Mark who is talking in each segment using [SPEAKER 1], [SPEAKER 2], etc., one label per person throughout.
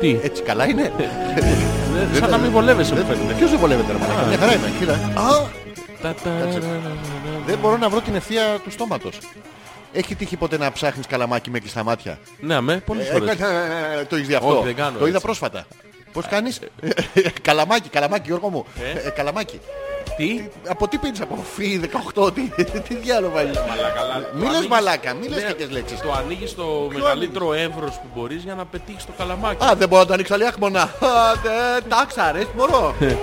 [SPEAKER 1] Τι?
[SPEAKER 2] Ε, Έτσι καλά είναι.
[SPEAKER 1] Ναι. Σαν να μην βολεύεσαι μου φαίνεται.
[SPEAKER 2] Ποιος Ε, δεν βολεύεται ρε μαλάκα. Μια χαρά είναι.
[SPEAKER 1] ναι.
[SPEAKER 2] Κοίτα. Α,
[SPEAKER 1] Τα- τα-
[SPEAKER 2] Κάτσε.
[SPEAKER 1] ρα- ρα- ρα- ρα.
[SPEAKER 2] Δεν μπορώ να βρω την ευθεία του στόματος. Έχει τύχει ποτέ να ψάχνεις καλαμάκι με κλειστά μάτια.
[SPEAKER 1] Ναι, με, πολλές
[SPEAKER 2] Ε,
[SPEAKER 1] φορές.
[SPEAKER 2] ε, ε, Το έχεις δει αυτό.
[SPEAKER 1] Όχι, δεν κάνω
[SPEAKER 2] Το είδα
[SPEAKER 1] έτσι.
[SPEAKER 2] πρόσφατα. Πώς κάνεις. Ε, Καλαμάκι, καλαμάκι Γιώργο μου.
[SPEAKER 1] Ε.
[SPEAKER 2] Ε, Καλαμάκι.
[SPEAKER 1] Τι?
[SPEAKER 2] Από τι πίνεις από φύ 18, τι, τι διάλογο είναι. Μη λες μαλάκα, μη λες
[SPEAKER 1] Ναι,
[SPEAKER 2] τέτοιες λέξεις.
[SPEAKER 1] Το ανοίγεις το μεγαλύτερο εύρος που μπορείς για να πετύχεις το καλαμάκι.
[SPEAKER 2] Α, δεν μπορώ να το ανοίξω άλλη άχμονα. Α, τε, Τάξα, ρε, μπορώ.
[SPEAKER 1] Ε.
[SPEAKER 2] Τι,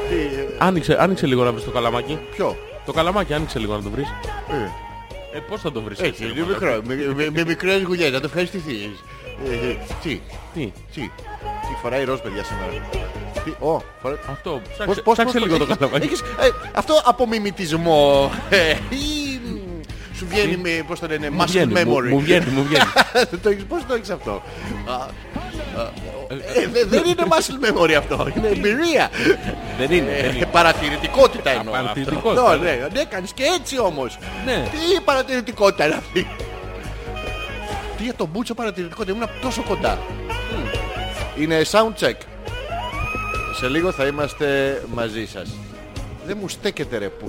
[SPEAKER 1] Άνοιξε, άνοιξε λίγο να βρεις το καλαμάκι.
[SPEAKER 2] Ποιο.
[SPEAKER 1] Το καλαμάκι άνοιξε λίγο να το βρεις.
[SPEAKER 2] Ε.
[SPEAKER 1] Ε, πώς θα το βρεις
[SPEAKER 2] Έτσι,
[SPEAKER 1] έτσι.
[SPEAKER 2] είναι μικρό. Με, με, με μικρές γουλιές, να το ευχαριστηθείς. Ε, ε, Τι,
[SPEAKER 1] Τι,
[SPEAKER 2] τι, τι φοράει ροζ παιδιά σήμερα. Τι, ω, φοράει...
[SPEAKER 1] αυτό,
[SPEAKER 2] Πώς,
[SPEAKER 1] ψάξε,
[SPEAKER 2] πώς,
[SPEAKER 1] ψάξε
[SPEAKER 2] πώς,
[SPEAKER 1] λίγο το
[SPEAKER 2] έχεις-
[SPEAKER 1] καλαμάκι.
[SPEAKER 2] έχεις- ε, αυτό από μιμητισμό. ε, ή, μ, Σου βγαίνει με, πώς το λένε,
[SPEAKER 1] Μου
[SPEAKER 2] muscle
[SPEAKER 1] βγαίνει, μου-
[SPEAKER 2] memory.
[SPEAKER 1] μου βγαίνει, μου βγαίνει.
[SPEAKER 2] το έχεις, πώς το έχεις αυτό. Α, α, ε, δε- δεν είναι muscle memory αυτό, είναι εμπειρία.
[SPEAKER 1] Δεν είναι,
[SPEAKER 2] Ε,
[SPEAKER 1] δεν είναι.
[SPEAKER 2] Παρατηρητικότητα εννοώ.
[SPEAKER 1] παρατηρητικότητα,
[SPEAKER 2] Αυτό, Ναι, ναι, κάνεις και έτσι όμως.
[SPEAKER 1] Ναι.
[SPEAKER 2] Τι παρατηρητικότητα είναι αυτή. Τι για τον Μπούτσο παρατηρητικότητα, ήμουν τόσο κοντά. Mm. Είναι sound check. Σε λίγο θα είμαστε μαζί σας. Δεν μου στέκεται ρε που.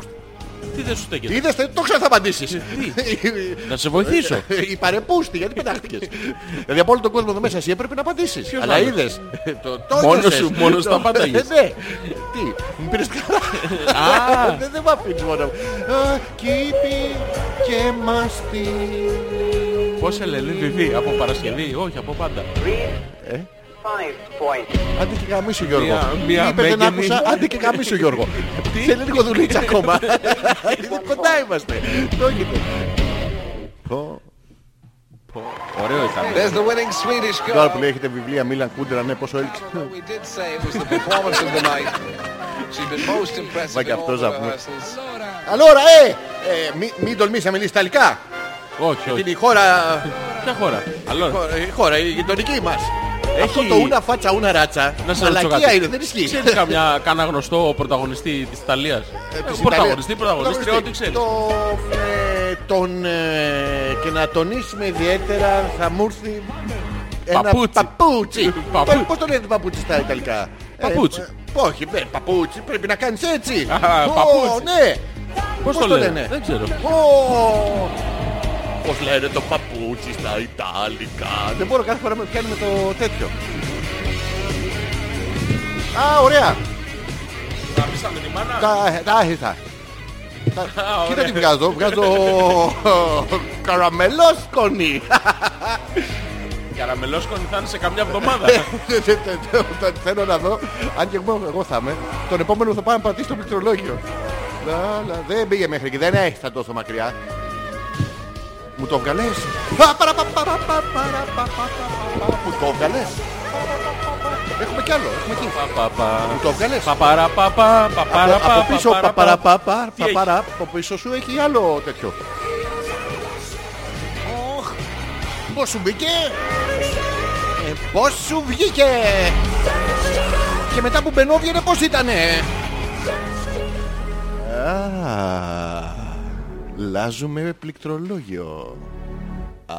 [SPEAKER 1] Τι δεν σου στέκεται.
[SPEAKER 2] Είδες, θε- το ξέρω θα απαντήσεις. Ε,
[SPEAKER 1] Να σε βοηθήσω.
[SPEAKER 2] Η παρεπούστη, γιατί πετάχτηκες. δηλαδή από όλο τον κόσμο εδώ μέσα εσύ έπρεπε να απαντήσεις.
[SPEAKER 1] Ποιος
[SPEAKER 2] Αλλά
[SPEAKER 1] άλλος?
[SPEAKER 2] είδες. Το- το
[SPEAKER 1] Μόνος
[SPEAKER 2] νιώσες.
[SPEAKER 1] σου, μόνος
[SPEAKER 2] Το-
[SPEAKER 1] τα πάταγες.
[SPEAKER 2] Ναι. Τι, μου πήρες καλά. Δεν- Δεν μ' αφήνεις μόνο. Α, Κήπη και μαστί.
[SPEAKER 1] Πώς έλεγε, Βιβί, από Παρασκευή, όχι, από πάντα.
[SPEAKER 3] Five points.
[SPEAKER 2] Άντε και γαμίσου Γιώργο.
[SPEAKER 1] Μία- μία
[SPEAKER 2] Είπε δεν
[SPEAKER 1] μέγενη.
[SPEAKER 2] άκουσα. Άντε και γαμίσου Γιώργο. Θέλει λίγο δουλίτσα ακόμα. Είναι Κοντά είμαστε. Το έχετε. Πω.
[SPEAKER 1] Ωραίο
[SPEAKER 2] Ε,
[SPEAKER 1] ήταν.
[SPEAKER 4] There's the winning Swedish
[SPEAKER 2] Τώρα που
[SPEAKER 4] goal.
[SPEAKER 2] λέει έχετε βιβλία Μίλαν Κούντερα, ναι πόσο έλξε.
[SPEAKER 4] Although we did say it was the performance of the night. She'd been most impressive
[SPEAKER 2] Like
[SPEAKER 4] in all
[SPEAKER 2] αυτός
[SPEAKER 4] the
[SPEAKER 2] απ' μου.
[SPEAKER 4] rehearsals.
[SPEAKER 2] Allora, ε! ε μη- Μην τολμήσει να μιλήσει Ιταλικά.
[SPEAKER 1] Όχι, όχι.
[SPEAKER 2] Είναι η χώρα,
[SPEAKER 1] Ποια χώρα. Αλλά
[SPEAKER 2] η χώρα, η γειτονική μας.
[SPEAKER 1] Έχει-
[SPEAKER 2] Αυτό το ούνα φάτσα, ούνα ράτσα.
[SPEAKER 1] Να σε ρωτήσω
[SPEAKER 2] Μαλακία
[SPEAKER 1] κάτι.
[SPEAKER 2] είναι, δεν ισχύει.
[SPEAKER 1] ξέρεις καμιά, κάνα γνωστό πρωταγωνιστή της Ιταλίας.
[SPEAKER 2] Ε, της Ιταλίας.
[SPEAKER 1] Πρωταγωνιστή, πρωταγωνιστή, ό,τι ξέρεις.
[SPEAKER 2] Το, ε, τον, ε, και να τονίσουμε ιδιαίτερα θα μου έρθει ένα
[SPEAKER 1] Παπούτσι.
[SPEAKER 2] παπούτσι.
[SPEAKER 1] Παπού-
[SPEAKER 2] Πώς- Πώς το λένε παπούτσι στα Ιταλικά. Ε,
[SPEAKER 1] Παπούτσι.
[SPEAKER 2] ε, όχι, ναι, παπούτσι, πρέπει να κάνεις έτσι.
[SPEAKER 1] Α,
[SPEAKER 2] Ω,
[SPEAKER 1] παπούτσι.
[SPEAKER 2] Ναι.
[SPEAKER 1] Πώς το λένε. Δεν ξέρω.
[SPEAKER 2] Ω, Πώς λένε το παπούτσι στα Ιταλικά. Δεν μπορώ κάθε φορά να με πιάνει με το τέτοιο. Α, ωραία.
[SPEAKER 1] Τα πήσαμε τη μάνα.
[SPEAKER 2] Τα, τα άχυσα. Τα- Κοίτα
[SPEAKER 1] Α, ωραία.
[SPEAKER 2] τι βγάζω. Βγάζω καραμελόσκονη.
[SPEAKER 1] Καραμελόσκονη θα είναι σε καμιά εβδομάδα.
[SPEAKER 2] Θέλω να δω. Αν και εγώ, εγώ θα είμαι. Τον επόμενο θα πάω να πατήσω το πληκτρολόγιο. Λα, λα, Δεν πήγε μέχρι εκεί. Δεν έχθα τόσο μακριά. Μου το βγαλές. Πα, παρα, πα, παρα, πα, παρα, πα, πα, πα, πα. Μου το βγαλές. Έχουμε κι άλλο. Έχουμε εκεί. Μου το βγαλές.
[SPEAKER 1] Παπαρά, παπα, παπαρά,
[SPEAKER 2] Από- από πίσω,
[SPEAKER 1] παπαρά,
[SPEAKER 2] παπαρά,
[SPEAKER 1] παπα.
[SPEAKER 2] παπα,
[SPEAKER 1] Τι έχει?
[SPEAKER 2] παπαρά, από πίσω σου έχει άλλο τέτοιο. Οχ, πώς σου μπήκε. Ε, πώς σου βγήκε. Και μετά που μπαινόβγαινε πώς ήτανε. Α, λάζουμε πληκτρολόγιο. Α,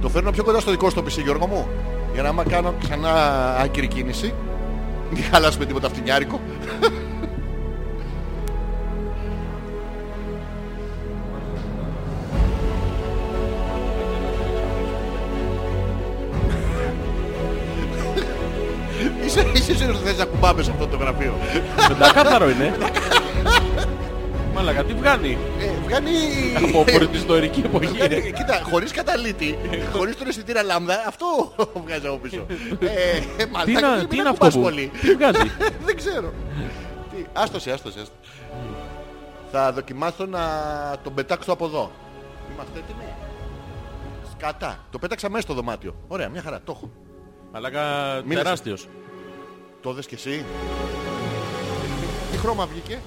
[SPEAKER 2] το φέρνω πιο κοντά στο δικό σου το PC Γιώργο μου. Για να άμα κάνω ξανά άκυρη κίνηση. Μην χαλάσουμε τίποτα αυτινιάρικο. Είσαι, είσαι σίγουρος ότι θες να κουμπάμε σε αυτό το γραφείο.
[SPEAKER 1] Πεντακάθαρο είναι. Μαλακα, τι βγάνει.
[SPEAKER 2] Ε, βγάνει...
[SPEAKER 1] Από πρωτιστορική εποχή.
[SPEAKER 2] Βγάλε- Κοίτα, χωρίς καταλήτη, χωρίς τον αισθητήρα λάμδα, αυτό βγάζει από πίσω. Ε, μαλάκα,
[SPEAKER 1] Τι είναι-
[SPEAKER 2] μην
[SPEAKER 1] Τι είναι αυτό
[SPEAKER 2] ακουμπάς
[SPEAKER 1] που
[SPEAKER 2] πολύ.
[SPEAKER 1] τι βγάζει.
[SPEAKER 2] Δεν ξέρω. Τι, άστοσε, άστοσε. άστοσε. Θα δοκιμάσω να τον πετάξω από εδώ. Είμαστε έτοιμοι. Σκατά. Το πέταξα μέσα στο δωμάτιο. Ωραία, μια χαρά. Το έχω.
[SPEAKER 1] Μαλακα,
[SPEAKER 2] λες.
[SPEAKER 1] τεράστιος.
[SPEAKER 2] Το δες κι εσύ. Τι χρώμα βγήκε.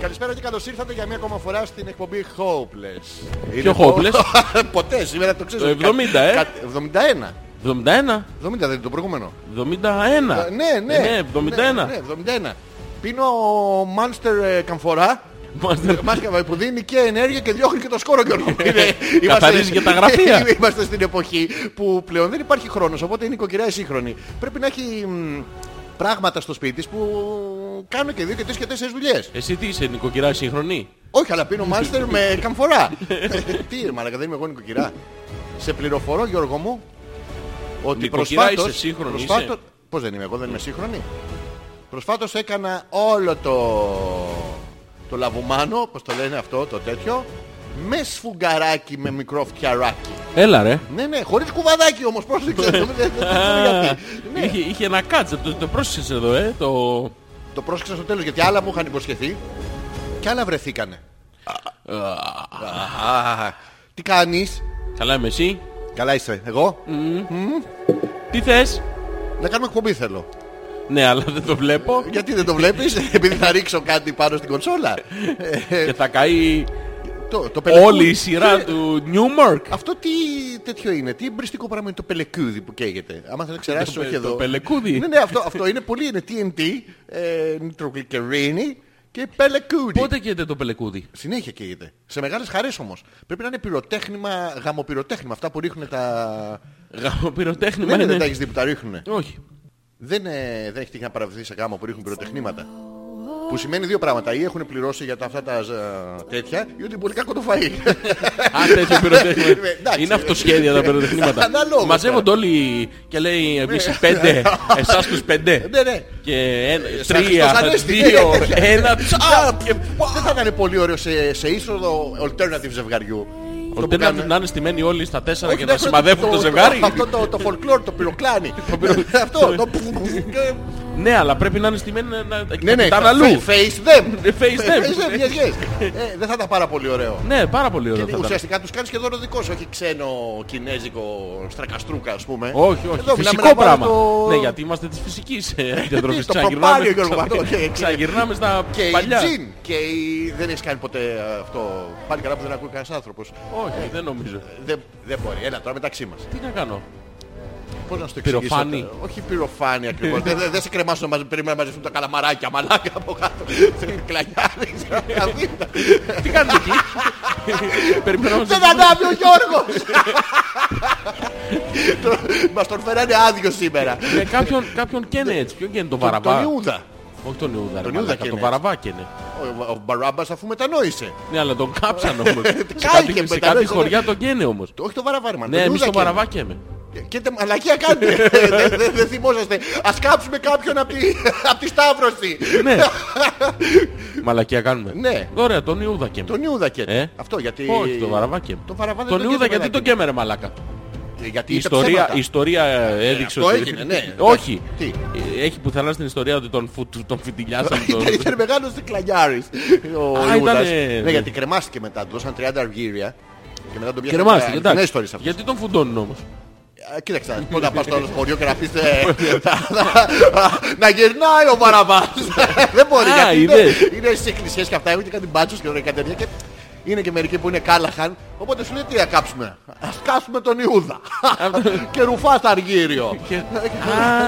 [SPEAKER 2] Καλησπέρα και καλώς ήρθατε για μια ακόμα φορά στην εκπομπή Hopeless. Είναι
[SPEAKER 1] Hopeless?
[SPEAKER 2] Ποτέ, σήμερα το ξέρω.
[SPEAKER 1] Το 70, ε.
[SPEAKER 2] 71.
[SPEAKER 1] 71.
[SPEAKER 2] 70 δεν είναι το προηγούμενο.
[SPEAKER 1] 71.
[SPEAKER 2] Ναι, ναι.
[SPEAKER 1] Ε, Ναι, 71.
[SPEAKER 2] Ναι, ναι, 71. Πίνω Monster ε, καμφορά Μάσκα που δίνει και ενέργεια και διώχνει και το σκόρο κιόλας. Είναι-
[SPEAKER 1] Ε, Καθαρίζει και τα γραφεία.
[SPEAKER 2] Είμαστε στην εποχή που πλέον δεν υπάρχει χρόνος, οπότε είναι οικοκυρά η σύγχρονη. Πρέπει να έχει μ, πράγματα στο σπίτι της που κάνω και δύο και τρεις και τέσσερις δουλειές.
[SPEAKER 1] Εσύ τι είσαι, νοικοκυρά σύγχρονη.
[SPEAKER 2] Όχι, αλλά πίνω μάστερ με καμφορά. Τι ρε μαλακα, δεν είμαι εγώ νοικοκυρά. Σε πληροφορώ Γιώργο μου ότι
[SPEAKER 1] Νοικοκυρά είσαι,
[SPEAKER 2] προσφάτως...
[SPEAKER 1] σύγχρονη
[SPEAKER 2] προσφάτως-
[SPEAKER 1] είσαι.
[SPEAKER 2] Πώς δεν είμαι εγώ, δεν είμαι σύγχρονη. Προσφάτως έκανα όλο το... Το λαβουμάνο, πώς το λένε αυτό, το τέτοιο, με σφουγγαράκι με μικρό φτιαράκι.
[SPEAKER 1] Έλα ρε.
[SPEAKER 2] Ναι, ναι, χωρίς κουβαδάκι όμως, πρόσεξε. δεν- δεν- δεν ξέρω γιατί. Ναι,
[SPEAKER 1] Είχε, είχε ένα κάτσε, το, το πρόσεξες εδώ, ε. Το...
[SPEAKER 2] το πρόσεξα στο τέλος γιατί άλλα μου είχαν υποσχεθεί και άλλα βρεθήκανε. Α, Τι κάνεις,
[SPEAKER 1] Καλά είμαι εσύ.
[SPEAKER 2] καλά είσαι, εγώ.
[SPEAKER 1] Mm. Τι θες.
[SPEAKER 2] Να κάνουμε εκπομπή θέλω.
[SPEAKER 1] Ναι, αλλά δεν το βλέπω.
[SPEAKER 2] Γιατί δεν το βλέπεις, επειδή θα ρίξω κάτι πάνω στην κονσόλα. Ε,
[SPEAKER 1] Και θα καεί
[SPEAKER 2] το, το πελεκούδι.
[SPEAKER 1] όλη η σειρά του Newmark.
[SPEAKER 2] Αυτό τι τέτοιο είναι, τι μπριστικό πράγμα είναι το πελεκούδι που καίγεται. Άμα θα ξεράσεις
[SPEAKER 1] Το
[SPEAKER 2] όχι
[SPEAKER 1] πε-
[SPEAKER 2] εδώ.
[SPEAKER 1] το πελεκούδι.
[SPEAKER 2] Ναι, ναι, αυτό, αυτό είναι πολύ, είναι TNT, ε, νητρογλυκερίνη και πελεκούδι.
[SPEAKER 1] Πότε καίγεται το πελεκούδι.
[SPEAKER 2] Συνέχεια καίγεται. Σε μεγάλες χαρές όμως. Πρέπει να είναι πυροτέχνημα, γαμοπυροτέχνημα. Αυτά που ρίχνουν τα...
[SPEAKER 1] Γαμοπυροτέχνημα
[SPEAKER 2] Δεν, είναι,
[SPEAKER 1] είναι.
[SPEAKER 2] δεν τα έχεις δει που τα ρίχνουν.
[SPEAKER 1] Όχι.
[SPEAKER 2] Δεν, ε, δεν έχει τύχει να παραβηθεί σε γάμο που ρίχνουν πυροτεχνήματα. Που σημαίνει δύο πράγματα. Ή έχουν πληρώσει για τα αυτά τα ε, τέτοια, ή ότι μπορεί κακό το φαΐ.
[SPEAKER 1] Α, τέτοιο πυροτέχνημα.
[SPEAKER 2] Εντάξει.
[SPEAKER 1] Είναι αυτοσχέδια τα πυροτεχνήματα.
[SPEAKER 2] Αναλόγως.
[SPEAKER 1] Μαζεύονται όλοι και λέει εμείς οι πέντε, εσάς τους πέντε.
[SPEAKER 2] Ναι, ναι.
[SPEAKER 1] Και ένα,
[SPEAKER 2] Σαν
[SPEAKER 1] τρία,
[SPEAKER 2] Χριστός Ανέστη.
[SPEAKER 1] δύο, ένα,
[SPEAKER 2] Α,
[SPEAKER 1] τσαπ.
[SPEAKER 2] και- Δεν θα ήταν πολύ ωραίο σε, σε είσοδο alternative ζευγαριού. Αυτό
[SPEAKER 1] Ο
[SPEAKER 2] που
[SPEAKER 1] Τέναντ
[SPEAKER 2] κάνουν-
[SPEAKER 1] να είναι στημένοι όλοι στα τέσσερα
[SPEAKER 2] Όχι,
[SPEAKER 1] και
[SPEAKER 2] ναι,
[SPEAKER 1] να
[SPEAKER 2] αυτό
[SPEAKER 1] σημαδεύουν το ζευγάρι.
[SPEAKER 2] Αυτό το, το folklore, το πυροκλάνι.
[SPEAKER 1] πυρο-
[SPEAKER 2] Αυτό. το-
[SPEAKER 1] Ναι, αλλά πρέπει να είναι στημένοι να- να
[SPEAKER 2] Ναι, ναι.
[SPEAKER 1] κοιτάνε αλλού.
[SPEAKER 2] Face them.
[SPEAKER 1] Face them.
[SPEAKER 2] yes, yes. Ε, Δεν θα ήταν πάρα πολύ ωραίο.
[SPEAKER 1] Ναι, πάρα πολύ ωραίο
[SPEAKER 2] Γιατί
[SPEAKER 1] θα ήταν.
[SPEAKER 2] ουσιαστικά τους κάνεις και δώρο δικός σου, όχι ξένο κινέζικο στρακαστρούκα ας πούμε.
[SPEAKER 1] Όχι, όχι.
[SPEAKER 2] Εδώ μιλάμε
[SPEAKER 1] Φυσικό
[SPEAKER 2] να πάρω
[SPEAKER 1] πράγμα. Ναι, γιατί είμαστε της φυσικής ε, διατροφής.
[SPEAKER 2] Το
[SPEAKER 1] Ξαναγυρνάμε-
[SPEAKER 2] παπάρι, Γιώργο, αυτό, και- και-
[SPEAKER 1] Ξαναγυρνάμε στα
[SPEAKER 2] Και η
[SPEAKER 1] παλιά.
[SPEAKER 2] τζιν και η... δεν έχεις κάνει ποτέ αυτό. Πάλι καλά που δεν ακούει κανένας άνθρωπος.
[SPEAKER 1] Όχι, δεν νομίζω.
[SPEAKER 2] Δεν, δεν μπορεί, έλα τώρα μεταξύ μας.
[SPEAKER 1] Τι να κάνω.
[SPEAKER 2] Πώς να σου το εξηγήσω.
[SPEAKER 1] Πυροφάνη.
[SPEAKER 2] τώρα. Όχι πυροφάνη ακριβώς. δεν δεν- δεν σε κρεμάσουν να μαζε- περιμένουν να μαζευτούν τα καλαμαράκια μαλάκα από κάτω. Κλανιάρεις. καθίνα.
[SPEAKER 1] Τι κάνετε εκεί. Περιμένω να
[SPEAKER 2] Δεν
[SPEAKER 1] σας δούμε.
[SPEAKER 2] ανάβει ο Γιώργος. Το- Μας τον φέρανε άδειο σήμερα.
[SPEAKER 1] Με κάποιον, κάποιον καίνε έτσι. Ποιον καίνε τον
[SPEAKER 2] Τον- Τον
[SPEAKER 1] Βαραβά.
[SPEAKER 2] Ιούδα.
[SPEAKER 1] Όχι τον Ιούδα.
[SPEAKER 2] Τον
[SPEAKER 1] Τον
[SPEAKER 2] Ιούδα
[SPEAKER 1] Ιούδα
[SPEAKER 2] καίνε
[SPEAKER 1] Τον
[SPEAKER 2] έτσι.
[SPEAKER 1] Βαραβά καίνε.
[SPEAKER 2] Ο- Ο Μπαράμπας αφού μετανόησε.
[SPEAKER 1] Ναι, αλλά τον κάψαν όμως. Σε
[SPEAKER 2] Κάηκε,
[SPEAKER 1] κάτι- Σε κάτι
[SPEAKER 2] μετανόησε,
[SPEAKER 1] χωριά τον καίνε όμως.
[SPEAKER 2] Το- Όχι το βαραβάρμα.
[SPEAKER 1] Ναι, εμείς τον Βαραβά καίμε.
[SPEAKER 2] Και τε μαλακία κάντε. Δεν δε, δε θυμόσαστε. Ας κάψουμε κάποιον από τη, απ τη Σταύρωση.
[SPEAKER 1] Ναι. Μαλακία κάνουμε.
[SPEAKER 2] Ναι.
[SPEAKER 1] Ωραία, τον Ιούδα καίμε.
[SPEAKER 2] Τον Ιούδα και.
[SPEAKER 1] Ε.
[SPEAKER 2] Αυτό γιατί.
[SPEAKER 1] Όχι, τον Βαραβά καίμε.
[SPEAKER 2] Τον Βαραβά δεν
[SPEAKER 1] Τον Ιούδα
[SPEAKER 2] καίμε,
[SPEAKER 1] γιατί τον
[SPEAKER 2] παιδάκι
[SPEAKER 1] καίμε ρε μαλάκα.
[SPEAKER 2] μου. Γιατί
[SPEAKER 1] Η
[SPEAKER 2] είπε
[SPEAKER 1] ιστορία,
[SPEAKER 2] ψέματα. Ε,
[SPEAKER 1] η ιστορία ε, έδειξε
[SPEAKER 2] αυτό
[SPEAKER 1] ότι...
[SPEAKER 2] έγινε, ναι.
[SPEAKER 1] Όχι. Ε,
[SPEAKER 2] Τι?
[SPEAKER 1] Έχει πουθενά στην ιστορία ότι τον, φου, τον φιτιλιάσαν τον...
[SPEAKER 2] Ήταν- Ήταν μεγάλος τυκλαγιάρης ο
[SPEAKER 1] Α,
[SPEAKER 2] Ιούδας.
[SPEAKER 1] ήτανε-
[SPEAKER 2] Ναι, γιατί κρεμάστηκε μετά. Του δώσαν 30 αργύρια. Και μετά τον πιάσαν.
[SPEAKER 1] Κρεμάστηκε,
[SPEAKER 2] τα- Ναι,
[SPEAKER 1] Ε, εντάξει.
[SPEAKER 2] ιστορίες αυτές.
[SPEAKER 1] Γιατί τον φουντώνουν όμως.
[SPEAKER 2] Α, Ε, Κοίταξε, πώς να πας στο άλλο σχολείο και να πεις ε, θα- θα- να γυρνάει ο Βαραβάς. Δεν μπορεί,
[SPEAKER 1] Α,
[SPEAKER 2] γιατί είναι,
[SPEAKER 1] είδες.
[SPEAKER 2] είναι στις εκκλησίες και αυτά, έχουν και κάτι μπάτσους και ωραία τέτοια και είναι και μερικοί που είναι κάλαχαν. Οπότε σου λέει τι να κάψουμε. Ας κάψουμε τον Ιούδα. και ρουφά τα αργύριο.
[SPEAKER 1] Και- Α,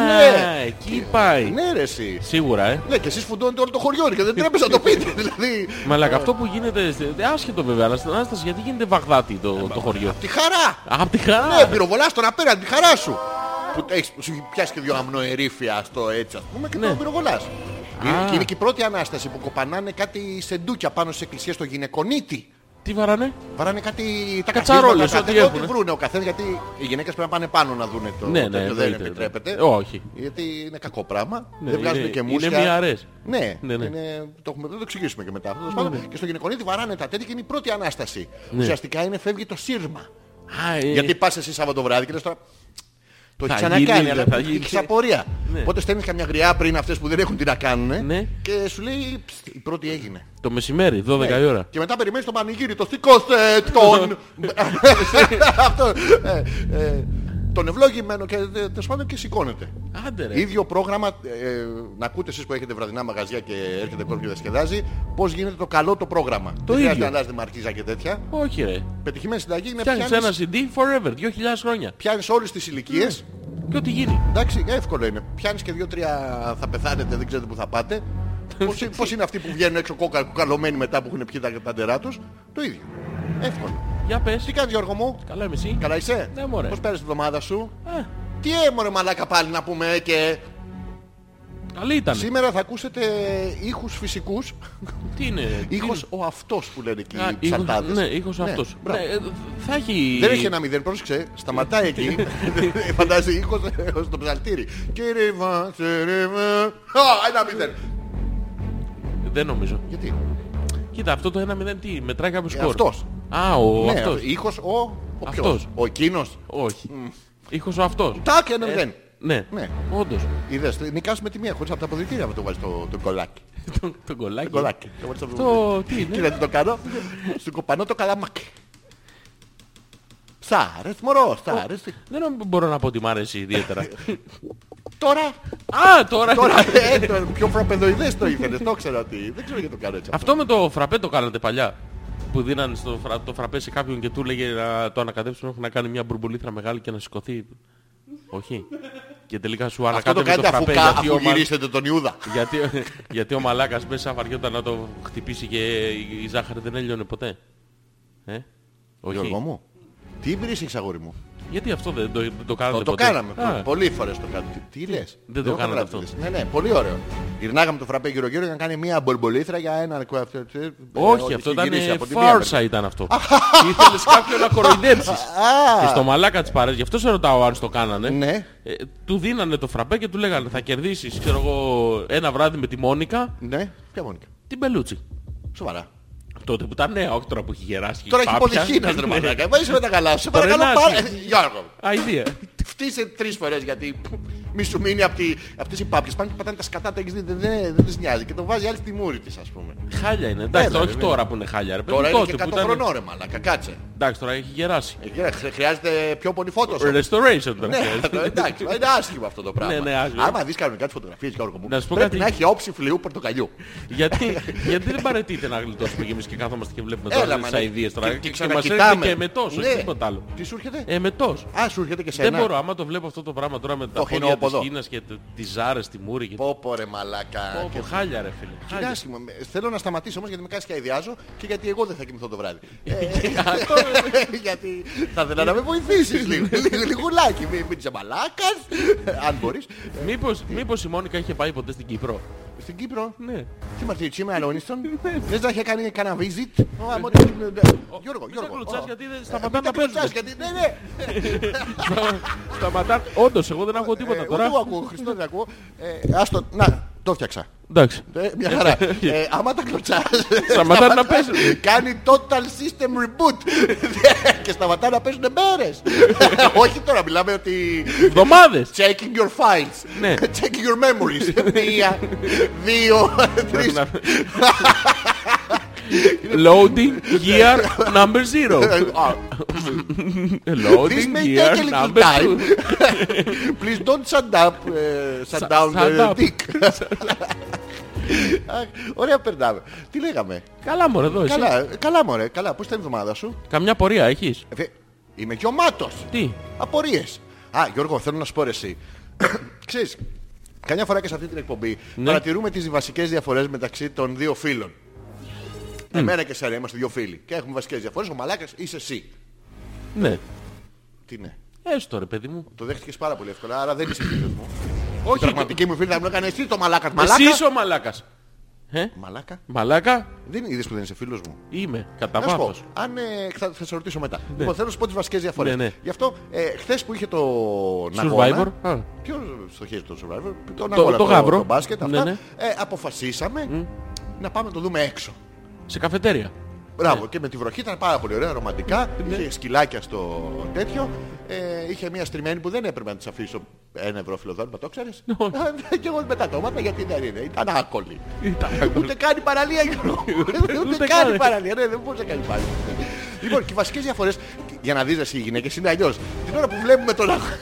[SPEAKER 2] ναι,
[SPEAKER 1] εκεί πάει.
[SPEAKER 2] ναι ρε εσύ.
[SPEAKER 1] Σίγουρα, ε.
[SPEAKER 2] Ναι και εσείς φουντώνετε όλο το χωριό και δεν τρέπεσα να το πείτε. Δηλαδή,
[SPEAKER 1] Μαλάκα, αυτό που γίνεται, στε- άσχετο βέβαια, αλλά στην Ανάσταση γιατί γίνεται Βαγδάτη το, το χωριό.
[SPEAKER 2] τη χαρά.
[SPEAKER 1] Απ' τη
[SPEAKER 2] Ε, Ναι,
[SPEAKER 1] χαρά.
[SPEAKER 2] πυροβολάς τον απέναντι, τη χαρά σου. Που έχεις, σου έχει πιάσει και δύο αμνοερήφια στο έτσι, ας πούμε, και
[SPEAKER 1] Ναι.
[SPEAKER 2] τον πυροβολάς. Είναι, και είναι και η πρώτη ανάσταση που κοπανάνε κάτι σεντούκια πάνω στις εκκλησίες στο γυναικονίτη.
[SPEAKER 1] Τι βαράνε.
[SPEAKER 2] Βαράνε κάτι τα
[SPEAKER 1] Κατσαρόλες,
[SPEAKER 2] καθίσματα,
[SPEAKER 1] ό,τι
[SPEAKER 2] κάθε-
[SPEAKER 1] έχουνε.
[SPEAKER 2] βρούνε ο καθένας, γιατί οι γυναίκες πρέπει να πάνε πάνω να δούνε το
[SPEAKER 1] Ναι, ναι,
[SPEAKER 2] τέτοιο, δεν
[SPEAKER 1] εννοείται,
[SPEAKER 2] επιτρέπεται.
[SPEAKER 1] ναι. Όχι.
[SPEAKER 2] Γιατί είναι κακό πράγμα,
[SPEAKER 1] Ναι,
[SPEAKER 2] δεν βγάζουν
[SPEAKER 1] είναι-
[SPEAKER 2] και
[SPEAKER 1] είναι
[SPEAKER 2] μουσια.
[SPEAKER 1] μυαρές.
[SPEAKER 2] Ναι,
[SPEAKER 1] Ναι, ναι.
[SPEAKER 2] Είναι, το, έχουμε, θα το εξηγήσουμε και μετά. Τέλος πάντων, Και στο γυναικονίτη βαράνε τα τέτοια και είναι η πρώτη ανάσταση.
[SPEAKER 1] Ναι.
[SPEAKER 2] Ουσιαστικά είναι φεύγει το σύρμα.
[SPEAKER 1] Α, ε,
[SPEAKER 2] Γιατί πας εσύ Σάββατο βράδυ και λες τώρα. Το έχει
[SPEAKER 1] Θα
[SPEAKER 2] ξανακάνει,
[SPEAKER 1] γίνει,
[SPEAKER 2] αλλά
[SPEAKER 1] θα γίνει.
[SPEAKER 2] έχει απορία.
[SPEAKER 1] Ναι.
[SPEAKER 2] Οπότε στέλνεις καμιά γριά πριν αυτές που δεν έχουν τι να κάνουν
[SPEAKER 1] Ναι.
[SPEAKER 2] και σου λέει «Ψ, η πρώτη έγινε.
[SPEAKER 1] Το μεσημέρι, 12 η ώρα.
[SPEAKER 2] Και μετά περιμένεις το πανηγύρι, το θικό των. Αυτό. ε, ε, Τον ευλόγημένο και ε, τέλος πάντων και σηκώνεται.
[SPEAKER 1] Άντε ρε.
[SPEAKER 2] Ίδιο πρόγραμμα, ε, να ακούτε εσείς που έχετε βραδινά μαγαζιά και έρχεται κόσμο και διασκεδάζει, πώς γίνεται το καλό το πρόγραμμα. Δεν χρειάζεται
[SPEAKER 1] ίδιο.
[SPEAKER 2] να αλλάζετε μαρκίζα και τέτοια.
[SPEAKER 1] Όχι ρε.
[SPEAKER 2] Πετυχημένη συνταγή είναι
[SPEAKER 1] Φτιάχνεις
[SPEAKER 2] Ε, πιάνεις-
[SPEAKER 1] ένα Ναι. CD forever, 2000 χρόνια.
[SPEAKER 2] πιάνεις όλες τις ηλικίες
[SPEAKER 1] Και ό,τι γίνει.
[SPEAKER 2] Εντάξει, εύκολο είναι. Πιάνεις και δύο-τρία θα πεθάνετε, δεν ξέρετε που θα πάτε. Πώς, πώς είναι αυτοί που βγαίνουν έξω κόκα, καλωμένοι μετά που έχουν πιει τα, τα ντερά τους. Το ίδιο. Εύκολο.
[SPEAKER 1] Για πες.
[SPEAKER 2] Τι κάνεις Γιώργο μου.
[SPEAKER 1] Καλά είμαι εσύ.
[SPEAKER 2] Καλά είσαι.
[SPEAKER 1] Ναι, μωρέ.
[SPEAKER 2] Πώς πέρασε τη βδομάδα σου.
[SPEAKER 1] Ε,
[SPEAKER 2] Τι έμορφε μαλάκα πάλι να πούμε ε, και...
[SPEAKER 1] καλή ήταν.
[SPEAKER 2] Σήμερα θα ακούσετε ήχους φυσικούς.
[SPEAKER 1] Τι είναι. τι
[SPEAKER 2] Ήχος ο αυτός που λένε εκεί
[SPEAKER 1] είναι. Α,
[SPEAKER 2] οι
[SPEAKER 1] ήχος-
[SPEAKER 2] ψαρτάδες.
[SPEAKER 1] Ναι, ήχος
[SPEAKER 2] Ναι,
[SPEAKER 1] αυτός.
[SPEAKER 2] μπράβο.
[SPEAKER 1] Ναι, ε, θα έχει...
[SPEAKER 2] Δεν έχει ένα μηδέν, πρόσεξε. Σταματάει εκεί. Φαντάζει ήχος ε, στο ψαλτήρι. Και ρεβά, σε ρεβά. Α, ένα μηδέν.
[SPEAKER 1] Δεν νομίζω.
[SPEAKER 2] Γιατί.
[SPEAKER 1] Κοίτα, αυτό το 1-0 τι, μετράει κάποιος σκορ.
[SPEAKER 2] Ε, αυτός.
[SPEAKER 1] Α, ο
[SPEAKER 2] Ναι,
[SPEAKER 1] αυτός.
[SPEAKER 2] ήχος ο... Ο ποιος.
[SPEAKER 1] Αυτός.
[SPEAKER 2] Ο εκείνος.
[SPEAKER 1] Όχι. Ήχος ο αυτός.
[SPEAKER 2] Τάκ, ένα μηδέν.
[SPEAKER 1] Ναι,
[SPEAKER 2] Ναι.
[SPEAKER 1] όντως.
[SPEAKER 2] Είδες, νικάς με τη μία χωρίς από τα αποδητήρια με το βάζεις το, το κολάκι.
[SPEAKER 1] Το- Το κολλάκι.
[SPEAKER 2] Το κολάκι. Το βάζεις από
[SPEAKER 1] Αυτό Ε. τι
[SPEAKER 2] Και
[SPEAKER 1] είναι.
[SPEAKER 2] δεν το κάνω. Σου κοπανώ το καλαμάκι. Σ' άρεσε μωρό, σ' άρεσε.
[SPEAKER 1] Δεν μπορώ να πω ότι μ' άρεσε ιδιαίτερα.
[SPEAKER 2] Τώρα,
[SPEAKER 1] Α, τώρα.
[SPEAKER 2] τώρα, ε, το- πιο φραπεδοειδές το ήθελες, το ξέρω ότι. Δεν ξέρω γιατί το κάνω έτσι.
[SPEAKER 1] Αυτό με το φραπέ το κάνατε παλιά. Που δίνανε στο φρα... το φραπέ σε κάποιον και του έλεγε να το ανακατέψουμε. Έχουν να κάνει μια μπουρμπουλήθρα μεγάλη και να σηκωθεί. Όχι. Και τελικά σου
[SPEAKER 2] Αυτό το
[SPEAKER 1] ανακάτευε το
[SPEAKER 2] κάνετε αφού,
[SPEAKER 1] φραπέ.
[SPEAKER 2] κα-
[SPEAKER 1] γιατί,
[SPEAKER 2] αφού
[SPEAKER 1] ο μα...
[SPEAKER 2] γυρίσετε τον Ιούδα.
[SPEAKER 1] γιατί, γιατί ο μαλάκας μέσα βαριόταν να το χτυπήσει και η η ζάχαρη δεν έλειωνε ποτέ. Ε? Όχι.
[SPEAKER 2] Γιώργο μου, τι βρίσκεις αγόρι μου.
[SPEAKER 1] Γιατί αυτό δεν το, δεν το κάνατε
[SPEAKER 2] Το, το
[SPEAKER 1] ποτέ.
[SPEAKER 2] κάναμε.
[SPEAKER 1] Α,
[SPEAKER 2] Πολλοί φορές το κάναμε. Τι, τι λες.
[SPEAKER 1] το κάνατε
[SPEAKER 2] γράφει,
[SPEAKER 1] αυτό.
[SPEAKER 2] λες. Ναι, ναι, πολύ ωραίο. Γυρνάγαμε το φραπέ γύρω-γύρω για να κάνει μία μπολμπολήθρα για έναν... ε,
[SPEAKER 1] Όχι, αυτό ήταν φάρσα ήταν αυτό. Ήθελες κάποιον να κοροϊδέψεις. Και στο μαλάκα της παρέας, γι' αυτό σε ρωτάω αν στο κάνανε.
[SPEAKER 2] Ναι.
[SPEAKER 1] Ε, του δίνανε το φραπέ και του λέγανε θα κερδίσεις ξέρω εγώ ένα βράδυ με τη Μόνικα
[SPEAKER 2] Ναι, ποια Μόνικα.
[SPEAKER 1] την Πελούτσι.
[SPEAKER 2] Σοβαρά.
[SPEAKER 1] Τότε που ήταν νέα, όχι τώρα που έχει γεράσει. και
[SPEAKER 2] Τώρα έχει
[SPEAKER 1] πάπια.
[SPEAKER 2] υποδεχείνα ρε
[SPEAKER 1] Ναι.
[SPEAKER 2] μαλάκα. Μα είσαι με τα καλά. Σε
[SPEAKER 1] Τώρα
[SPEAKER 2] παρακαλώ
[SPEAKER 1] είναι
[SPEAKER 2] πάρα.
[SPEAKER 1] άσχημο.
[SPEAKER 2] Ε, Γιώργο,
[SPEAKER 1] Αηδία.
[SPEAKER 2] φτύσε τρεις φορές γιατί μη σου μείνει από αυτές οι πάπλες. Πάνε και πατάνε τα σκατά, τα έχεις δει, δεν- δεν δεν τις νοιάζει. Και το βάζει άλλη στη μούρη της ας πούμε.
[SPEAKER 1] Χάλια είναι. Εντάξει,
[SPEAKER 2] Έλα,
[SPEAKER 1] τώρα,
[SPEAKER 2] ρε,
[SPEAKER 1] όχι τώρα που είναι χάλια. Ρε, παιδί,
[SPEAKER 2] Τώρα είναι
[SPEAKER 1] τότε
[SPEAKER 2] και
[SPEAKER 1] που
[SPEAKER 2] 100
[SPEAKER 1] ήταν-
[SPEAKER 2] χρονών ρε μαλάκα, κάτσε.
[SPEAKER 1] Εντάξει, τώρα έχει γεράσει.
[SPEAKER 2] Ε, κύριε, χρ- Χρειάζεται πιο πολύ φώτος.
[SPEAKER 1] Ε, Restoration τώρα.
[SPEAKER 2] Ναι, το- εντάξει, μα είναι άσχημο αυτό το πράγμα.
[SPEAKER 1] Ναι, ναι, άσχημο.
[SPEAKER 2] Άμα δεις κανονικά τις φωτογραφίες Γιώργο μου,
[SPEAKER 1] Να σου πω
[SPEAKER 2] πρέπει
[SPEAKER 1] κάτι.
[SPEAKER 2] να έχει όψη φλοιού πορτοκαλιού.
[SPEAKER 1] γιατί, γιατί δεν παρετείτε να γλιτώσουμε κι εμείς και κάθομαστε και βλέπουμε
[SPEAKER 2] Έλα,
[SPEAKER 1] τώρα
[SPEAKER 2] μα,
[SPEAKER 1] τις
[SPEAKER 2] ναι.
[SPEAKER 1] αηδίες τώρα.
[SPEAKER 2] Και- και
[SPEAKER 1] Και μας έρχεται
[SPEAKER 2] ξανακοιτάμε.
[SPEAKER 1] και εμετός, όχι
[SPEAKER 2] Ναι.
[SPEAKER 1] τίποτα άλλο.
[SPEAKER 2] Τι σου έρχεται?
[SPEAKER 1] Εμετός.
[SPEAKER 2] Α, σου έρχεται και
[SPEAKER 1] Δεν
[SPEAKER 2] σένα.
[SPEAKER 1] μπορώ, άμα το βλέπω αυτό το πράγμα τώρα με τα
[SPEAKER 2] Το
[SPEAKER 1] χέρια της
[SPEAKER 2] χινόποδο.
[SPEAKER 1] Κίνας και τε- τις ζάρες στη μούρη και
[SPEAKER 2] Πω πω ρε μαλάκα.
[SPEAKER 1] Πω, πω, χάλια ρε φίλε.
[SPEAKER 2] Είναι
[SPEAKER 1] Χάλια.
[SPEAKER 2] άσχημο. Ε, Θέλω να σταματήσω όμως γιατί με κάνεις και αειδιάζω και γιατί εγώ δεν θα κοιμηθώ το βράδυ. Ε, γιατί θα ήθελα να με βοηθήσεις λίγο. λίγο- Λιγουλάκι, μην είσαι μαλάκας, αν μπορείς. Ε,
[SPEAKER 1] Μήπως, μήπως η Μόνικα είχε πάει ποτέ στην Κύπρο.
[SPEAKER 2] Στην Κύπρο,
[SPEAKER 1] Ναι.
[SPEAKER 2] τι μαρτυρική με αλόνιστον.
[SPEAKER 1] Ναι.
[SPEAKER 2] Λες να είχε κάνει κανένα visit. Ω, άμα το- Γιώργο,
[SPEAKER 1] μην τα
[SPEAKER 2] Γιώργο.
[SPEAKER 1] κλωτσάς,
[SPEAKER 2] ω.
[SPEAKER 1] γιατί δεν
[SPEAKER 2] Ε,
[SPEAKER 1] σταματάνε
[SPEAKER 2] μην τα
[SPEAKER 1] να παίζουν.
[SPEAKER 2] κλωτσάς, γιατί- Ναι, ναι.
[SPEAKER 1] Σταματά. Όντως, εγώ δεν ακούω
[SPEAKER 2] Ε,
[SPEAKER 1] τίποτα
[SPEAKER 2] Ούτε
[SPEAKER 1] τώρα.
[SPEAKER 2] εγώ ακούω, Χριστό δεν ακούω. Ε, Άστο, να, το φτιάξα.
[SPEAKER 1] Εντάξει.
[SPEAKER 2] Ε, μια χαρά. ε, άμα τα κλωτσάς
[SPEAKER 1] Σταματάνε να παίζουν.
[SPEAKER 2] Κάνει total system reboot. και σταματά να παίζουν μέρες. Όχι τώρα, μιλάμε ότι...
[SPEAKER 1] Εβδομάδες.
[SPEAKER 2] Checking your files.
[SPEAKER 1] Ναι.
[SPEAKER 2] Checking your memories. Μία, δύο, τρεις.
[SPEAKER 1] Loading gear number
[SPEAKER 2] Ε,
[SPEAKER 1] zero.
[SPEAKER 2] α, Ε, This
[SPEAKER 1] Loading
[SPEAKER 2] may
[SPEAKER 1] gear
[SPEAKER 2] take a little
[SPEAKER 1] number
[SPEAKER 2] time.
[SPEAKER 1] two.
[SPEAKER 2] Please don't shut up. ε, Shut
[SPEAKER 1] Shut-
[SPEAKER 2] down
[SPEAKER 1] shut
[SPEAKER 2] the
[SPEAKER 1] up.
[SPEAKER 2] dick. Αχ, Ωραία περνάμε. Τι λέγαμε.
[SPEAKER 1] Καλά μωρέ εδώ εσύ.
[SPEAKER 2] Καλά, καλά μωρέ, καλά. Πώς ήταν η εβδομάδα σου.
[SPEAKER 1] Καμιά πορεία έχεις.
[SPEAKER 2] Ε, βε- Είμαι γιωμάτος.
[SPEAKER 1] Τι.
[SPEAKER 2] Απορίες. Α, Γιώργο, θέλω να σου πω ρε εσύ. Ξέρεις, καμιά φορά και σε αυτή την εκπομπή
[SPEAKER 1] Ναι.
[SPEAKER 2] παρατηρούμε τις βασικές διαφορές μεταξύ των δύο φίλων. Εμένα και σένα είμαστε δύο φίλοι. Και έχουμε βασικές διαφορές. Ο Μαλάκας είσαι εσύ.
[SPEAKER 1] Ναι.
[SPEAKER 2] Τι ναι.
[SPEAKER 1] Έστω ρε παιδί μου.
[SPEAKER 2] Το δέχτηκες πάρα πολύ εύκολα, άρα δεν είσαι φίλος μου. Η
[SPEAKER 1] Όχι.
[SPEAKER 2] πραγματική μου φίλη θα μου έκανε εσύ το Μαλάκας. Μαλάκα.
[SPEAKER 1] Εσύ είσαι ο μαλάκας. Ε,
[SPEAKER 2] Μαλάκα.
[SPEAKER 1] μαλάκα
[SPEAKER 2] Δεν είδες που δεν είσαι φίλος μου.
[SPEAKER 1] είμαι. Κατά
[SPEAKER 2] Να σου πω,
[SPEAKER 1] βάθος.
[SPEAKER 2] αν, ε, θα, θα σε ρωτήσω μετά. Λοιπόν, θέλω να σου πω τις βασικές διαφορές.
[SPEAKER 1] Ναι, ναι.
[SPEAKER 2] Γι' αυτό, ε, χθες που είχε το
[SPEAKER 1] Survivor. ε,
[SPEAKER 2] Ναγώνα,
[SPEAKER 1] Α.
[SPEAKER 2] Ποιος στο χέρι του Survivor, τον
[SPEAKER 1] Το-
[SPEAKER 2] αγώνα,
[SPEAKER 1] το γάβρο.
[SPEAKER 2] το μπάσκετ, αυτά,
[SPEAKER 1] Ναι, ναι.
[SPEAKER 2] Ε, αποφασίσαμε να πάμε να το δούμε έξω.
[SPEAKER 1] Σε καφετέρια. Ναι.
[SPEAKER 2] Μπράβο, και με τη βροχή ήταν πάρα πολύ ωραία, ρομαντικά. Είχε σκυλάκια στο τέτοιο. Ε, είχε μια στριμμένη που δεν έπρεπε να της αφήσω ένα ευρώ φιλοδόρμα, το ξέρεις.
[SPEAKER 1] Όχι.
[SPEAKER 2] Ε, και εγώ μετά το μάθα γιατί δεν είναι, ήταν άκολη.
[SPEAKER 1] Ήταν-
[SPEAKER 2] Ούτε κάνει παραλία, Γιώργο. Ούτε
[SPEAKER 1] Ούτε
[SPEAKER 2] κάνει
[SPEAKER 1] καν.
[SPEAKER 2] παραλία, ναι, δεν μπορούσε να κάνει παραλία. Λοιπόν, και οι βασικές διαφορές, για να δεις εσύ οι γυναίκες είναι αλλιώς. Την ώρα που βλέπουμε τον αγώνα,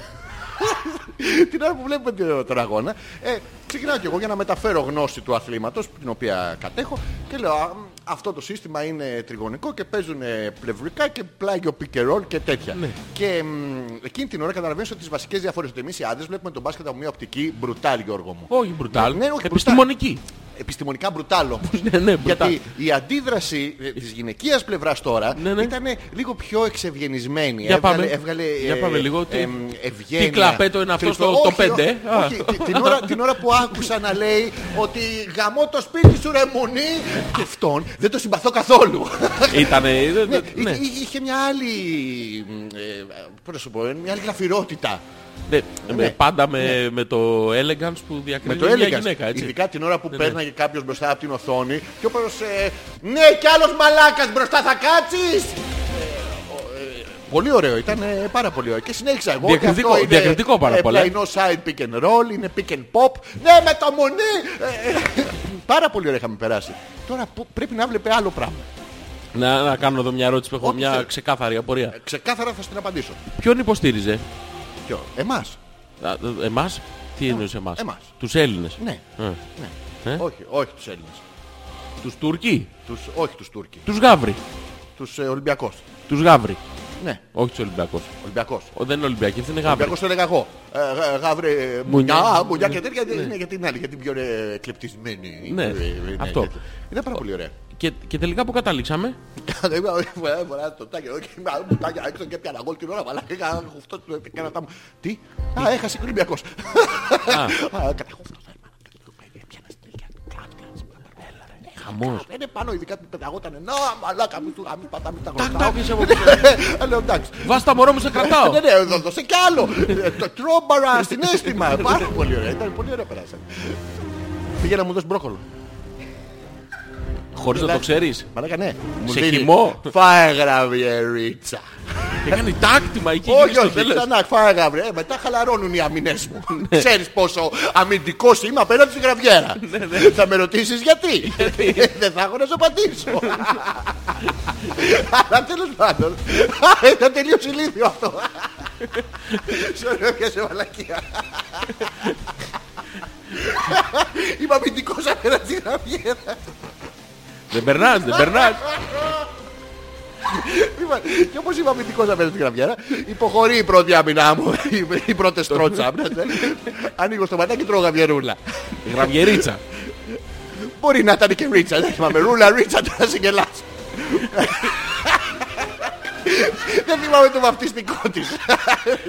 [SPEAKER 2] την ώρα που βλέπουμε τον- τον αγώνα, ε, ξεκινάω και εγώ για να μεταφέρω γνώση του αθλήματος, την οποία κατέχω, και λέω «Α, μ, αυτό το σύστημα είναι τριγωνικό και παίζουν ε, πλευρικά και πλάγιο πικερόλ και τέτοια. Και μ, εκείνη την ώρα καταλαβαίνεις ότι τις βασικές διαφορές ότι εμείς οι άντρες βλέπουμε τον μπάσκετ από μια οπτική μπρουτάλ Γιώργο μου.
[SPEAKER 1] Όχι, μπρουτάλ.
[SPEAKER 2] Ναι, ναι, όχι,
[SPEAKER 1] Επιστημονική.
[SPEAKER 2] επιστημονικά μπρουτάλ όμως.
[SPEAKER 1] Ναι, ναι, μπρουτάλ.
[SPEAKER 2] Γιατί η αντίδραση ε, της γυναικείας πλευράς τώρα
[SPEAKER 1] Ναι, ναι.
[SPEAKER 2] ήταν λίγο πιο εξευγενισμένη.
[SPEAKER 1] Για
[SPEAKER 2] Έβγαλε-
[SPEAKER 1] πάμε.
[SPEAKER 2] Έβγαλε, ε,
[SPEAKER 1] Για πάμε λίγο. Τι-
[SPEAKER 2] εμ, ευγένεια.
[SPEAKER 1] τι κλαπέτο είναι αυτό
[SPEAKER 2] Κλειστό.
[SPEAKER 1] στο- το
[SPEAKER 2] Όχι,
[SPEAKER 1] πέντε, ε.
[SPEAKER 2] ό- όχι, τη- την, ώρα, την ώρα που άκουσα να λέει ότι γαμώ το σπίτι σου ρε μουνή, αυτόν δεν το συμπαθώ καθόλου.
[SPEAKER 1] Ήτανε... δε-
[SPEAKER 2] Ναι,
[SPEAKER 1] δε- ναι.
[SPEAKER 2] είχε- Είχε μια άλλη, ε, πώς να σου πω, μια άλλη γλαφυρότητα.
[SPEAKER 1] Ναι, με-
[SPEAKER 2] Ναι.
[SPEAKER 1] Πάντα με, με το elegance που
[SPEAKER 2] Με το
[SPEAKER 1] διακρίνει μια
[SPEAKER 2] έλεγα.
[SPEAKER 1] γυναίκα, έτσι.
[SPEAKER 2] Ειδικά την ώρα που
[SPEAKER 1] Ναι, ναι.
[SPEAKER 2] πέρναγε κάποιος μπροστά από την οθόνη και όπως ε, ναι κι άλλος μαλάκας μπροστά θα κάτσεις. Ε, ο, ε, Πολύ ωραίο, ήταν ε, πάρα πολύ ωραίο. Και συνέχισα εγώ.
[SPEAKER 1] Διακριτικό-
[SPEAKER 2] και αυτό είναι,
[SPEAKER 1] διακριτικό πάρα
[SPEAKER 2] ε,
[SPEAKER 1] πολλά.
[SPEAKER 2] Πλαϊνό side pick and roll, είναι pick and pop. Ναι, με το μονί! Ε, ε, πάρα πολύ ωραία είχαμε περάσει. Τώρα που- πρέπει να βλέπε άλλο πράγμα.
[SPEAKER 1] Να, να κάνω εδώ μια ερώτηση που έχω
[SPEAKER 2] Ό,τι
[SPEAKER 1] μια
[SPEAKER 2] θέλεις.
[SPEAKER 1] ξεκάθαρη
[SPEAKER 2] Ε-
[SPEAKER 1] απορία.
[SPEAKER 2] Ξεκάθαρα θα στην απαντήσω.
[SPEAKER 1] Ποιον υποστήριζε,
[SPEAKER 2] Ποιο, εμάς.
[SPEAKER 1] εμάς, τι εννοείς εμάς,
[SPEAKER 2] Ε- εμάς.
[SPEAKER 1] τους Έλληνες.
[SPEAKER 2] Ναι.
[SPEAKER 1] Ε.
[SPEAKER 2] ναι.
[SPEAKER 1] Ε.
[SPEAKER 2] Όχι, όχι τους Έλληνες.
[SPEAKER 1] Τους Τούρκοι,
[SPEAKER 2] Τους, όχι τους Τούρκοι.
[SPEAKER 1] τους Γαβρι.
[SPEAKER 2] Τους ε, Ολυμπιακός.
[SPEAKER 1] Του Γαβρι.
[SPEAKER 2] Ναι,
[SPEAKER 1] Όχι τους Ολυμπιακούς.
[SPEAKER 2] Ολυμπιακός.
[SPEAKER 1] Δεν είναι Ολυμπιακοί, αυτή είναι Γαβρι.
[SPEAKER 2] Ολυμπιακός το έλεγα εγώ. Ε, γα- Γαβρε,
[SPEAKER 1] Μπουνιά.
[SPEAKER 2] μπουνιά, μπουνιά και τέτοια είναι για την άλλη, για την πιο ε, κλεπτισμένη.
[SPEAKER 1] Ναι,
[SPEAKER 2] Ε, ε,
[SPEAKER 1] αυτό.
[SPEAKER 2] τέτοια. Ήταν πάρα πολύ ωραία. ε,
[SPEAKER 1] Και, και τελικά που καταλήξαμε,
[SPEAKER 2] Φορά- Φορά το τάκι εδώ και μα- μου τάκι έξω και πιάνα γκολ την ώρα, αλλά και είχα χουφτό του έκανα τα μου. Τι, α, έχασε και ο Ολυμπιακός. Α, έκανα χουφτό. ε, μαλάκα, πιάνα στην τελιά, κλαπ, κλαπ, κλαπ, έλα, ρε, ναι,
[SPEAKER 1] χαμός.
[SPEAKER 2] χαμός. Ε, ναι, πάνω ειδικά που πεταγότανε. Να, μαλάκα μου του γαμί πατάμε τα
[SPEAKER 1] τάκ,
[SPEAKER 2] γνωστά.
[SPEAKER 1] είσαι από
[SPEAKER 2] Ε, λέω, εντάξει.
[SPEAKER 1] βάστα τα μωρό μου σε κρατάω.
[SPEAKER 2] Ναι, ναι, δώ- δώσε κι άλλο. Ε, Το τρόμπαρα συνέστημα. Πάρα πολύ ωραία. Ήταν πολύ ωραία περάσαμε. Πήγα να μου δώσει μπρόκολο.
[SPEAKER 1] Χωρίς να το ξέρεις.
[SPEAKER 2] Μαλάκα ναι. Μου
[SPEAKER 1] Σε
[SPEAKER 2] δίνει.
[SPEAKER 1] χυμό.
[SPEAKER 2] Φάε γραβιερίτσα.
[SPEAKER 1] Έκανε τάκτημα εκεί.
[SPEAKER 2] Όχι,
[SPEAKER 1] στο
[SPEAKER 2] όχι.
[SPEAKER 1] τέλος.
[SPEAKER 2] Ξανά φάε γραβιέρα. Ε, Μετά χαλαρώνουν οι αμυνές μου. Ξέρεις πόσο αμυντικός είμαι απέναντι στη γραβιέρα. Θα με ρωτήσεις Ναι, γιατί. Δεν θα έχω να σου απαντήσω. Αλλά τέλος πάντων. Α, Ήταν τελείως ηλίθιο αυτό. Σωρό πιάσε μαλακία. Είμαι αμυντικός απέναντι στη γραβιέρα.
[SPEAKER 1] Δεν περνάς, δεν περνάς.
[SPEAKER 2] Είπα- Και όπως είμαι αμυντικός απέναντι στην γραβιέρα, υποχωρεί η πρώτη άμυνά μου, οι- οι πρώτες τρότσα άμυνας. ε. Ανοίγω στο ματάκι, τρώω γαβιερούλα.
[SPEAKER 1] Γραβιερίτσα.
[SPEAKER 2] Μπορεί να ήταν και ρίτσα, δεν θυμάμαι. Ρούλα, ρίτσα, τώρα συγκελάς. Δεν θυμάμαι το βαπτιστικό της.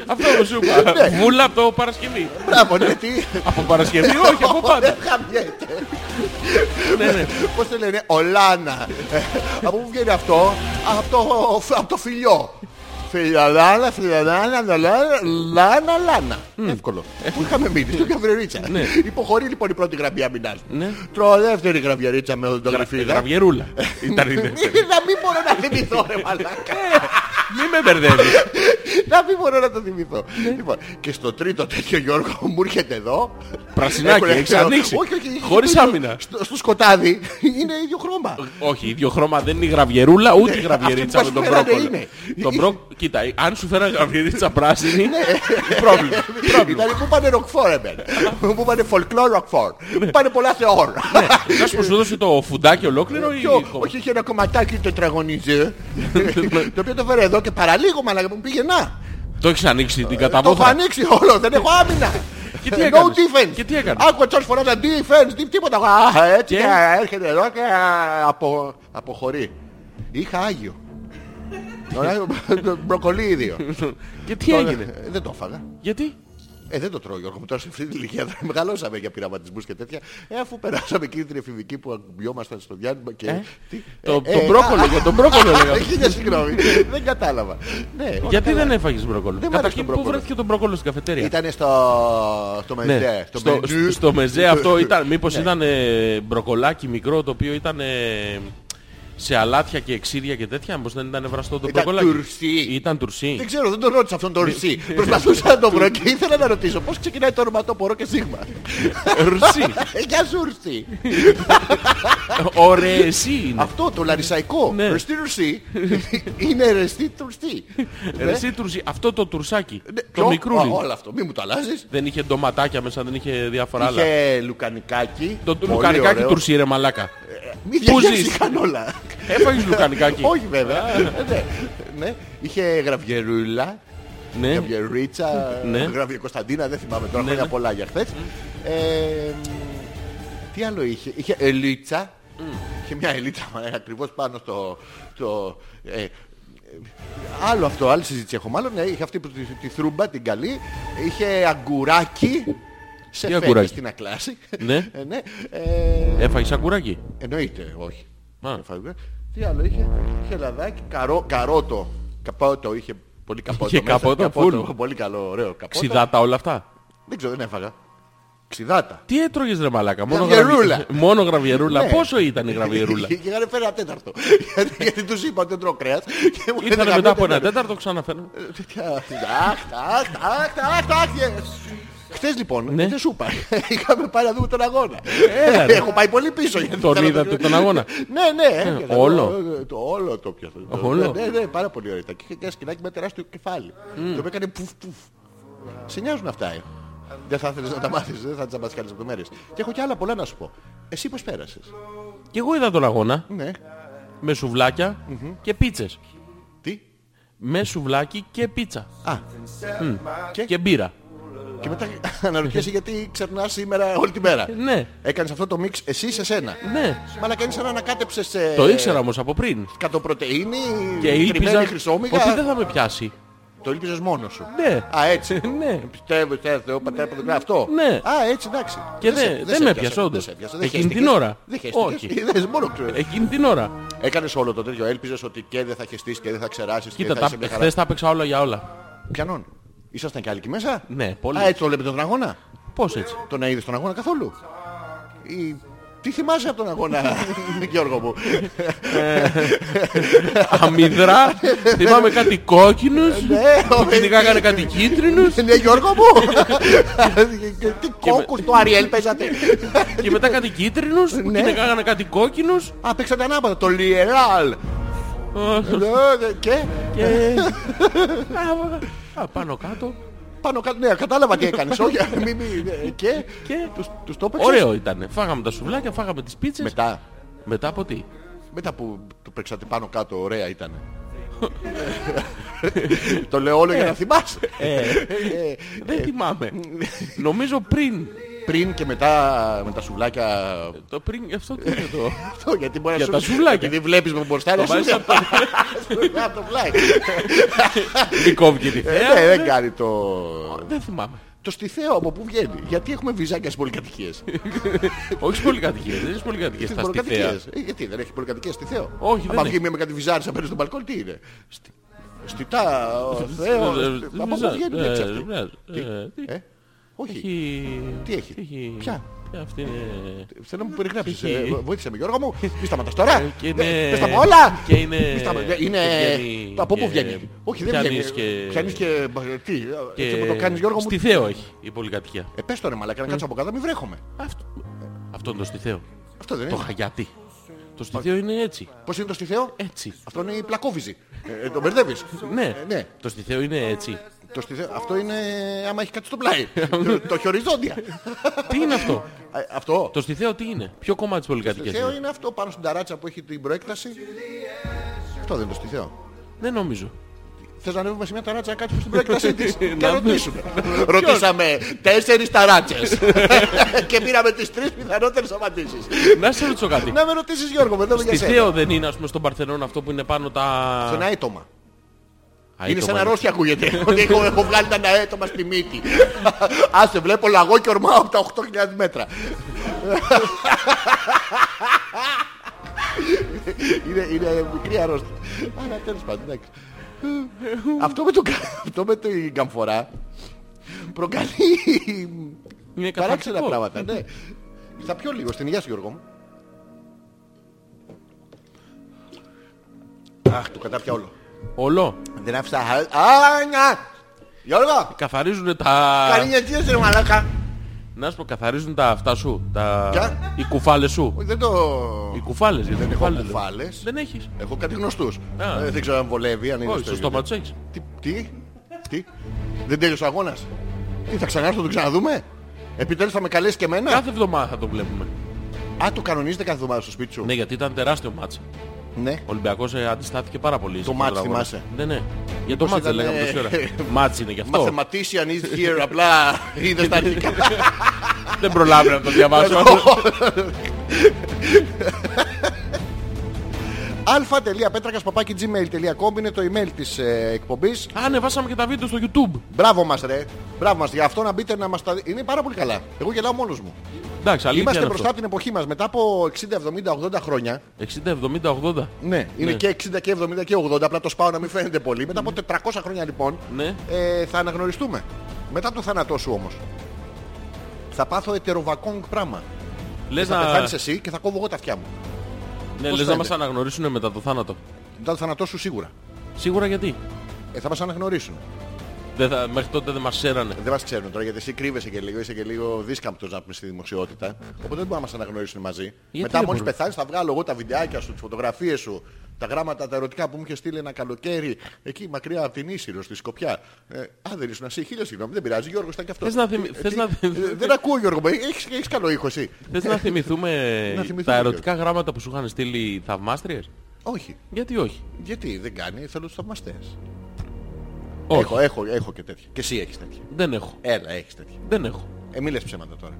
[SPEAKER 1] Αυτό το σου
[SPEAKER 2] Ναι,
[SPEAKER 1] είπα. Βούλα από το Παρασκευή.
[SPEAKER 2] Μπράβο, ναι, τι.
[SPEAKER 1] Από
[SPEAKER 2] Ναι.
[SPEAKER 1] Παρασκευή, όχι από πάντα.
[SPEAKER 2] Δεν χαμιέται.
[SPEAKER 1] Ναι, ναι.
[SPEAKER 2] Πώς το λένε, Ολάνα. Ε, Από πού βγαίνει αυτό, από το, από το φιλιό. Φιλιαλάνα, φιλιαλάνα, λάνα, λάνα, λάνα. Εύκολο. Πού είχαμε μείνει, στο καβρερίτσα. Υποχωρεί λοιπόν η πρώτη γραμμή αμυνάς.
[SPEAKER 1] Ναι.
[SPEAKER 2] Τρώω δεύτερη γραμμιαρίτσα με τον γραφίδα.
[SPEAKER 1] Γραβιερούλα.
[SPEAKER 2] Ναι.
[SPEAKER 1] Ήταν η δεύτερη.
[SPEAKER 2] Να μην μπορώ να θυμηθώ ρε μαλάκα.
[SPEAKER 1] Ναι. Μη με μπερδεύεις.
[SPEAKER 2] Να μην μπορώ να το θυμηθώ. Λοιπόν, και στο τρίτο τέτοιο Γιώργο μου έρχεται εδώ.
[SPEAKER 1] Πρασινάκι,
[SPEAKER 2] Έχουν-
[SPEAKER 1] έχεις ανοίξει.
[SPEAKER 2] Όχι, όχι, όχι.
[SPEAKER 1] Χωρίς
[SPEAKER 2] στο-
[SPEAKER 1] άμυνα.
[SPEAKER 2] στο- Στο σκοτάδι είναι ίδιο χρώμα.
[SPEAKER 1] Όχι, ίδιο χρώμα δεν είναι η γραβιερούλα ούτε η γραβιερίτσα
[SPEAKER 2] αυτή
[SPEAKER 1] με
[SPEAKER 2] Ναι, που
[SPEAKER 1] τον
[SPEAKER 2] μας φέρανε
[SPEAKER 1] μπρόκολο.
[SPEAKER 2] είναι. Ναι,
[SPEAKER 1] Τον μπρο... Κοίτα, ε, αν σου φέρανε γραβιερίτσα πράσινη, πρόβλημα.
[SPEAKER 2] Ήταν
[SPEAKER 1] πρόβλημα.
[SPEAKER 2] που Ε, δηλαδή, πάνε ροκφόρ εμένα. Που πάνε folklore ροκφόρ.
[SPEAKER 1] Ναι.
[SPEAKER 2] Πάνε πολλά θεόρ.
[SPEAKER 1] Να
[SPEAKER 2] ναι.
[SPEAKER 1] σου πω, σου δώσει το φουντάκι ολόκληρο ή...
[SPEAKER 2] Πιο- Όχι, είχε ένα κομματάκι τετραγωνίζε.
[SPEAKER 1] Ναι.
[SPEAKER 2] Το οποίο το φέρε εδώ και παραλίγο μαλάκα μου πήγε να.
[SPEAKER 1] Το έχεις ανοίξει την
[SPEAKER 2] Ε, Το έχω
[SPEAKER 1] καταβόθρα.
[SPEAKER 2] ανοίξει όλο, δεν έχω άμυνα.
[SPEAKER 1] Και τι
[SPEAKER 2] no
[SPEAKER 1] έκανες?
[SPEAKER 2] defense.
[SPEAKER 1] Και τι έκανες?
[SPEAKER 2] Άκουγα τόσο φοράζα defense, τι- τίποτα. Α, έτσι
[SPEAKER 1] Και?
[SPEAKER 2] και α, έρχεται εδώ και α, απο, αποχωρεί. Είχα Άγιο. Ωραία, το Μπροκολίδιο.
[SPEAKER 1] Και τι έγινε.
[SPEAKER 2] Ε, Δεν το έφαγα.
[SPEAKER 1] Γιατί.
[SPEAKER 2] Ε, δεν το τρώω Γιώργο μου, τώρα σε αυτή την ηλικία δεν μεγαλώσαμε για πειραματισμούς και τέτοια. Ε, αφού περάσαμε εκείνη την εφηβική που ακουμπιόμασταν στο διάλειμμα και... Τι-
[SPEAKER 1] Το- τον μπρόκολο, για τον μπρόκολο
[SPEAKER 2] Ε, α,
[SPEAKER 1] λέγαμε.
[SPEAKER 2] Χίλια συγγνώμη, δεν κατάλαβα. Ναι, όχι,
[SPEAKER 1] Γιατί
[SPEAKER 2] καλά.
[SPEAKER 1] δεν έφαγες μπρόκολο.
[SPEAKER 2] Δεν μ' άρεσε
[SPEAKER 1] Καταρχήν
[SPEAKER 2] το
[SPEAKER 1] πού
[SPEAKER 2] μπρόκολο.
[SPEAKER 1] βρέθηκε το μπρόκολο στην καφετέρια.
[SPEAKER 2] Ήτανε στο, στο
[SPEAKER 1] Ναι.
[SPEAKER 2] μεζέ. στο, Ναι.
[SPEAKER 1] στο,
[SPEAKER 2] μενού.
[SPEAKER 1] στο- στο μεζέ αυτό ήταν. Μήπως ήταν ε, μπροκολάκι μικρό το οποίο ήταν ε, σε αλάτια και εξίδια και τέτοια. Μήπως δεν ήταν βραστό το
[SPEAKER 2] Ήταν
[SPEAKER 1] μπροκολάκι.
[SPEAKER 2] τουρσί.
[SPEAKER 1] Ήταν τουρσί.
[SPEAKER 2] Δεν ξέρω, δεν τον ρώτησα αυτόν
[SPEAKER 1] Ναι.
[SPEAKER 2] τον Ρουσί. Προσπαθούσα να τον βρω και ήθελα να ρωτήσω πώς ξεκινάει το ονοματόπορο και σίγμα. Ε,
[SPEAKER 1] Ρουσί.
[SPEAKER 2] Γεια σου Ρουσί.
[SPEAKER 1] Ε, Ωραία, εσύ είναι.
[SPEAKER 2] Αυτό το λαρισαϊκό.
[SPEAKER 1] Ναι.
[SPEAKER 2] Ρουσί Ρουσί είναι ρεστή τουρσί.
[SPEAKER 1] Ε, Ρε, εσύ τουρσί. Αυτό το τουρσάκι.
[SPEAKER 2] Ναι,
[SPEAKER 1] Το
[SPEAKER 2] ποιο? Α,
[SPEAKER 1] μικρούλι.
[SPEAKER 2] Όλο αυτό, μη μου το αλλάζεις.
[SPEAKER 1] Δεν είχε ντοματάκια μέσα, δεν είχε διάφορα άλλα.
[SPEAKER 2] Είχε λουκανικάκι.
[SPEAKER 1] Το
[SPEAKER 2] Πολύ
[SPEAKER 1] λουκανικάκι
[SPEAKER 2] ωραίο.
[SPEAKER 1] τουρσί, ρε μαλάκα.
[SPEAKER 2] Μη
[SPEAKER 1] Πού ζεις?
[SPEAKER 2] διαχειριστήκαν όλα.
[SPEAKER 1] Έφαγες λουκανικάκι.
[SPEAKER 2] Ε, Όχι βέβαια. Ναι, ναι. Είχε γραβιερούλα.
[SPEAKER 1] Ναι.
[SPEAKER 2] Γαβιερίτσα,
[SPEAKER 1] Ναι.
[SPEAKER 2] Γραβιε Κωνσταντίνα, δεν θυμάμαι τώρα,
[SPEAKER 1] Ναι,
[SPEAKER 2] χρόνια
[SPEAKER 1] ναι.
[SPEAKER 2] πολλά για χθες. Ε, Τι άλλο είχε. Είχε ελίτσα. Είχε μια ελίτσα ακριβώς πάνω στο. στο ε, ε, άλλο αυτό, άλλη συζήτηση έχω μάλλον. Ναι, είχε αυτή που τη, τη θρούμπα, την καλή. Είχε αγκουράκι. Σε
[SPEAKER 1] Τι
[SPEAKER 2] φέγγι
[SPEAKER 1] αγκουράκι?
[SPEAKER 2] στην ακλάση.
[SPEAKER 1] Ναι.
[SPEAKER 2] ε, ναι. Ε,
[SPEAKER 1] Έφαγες σακουράκι.
[SPEAKER 2] Εννοείται, όχι.
[SPEAKER 1] Α.
[SPEAKER 2] Δεν φάγαμε. Τι άλλο είχε, είχε λαδάκι, καρό, καρότο. Καπότο είχε πολύ καπότο.
[SPEAKER 1] Είχε
[SPEAKER 2] μέσα.
[SPEAKER 1] καπότο, full.
[SPEAKER 2] πολύ καλό, ωραίο καπότο.
[SPEAKER 1] Ξιδάτα όλα αυτά.
[SPEAKER 2] Δεν ξέρω, δεν έφαγα. Ξιδάτα.
[SPEAKER 1] Τι έτρωγες ρε μαλάκα. Μόνο,
[SPEAKER 2] Γραβιερούλα.
[SPEAKER 1] γραβι- μόνο γραβιερούλα.
[SPEAKER 2] Ναι.
[SPEAKER 1] Πόσο ήταν η γραβιερούλα.
[SPEAKER 2] Είχαν φέρει ένα τέταρτο. Γιατί- Γιατί τους είπα ότι δεν τρώω κρέας. και μου ναι,
[SPEAKER 1] Ήρθανε
[SPEAKER 2] έλεγαν,
[SPEAKER 1] μετά από
[SPEAKER 2] «Δεν
[SPEAKER 1] ένα τέταρτο ξαναφέρνω.
[SPEAKER 2] Τέτοια- Αχ, αχ, αχ, αχ, αχ, yes. Χθες λοιπόν,
[SPEAKER 1] Ναι.
[SPEAKER 2] δεν σου είπα. Είχαμε πάει να δούμε τον αγώνα. Ε,
[SPEAKER 1] Έλα, ρε.
[SPEAKER 2] Έχω πάει πολύ πίσω. γιατί θέλω
[SPEAKER 1] Τον
[SPEAKER 2] να
[SPEAKER 1] είδατε
[SPEAKER 2] το-
[SPEAKER 1] τον αγώνα? Ε,
[SPEAKER 2] Ναι, ναι. έπιασα.
[SPEAKER 1] όλο.
[SPEAKER 2] Το- Το όλο το πιάσα. Το-
[SPEAKER 1] Όλο. Mm.
[SPEAKER 2] Ναι, ναι, πάρα πολύ ωραία. Και είχε ένα σκηνάκι με τεράστιο κεφάλι. Το οποίο έκανε πουφ πουφ. Σε νοιάζουν αυτά. ε. Δεν θα ήθελες να τα μάθεις, δεν θα τις μάθεις καλές λεπτομέρειες. Και έχω και άλλα πολλά να σου πω. Εσύ πώς πέρασες.
[SPEAKER 1] Και εγώ είδα τον αγώνα
[SPEAKER 2] Ναι.
[SPEAKER 1] με σουβλάκια και πίτσες.
[SPEAKER 2] Τι.
[SPEAKER 1] Με σουβλάκι και πίτσα.
[SPEAKER 2] Α,
[SPEAKER 1] Και μπύρα.
[SPEAKER 2] και μετά αναρωτιέσαι γιατί ξερνάς σήμερα όλη τη μέρα.
[SPEAKER 1] Ναι.
[SPEAKER 2] Έκανες αυτό το μίξ εσύ σε σένα.
[SPEAKER 1] Ναι.
[SPEAKER 2] Μαλά κάνεις σαν ανακάτεψες σε...
[SPEAKER 1] Το ήξερα όμως από πριν.
[SPEAKER 2] Κατοπρωτεΐνη,
[SPEAKER 1] Και ήλπιζα
[SPEAKER 2] κρυμμένη χρυσόμυγα.
[SPEAKER 1] ότι δεν θα με πιάσει.
[SPEAKER 2] Το ήλπιζες μόνος σου.
[SPEAKER 1] Ναι.
[SPEAKER 2] Α, έτσι.
[SPEAKER 1] Ναι.
[SPEAKER 2] Πιστεύω, Θεέ, Θεό, Πατέρα, που δεν κάνει αυτό.
[SPEAKER 1] Ναι.
[SPEAKER 2] Α, έτσι, εντάξει.
[SPEAKER 1] Και
[SPEAKER 2] σε-
[SPEAKER 1] δεν- δεν
[SPEAKER 2] σε
[SPEAKER 1] με έπιασε,
[SPEAKER 2] έπιασε,
[SPEAKER 1] όντως.
[SPEAKER 2] Δεν σε έπιασε, δεν
[SPEAKER 1] Εκείνη την
[SPEAKER 2] χαίστηκες.
[SPEAKER 1] ώρα. Ε-
[SPEAKER 2] Δεν χαίστηκες. Είδες, μόνο ξέρω.
[SPEAKER 1] Εκείνη την ώρα.
[SPEAKER 2] Έκανες όλο το τέτοιο. Έλπιζες ότι και δεν θα χεστείς και δεν θα ξεράσεις. και
[SPEAKER 1] Κοίτα,
[SPEAKER 2] Ε, θα είσαι
[SPEAKER 1] τα,
[SPEAKER 2] μια
[SPEAKER 1] χθες
[SPEAKER 2] χαρά.
[SPEAKER 1] τα έπαιξα όλα για όλα.
[SPEAKER 2] Πιανών. Ήσασταν κι άλλοι εκεί μέσα.
[SPEAKER 1] Ναι, πολύ.
[SPEAKER 2] Α, έτσι το βλέπετε τον αγώνα.
[SPEAKER 1] Πώς έτσι.
[SPEAKER 2] Τον είδες τον αγώνα καθόλου. Ή... Τι θυμάσαι από τον αγώνα, Γιώργο μου.
[SPEAKER 1] Αμυδρά. Θυμάμαι κάτι κόκκινους.
[SPEAKER 2] Ναι, ο-
[SPEAKER 1] Ξαφνικά έκανε κάτι κίτρινους.
[SPEAKER 2] Ναι, Γιώργο μου. Και Τι κόκκους του Αριέλ παίζατε.
[SPEAKER 1] Και μετά κάτι κίτρινους.
[SPEAKER 2] Ναι.
[SPEAKER 1] Και έκανε κάτι κόκκινους.
[SPEAKER 2] Α, παίξατε ανάποδα. Το Λιεράλ. Ναι, ναι, Και
[SPEAKER 1] Και... Α, πάνω κάτω.
[SPEAKER 2] πάνω κάτω. Ναι, κατάλαβα τι έκανες. Όχι, μη- μη- ναι, Και
[SPEAKER 1] Και-
[SPEAKER 2] τους- τους το παίξες.
[SPEAKER 1] Ωραίο ήταν. Φάγαμε τα σουβλάκια, φάγαμε τις πίτσες.
[SPEAKER 2] Μετά.
[SPEAKER 1] Μετά από τι.
[SPEAKER 2] Μετά που το παίξατε πάνω κάτω, ωραία ήταν. το λέω όλο για να θυμάσαι. Ε,
[SPEAKER 1] Δεν θυμάμαι. Νομίζω πριν.
[SPEAKER 2] Πριν και μετά με τα σουβλάκια.
[SPEAKER 1] Το πριν, αυτό τι είναι το.
[SPEAKER 2] Αυτό γιατί μπορεί να
[SPEAKER 1] Για
[SPEAKER 2] σου
[SPEAKER 1] τα σουβλάκια.
[SPEAKER 2] Επειδή βλέπεις με μπροστά να
[SPEAKER 1] Το βάζεις
[SPEAKER 2] σου
[SPEAKER 1] από το
[SPEAKER 2] Να το βλάκι.
[SPEAKER 1] δικό μου και τη θέα.
[SPEAKER 2] Ναι, δεν κάνει το...
[SPEAKER 1] Δεν θυμάμαι.
[SPEAKER 2] Το στιθέο από πού βγαίνει. Γιατί έχουμε βυζάκια στις πολυκατοικίες.
[SPEAKER 1] Όχι στις πολυκατοικίες, δεν είναι στις πολυκατοικίες.
[SPEAKER 2] Στις
[SPEAKER 1] Ε, Στα στη θέα.
[SPEAKER 2] πολυκατοικίες. Ε, Γιατί δεν έχει πολυκατοικία στιθέο.
[SPEAKER 1] Όχι, δεν
[SPEAKER 2] Άμα
[SPEAKER 1] έχει.
[SPEAKER 2] βγει μια με κάτι βυζάρι απέναντι στο μπαλκόνι, τι είναι. Στι- Στιτά, ο Θεός.
[SPEAKER 1] Ε,
[SPEAKER 2] Από πού βγαίνει,
[SPEAKER 1] ε,
[SPEAKER 2] δεν
[SPEAKER 1] ε,
[SPEAKER 2] ξέρω.
[SPEAKER 1] ε, ε, τι-
[SPEAKER 2] Ε, Όχι.
[SPEAKER 1] Έχει...
[SPEAKER 2] Τι έχει? Ποια? Ε,
[SPEAKER 1] Αυτή είναι...
[SPEAKER 2] Θέλω να μου περιγράψεις.
[SPEAKER 1] Έχει.
[SPEAKER 2] Ε, Βοήθησε με Γιώργο μου. Μη σταματάς τώρα.
[SPEAKER 1] Και
[SPEAKER 2] Ε,
[SPEAKER 1] είναι...
[SPEAKER 2] Πες τα μου όλα.
[SPEAKER 1] Και είναι...
[SPEAKER 2] Μη σταμα- Είναι...
[SPEAKER 1] και βγαίνει-
[SPEAKER 2] Από πού
[SPEAKER 1] και-
[SPEAKER 2] βγαίνει. Όχι, δεν
[SPEAKER 1] πιάνεις
[SPEAKER 2] βγαίνει.
[SPEAKER 1] και-
[SPEAKER 2] Πιάνεις και... Τι, έτσι που το κάνεις Γιώργο μου.
[SPEAKER 1] Στη Θεό έχει η πολυκατοικία.
[SPEAKER 2] Ε, πες το ρε μαλάκα, να κάτσω από κάτω, μη βρέχομαι.
[SPEAKER 1] Αυτό, αυτό είναι το στη Θεό.
[SPEAKER 2] Αυτό δεν
[SPEAKER 1] Το
[SPEAKER 2] είναι.
[SPEAKER 1] χαγιάτι. Το στη Θεό είναι έτσι.
[SPEAKER 2] Πώς είναι το στιθέο.
[SPEAKER 1] Έτσι.
[SPEAKER 2] Αυτό είναι η πλακόβιζη. Ε, το μπερδεύεις.
[SPEAKER 1] Ναι.
[SPEAKER 2] Ε, ναι.
[SPEAKER 1] Το στη Θεό είναι έτσι.
[SPEAKER 2] Το στιθέο. Αυτό είναι άμα έχει κάτι στο πλάι.
[SPEAKER 1] Ναι.
[SPEAKER 2] το, το χιοριζόντια.
[SPEAKER 1] Τι είναι αυτό.
[SPEAKER 2] Ε, αυτό. Το
[SPEAKER 1] Το στη Θεό τι είναι. Ποιο κομμάτι της πολυκατοικίας
[SPEAKER 2] στιθέο
[SPEAKER 1] είναι.
[SPEAKER 2] είναι αυτό πάνω στην ταράτσα που έχει την προέκταση. Αυτό δεν είναι το στιθέο.
[SPEAKER 1] Δεν νομίζω.
[SPEAKER 2] Θες να ανέβουμε σε μια ταράτσα να κάτσουμε στην προέκτασή της και
[SPEAKER 1] Να
[SPEAKER 2] να ρωτήσουμε. Ρωτήσαμε τέσσερις ταράτσες και πήραμε τις τρεις πιθανότερες απαντήσεις.
[SPEAKER 1] Να σε ρωτήσω κάτι.
[SPEAKER 2] Ε, Να με ρωτήσεις Γιώργο, μετά για
[SPEAKER 1] Στη
[SPEAKER 2] σένα.
[SPEAKER 1] Θεό δεν είναι ας πούμε στον Παρθενόν αυτό που είναι πάνω τα...
[SPEAKER 2] Σε ένα αίτομα.
[SPEAKER 1] Α,
[SPEAKER 2] Είναι
[SPEAKER 1] το
[SPEAKER 2] σαν
[SPEAKER 1] μάτι.
[SPEAKER 2] αρρώστια ακούγεται. Ότι έχω, έχω βγάλει ένα αέτομα στη μύτη. Άσε, βλέπω λαγό και ορμάω από τα 8.000 μέτρα. είναι, είναι μικρή αρρώστια. Αλλά τέλος πάντων, εντάξει. αυτό με, το, κα- αυτό με την καμφορά προκαλεί
[SPEAKER 1] Είναι
[SPEAKER 2] παράξενα
[SPEAKER 1] καθαρικό.
[SPEAKER 2] πράγματα. ναι. Θα πιω λίγο στην υγεία σου Γιώργο μου. Αχ, το κατάπια όλο.
[SPEAKER 1] Όλο.
[SPEAKER 2] Δεν άφησα. Α, να! Γιώργο!
[SPEAKER 1] Καθαρίζουν τα...
[SPEAKER 2] Καρίνια, τι είσαι, μαλάκα.
[SPEAKER 1] Να σου πω, καθαρίζουν τα αυτά σου. Τα...
[SPEAKER 2] Ποια?
[SPEAKER 1] Οι κουφάλες σου.
[SPEAKER 2] Όχι, δεν το.
[SPEAKER 1] Οι κουφάλες. γιατί
[SPEAKER 2] Δεν έχω
[SPEAKER 1] κουφάλες, λέω.
[SPEAKER 2] κουφάλες.
[SPEAKER 1] Δεν έχεις.
[SPEAKER 2] Έχω κάτι γνωστούς.
[SPEAKER 1] Α.
[SPEAKER 2] Ε, Δεν ξέρω αν βολεύει, αν είναι.
[SPEAKER 1] Όχι, στο
[SPEAKER 2] ίδιο.
[SPEAKER 1] στόμα τους έχεις.
[SPEAKER 2] Τι, τι, τι. Δεν τέλειωσε ο αγώνας. Τι, θα ξανάρθω, να τον ξαναδούμε. Επιτέλους θα με καλέσει και εμένα.
[SPEAKER 1] Κάθε εβδομάδα θα το βλέπουμε.
[SPEAKER 2] Α, το κανονίζετε κάθε εβδομάδα στο σπίτι σου.
[SPEAKER 1] Ναι, γιατί ήταν τεράστιο μάτς.
[SPEAKER 2] Ναι.
[SPEAKER 1] Ο Ολυμπιακός ε, αντιστάθηκε πάρα πολύ. στον
[SPEAKER 2] μάτς
[SPEAKER 1] αγώνα.
[SPEAKER 2] θυμάσαι.
[SPEAKER 1] Ναι, ναι. Για το μάτς δεν
[SPEAKER 2] ήταν,
[SPEAKER 1] λέγαμε
[SPEAKER 2] ε,
[SPEAKER 1] τόση ώρα. Μάτς είναι γι' αυτό.
[SPEAKER 2] Mathematician is here, απλά είδες τα αρχικά.
[SPEAKER 1] Δεν προλάβαινα να το διαβάσω.
[SPEAKER 2] αλφα.πέτρακα.gmail.com είναι το email της ε, εκπομπής.
[SPEAKER 1] Ανεβάσαμε ναι, και τα βίντεο στο YouTube.
[SPEAKER 2] Μπράβο μας ρε. Μπράβο μας. Γι' αυτό να μπείτε να μας τα δει- Είναι πάρα πολύ καλά. Εγώ γελάω μόνος μου.
[SPEAKER 1] Εντάξει, αλήθεια
[SPEAKER 2] Είμαστε
[SPEAKER 1] είναι
[SPEAKER 2] μπροστά
[SPEAKER 1] αυτό.
[SPEAKER 2] από την εποχή μας. Μετά από 60, 70, 80 χρόνια.
[SPEAKER 1] 60, 70, 80.
[SPEAKER 2] Ναι, είναι
[SPEAKER 1] Ναι.
[SPEAKER 2] και 60 και 70 και 80. Απλά το σπάω να μην φαίνεται πολύ. Μετά από 400 χρόνια λοιπόν
[SPEAKER 1] Ναι.
[SPEAKER 2] ε, θα αναγνωριστούμε. Μετά το θάνατό σου όμως. Θα πάθω ετεροβακόγκ πράγμα.
[SPEAKER 1] Λες
[SPEAKER 2] Θα
[SPEAKER 1] να,
[SPEAKER 2] πεθάνεις εσύ και θα κόβω εγώ τα αυτιά μου.
[SPEAKER 1] ναι,
[SPEAKER 2] πώς θα
[SPEAKER 1] λες να
[SPEAKER 2] είναι.
[SPEAKER 1] μας αναγνωρίσουν μετά το θάνατο.
[SPEAKER 2] Μετά το θάνατό σου σίγουρα.
[SPEAKER 1] Σίγουρα γιατί.
[SPEAKER 2] Ε, θα μας αναγνωρίσουν.
[SPEAKER 1] Δεν θα, μέχρι τότε δεν μας σέρανε.
[SPEAKER 2] Δεν μας ξέρουν τώρα γιατί εσύ κρύβεσαι και λίγο, είσαι και λίγο δύσκαμπτος να πούμε στη δημοσιότητα. Οπότε δεν μπορούν να μας αναγνωρίσουν μαζί. Μετά
[SPEAKER 1] δεν
[SPEAKER 2] μόλις
[SPEAKER 1] μπορούν?
[SPEAKER 2] πεθάνεις θα βγάλω εγώ τα βιντεάκια σου, τις φωτογραφίες σου, τα γράμματα, τα ερωτικά που μου είχε στείλει ένα καλοκαίρι εκεί μακριά από την Ίσυρο, στη Σκοπιά. Ε, α, δεν ήσουν εσύ, χίλια συγγνώμη, δεν πειράζει, Γιώργος ήταν και αυτός.
[SPEAKER 1] Θες να θυμη-
[SPEAKER 2] Ε,
[SPEAKER 1] θες
[SPEAKER 2] τι-
[SPEAKER 1] να θυμη-
[SPEAKER 2] ε, Δεν ακούω Γιώργο, έχεις, έχεις καλό ήχο εσύ.
[SPEAKER 1] Θες να θυμηθούμε
[SPEAKER 2] Να θυμηθούμε
[SPEAKER 1] τα ερωτικά γράμματα που σου είχαν στείλει οι θαυμάστριες.
[SPEAKER 2] Όχι,
[SPEAKER 1] Γιατί όχι.
[SPEAKER 2] γιατί δεν κάνει, θέλω τους θαυμαστές.
[SPEAKER 1] Όχι.
[SPEAKER 2] Έχω, έχω, έχω και τέτοια. Και εσύ έχεις τέτοια.
[SPEAKER 1] Δεν έχω.
[SPEAKER 2] Έλα, έχεις τέτοια.
[SPEAKER 1] Δεν έχω.
[SPEAKER 2] Ε, μη λες ψέματα τώρα.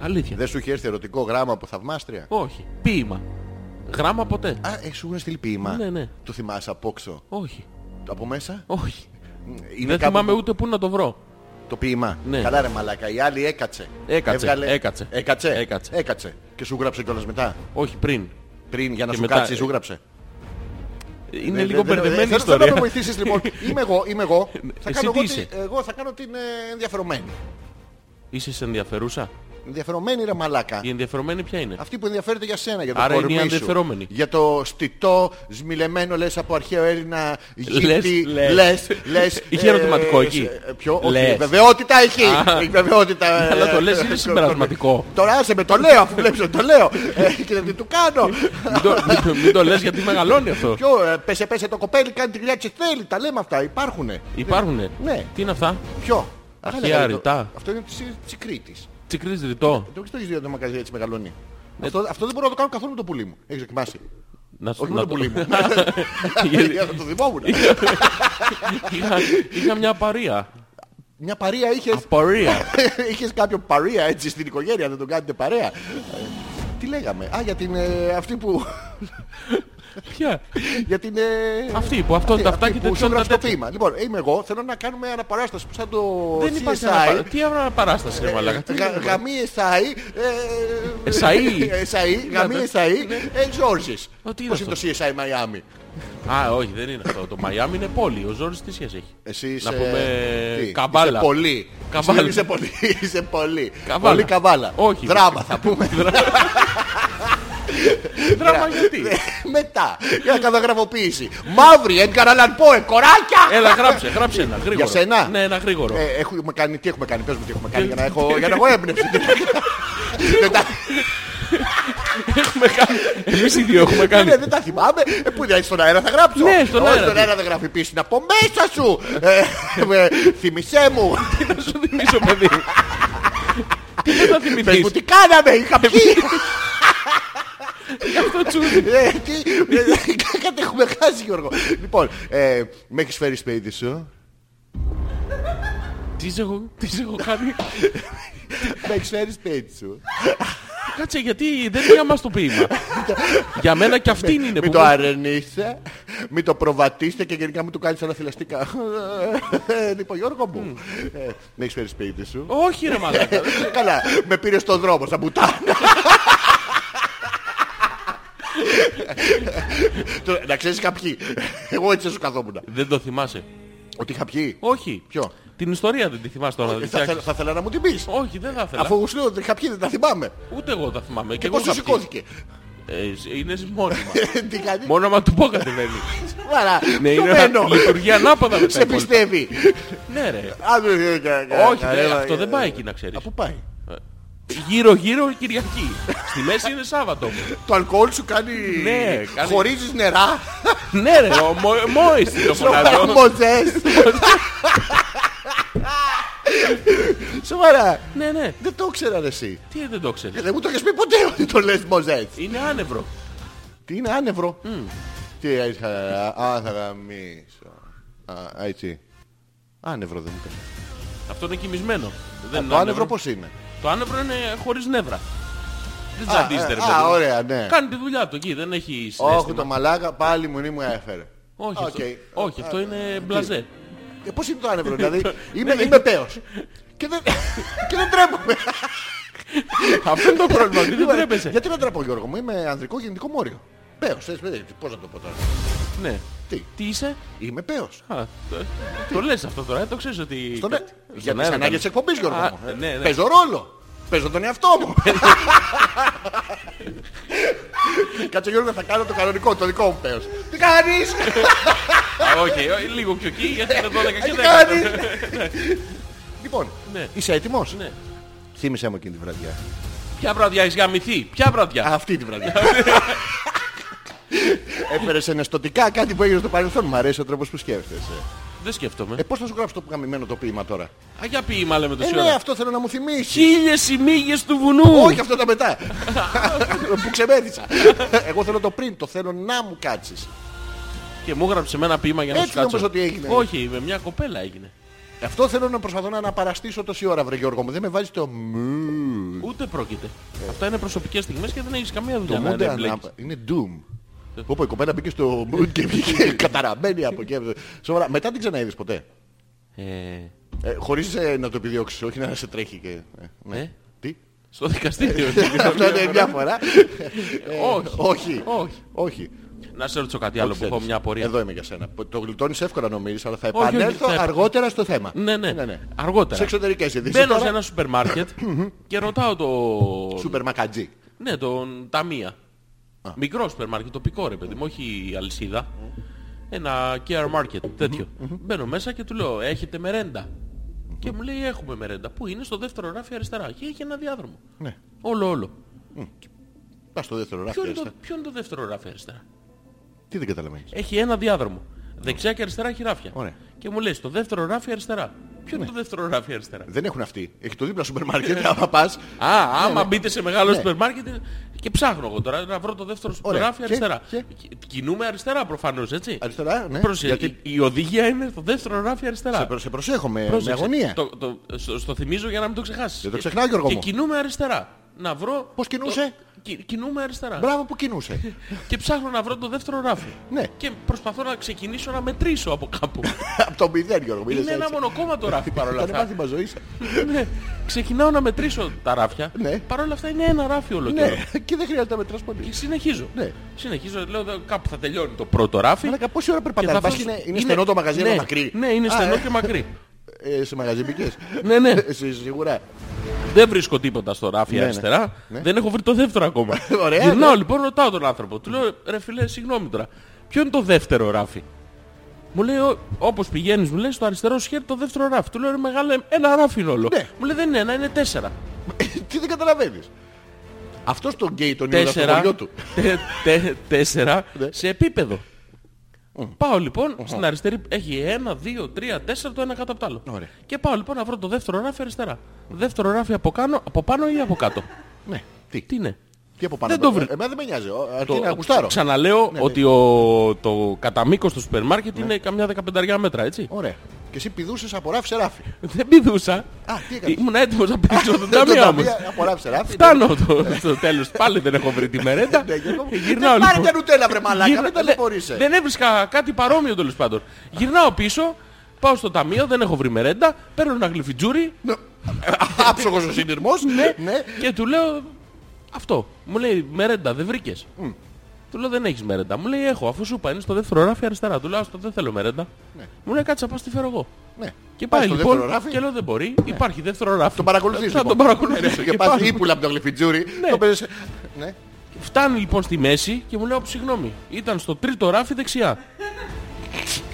[SPEAKER 1] Αλήθεια.
[SPEAKER 2] Δεν σου είχε έρθει ερωτικό γράμμα από θαυμάστρια.
[SPEAKER 1] Όχι. Ποίημα. Γράμμα ποτέ.
[SPEAKER 2] Α, ε, σου έχουν στείλει ποίημα.
[SPEAKER 1] Ναι, ναι.
[SPEAKER 2] Το θυμάσαι από όξω.
[SPEAKER 1] Όχι.
[SPEAKER 2] Από μέσα.
[SPEAKER 1] Όχι.
[SPEAKER 2] Είναι
[SPEAKER 1] Ε, δεν
[SPEAKER 2] κάπου
[SPEAKER 1] θυμάμαι
[SPEAKER 2] που-
[SPEAKER 1] ούτε πού να το βρω.
[SPEAKER 2] Το ποίημα.
[SPEAKER 1] Ναι.
[SPEAKER 2] Καλά ρε μαλάκα. Η άλλη έκατσε.
[SPEAKER 1] Έκατσε, έκατσε.
[SPEAKER 2] Έκατσε.
[SPEAKER 1] Έκατσε.
[SPEAKER 2] Έκατσε. Και σου γράψε κιόλας μετά.
[SPEAKER 1] Όχι πριν.
[SPEAKER 2] Πριν για να
[SPEAKER 1] Και
[SPEAKER 2] σου
[SPEAKER 1] μετά,
[SPEAKER 2] κάτσει,
[SPEAKER 1] ε,
[SPEAKER 2] σου γράψε.
[SPEAKER 1] Είναι
[SPEAKER 2] Ε,
[SPEAKER 1] λίγο
[SPEAKER 2] δεν- δεν-
[SPEAKER 1] μπερδεμένη η
[SPEAKER 2] θέλω- Θέλω να με
[SPEAKER 1] ιστορία. Ναι.
[SPEAKER 2] βοηθήσεις λοιπόν. Είμαι εγώ. Είμαι εγώ. θα
[SPEAKER 1] Εσύ
[SPEAKER 2] κάνω
[SPEAKER 1] τι
[SPEAKER 2] εγώ,
[SPEAKER 1] είσαι?
[SPEAKER 2] την, εγώ θα κάνω την ε, ενδιαφερομένη.
[SPEAKER 1] Είσαι σε ενδιαφερούσα.
[SPEAKER 2] Ενδιαφερομένη ρε μαλάκα.
[SPEAKER 1] Η ενδιαφερομένη ποια είναι.
[SPEAKER 2] Αυτή που ενδιαφέρεται για σένα, για το
[SPEAKER 1] Άρα είναι
[SPEAKER 2] κορμί
[SPEAKER 1] η
[SPEAKER 2] σου.
[SPEAKER 1] ανδιαφερόμενη.
[SPEAKER 2] Για το στιτό, σμιλεμένο λες από αρχαίο Έλληνα γύπτη.
[SPEAKER 1] λες.
[SPEAKER 2] Λες, λες.
[SPEAKER 1] Είχε
[SPEAKER 2] ε,
[SPEAKER 1] ερωτηματικό εκεί.
[SPEAKER 2] ε, Ποιο, όχι,
[SPEAKER 1] Λες.
[SPEAKER 2] βεβαιότητα εκεί.
[SPEAKER 1] Α. Ναι,
[SPEAKER 2] Η βεβαιότητα. ε,
[SPEAKER 1] Αλλά το λες είναι συμπερασματικό.
[SPEAKER 2] Τώρα άσε με το λέω, αφού βλέπεις ότι το λέω. Ε, Και τι του κάνω.
[SPEAKER 1] μην, το, μην, το, μην το λες γιατί μεγαλώνει αυτό.
[SPEAKER 2] Ποιο, ε, πέσε πέσε το κοπέλι, κάνει τη δουλειά της θέλει. Τα λέμε αυτά, υπάρχουνε.
[SPEAKER 1] Υπάρχουνε.
[SPEAKER 2] Ναι.
[SPEAKER 1] Τι είναι αυτά.
[SPEAKER 2] Ποιο.
[SPEAKER 1] Αρχαία
[SPEAKER 2] Αγάλα, γάλα, το-
[SPEAKER 1] ρητά.
[SPEAKER 2] Αυτό είναι της- της Κρήτης.
[SPEAKER 1] Τσικρής ρητό.
[SPEAKER 2] Δεν το έχεις δει το μαγαζί έτσι μεγαλώνει.
[SPEAKER 1] Ε,
[SPEAKER 2] Αυτό, αυτό δεν μπορώ να το κάνω καθόλου με το πουλί μου. Έχεις δοκιμάσει.
[SPEAKER 1] Να σου
[SPEAKER 2] Όχι με το πουλί μου. Για να το θυμόμουν.
[SPEAKER 1] είχα, είχα μια απαρία.
[SPEAKER 2] Μια παρέα είχες.
[SPEAKER 1] Απαρία.
[SPEAKER 2] Είχες κάποιο παρέα έτσι στην οικογένεια, δεν τον κάνετε παρέα. Ε, Τι λέγαμε. Α, για την ε, αυτή που...
[SPEAKER 1] Ποια.
[SPEAKER 2] Για την... ε,
[SPEAKER 1] Αυτή που αυτό
[SPEAKER 2] αυτή-
[SPEAKER 1] τα
[SPEAKER 2] αυτή
[SPEAKER 1] αυτά και
[SPEAKER 2] που σου
[SPEAKER 1] τέτοια.
[SPEAKER 2] γράψει το ποίημα. Λοιπόν, είμαι εγώ, θέλω να κάνουμε αναπαράσταση σαν το
[SPEAKER 1] Δεν υπάρχει
[SPEAKER 2] CSI.
[SPEAKER 1] αναπα- Τι έβρα παράσταση ρε μαλάκα. Τι
[SPEAKER 2] Γα-
[SPEAKER 1] είναι,
[SPEAKER 2] Γαμί εσάι. ε,
[SPEAKER 1] Εσάι.
[SPEAKER 2] Εσάι.
[SPEAKER 1] Ναι,
[SPEAKER 2] Γαμί εσάι. ε, Ζόρζης.
[SPEAKER 1] Ό, τι είναι
[SPEAKER 2] Πώς είναι το
[SPEAKER 1] αυτό?
[SPEAKER 2] CSI Miami.
[SPEAKER 1] Α, όχι, δεν είναι αυτό. Το Μαϊάμι είναι πόλη. Ο Ζόρις τι σχέση έχει.
[SPEAKER 2] Εσύ είσαι...
[SPEAKER 1] Να πούμε
[SPEAKER 2] τι,
[SPEAKER 1] καμπάλα.
[SPEAKER 2] Είσαι πολύ.
[SPEAKER 1] Καμπάλα.
[SPEAKER 2] Εσύ Είσαι πολύ. Είσαι πολύ.
[SPEAKER 1] Καμπάλα.
[SPEAKER 2] Πολύ καβάλα.
[SPEAKER 1] Όχι. Δηλαδή.
[SPEAKER 2] Δράμα θα πούμε. Ε,
[SPEAKER 1] Δράμα γιατί.
[SPEAKER 2] Μετά. Για καταγραφοποίηση. Μαύρη εν καναλαν πόε. Κοράκια.
[SPEAKER 1] Έλα, γράψε, γράψε ένα γρήγορο.
[SPEAKER 2] Για σένα.
[SPEAKER 1] Ναι, ένα γρήγορο.
[SPEAKER 2] Ε, έχουμε κάνει, τι έχουμε κάνει, πες μου τι έχουμε
[SPEAKER 1] Ε,
[SPEAKER 2] κάνει για να έχω, για να έχω έμπνευση. δεν, τα,
[SPEAKER 1] Έχουμε κάνει. Εμείς οι δύο έχουμε κάνει.
[SPEAKER 2] ναι, δεν τα θυμάμαι. Ε, πού είναι, στον αέρα θα γράψω.
[SPEAKER 1] Ναι, στον
[SPEAKER 2] Όχι,
[SPEAKER 1] αέρα.
[SPEAKER 2] στον αέρα δεν γράφει πίσω. Να πω μέσα σου. Ε, ε, θυμησέ μου.
[SPEAKER 1] Να σου θυμίσω, παιδί. Τι δεν θα
[SPEAKER 2] Πες μου
[SPEAKER 1] θυμηθείς.
[SPEAKER 2] τι κάναμε,
[SPEAKER 1] Ε,
[SPEAKER 2] είχα πει.
[SPEAKER 1] Γι' αυτό τσούδι.
[SPEAKER 2] Ε, τι, ε, κάτι έχουμε χάσει Γιώργο. Λοιπόν, ε, με έχεις φέρει σπίτι σου.
[SPEAKER 1] Τι σε έχω- Τι σε έχω κάνει.
[SPEAKER 2] Με έχεις φέρει σπίτι σου.
[SPEAKER 1] Κάτσε γιατί δεν είναι για μας το ποίημα. Για μένα και αυτήν είναι
[SPEAKER 2] Μην
[SPEAKER 1] ναι, που...
[SPEAKER 2] το αρενίσαι, μην το προβατίσαι και γενικά μην του κάνεις αναφυλαστικά. Ε, Λοιπόν Γιώργο μου, ε, με έχεις φέρει σπίτι σου.
[SPEAKER 1] Όχι ρε μαλάκα.
[SPEAKER 2] Καλά, με πήρες στον δρόμο, στα μπουτάνα. Το- Να ξέρεις κάποιοι. Εγώ έτσι σου καθόμουν.
[SPEAKER 1] Δεν το θυμάσαι.
[SPEAKER 2] Ότι είχα πιει.
[SPEAKER 1] Όχι.
[SPEAKER 2] Ποιο?
[SPEAKER 1] Την ιστορία δεν τη θυμάσαι τώρα. να τη
[SPEAKER 2] Θα
[SPEAKER 1] φτιάξεις.
[SPEAKER 2] θέλα- Θα ήθελα να μου την πεις.
[SPEAKER 1] Όχι, δεν Ε, θα ήθελα.
[SPEAKER 2] Αφού σου λέω ότι είχα πιει δεν τα θυμάμαι.
[SPEAKER 1] Ούτε εγώ τα θυμάμαι.
[SPEAKER 2] Και
[SPEAKER 1] εγώ
[SPEAKER 2] πώς σου
[SPEAKER 1] είχα πιει.
[SPEAKER 2] σηκώθηκε.
[SPEAKER 1] Ε, είναι μόνιμα.
[SPEAKER 2] Τι κάνει.
[SPEAKER 1] Μόνο άμα του πω κατεβαίνει.
[SPEAKER 2] Άρα,
[SPEAKER 1] Ναι,
[SPEAKER 2] το
[SPEAKER 1] είναι
[SPEAKER 2] μένω.
[SPEAKER 1] λειτουργεί ανάποδα με τα
[SPEAKER 2] Σε
[SPEAKER 1] υπόλοιπα.
[SPEAKER 2] πιστεύει.
[SPEAKER 1] Ναι ρε.
[SPEAKER 2] Α, δεν- δεν- δεν-
[SPEAKER 1] Όχι,
[SPEAKER 2] δεν-
[SPEAKER 1] δεν- αυτό
[SPEAKER 2] ε,
[SPEAKER 1] δεν πάει εκεί να ξέρεις.
[SPEAKER 2] Α, πού πάει.
[SPEAKER 1] Γύρω-γύρω Κυριακή. Στη μέση είναι Σάββατο.
[SPEAKER 2] Το αλκοόλ σου κάνει...
[SPEAKER 1] Ναι, κάνει-
[SPEAKER 2] Χωρίζεις νερά.
[SPEAKER 1] Ναι ρε, ο Μο- Μόης το φωνάζω.
[SPEAKER 2] Μοζές. Σοβαρά.
[SPEAKER 1] Ναι, ναι.
[SPEAKER 2] Δεν το ήξερα ρε εσύ. Ε,
[SPEAKER 1] Τι δεν το ξέρεις.
[SPEAKER 2] Δεν μου το έχεις πει ποτέ ότι το λες Μοζές.
[SPEAKER 1] Είναι άνευρο.
[SPEAKER 2] Τι είναι άνευρο. Τι είχα... Α, θα γαμίσω. Α, α, έτσι. Άνευρο δεν ήταν.
[SPEAKER 1] Αυτό είναι κοιμισμένο. Δεν
[SPEAKER 2] Α,
[SPEAKER 1] είναι
[SPEAKER 2] Ε, Το άνευρο πώς είναι.
[SPEAKER 1] Το άνευρο είναι χωρίς νεύρα. Δεν
[SPEAKER 2] Α,
[SPEAKER 1] τσαντίζεται,
[SPEAKER 2] ε,
[SPEAKER 1] ρε παιδί.
[SPEAKER 2] Α,
[SPEAKER 1] μου.
[SPEAKER 2] ωραία, ναι.
[SPEAKER 1] Κάνει τη δουλειά του εκεί, δεν έχει
[SPEAKER 2] Όχι, το
[SPEAKER 1] συνέστημα.
[SPEAKER 2] μαλάκα πάλι μου μου έφερε.
[SPEAKER 1] Όχι,
[SPEAKER 2] Οκ.
[SPEAKER 1] αυτό, όχι, αυτό είναι μπλαζέ.
[SPEAKER 2] Ε, Πώς είναι το άνευρο, δηλαδή
[SPEAKER 1] Ναι,
[SPEAKER 2] είμαι, είμαι πέος. Και δεν, και δεν τρέπομαι.
[SPEAKER 1] Αυτό είναι το πρόβλημα, ότι δεν
[SPEAKER 2] Λοιπόν,
[SPEAKER 1] τρέπεσαι.
[SPEAKER 2] Γιατί δεν τρέπω Γιώργο μου, είμαι ανδρικό γεννητικό μόριο. Πέος, θες, ε, πώς να το πω τώρα.
[SPEAKER 1] Ναι.
[SPEAKER 2] Τι,
[SPEAKER 1] Τι είσαι,
[SPEAKER 2] είμαι πέος.
[SPEAKER 1] Α, το, το λες αυτό τώρα, ε, το ξέρεις ότι...
[SPEAKER 2] Στον...
[SPEAKER 1] Κα-
[SPEAKER 2] ναι. Για
[SPEAKER 1] στον
[SPEAKER 2] τις
[SPEAKER 1] αέρα
[SPEAKER 2] ανάγκες της
[SPEAKER 1] ήταν.
[SPEAKER 2] εκπομπής Γιώργο
[SPEAKER 1] Α,
[SPEAKER 2] μου. Ε,
[SPEAKER 1] ναι, ναι.
[SPEAKER 2] Παίζω ρόλο. Παίζω τον εαυτό μου. Κάτσε Γιώργο θα κάνω το κανονικό, το δικό μου πέος. Τι κάνεις,
[SPEAKER 1] Α, Όχι, όχι, λίγο πιο εκεί, γιατί είναι 12
[SPEAKER 2] τι
[SPEAKER 1] και 10.
[SPEAKER 2] κάνεις. Λοιπόν,
[SPEAKER 1] Ναι.
[SPEAKER 2] είσαι έτοιμος.
[SPEAKER 1] Ναι.
[SPEAKER 2] Θύμησέ μου εκείνη τη βραδιά.
[SPEAKER 1] Ποια βραδιά έχεις γαμηθεί, ποια βραδιά.
[SPEAKER 2] Αυτή τη βραδιά. Έφερες εναιστοτικά κάτι που έγινε στο παρελθόν. Μ' αρέσει ο τρόπος που σκέφτεσαι.
[SPEAKER 1] Δεν σκέφτομαι.
[SPEAKER 2] Ε, πώς θα σου γράψω το γαμημένο το ποίημα τώρα.
[SPEAKER 1] Α, για ποίημα λέμε
[SPEAKER 2] Ε,
[SPEAKER 1] τόση
[SPEAKER 2] ναι,
[SPEAKER 1] ώρα.
[SPEAKER 2] αυτό θέλω να μου θυμίσεις.
[SPEAKER 1] Χίλιες ημίγες του βουνού.
[SPEAKER 2] Όχι αυτό τα μετά. που ξεμέρισα. Εγώ θέλω το πριν, το θέλω να μου κάτσεις.
[SPEAKER 1] Και μου έγραψε με ένα ποίημα για να
[SPEAKER 2] Έτσι
[SPEAKER 1] σου κάτσω.
[SPEAKER 2] όμως ότι έγινε.
[SPEAKER 1] Όχι, με μια κοπέλα έγινε.
[SPEAKER 2] Αυτό θέλω να προσπαθώ να αναπαραστήσω τόση ώρα, βρε Γιώργο μου. Δεν με βάζεις το μου.
[SPEAKER 1] Ούτε πρόκειται. Αυτά είναι προσωπικές στιγμές και δεν έχεις καμία
[SPEAKER 2] Ε. Το
[SPEAKER 1] δουλειά να
[SPEAKER 2] mood
[SPEAKER 1] δεν
[SPEAKER 2] ανάπα-
[SPEAKER 1] εμπλέκεις.
[SPEAKER 2] είναι doom. Όπου η κοπέλα μπήκε στο mood και βγήκε καταραμένη από εκεί. Σοβαρά, μετά την ξαναείδες ποτέ.
[SPEAKER 1] Ε,
[SPEAKER 2] Ε, χωρίς ε, να το επιδιώξεις, όχι να σε τρέχει και... ε, ναι. Ε.
[SPEAKER 1] Ε.
[SPEAKER 2] Τι.
[SPEAKER 1] Στο δικαστήριο.
[SPEAKER 2] Αυτό είναι μια φορά. Ε,
[SPEAKER 1] Όχι.
[SPEAKER 2] Όχι.
[SPEAKER 1] Όχι.
[SPEAKER 2] Όχι.
[SPEAKER 1] Να σε ρωτήσω κάτι άλλο που έχω μια απορία.
[SPEAKER 2] Εδώ είμαι για σένα. Το γλιτώνεις εύκολα νομίζεις, αλλά θα
[SPEAKER 1] όχι,
[SPEAKER 2] επανέλθω
[SPEAKER 1] θα-
[SPEAKER 2] αργότερα στο θέμα.
[SPEAKER 1] Ναι, ναι. Αργότερα.
[SPEAKER 2] Σε εξωτερικές ειδήσεις.
[SPEAKER 1] Μπαίνω
[SPEAKER 2] τώρα,
[SPEAKER 1] σε ένα σούπερ μάρκετ και ρωτάω το...
[SPEAKER 2] Σούπερ μακατζή.
[SPEAKER 1] Ναι, τον ταμεία. Μικρό σούπερ μάρκετ, τοπικό ρε παιδί μου, όχι αλυσίδα. Ένα care market, τέτοιο. Μπαίνω μέσα και του λέω, έχετε μερέντα. Και μου λέει, έχουμε μερέντα. Πού είναι, στο δεύτερο ράφι αριστερά. Και έχει ένα διάδρομο.
[SPEAKER 2] Ναι.
[SPEAKER 1] Όλο, όλο.
[SPEAKER 2] Πας στο δεύτερο ράφι.
[SPEAKER 1] Ποιο είναι, το,
[SPEAKER 2] αριστερά.
[SPEAKER 1] ποιο είναι το δεύτερο ράφι αριστερά.
[SPEAKER 2] Τι δεν καταλαβαίνεις.
[SPEAKER 1] Έχει ένα διάδρομο. Δεξιά και αριστερά έχει ράφια.
[SPEAKER 2] Ωραία. Ναι.
[SPEAKER 1] Και μου λέει, στο δεύτερο ράφι αριστερά. Ποιο είναι το δεύτερο ράφι αριστερά.
[SPEAKER 2] Δεν έχουν αυτοί. Έχει το δίπλα σούπερ μάρκετ. Άμα πας.
[SPEAKER 1] Ε. Α, άμα
[SPEAKER 2] ναι.
[SPEAKER 1] μπείτε σε μεγάλο
[SPEAKER 2] Ναι.
[SPEAKER 1] σούπερ μάρκετ και ψάχνω εγώ τώρα να βρω το δεύτερο σούπερ
[SPEAKER 2] Ωραία.
[SPEAKER 1] ράφι
[SPEAKER 2] Και-
[SPEAKER 1] αριστερά.
[SPEAKER 2] και-
[SPEAKER 1] Κι- Κινούμε αριστερά προφανώς, έτσι.
[SPEAKER 2] Αριστερά, ναι.
[SPEAKER 1] Πρόσεχε,
[SPEAKER 2] Γιατί
[SPEAKER 1] η, η οδηγία είναι στο δεύτερο ράφι αριστερά.
[SPEAKER 2] σε προ- σε προσέχω με- με
[SPEAKER 1] Πρόσεξε.
[SPEAKER 2] αγωνία.
[SPEAKER 1] Το, το, στο, στο θυμίζω για να μην το ξεχάσεις.
[SPEAKER 2] Δεν το ξεχνάω, Γιώργο
[SPEAKER 1] Και
[SPEAKER 2] μου.
[SPEAKER 1] κινούμε αριστερά. Να βρω...
[SPEAKER 2] Πώς κινούσε?
[SPEAKER 1] το- Κι, κινούμε αριστερά.
[SPEAKER 2] Μπράβο που κινούσε.
[SPEAKER 1] Και ψάχνω να βρω το δεύτερο ράφι.
[SPEAKER 2] Ναι.
[SPEAKER 1] Και προσπαθώ να ξεκινήσω να μετρήσω από κάπου.
[SPEAKER 2] Από το μηδέν Γιώργο.
[SPEAKER 1] είναι ένα μονοκόμμα το ράφι παρόλα
[SPEAKER 2] Ήταν
[SPEAKER 1] αυτά.
[SPEAKER 2] μάθημα ζωής.
[SPEAKER 1] ναι. Ξεκινάω να μετρήσω τα ράφια.
[SPEAKER 2] Ναι.
[SPEAKER 1] Παρόλα αυτά είναι ένα ράφι όλο καιρό.
[SPEAKER 2] Ναι, και δεν χρειάζεται να μετράς πολύ.
[SPEAKER 1] Και συνεχίζω.
[SPEAKER 2] Ναι.
[SPEAKER 1] Συνεχίζω, λέω «Δε- κάπου θα τελειώνει το πρώτο ράφι.
[SPEAKER 2] Αλλά πόση ώρα
[SPEAKER 1] και θα
[SPEAKER 2] περπατάς. Πας
[SPEAKER 1] φτάσω-
[SPEAKER 2] είναι, είναι στενό το μαγαζί, αλλά
[SPEAKER 1] ναι,
[SPEAKER 2] μακρύ.
[SPEAKER 1] Ναι, είναι
[SPEAKER 2] Α,
[SPEAKER 1] στενό
[SPEAKER 2] ε,
[SPEAKER 1] και μακρύ.
[SPEAKER 2] ε, σε μαγαζί μπήκες.
[SPEAKER 1] Ναι, ναι.
[SPEAKER 2] Εσύ σίγουρα.
[SPEAKER 1] Δεν βρίσκω τίποτα στο ράφι
[SPEAKER 2] Ναι, ναι.
[SPEAKER 1] αριστερά.
[SPEAKER 2] Ναι.
[SPEAKER 1] Δεν έχω βρει το δεύτερο ακόμα.
[SPEAKER 2] Ωραία,
[SPEAKER 1] Γυρνάω
[SPEAKER 2] ναι.
[SPEAKER 1] λοιπόν, ρωτάω τον άνθρωπο. Του λέω ρε φιλέ, συγγνώμη τώρα. Ποιο είναι το δεύτερο ράφι. Μου λέει, «Ό, όπως πηγαίνεις, μου λέει, στο αριστερό σου χέρι το δεύτερο ράφι. Του λέω, ρε μεγάλε, ένα ράφι είναι όλο.
[SPEAKER 2] Ναι.
[SPEAKER 1] Μου λέει, δεν είναι ένα, είναι τέσσερα.
[SPEAKER 2] Τι δεν καταλαβαίνεις. Αυτός τον γκέι τον είδα στο
[SPEAKER 1] τέσσερα,
[SPEAKER 2] χωριό του.
[SPEAKER 1] τε- τε- τέσσερα
[SPEAKER 2] Ναι.
[SPEAKER 1] σε επίπεδο. Πάω λοιπόν στην αριστερή. Έχει ένα, δύο, τρία, τέσσερα το ένα κάτω από το άλλο.
[SPEAKER 2] Ωραία.
[SPEAKER 1] Και πάω λοιπόν να βρω το δεύτερο ράφι αριστερά. Δεύτερο ράφι από, κάνω, από πάνω ή από κάτω.
[SPEAKER 2] Ναι. Τι.
[SPEAKER 1] Τι είναι.
[SPEAKER 2] Τι από πάνω.
[SPEAKER 1] Δεν το βρει.
[SPEAKER 2] Εμένα δεν με νοιάζει. Ο- Αρκεί να γουστάρω.
[SPEAKER 1] Ξαναλέω
[SPEAKER 2] Ναι, ναι.
[SPEAKER 1] ότι ο, το κατά μήκος του σούπερ μάρκετ είναι καμιά δεκαπενταριά μέτρα, έτσι.
[SPEAKER 2] Ωραία. Και εσύ πηδούσες από ράφι σε ράφι.
[SPEAKER 1] Δεν πηδούσα.
[SPEAKER 2] Α, τι έκανες.
[SPEAKER 1] Ήμουν έτοιμος να πηδήσω
[SPEAKER 2] Δεν
[SPEAKER 1] τον
[SPEAKER 2] το
[SPEAKER 1] ταμείο μου.
[SPEAKER 2] ταμεία, Από ράφι σε ράφι.
[SPEAKER 1] Φτάνω το- στο τέλος. Πάλι δεν έχω βρει τη μερέντα.
[SPEAKER 2] Ναι, Γιώργο μου.
[SPEAKER 1] Γυρνάω
[SPEAKER 2] Δεν Πάρε
[SPEAKER 1] λοιπόν.
[SPEAKER 2] τα νουτέλα βρε μαλάκα.
[SPEAKER 1] Γυρνα-
[SPEAKER 2] Μην
[SPEAKER 1] δεν-
[SPEAKER 2] ταλαιπωρείσαι.
[SPEAKER 1] Δεν έβρισκα κάτι παρόμοιο τέλος πάντων. Γυρνάω πίσω, πάω στο ταμείο, δεν έχω βρει μερέντα, παίρνω ένα γλυφιτζούρι
[SPEAKER 2] Άψογος ο συνειρμός. Ναι.
[SPEAKER 1] και του λέω αυτό. Μου λέει μερέντα, δεν βρήκες. Του λέω δεν έχεις μερέντα. Μου λέει έχω, αφού σου είπα είναι στο δεύτερο ράφι αριστερά. Του λέω άστο δεν θέλω μερέντα.
[SPEAKER 2] Ναι.
[SPEAKER 1] Μου λέει κάτσε να πας τη φέρω εγώ.
[SPEAKER 2] Ναι.
[SPEAKER 1] Και
[SPEAKER 2] Πας
[SPEAKER 1] πάει
[SPEAKER 2] στο
[SPEAKER 1] λοιπόν
[SPEAKER 2] δεύτερο ράφι. Ναι.
[SPEAKER 1] και λέω δεν μπορεί, υπάρχει δεύτερο ράφι.
[SPEAKER 2] Τον παρακολουθείς
[SPEAKER 1] Θα
[SPEAKER 2] λοιπόν.
[SPEAKER 1] τον παρακολουθήσω.
[SPEAKER 2] Και
[SPEAKER 1] Και
[SPEAKER 2] πας
[SPEAKER 1] πάω.
[SPEAKER 2] ύπουλα από το γλυφιτζούρι.
[SPEAKER 1] Ναι.
[SPEAKER 2] Το παίζεις. Ναι.
[SPEAKER 1] Φτάνει λοιπόν στη μέση και μου λέει, «Ω, συγγνώμη, ήταν στο τρίτο ράφι δεξιά.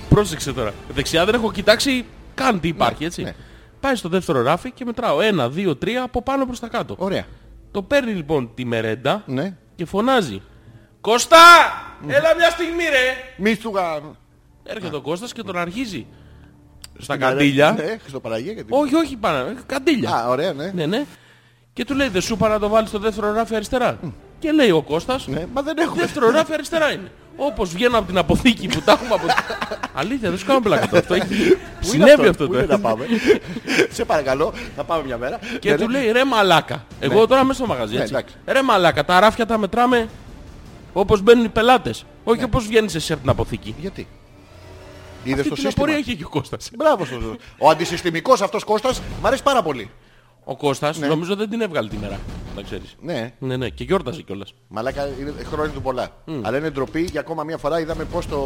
[SPEAKER 1] Πρόσεξε τώρα. Δεξιά δεν έχω κοιτάξει καν τι υπάρχει, έτσι.
[SPEAKER 2] ναι.
[SPEAKER 1] Πάει στο δεύτερο ράφι και μετράω. Ένα, δύο, τρία, από πάνω προς τα κάτω.
[SPEAKER 2] Ωραία.
[SPEAKER 1] Το παίρνει λοιπόν τη μερέντα
[SPEAKER 2] Ναι.
[SPEAKER 1] και φωνάζει. Κώστα! Έλα μια στιγμή ρε!
[SPEAKER 2] Μη σου γα-
[SPEAKER 1] Έρχεται ο Κώστας και τον αρχίζει. Στα
[SPEAKER 2] Ναι, ρε.
[SPEAKER 1] καντήλια.
[SPEAKER 2] Ναι, Χριστοπαραγία και τι.
[SPEAKER 1] Όχι, όχι πάνω. Καντήλια.
[SPEAKER 2] Α, ωραία, ναι.
[SPEAKER 1] Ναι, ναι. Και του λέει, δεν σου είπα να το βάλεις στο δεύτερο ράφι αριστερά. Και λέει ο Κώστας,
[SPEAKER 2] Ναι, μα δεν έχουμε.
[SPEAKER 1] Δεύτερο ράφι αριστερά είναι. Όπως βγαίνω από την αποθήκη που τα έχουμε από... Αλήθεια, δεν σου κάνω πλάκα τώρα. Αυτό έχει... Συνέβη αυτό
[SPEAKER 2] Πού είναι
[SPEAKER 1] τώρα.
[SPEAKER 2] να πάμε. Σε παρακαλώ, θα πάμε μια μέρα.
[SPEAKER 1] Και
[SPEAKER 2] Ναι,
[SPEAKER 1] του
[SPEAKER 2] ναι.
[SPEAKER 1] λέει ρε μαλάκα. Εγώ τώρα μέσα στο μαγαζί.
[SPEAKER 2] Ναι,
[SPEAKER 1] έτσι.
[SPEAKER 2] εντάξει.
[SPEAKER 1] Ρε μαλάκα, τα ράφια τα μετράμε όπως μπαίνουν οι πελάτες. Όχι όπως βγαίνεις εσύ από την αποθήκη.
[SPEAKER 2] Γιατί. Είδες
[SPEAKER 1] Αυτή
[SPEAKER 2] το
[SPEAKER 1] την
[SPEAKER 2] σύστημα.
[SPEAKER 1] απορία έχει και ο Κώστας.
[SPEAKER 2] Μπράβο σου. Ο αντισυστημικός αυτός Κώστας μ' αρέσει πάρα πολύ.
[SPEAKER 1] Ο Κώστας νομίζω δεν την έβγαλε τη μέρα. Να ξέρεις.
[SPEAKER 2] Ναι.
[SPEAKER 1] Ναι, ναι, και γιόρταζε κιόλας.
[SPEAKER 2] Μαλάκα είναι χρόνια του πολλά. Αλλά είναι ντροπή για ακόμα μια φορά είδαμε πως το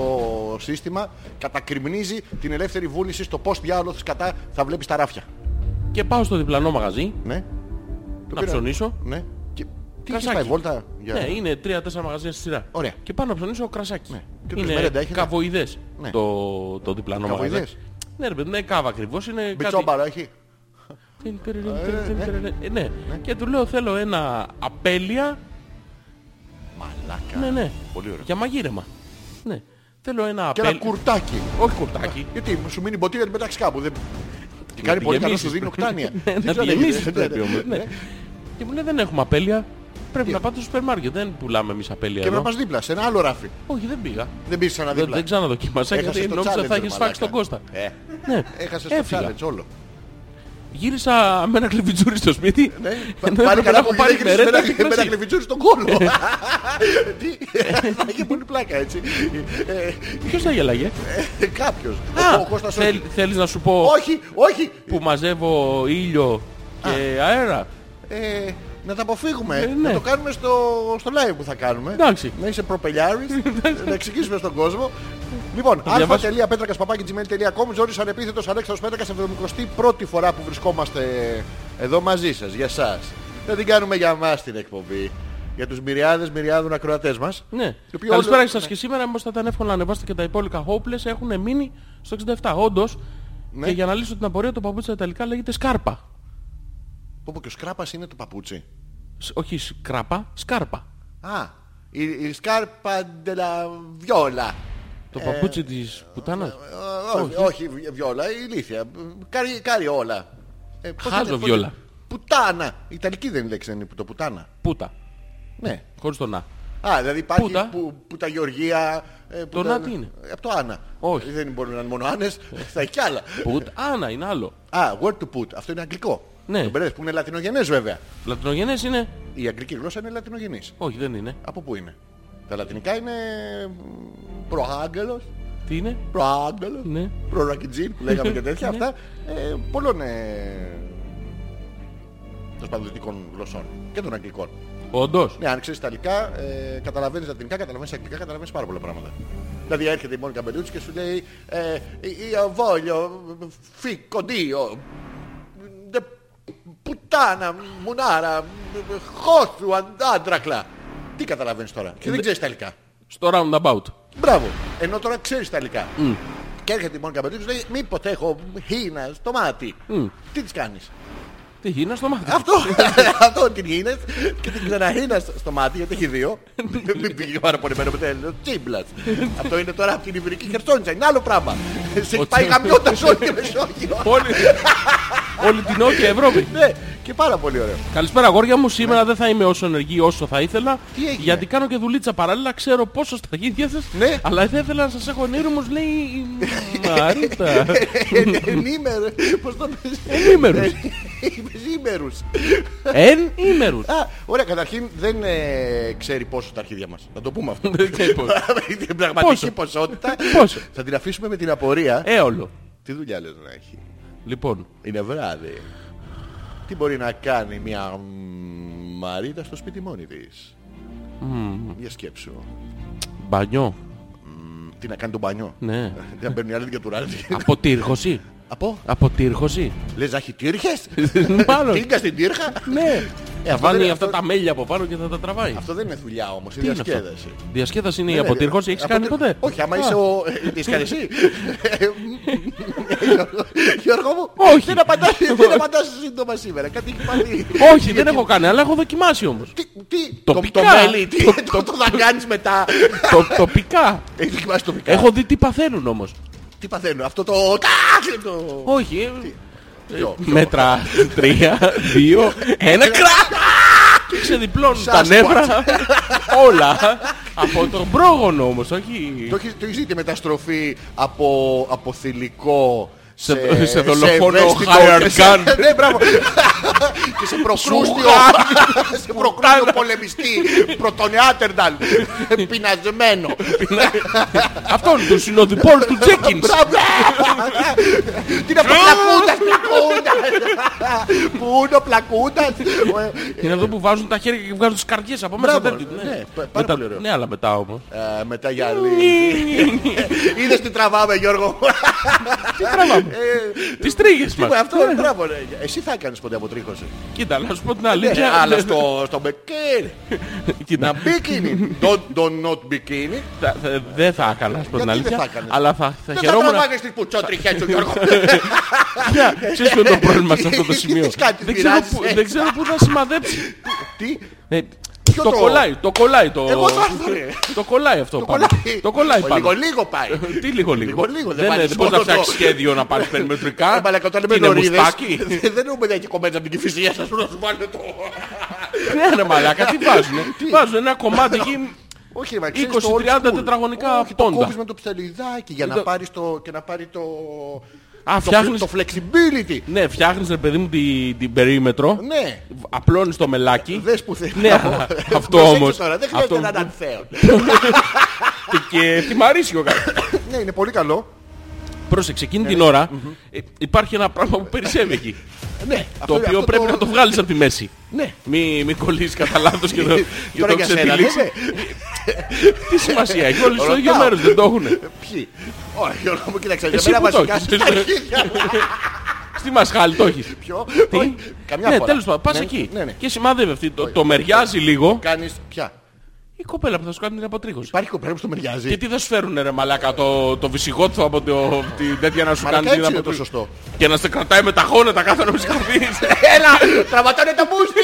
[SPEAKER 2] σύστημα κατακριμνίζει την ελεύθερη βούληση στο πως διάλογος κατά θα βλέπεις τα ράφια.
[SPEAKER 1] Και πάω στο διπλανό μαγαζί
[SPEAKER 2] Ναι.
[SPEAKER 1] να
[SPEAKER 2] πήρα.
[SPEAKER 1] ψωνίσω.
[SPEAKER 2] Ναι. Και... Τι έχεις
[SPEAKER 1] Κρασάκι.
[SPEAKER 2] πάει βόλτα. Για...
[SPEAKER 1] Ναι, είναι τρία-τέσσερα μαγαζιά στη σειρά.
[SPEAKER 2] Ωραία.
[SPEAKER 1] Και πάνω να ψωνίσω κρασάκι.
[SPEAKER 2] Ναι. Και τους
[SPEAKER 1] Είναι
[SPEAKER 2] μερέντα έχετε?
[SPEAKER 1] καβοειδές
[SPEAKER 2] Ναι.
[SPEAKER 1] το, το διπλανό
[SPEAKER 2] Καβοειδές?
[SPEAKER 1] μαγαζί. Ναι, ρε παιδί, δεν είναι κάβα ακριβώς. Είναι κάτι...
[SPEAKER 2] Μπιτσόμπαρο έχει.
[SPEAKER 1] Ε, Ναι. Και του λέω θέλω ένα απέλεια.
[SPEAKER 2] Μαλάκα.
[SPEAKER 1] Ναι, ναι.
[SPEAKER 2] Πολύ ωραίο.
[SPEAKER 1] Για μαγείρεμα. Ναι. Θέλω ένα
[SPEAKER 2] Και ένα
[SPEAKER 1] απέλεια.
[SPEAKER 2] κουρτάκι.
[SPEAKER 1] Όχι κουρτάκι.
[SPEAKER 2] Γιατί σου μείνει μποτήλια να την πετάξεις κάπου. Δεν... Και κάνει πολύ καλό σου
[SPEAKER 1] γεμίσεις
[SPEAKER 2] δίνει
[SPEAKER 1] πρέπει.
[SPEAKER 2] οκτάνια.
[SPEAKER 1] Ναι,
[SPEAKER 2] Δεν
[SPEAKER 1] Να
[SPEAKER 2] ξέρω
[SPEAKER 1] τη
[SPEAKER 2] αν
[SPEAKER 1] γεμίσεις
[SPEAKER 2] έχετε.
[SPEAKER 1] πρέπει
[SPEAKER 2] Ναι, ναι,
[SPEAKER 1] όμως.
[SPEAKER 2] ναι.
[SPEAKER 1] Ναι. Και μου λέει δεν έχουμε απέλεια. Πρέπει να πάτε στο σούπερ μάρκετ. Δεν πουλάμε εμείς απέλεια
[SPEAKER 2] Και να
[SPEAKER 1] εδώ.
[SPEAKER 2] πας δίπλα σε ένα άλλο ράφι.
[SPEAKER 1] Όχι, δεν πήγα.
[SPEAKER 2] Δεν πήγες ξανά
[SPEAKER 1] Δεν,
[SPEAKER 2] δίπλα.
[SPEAKER 1] δεν ξαναδοκίμασα
[SPEAKER 2] Έχασες
[SPEAKER 1] γιατί
[SPEAKER 2] το
[SPEAKER 1] νόμιζα
[SPEAKER 2] challenge,
[SPEAKER 1] θα
[SPEAKER 2] ρε
[SPEAKER 1] έχεις
[SPEAKER 2] μαλάκα.
[SPEAKER 1] φάξει τον Κώστα.
[SPEAKER 2] Ε,
[SPEAKER 1] Ναι,
[SPEAKER 2] έχασες το
[SPEAKER 1] έφυγα.
[SPEAKER 2] challenge όλο.
[SPEAKER 1] Γύρισα με ένα κλειβιτζούρι στο σπίτι.
[SPEAKER 2] Ναι,
[SPEAKER 1] Ενώ
[SPEAKER 2] πάλι
[SPEAKER 1] έπρεπε να
[SPEAKER 2] καλά
[SPEAKER 1] έχω
[SPEAKER 2] που πάρει
[SPEAKER 1] πάρει
[SPEAKER 2] με ένα,
[SPEAKER 1] μερέντα και
[SPEAKER 2] με ένα
[SPEAKER 1] κρασί.
[SPEAKER 2] κλειβιτσούρι στον κόλο.
[SPEAKER 1] Ε.
[SPEAKER 2] Τι, θα είχε πολύ πλάκα έτσι.
[SPEAKER 1] Ποιος θα γελάγε.
[SPEAKER 2] Ε, Κάποιος. Ο- Ο
[SPEAKER 1] Α,
[SPEAKER 2] Κώστας
[SPEAKER 1] θέλ-
[SPEAKER 2] όχι.
[SPEAKER 1] θέλεις να σου πω
[SPEAKER 2] Όχι, όχι.
[SPEAKER 1] που μαζεύω ήλιο και αέρα.
[SPEAKER 2] Ε, Να τα αποφύγουμε.
[SPEAKER 1] Ε,
[SPEAKER 2] Να
[SPEAKER 1] ναι.
[SPEAKER 2] το κάνουμε στο, στο live που θα κάνουμε.
[SPEAKER 1] Εντάξει.
[SPEAKER 2] Να είσαι προπελιάρης. να εξηγήσουμε στον κόσμο. Λοιπόν,
[SPEAKER 1] διαβάσω.
[SPEAKER 2] αλφα.πέτρακα.gmail.com Ζόρις ανεπίθετος Αλέξανδρος Πέτρακας 71η φορά που βρισκόμαστε εδώ μαζί σας, για σας. Δεν την κάνουμε για μας την εκπομπή. Για τους μυριάδες μυριάδων ακροατές μας.
[SPEAKER 1] Ναι.
[SPEAKER 2] Οι οποίοι
[SPEAKER 1] Καλησπέρα
[SPEAKER 2] όλοι-
[SPEAKER 1] και σας και σήμερα όμως θα ήταν εύκολο να ανεβάσετε και τα υπόλοιπα hopeless έχουν μείνει στο 67. Όντως,
[SPEAKER 2] Ναι.
[SPEAKER 1] και για να λύσω την απορία το παπούτσι στα Ιταλικά λέγεται σκάρπα.
[SPEAKER 2] Πω πω και ο Σκράπας είναι το παπούτσι.
[SPEAKER 1] Σ- Όχι σκράπα, σκάρπα.
[SPEAKER 2] Α, η, η Σκάρπα ντελα βιόλα.
[SPEAKER 1] Το παπούτσι της πουτάνας.
[SPEAKER 2] Ε, όχι, όχι, βι- βιόλα, ηλίθεια. Κάρι, κάρι όλα. Ε, πώς
[SPEAKER 1] Χάζω
[SPEAKER 2] πώς
[SPEAKER 1] βιόλα.
[SPEAKER 2] Πουτάνα. Η Ιταλική δεν είναι λέξη, δεν είναι το πουτάνα.
[SPEAKER 1] Πούτα.
[SPEAKER 2] Ναι.
[SPEAKER 1] Χωρίς το να.
[SPEAKER 2] Α, δηλαδή υπάρχει
[SPEAKER 1] Πούτα.
[SPEAKER 2] που, που τα Γεωργία. Ε, που
[SPEAKER 1] Το
[SPEAKER 2] τα-
[SPEAKER 1] να τι είναι?
[SPEAKER 2] Ε, Από το Άννα.
[SPEAKER 1] Όχι.
[SPEAKER 2] Δεν μπορεί να είναι μόνο Άνες, θα έχει κι άλλα.
[SPEAKER 1] Πουτ, άνα είναι άλλο.
[SPEAKER 2] Α, word to put. Αυτό είναι αγγλικό.
[SPEAKER 1] Ναι.
[SPEAKER 2] Το μπερδεύεις, που είναι λατινογενές βέβαια.
[SPEAKER 1] Λατινογενές είναι.
[SPEAKER 2] Η αγγλική γλώσσα είναι λατινογενής.
[SPEAKER 1] Όχι, δεν είναι.
[SPEAKER 2] Από πού είναι. Τα λατινικά είναι προάγγελος,
[SPEAKER 1] Τι είναι.
[SPEAKER 2] προάγγελος,
[SPEAKER 1] Ναι.
[SPEAKER 2] προρακιτζίν που λέγαμε και τέτοια.
[SPEAKER 1] Ναι.
[SPEAKER 2] αυτά ε, πολλών ε, σπανδυτικών γλωσσών και των αγγλικών.
[SPEAKER 1] Όντως.
[SPEAKER 2] Ναι, αν ξέρεις Ιταλικά, ε, καταλαβαίνεις λατινικά, καταλαβαίνεις αγγλικά, καταλαβαίνεις πάρα πολλά πράγματα. Δηλαδή έρχεται η Μόνικα Μπελούτση και σου λέει ε, «Io voglio fico dio, de πουτάνα, μουνάρα, χώθου, αντάντρακλα». Τι καταλαβαίνεις τώρα και δεν ξέρεις Ιταλικά.
[SPEAKER 1] Στο roundabout.
[SPEAKER 2] Μπράβο. Ενώ τώρα ξέρεις Ιταλικά. Και έρχεται η Μόνικα Μπελούτση και λέει «Μη ποτέ έχω χίνα στο μάτι». Τι της κάνεις.
[SPEAKER 1] Τι γίνεται στο μάτι.
[SPEAKER 2] Αυτό, αυτό την γίνες και την ξαναγίνες στο μάτι γιατί έχει δύο. Μην πήγε παραπονεμένο με το τσίμπλας. Αυτό είναι τώρα από την Ιβρική Χερσόνησα, είναι άλλο πράγμα. Σε έχει πάει
[SPEAKER 1] τσίμπλας.
[SPEAKER 2] γαμιώντας όλη τη Μεσόγειο.
[SPEAKER 1] Όλη, όλη την Νότια Ευρώπη.
[SPEAKER 2] Ναι, και πάρα πολύ ωραίο.
[SPEAKER 1] Καλησπέρα αγόρια μου. Σήμερα δεν θα είμαι όσο ενεργή όσο θα ήθελα.
[SPEAKER 2] Τι έγινε?
[SPEAKER 1] Γιατί κάνω και δουλίτσα παράλληλα. Ξέρω πόσο στα γίδια σας.
[SPEAKER 2] Ναι.
[SPEAKER 1] Αλλά θα ήθελα να σας έχω ενήμερους λέει η Μαρίτα.
[SPEAKER 2] Ε, Ενήμερος, πώς το πες. ε,
[SPEAKER 1] Ενήμερους.
[SPEAKER 2] Ενήμερους.
[SPEAKER 1] Εν ημερούς.
[SPEAKER 2] Α, Ωραία, καταρχήν δεν ε, ξέρει πόσο τα αρχίδια μας. Να το πούμε αυτό.
[SPEAKER 1] Δεν ξέρω πώς.
[SPEAKER 2] Την πραγματική
[SPEAKER 1] Πόσο?
[SPEAKER 2] ποσότητα
[SPEAKER 1] Πόσο?
[SPEAKER 2] θα την αφήσουμε με την απορία. Ε,
[SPEAKER 1] Έολο.
[SPEAKER 2] Τι δουλειά λες να έχει.
[SPEAKER 1] Ε, Λοιπόν.
[SPEAKER 2] Είναι βράδυ. Τι μπορεί να κάνει μια μ, Μαρίτα στο σπίτι μόνη της. Για σκέψου.
[SPEAKER 1] Μπανιό.
[SPEAKER 2] Τι να κάνει το μπανιό.
[SPEAKER 1] Ναι.
[SPEAKER 2] Τι να παίρνει άλλη για τουράρι.
[SPEAKER 1] Αποτύρχωση.
[SPEAKER 2] Από.
[SPEAKER 1] Αποτύρχωση.
[SPEAKER 2] Λες να έχει τύρχες.
[SPEAKER 1] Μάλλον.
[SPEAKER 2] Τύρκα στην τύρχα.
[SPEAKER 1] Ναι. Θα
[SPEAKER 2] αυτό
[SPEAKER 1] βάλει
[SPEAKER 2] δεν-
[SPEAKER 1] αυτά
[SPEAKER 2] αυτό-
[SPEAKER 1] τα μέλια από πάνω και θα τα τραβάει.
[SPEAKER 2] Αυτό δεν είναι δουλειά όμως.
[SPEAKER 1] Τι
[SPEAKER 2] Είναι
[SPEAKER 1] είναι αυτό?
[SPEAKER 2] διασκέδαση.
[SPEAKER 1] Διασκέδαση είναι η
[SPEAKER 2] Ναι, ναι,
[SPEAKER 1] αποτύρχωση. Ε, Έχεις κάνει
[SPEAKER 2] αποτύ-
[SPEAKER 1] ποτέ.
[SPEAKER 2] Όχι, άμα
[SPEAKER 1] Α,
[SPEAKER 2] είσαι ο... ε, Της κάνεις εσύ. Ε, Γιώργο μου,
[SPEAKER 1] Όχι.
[SPEAKER 2] δεν απαντάς, δεν απαντάς σύντομα σήμερα. Κάτι έχει πάθει.
[SPEAKER 1] Όχι, δεν έχω κάνει, αλλά έχω δοκιμάσει όμως.
[SPEAKER 2] Τι, τι,
[SPEAKER 1] Τοπικά.
[SPEAKER 2] το, το μέλι, τι,
[SPEAKER 1] Το-
[SPEAKER 2] το, το, θα κάνεις μετά.
[SPEAKER 1] Το- Τοπικά.
[SPEAKER 2] Έχει δοκιμάσει τοπικά.
[SPEAKER 1] Έχω δει τι παθαίνουν όμως.
[SPEAKER 2] Τι παθαίνω, αυτό το... τάκ, το...
[SPEAKER 1] Όχι. ε,
[SPEAKER 2] Ποιο, ποιο.
[SPEAKER 1] Μέτρα. Τρία, δύο, ένα. Κρακ! Και ξεδιπλώνουν τα
[SPEAKER 2] Sasquatch.
[SPEAKER 1] νεύρα. Όλα. Από τον πρόγονο όμως, όχι...
[SPEAKER 2] Το έχεις, το έχεις δει τη μεταστροφή από, από θηλυκό
[SPEAKER 1] Σε- σε δολοφόνο hired
[SPEAKER 2] και σε-
[SPEAKER 1] gun.
[SPEAKER 2] Ναι, μπράβο. και σε προκρούστιο, σε προκρούστιο πολεμιστή, πρωτονιάτερνταλ, πεινασμένο.
[SPEAKER 1] Αυτόν του συνοδοιπόρου του Τζέκινς.
[SPEAKER 2] Μπράβο. Τι είναι αυτό, πλακούντας, πλακούντας. Πού είναι ο πλακούντας. Ε,
[SPEAKER 1] Είναι εδώ που βάζουν τα χέρια και βγάζουν τις καρδιές από μέσα.
[SPEAKER 2] Μπράβο,
[SPEAKER 1] δεν-
[SPEAKER 2] ναι.
[SPEAKER 1] ναι.
[SPEAKER 2] Πάρα
[SPEAKER 1] Μετά-
[SPEAKER 2] πολύ ωραίο.
[SPEAKER 1] Ναι, αλλά μετά όμως.
[SPEAKER 2] Ε, Μετά γυαλί. Είδες τι τραβάμε Γιώργο. Ε, Τι τραβάμε.
[SPEAKER 1] Τις τρίγες μας.
[SPEAKER 2] Αυτό μπράβο. ρε. Εσύ θα έκανες ποτέ αποτρίχωση.
[SPEAKER 1] Κοίτα, να σου πω την
[SPEAKER 2] Ναι,
[SPEAKER 1] αλήθεια.
[SPEAKER 2] αλλά στο, Ναι. στο μπικίνι.
[SPEAKER 1] Κοίτα,
[SPEAKER 2] Μπικίνι. Don't, don't not bikini.
[SPEAKER 1] θα- θα- δεν θα έκανα, να σου πω
[SPEAKER 2] Γιατί
[SPEAKER 1] την
[SPEAKER 2] δεν
[SPEAKER 1] αλήθεια.
[SPEAKER 2] θα έκανες?
[SPEAKER 1] Αλλά θα, θα
[SPEAKER 2] Δεν θα
[SPEAKER 1] χαιρόμουν.
[SPEAKER 2] τραβάγες τις πουτσότριχες σου Γιώργο.
[SPEAKER 1] Ξέρεις ποιο είναι το πρόβλημα σε αυτό το
[SPEAKER 2] Τις
[SPEAKER 1] σημείο.
[SPEAKER 2] κάτι
[SPEAKER 1] Δεν ξέρω
[SPEAKER 2] μοιράζεις,
[SPEAKER 1] που-
[SPEAKER 2] ε.
[SPEAKER 1] Δεν ξέρω πού θα σημαδέψει.
[SPEAKER 2] Τι.
[SPEAKER 1] Ε,
[SPEAKER 2] Ποιο
[SPEAKER 1] Το
[SPEAKER 2] το-
[SPEAKER 1] κολλάει, το κολλάει το...
[SPEAKER 2] Εγώ το άρθρο, ρε.
[SPEAKER 1] Το κολλάει αυτό πάνω.
[SPEAKER 2] ε, κολλάει.
[SPEAKER 1] Το κολλάει
[SPEAKER 2] Ο
[SPEAKER 1] πάνω.
[SPEAKER 2] Λίγο λίγο πάει.
[SPEAKER 1] Τι λίγο λίγο.
[SPEAKER 2] Λίγο, λίγο, δεν
[SPEAKER 1] Δεν
[SPEAKER 2] βάλεις
[SPEAKER 1] είναι, πώς να
[SPEAKER 2] μόνο
[SPEAKER 1] φτιάξεις
[SPEAKER 2] το-
[SPEAKER 1] σχέδιο να πάρεις περιμετρικά.
[SPEAKER 2] Ε, μαλάκα, όταν
[SPEAKER 1] Τι
[SPEAKER 2] είμαι
[SPEAKER 1] είναι,
[SPEAKER 2] νωρίδες,
[SPEAKER 1] μουστάκι?
[SPEAKER 2] Δεν δεν έχουμε διακεί κομμάτια από την κυφυσία σας να σου βάλω το...
[SPEAKER 1] Ναι ρε μαλάκα, τι βάζουνε. Τι βάζουνε ένα κομμάτι εκεί.
[SPEAKER 2] Όχι, μα ξέρεις
[SPEAKER 1] 20-30
[SPEAKER 2] το old school.
[SPEAKER 1] τετραγωνικά
[SPEAKER 2] Όχι, το
[SPEAKER 1] πόντα.
[SPEAKER 2] κόβεις με το ψαλιδάκι για να
[SPEAKER 1] το-
[SPEAKER 2] πάρεις το... και να πάρει το...
[SPEAKER 1] Α,
[SPEAKER 2] το-
[SPEAKER 1] φτιάχνεις-
[SPEAKER 2] Το flexibility.
[SPEAKER 1] Ναι, φτιάχνεις ρε παιδί μου την, την περίμετρο.
[SPEAKER 2] Ναι.
[SPEAKER 1] Απλώνεις το μελάκι.
[SPEAKER 2] Δες που θέλει.
[SPEAKER 1] Ναι,
[SPEAKER 2] να
[SPEAKER 1] αλλά
[SPEAKER 2] πω.
[SPEAKER 1] αυτό
[SPEAKER 2] Προσέξτε
[SPEAKER 1] όμως.
[SPEAKER 2] τώρα, δεν χρειάζεται
[SPEAKER 1] Αυτό-
[SPEAKER 2] να είναι ανθέο.
[SPEAKER 1] Και θυμαρίσει ο γάτος.
[SPEAKER 2] Ναι, είναι πολύ καλό.
[SPEAKER 1] Πρόσεξε, εκείνη την ώρα ε, υπάρχει ένα πράγμα που περισσεύει εκεί.
[SPEAKER 2] Ναι,
[SPEAKER 1] Το οποίο πρέπει να το βγάλεις από τη μέση.
[SPEAKER 2] Ναι.
[SPEAKER 1] Μη, μη κολλήσεις κατά λάθος και το, και
[SPEAKER 2] Τώρα
[SPEAKER 1] το
[SPEAKER 2] για σένα,
[SPEAKER 1] ξετυλίξεις.
[SPEAKER 2] ναι,
[SPEAKER 1] Τι σημασία έχει, όλοι στο
[SPEAKER 2] Ρωτάω.
[SPEAKER 1] ίδιο μέρος δεν το έχουν.
[SPEAKER 2] Ποιοι. Όχι, Γιώργο μου, κοίταξε.
[SPEAKER 1] Εσύ
[SPEAKER 2] Για μένα
[SPEAKER 1] που το
[SPEAKER 2] βασικά
[SPEAKER 1] έχεις.
[SPEAKER 2] στα αρχίδια.
[SPEAKER 1] Στη μασχάλη το έχεις.
[SPEAKER 2] Ποιο.
[SPEAKER 1] Τι?
[SPEAKER 2] Όχι, Καμιά
[SPEAKER 1] ναι,
[SPEAKER 2] φορά.
[SPEAKER 1] τέλος πάντων, πας
[SPEAKER 2] Ναι,
[SPEAKER 1] εκεί.
[SPEAKER 2] Ναι, ναι.
[SPEAKER 1] Και σημάδευε αυτή, το, το μεριάζει λίγο.
[SPEAKER 2] Κάνεις πια.
[SPEAKER 1] Η κοπέλα που θα σου κάνει την αποτρίχωση.
[SPEAKER 2] Υπάρχει κοπέλα που στο μεριάζει.
[SPEAKER 1] Και τι θα σου φέρουνε ρε μαλάκα το, το βυσιγότσο από το, την τέτοια να σου
[SPEAKER 2] Μαλάκα,
[SPEAKER 1] κάνει την
[SPEAKER 2] έτσι είναι το
[SPEAKER 1] αποτρίχωση.
[SPEAKER 2] σωστό.
[SPEAKER 1] Και να σε κρατάει με τα χώνα τα κάθε να σκαφείς.
[SPEAKER 2] Ε, Έλα, τραβατάνε τα μπούστι.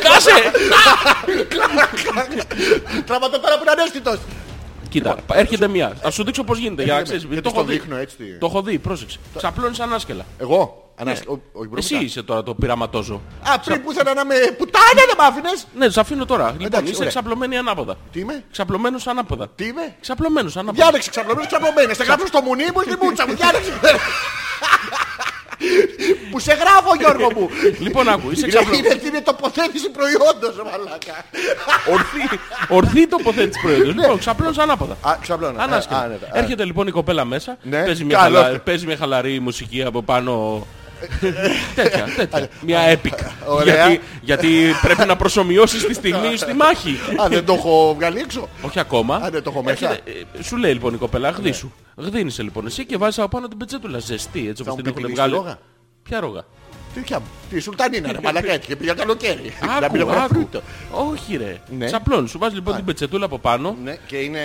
[SPEAKER 1] Σκάσε!
[SPEAKER 2] Τραβατά τώρα που είναι ανέστητος.
[SPEAKER 1] Κοίτα, έρχεται μία. Θα σου δείξω πώς γίνεται για να ξέρεις.
[SPEAKER 2] Ε, ναι, Γιατί
[SPEAKER 1] το
[SPEAKER 2] στο
[SPEAKER 1] έχω δει.
[SPEAKER 2] δείχνω έτσι. τι.
[SPEAKER 1] Το έχω δει, πρόσεξε. Ξαπλώνεις ανάσκελα.
[SPEAKER 2] Εγώ. Ανάσ- ο- όχι, μπροστά.
[SPEAKER 1] Ναι. Εσύ είσαι τώρα το πειραματόζω.
[SPEAKER 2] Α, πριν που ήθελα να με πουτάνε δεν μ' άφηνες.
[SPEAKER 1] Ναι, σε αφήνω τώρα. Λοιπόν,
[SPEAKER 2] Εντάξει,
[SPEAKER 1] είσαι
[SPEAKER 2] ωραία.
[SPEAKER 1] ξαπλωμένη ανάποδα.
[SPEAKER 2] Τι είμαι,
[SPEAKER 1] Ξαπλωμένος ανάποδα.
[SPEAKER 2] τι είμαι.
[SPEAKER 1] Ξαπλωμένος ανάποδα.
[SPEAKER 2] Διάλεξε ξαπλωμένος, ξαπλωμένες. Θα γράψω στο μουνί μου ή στην μούτσα μου. Διάλεξε. Που σε γράφω Γιώργο μου.
[SPEAKER 1] Λοιπόν, άκου, είσαι
[SPEAKER 2] Είναι,
[SPEAKER 1] ξαπλωμένος.
[SPEAKER 2] είναι, είναι τοποθέτηση προϊόντος, μαλάκα.
[SPEAKER 1] Ορθή, ορθή τοποθέτηση προϊόντος. Λοιπόν, ξαπλώνεις ανάποδα.
[SPEAKER 2] Ναι. Α, ξαπλώνω.
[SPEAKER 1] Ανάσκελα.
[SPEAKER 2] Ε, α, ναι, α.
[SPEAKER 1] Έρχεται λοιπόν η κοπέλα μέσα.
[SPEAKER 2] Ναι.
[SPEAKER 1] Παίζει, μια
[SPEAKER 2] Καλό.
[SPEAKER 1] χαλα- παίζει μια χαλαρή μουσική από πάνω. τέτοια, τέτοια. μια epic.
[SPEAKER 2] Ε, Ωραία.
[SPEAKER 1] γιατί, γιατί πρέπει να προσωμιώσεις τη στιγμή στη μάχη.
[SPEAKER 2] Α, δεν το έχω βγάλει έξω.
[SPEAKER 1] Όχι ακόμα.
[SPEAKER 2] Α, δεν το έχω μέσα. Ναι.
[SPEAKER 1] Έρχεται, ε, σου λέει λοιπόν η κοπέλα, γδίσου. Γδίνησε λοιπόν εσύ και βάζεις από πάνω την πετσέτουλα. Ζεστή, έτσι
[SPEAKER 2] Θα
[SPEAKER 1] όπως
[SPEAKER 2] μου
[SPEAKER 1] την
[SPEAKER 2] πει
[SPEAKER 1] έχουν
[SPEAKER 2] τη
[SPEAKER 1] βγάλει.
[SPEAKER 2] ρόγα.
[SPEAKER 1] Ποια ρόγα.
[SPEAKER 2] Τι πια μου. Τι σουλτανίνα, ρε μαλάκα έτσι. Και πήγα καλοκαίρι. Να μην έχω
[SPEAKER 1] Άκου, άκου.
[SPEAKER 2] φρούτο.
[SPEAKER 1] Όχι ρε.
[SPEAKER 2] Ναι.
[SPEAKER 1] Ξαπλώνεις. Σου βάζεις λοιπόν την πετσετούλα από πάνω.
[SPEAKER 2] Ναι, και είναι...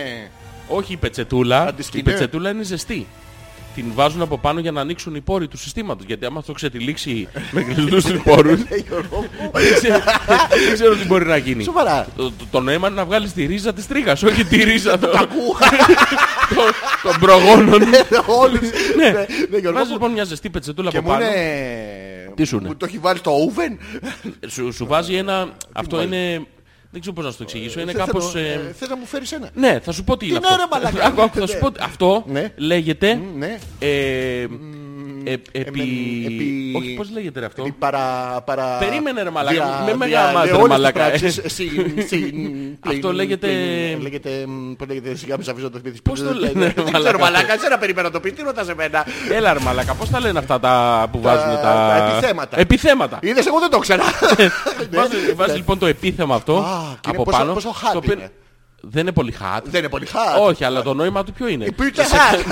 [SPEAKER 1] Όχι η πετσετούλα. Η
[SPEAKER 2] Αντισκηνέ.
[SPEAKER 1] πετσετούλα είναι ζεστή. Την βάζουν από πάνω για να ανοίξουν οι πόροι του συστήματος. Γιατί άμα το ξετυλίξει με κλειστούς πόρους,
[SPEAKER 2] Ε, Γιώργο μου.
[SPEAKER 1] δεν ξέρω- δεν ξέρω τι μπορεί να γίνει.
[SPEAKER 2] Σοβαρά.
[SPEAKER 1] Το, το- το νόημα είναι να βγάλεις τη ρίζα της τρίγας, όχι τη ρίζα των
[SPEAKER 2] Ου,
[SPEAKER 1] των προγόνων.
[SPEAKER 2] Όλους.
[SPEAKER 1] Ναι.
[SPEAKER 2] Ναι, ναι, Γιώργο
[SPEAKER 1] Βάζεις
[SPEAKER 2] μου.
[SPEAKER 1] λοιπόν μια ζεστή πετσετούλα
[SPEAKER 2] Και
[SPEAKER 1] από
[SPEAKER 2] μου
[SPEAKER 1] πάνω.
[SPEAKER 2] είναι...
[SPEAKER 1] Τι σου είναι?
[SPEAKER 2] Μου το έχει βάλει στο oven.
[SPEAKER 1] Σου, σου βάζει ένα... Αυτό είναι... Δεν ξέρω πώς να σου το εξηγήσω. Είναι
[SPEAKER 2] Θε- θέλω,
[SPEAKER 1] κάπως... ε,
[SPEAKER 2] ε, Θες να μου φέρεις ένα.
[SPEAKER 1] Ναι, θα σου πω τι είναι
[SPEAKER 2] ναι,
[SPEAKER 1] αυτό.
[SPEAKER 2] ρε μαλάκα.
[SPEAKER 1] Άκου, άκου, θα σου
[SPEAKER 2] Ναι.
[SPEAKER 1] πω τι- Αυτό
[SPEAKER 2] Ναι.
[SPEAKER 1] λέγεται...
[SPEAKER 2] Ναι.
[SPEAKER 1] ε, ε, επί...
[SPEAKER 2] εμεν- επί-
[SPEAKER 1] Όχι, πώς λέγεται ρε αυτό.
[SPEAKER 2] Η παρα, παρα...
[SPEAKER 1] Περίμενε, ρε μαλάκα,
[SPEAKER 2] δια-
[SPEAKER 1] με
[SPEAKER 2] δια-
[SPEAKER 1] μεγάλα
[SPEAKER 2] δια-
[SPEAKER 1] μάτια, ρε
[SPEAKER 2] όλες τις
[SPEAKER 1] μαλάκα.
[SPEAKER 2] πράξεις, ε, συν- συν- πλην-
[SPEAKER 1] λέγεται-
[SPEAKER 2] πλην- Λέγεται... μ, Πώς λέγεται... Σιγά μη σε αφήσω το σπίτι της
[SPEAKER 1] Πώς το
[SPEAKER 2] πίτας.
[SPEAKER 1] λένε, ρε
[SPEAKER 2] Δεν
[SPEAKER 1] μαλάκα.
[SPEAKER 2] ξέρω μαλάκα. Δεν περιμένω το πίτι. Τι ρωτάς εμένα.
[SPEAKER 1] Έλα ρε μαλάκα, πώς τα λένε αυτά τα που βάζουν τα...
[SPEAKER 2] τα επιθέματα.
[SPEAKER 1] Επιθέματα.
[SPEAKER 2] Είδες εγώ δεν το ξέρα.
[SPEAKER 1] Ε,
[SPEAKER 2] Ναι.
[SPEAKER 1] Βάζεις, βάζει λοιπόν το επίθεμα αυτό
[SPEAKER 2] Α, και είναι
[SPEAKER 1] από
[SPEAKER 2] πόσο-
[SPEAKER 1] πάνω.
[SPEAKER 2] πόσο hard
[SPEAKER 1] το οποίο-
[SPEAKER 2] είναι.
[SPEAKER 1] Δεν είναι πολύ hard.
[SPEAKER 2] Δεν είναι πολύ χάρη.
[SPEAKER 1] Όχι, αλλά το νόημα του ποιο είναι.
[SPEAKER 2] Η Pizza Hut.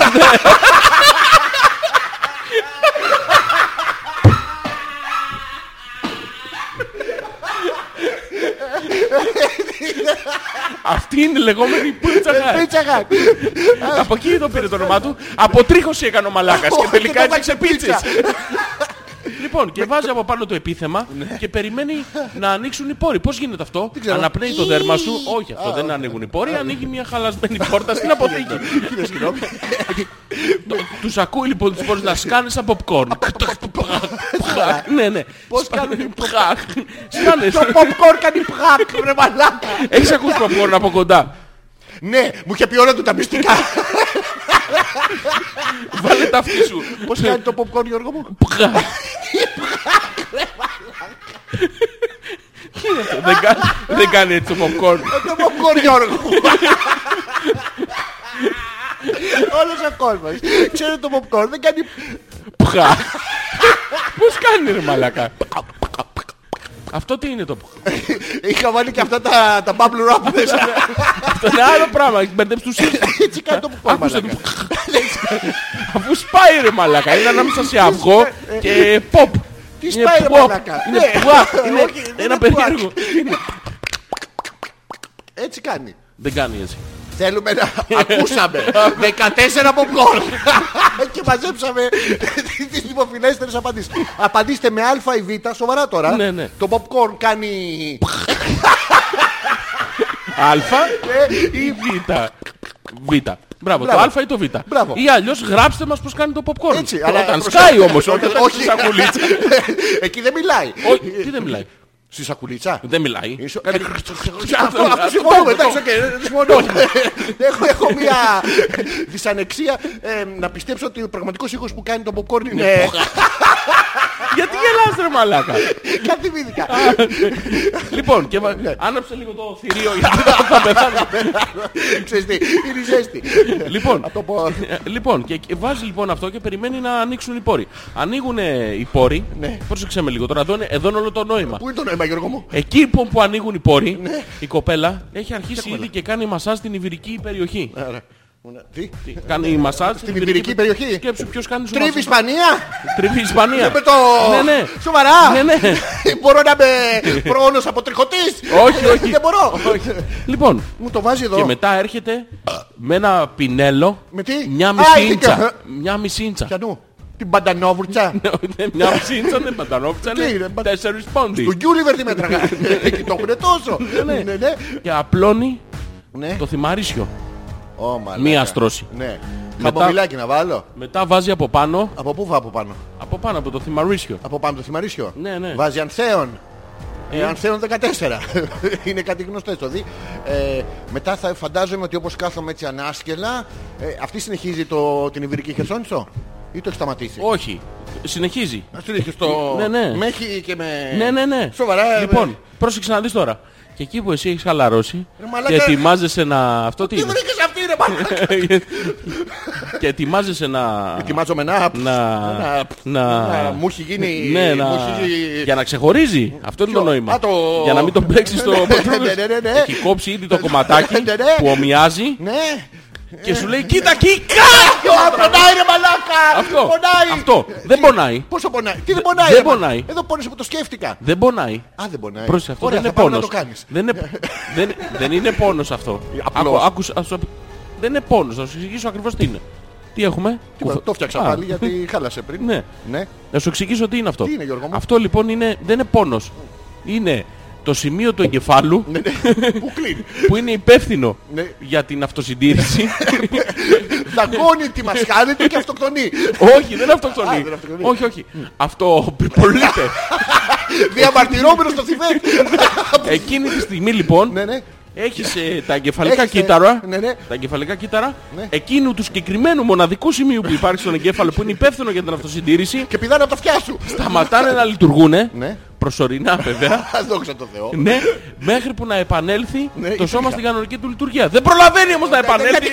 [SPEAKER 1] Αυτή είναι η
[SPEAKER 2] Ε,
[SPEAKER 1] λεγόμενη πίτσα Hut.
[SPEAKER 2] Pizza Hut.
[SPEAKER 1] Από εκεί το πήρε το όνομά του. Αποτρίχωση έκανε ο μαλάκας και
[SPEAKER 2] Όχι,
[SPEAKER 1] τελικά
[SPEAKER 2] δεν
[SPEAKER 1] έφτιαξε
[SPEAKER 2] έταξε
[SPEAKER 1] πίτσες. Λοιπόν, και βάζει από πάνω το επίθεμα και περιμένει να ανοίξουν οι πόροι. Πώς γίνεται αυτό,
[SPEAKER 2] Ναι. ξέρω.
[SPEAKER 1] Αναπνέει το δέρμα σου. Όχι, αυτό δεν ανοίγουν οι πόροι. Ανοίγει μια χαλασμένη πόρτα στην αποθήκη.
[SPEAKER 2] Κύριε συγγνώμη.
[SPEAKER 1] Τους ακούει λοιπόν τους πόρους να σκάνε σαν popcorn. Πχακ. Ναι, ναι.
[SPEAKER 2] Πώς
[SPEAKER 1] Σπα-
[SPEAKER 2] κάνουν οι προ-
[SPEAKER 1] Πχακ. Σπάνε.
[SPEAKER 2] Το popcorn κάνει πράκ, βρε μαλάκα.
[SPEAKER 1] Έχεις ακούσει popcorn από κοντά.
[SPEAKER 2] Ναι, μου είχε πει όλα του τα μυστικά.
[SPEAKER 1] Βάλε τα αυτή σου.
[SPEAKER 2] Πώς κάνει το popcorn, Γιώργο μου.
[SPEAKER 1] Πχακ. Τι είναι αυτό, δεν κάνει- Δεν κάνει έτσι το popcorn.
[SPEAKER 2] Ε, Το popcorn, Γιώργο μου. Όλος ο κόσμος ξέρει το popcorn, δεν κάνει...
[SPEAKER 1] Πχακ. Πώς κάνει ρε μαλακά. Αυτό τι είναι το πχακ.
[SPEAKER 2] Είχα βάλει και αυτά τα, τα bubble wrap μέσα.
[SPEAKER 1] Αυτό είναι άλλο πράγμα. Έχεις μπερδέψει τους ήρθους.
[SPEAKER 2] Έτσι κάνει το popcorn,
[SPEAKER 1] Άκουσε το
[SPEAKER 2] μαλάκα.
[SPEAKER 1] Αφού σπάει ρε μαλακά. Είναι ανάμεσα σε αυγό και pop.
[SPEAKER 2] Τι
[SPEAKER 1] Είναι
[SPEAKER 2] σπάει, ρε
[SPEAKER 1] pop.
[SPEAKER 2] μαλάκα.
[SPEAKER 1] Είναι
[SPEAKER 2] Ναι.
[SPEAKER 1] πουακ. Είναι
[SPEAKER 2] Όχι, δεν
[SPEAKER 1] ένα
[SPEAKER 2] είναι πουακ.
[SPEAKER 1] περίεργο.
[SPEAKER 2] Έτσι κάνει.
[SPEAKER 1] Δεν κάνει έτσι.
[SPEAKER 2] Θέλουμε να ακούσαμε 14 popcorn και μαζέψαμε τις δημοφιλέστερες απαντήσεις. Απαντήστε με α ή β, σοβαρά τώρα.
[SPEAKER 1] Ναι, ναι.
[SPEAKER 2] Το popcorn κάνει...
[SPEAKER 1] Αλφα
[SPEAKER 2] Ε,
[SPEAKER 1] ή β. Β. Μπράβο, το
[SPEAKER 2] Μπράβο.
[SPEAKER 1] α ή το β.
[SPEAKER 2] Μπράβο.
[SPEAKER 1] Ή αλλιώς γράψτε μας πώς κάνει το popcorn.
[SPEAKER 2] Έτσι,
[SPEAKER 1] Το
[SPEAKER 2] αλλά
[SPEAKER 1] Όταν
[SPEAKER 2] προσέξτε,
[SPEAKER 1] σκάει όμως,
[SPEAKER 2] όχι,
[SPEAKER 1] όταν
[SPEAKER 2] όχι.
[SPEAKER 1] όχι σακουλίτσα.
[SPEAKER 2] Εκεί δεν μιλάει.
[SPEAKER 1] Όχι, Ε, τι δεν μιλάει.
[SPEAKER 2] Στη σακουλίτσα. Ε,
[SPEAKER 1] Δεν μιλάει.
[SPEAKER 2] Ίσο-
[SPEAKER 1] Κάνει-
[SPEAKER 2] Αυτό αυτό συμφωνούμε, εντάξει, οκ, δεν συμφωνούμε. Έχω- Έχω μια δυσανεξία ε, να πιστέψω ότι ο πραγματικός ήχος που κάνει το popcorn είναι
[SPEAKER 1] Γιατί γελάς ρε μαλάκα.
[SPEAKER 2] κάτι βίδικα.
[SPEAKER 1] Λοιπόν, και βα-
[SPEAKER 2] Ναι.
[SPEAKER 1] άναψε λίγο το θηρίο γιατί θα πεθάνω.
[SPEAKER 2] Ξέρεις τι, είναι ζέστη.
[SPEAKER 1] Λοιπόν,
[SPEAKER 2] Αυτό που...
[SPEAKER 1] Ε, λοιπόν, και, και βάζει λοιπόν αυτό και περιμένει να ανοίξουν οι πόροι. Ανοίγουν οι πόροι.
[SPEAKER 2] Ναι.
[SPEAKER 1] Πρόσεξε με λίγο τώρα, εδώ είναι, εδώ είναι όλο το νόημα.
[SPEAKER 2] Πού είναι το νόημα, Γιώργο μου.
[SPEAKER 1] Εκεί λοιπόν που ανοίγουν οι πόροι,
[SPEAKER 2] Ναι.
[SPEAKER 1] η κοπέλα έχει αρχίσει ήδη και κάνει μασάζ στην ιβυρική περιοχή.
[SPEAKER 2] Άρα, Τι,
[SPEAKER 1] Κάνει μασάζ στην
[SPEAKER 2] ιβυρική περιοχή?
[SPEAKER 1] Σκέψου ποιος κάνει σου
[SPEAKER 2] τρίβει
[SPEAKER 1] μασάζ.
[SPEAKER 2] Ισπανία.
[SPEAKER 1] Τρίβει η Ισπανία.
[SPEAKER 2] Με το...
[SPEAKER 1] Ναι, ναι.
[SPEAKER 2] Σοβαρά.
[SPEAKER 1] Ναι, ναι.
[SPEAKER 2] Μπορώ να είμαι πρόνος από τριχωτής. Ε,
[SPEAKER 1] Όχι, όχι.
[SPEAKER 2] Δεν μπορώ.
[SPEAKER 1] Λοιπόν,
[SPEAKER 2] Μου το βάζει εδώ.
[SPEAKER 1] και μετά έρχεται με ένα πινέλο.
[SPEAKER 2] Με τι?
[SPEAKER 1] Μια
[SPEAKER 2] Α,
[SPEAKER 1] μισή
[SPEAKER 2] είχε
[SPEAKER 1] ίντσα.
[SPEAKER 2] και-
[SPEAKER 1] Μια μισή ίντσα.
[SPEAKER 2] Πιανού. Την παντανόβουρτσα.
[SPEAKER 1] Ναι, Μια μισή ίντσα δεν παντανόφτσα.
[SPEAKER 2] Τι είναι, μπα-
[SPEAKER 1] Τέσσερις πόντι.
[SPEAKER 2] Του Γκιούλιβερ τη μέτραγα. Εκεί το έχουνε τόσο. Ναι, ναι.
[SPEAKER 1] Και απλώνει
[SPEAKER 2] Ναι.
[SPEAKER 1] το θυμαρίσιο.
[SPEAKER 2] Ω, μαλάκα.
[SPEAKER 1] Μία στρώση.
[SPEAKER 2] Ναι.
[SPEAKER 1] Μετά-
[SPEAKER 2] Χαμπομιλάκι να βάλω.
[SPEAKER 1] Μετά βάζει από πάνω,
[SPEAKER 2] Από πού βάζω από πάνω.
[SPEAKER 1] από πάνω από το θυμαρίσιο.
[SPEAKER 2] Από πάνω το θυμαρίσιο.
[SPEAKER 1] Ναι, ναι.
[SPEAKER 2] Βάζει ανθέων. Ε, ανθέων 14. είναι κάτι γνωστό έτσι το δει. Ε, μετά θα φαντάζομαι ότι όπως κάθομαι έτσι ανάσκελα, ε, αυτή συνεχίζει το, την Ιβυρική Χερσόνησο ή το έχει σταματήσει.
[SPEAKER 1] Όχι. Συνεχίζει.
[SPEAKER 2] Ας την έχει στο...
[SPEAKER 1] Ναι, ναι.
[SPEAKER 2] Με έχει και με...
[SPEAKER 1] Ναι, ναι, ναι.
[SPEAKER 2] Σοβαρά. ε,
[SPEAKER 1] Λοιπόν, πρόσεξε να δεις τώρα. Και εκεί που εσύ έχεις χαλαρώσει
[SPEAKER 2] Ρε μαλάκα.
[SPEAKER 1] και ετοιμάζεσαι να... Αυτό τι
[SPEAKER 2] Τι
[SPEAKER 1] είναι.
[SPEAKER 2] βρήκες αυτή ρε μαλάκα.
[SPEAKER 1] και ετοιμάζεσαι να...
[SPEAKER 2] Ετοιμάζομαι να...
[SPEAKER 1] Να...
[SPEAKER 2] να-
[SPEAKER 1] Να...
[SPEAKER 2] Μου έχει γίνει...
[SPEAKER 1] Ναι, να...
[SPEAKER 2] Μου έχει γίνει-
[SPEAKER 1] Για να ξεχωρίζει. Αυτό είναι το
[SPEAKER 2] Ποιο?
[SPEAKER 1] νόημα.
[SPEAKER 2] Α, το-
[SPEAKER 1] Για να μην τον παίξεις στο...
[SPEAKER 2] Ναι, ναι, ναι, ναι, ναι.
[SPEAKER 1] Έχει κόψει ήδη το κομματάκι
[SPEAKER 2] Ναι, ναι.
[SPEAKER 1] που ομοιάζει
[SPEAKER 2] Ναι.
[SPEAKER 1] και σου λέει κοίτα εκεί.
[SPEAKER 2] Α, Πονάει ρε μαλάκα.
[SPEAKER 1] Αυτό.
[SPEAKER 2] Πονάει.
[SPEAKER 1] Αυτό. Δεν
[SPEAKER 2] Τι-
[SPEAKER 1] πονάει.
[SPEAKER 2] Πόσο πονάει. Τι δεν πονάει.
[SPEAKER 1] δεν
[SPEAKER 2] ρε, μα-
[SPEAKER 1] πονάει.
[SPEAKER 2] Εδώ πόνεσε που το σκέφτηκα.
[SPEAKER 1] Δεν πονάει.
[SPEAKER 2] Α, δεν πονάει.
[SPEAKER 1] Πρόσεχε, αυτό
[SPEAKER 2] Ωραία,
[SPEAKER 1] δεν είναι
[SPEAKER 2] θα πάμε
[SPEAKER 1] πόνος.
[SPEAKER 2] Να το κάνεις.
[SPEAKER 1] Δεν είναι, δεν, δεν είναι πόνος αυτό.
[SPEAKER 2] Απλώς.
[SPEAKER 1] Άκου- άκουσα- ας σου απ- δεν είναι πόνος, θα σου εξηγήσω ακριβώς τι είναι. Τι έχουμε.
[SPEAKER 2] Τίποτα,
[SPEAKER 1] Κουφα-
[SPEAKER 2] Λοιπόν, Το φτιάξα
[SPEAKER 1] Α,
[SPEAKER 2] πάλι γιατί χάλασε πριν.
[SPEAKER 1] Ναι.
[SPEAKER 2] ναι.
[SPEAKER 1] Να σου εξηγήσω τι είναι αυτό.
[SPEAKER 2] Τι είναι, Γιώργο μου?
[SPEAKER 1] Αυτό λοιπόν είναι, δεν είναι πόνος. Είναι το σημείο του εγκεφάλου
[SPEAKER 2] Ναι, ναι. Που κλείνει.
[SPEAKER 1] που είναι υπεύθυνο
[SPEAKER 2] Ναι.
[SPEAKER 1] για την αυτοσυντήρηση.
[SPEAKER 2] Δαγκώνει τη μασχάλη του και αυτοκτονεί.
[SPEAKER 1] όχι, δεν
[SPEAKER 2] Α,
[SPEAKER 1] αυτοκτονεί.
[SPEAKER 2] δεν αυτοκτονεί.
[SPEAKER 1] όχι, όχι. Αυτό πυρπολείται.
[SPEAKER 2] Διαμαρτυρόμενος στο Θιβέτ.
[SPEAKER 1] Εκείνη τη στιγμή λοιπόν
[SPEAKER 2] Ναι, ναι.
[SPEAKER 1] Έχεις ε, τα εγκεφαλικά
[SPEAKER 2] Έχεις, ε,
[SPEAKER 1] κύτταρα.
[SPEAKER 2] ναι, ναι.
[SPEAKER 1] Τα εγκεφαλικά κύτταρα.
[SPEAKER 2] Ναι.
[SPEAKER 1] Εκείνου του συγκεκριμένου μοναδικού σημείου που υπάρχει στον εγκέφαλο που είναι υπεύθυνο για την αυτοσυντήρηση.
[SPEAKER 2] Και πηδάνε από τα αυτιά σου.
[SPEAKER 1] σταματάνε να λειτουργούν.
[SPEAKER 2] Ναι.
[SPEAKER 1] Προσωρινά βέβαια.
[SPEAKER 2] Ας δόξα τω Θεώ.
[SPEAKER 1] ναι. Μέχρι που να επανέλθει
[SPEAKER 2] Ναι,
[SPEAKER 1] το σώμα
[SPEAKER 2] ίδια.
[SPEAKER 1] στην κανονική του λειτουργία. Δεν προλαβαίνει όμως να επανέλθει.
[SPEAKER 2] γιατί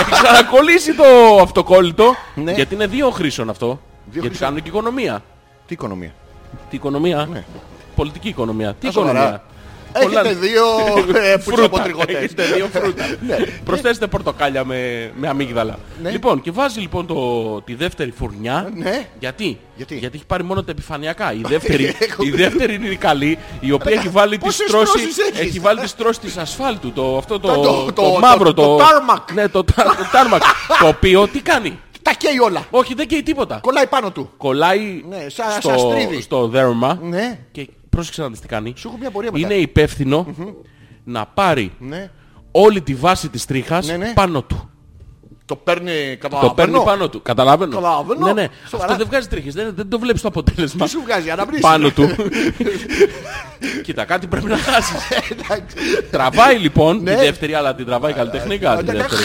[SPEAKER 1] Έχει ξανακολλήσει το αυτοκόλλητο.
[SPEAKER 2] Ναι.
[SPEAKER 1] Γιατί είναι δύο χρήσεων αυτό. γιατί
[SPEAKER 2] χρήσεων.
[SPEAKER 1] κάνουν και οικονομία.
[SPEAKER 2] Τι οικονομία.
[SPEAKER 1] Τι οικονομία.
[SPEAKER 2] Ναι.
[SPEAKER 1] Πολιτική οικονομία. Τι
[SPEAKER 2] Α, σοβαρά.
[SPEAKER 1] οικονομία.
[SPEAKER 2] Έχετε
[SPEAKER 1] Πολλά-
[SPEAKER 2] δύο ε,
[SPEAKER 1] Φρούτα.
[SPEAKER 2] φουτσοποτριγωτές.
[SPEAKER 1] Έχετε δύο φρούτα. Προσθέστε πορτοκάλια με, με αμύγδαλα.
[SPEAKER 2] Ναι.
[SPEAKER 1] Λοιπόν, και βάζει λοιπόν το, τη δεύτερη φουρνιά.
[SPEAKER 2] Ναι.
[SPEAKER 1] Γιατί?
[SPEAKER 2] Γιατί?
[SPEAKER 1] έχει πάρει μόνο τα επιφανειακά. Η δεύτερη,
[SPEAKER 2] Έχω-
[SPEAKER 1] η δεύτερη είναι η καλή, η οποία έχει βάλει τη
[SPEAKER 2] πόσες
[SPEAKER 1] στρώση,
[SPEAKER 2] στρώσεις έχεις?
[SPEAKER 1] έχει βάλει τη στρώση της ασφάλτου. Το, αυτό το,
[SPEAKER 2] Το- το- το-
[SPEAKER 1] μαύρο.
[SPEAKER 2] το- το tarmac.
[SPEAKER 1] Ναι, το, τα- το tarmac. το οποίο τι κάνει.
[SPEAKER 2] Τα καίει όλα.
[SPEAKER 1] Όχι, δεν καίει τίποτα.
[SPEAKER 2] Κολλάει πάνω του.
[SPEAKER 1] Κολλάει
[SPEAKER 2] Ναι, σαν- σαν
[SPEAKER 1] στο,
[SPEAKER 2] στρίδι.
[SPEAKER 1] στο δέρμα.
[SPEAKER 2] Ναι.
[SPEAKER 1] Και πρόσεξε να δεις τι κάνει.
[SPEAKER 2] Σου έχω μια απορία μετά.
[SPEAKER 1] Είναι υπεύθυνο να πάρει
[SPEAKER 2] Ναι.
[SPEAKER 1] όλη τη βάση της τρίχας
[SPEAKER 2] Ναι, ναι.
[SPEAKER 1] πάνω του.
[SPEAKER 2] Το παίρνει κατά
[SPEAKER 1] Το παίρνει πάνω του. Καταλαβαίνω.
[SPEAKER 2] Καταλαβαίνω.
[SPEAKER 1] Ναι, ναι.
[SPEAKER 2] Σοβαρά.
[SPEAKER 1] Αυτό δεν βγάζει τρίχες. Δεν, δεν το βλέπεις το αποτέλεσμα.
[SPEAKER 2] Τι σου βγάζει, αναπνίσεις.
[SPEAKER 1] Πάνω του. Κοίτα, κάτι πρέπει να χάσεις.
[SPEAKER 2] Εντάξει.
[SPEAKER 1] τραβάει λοιπόν
[SPEAKER 2] Ναι.
[SPEAKER 1] τη δεύτερη, αλλά την τραβάει καλλιτεχνικά τη
[SPEAKER 2] εντάξει.
[SPEAKER 1] δεύτερη.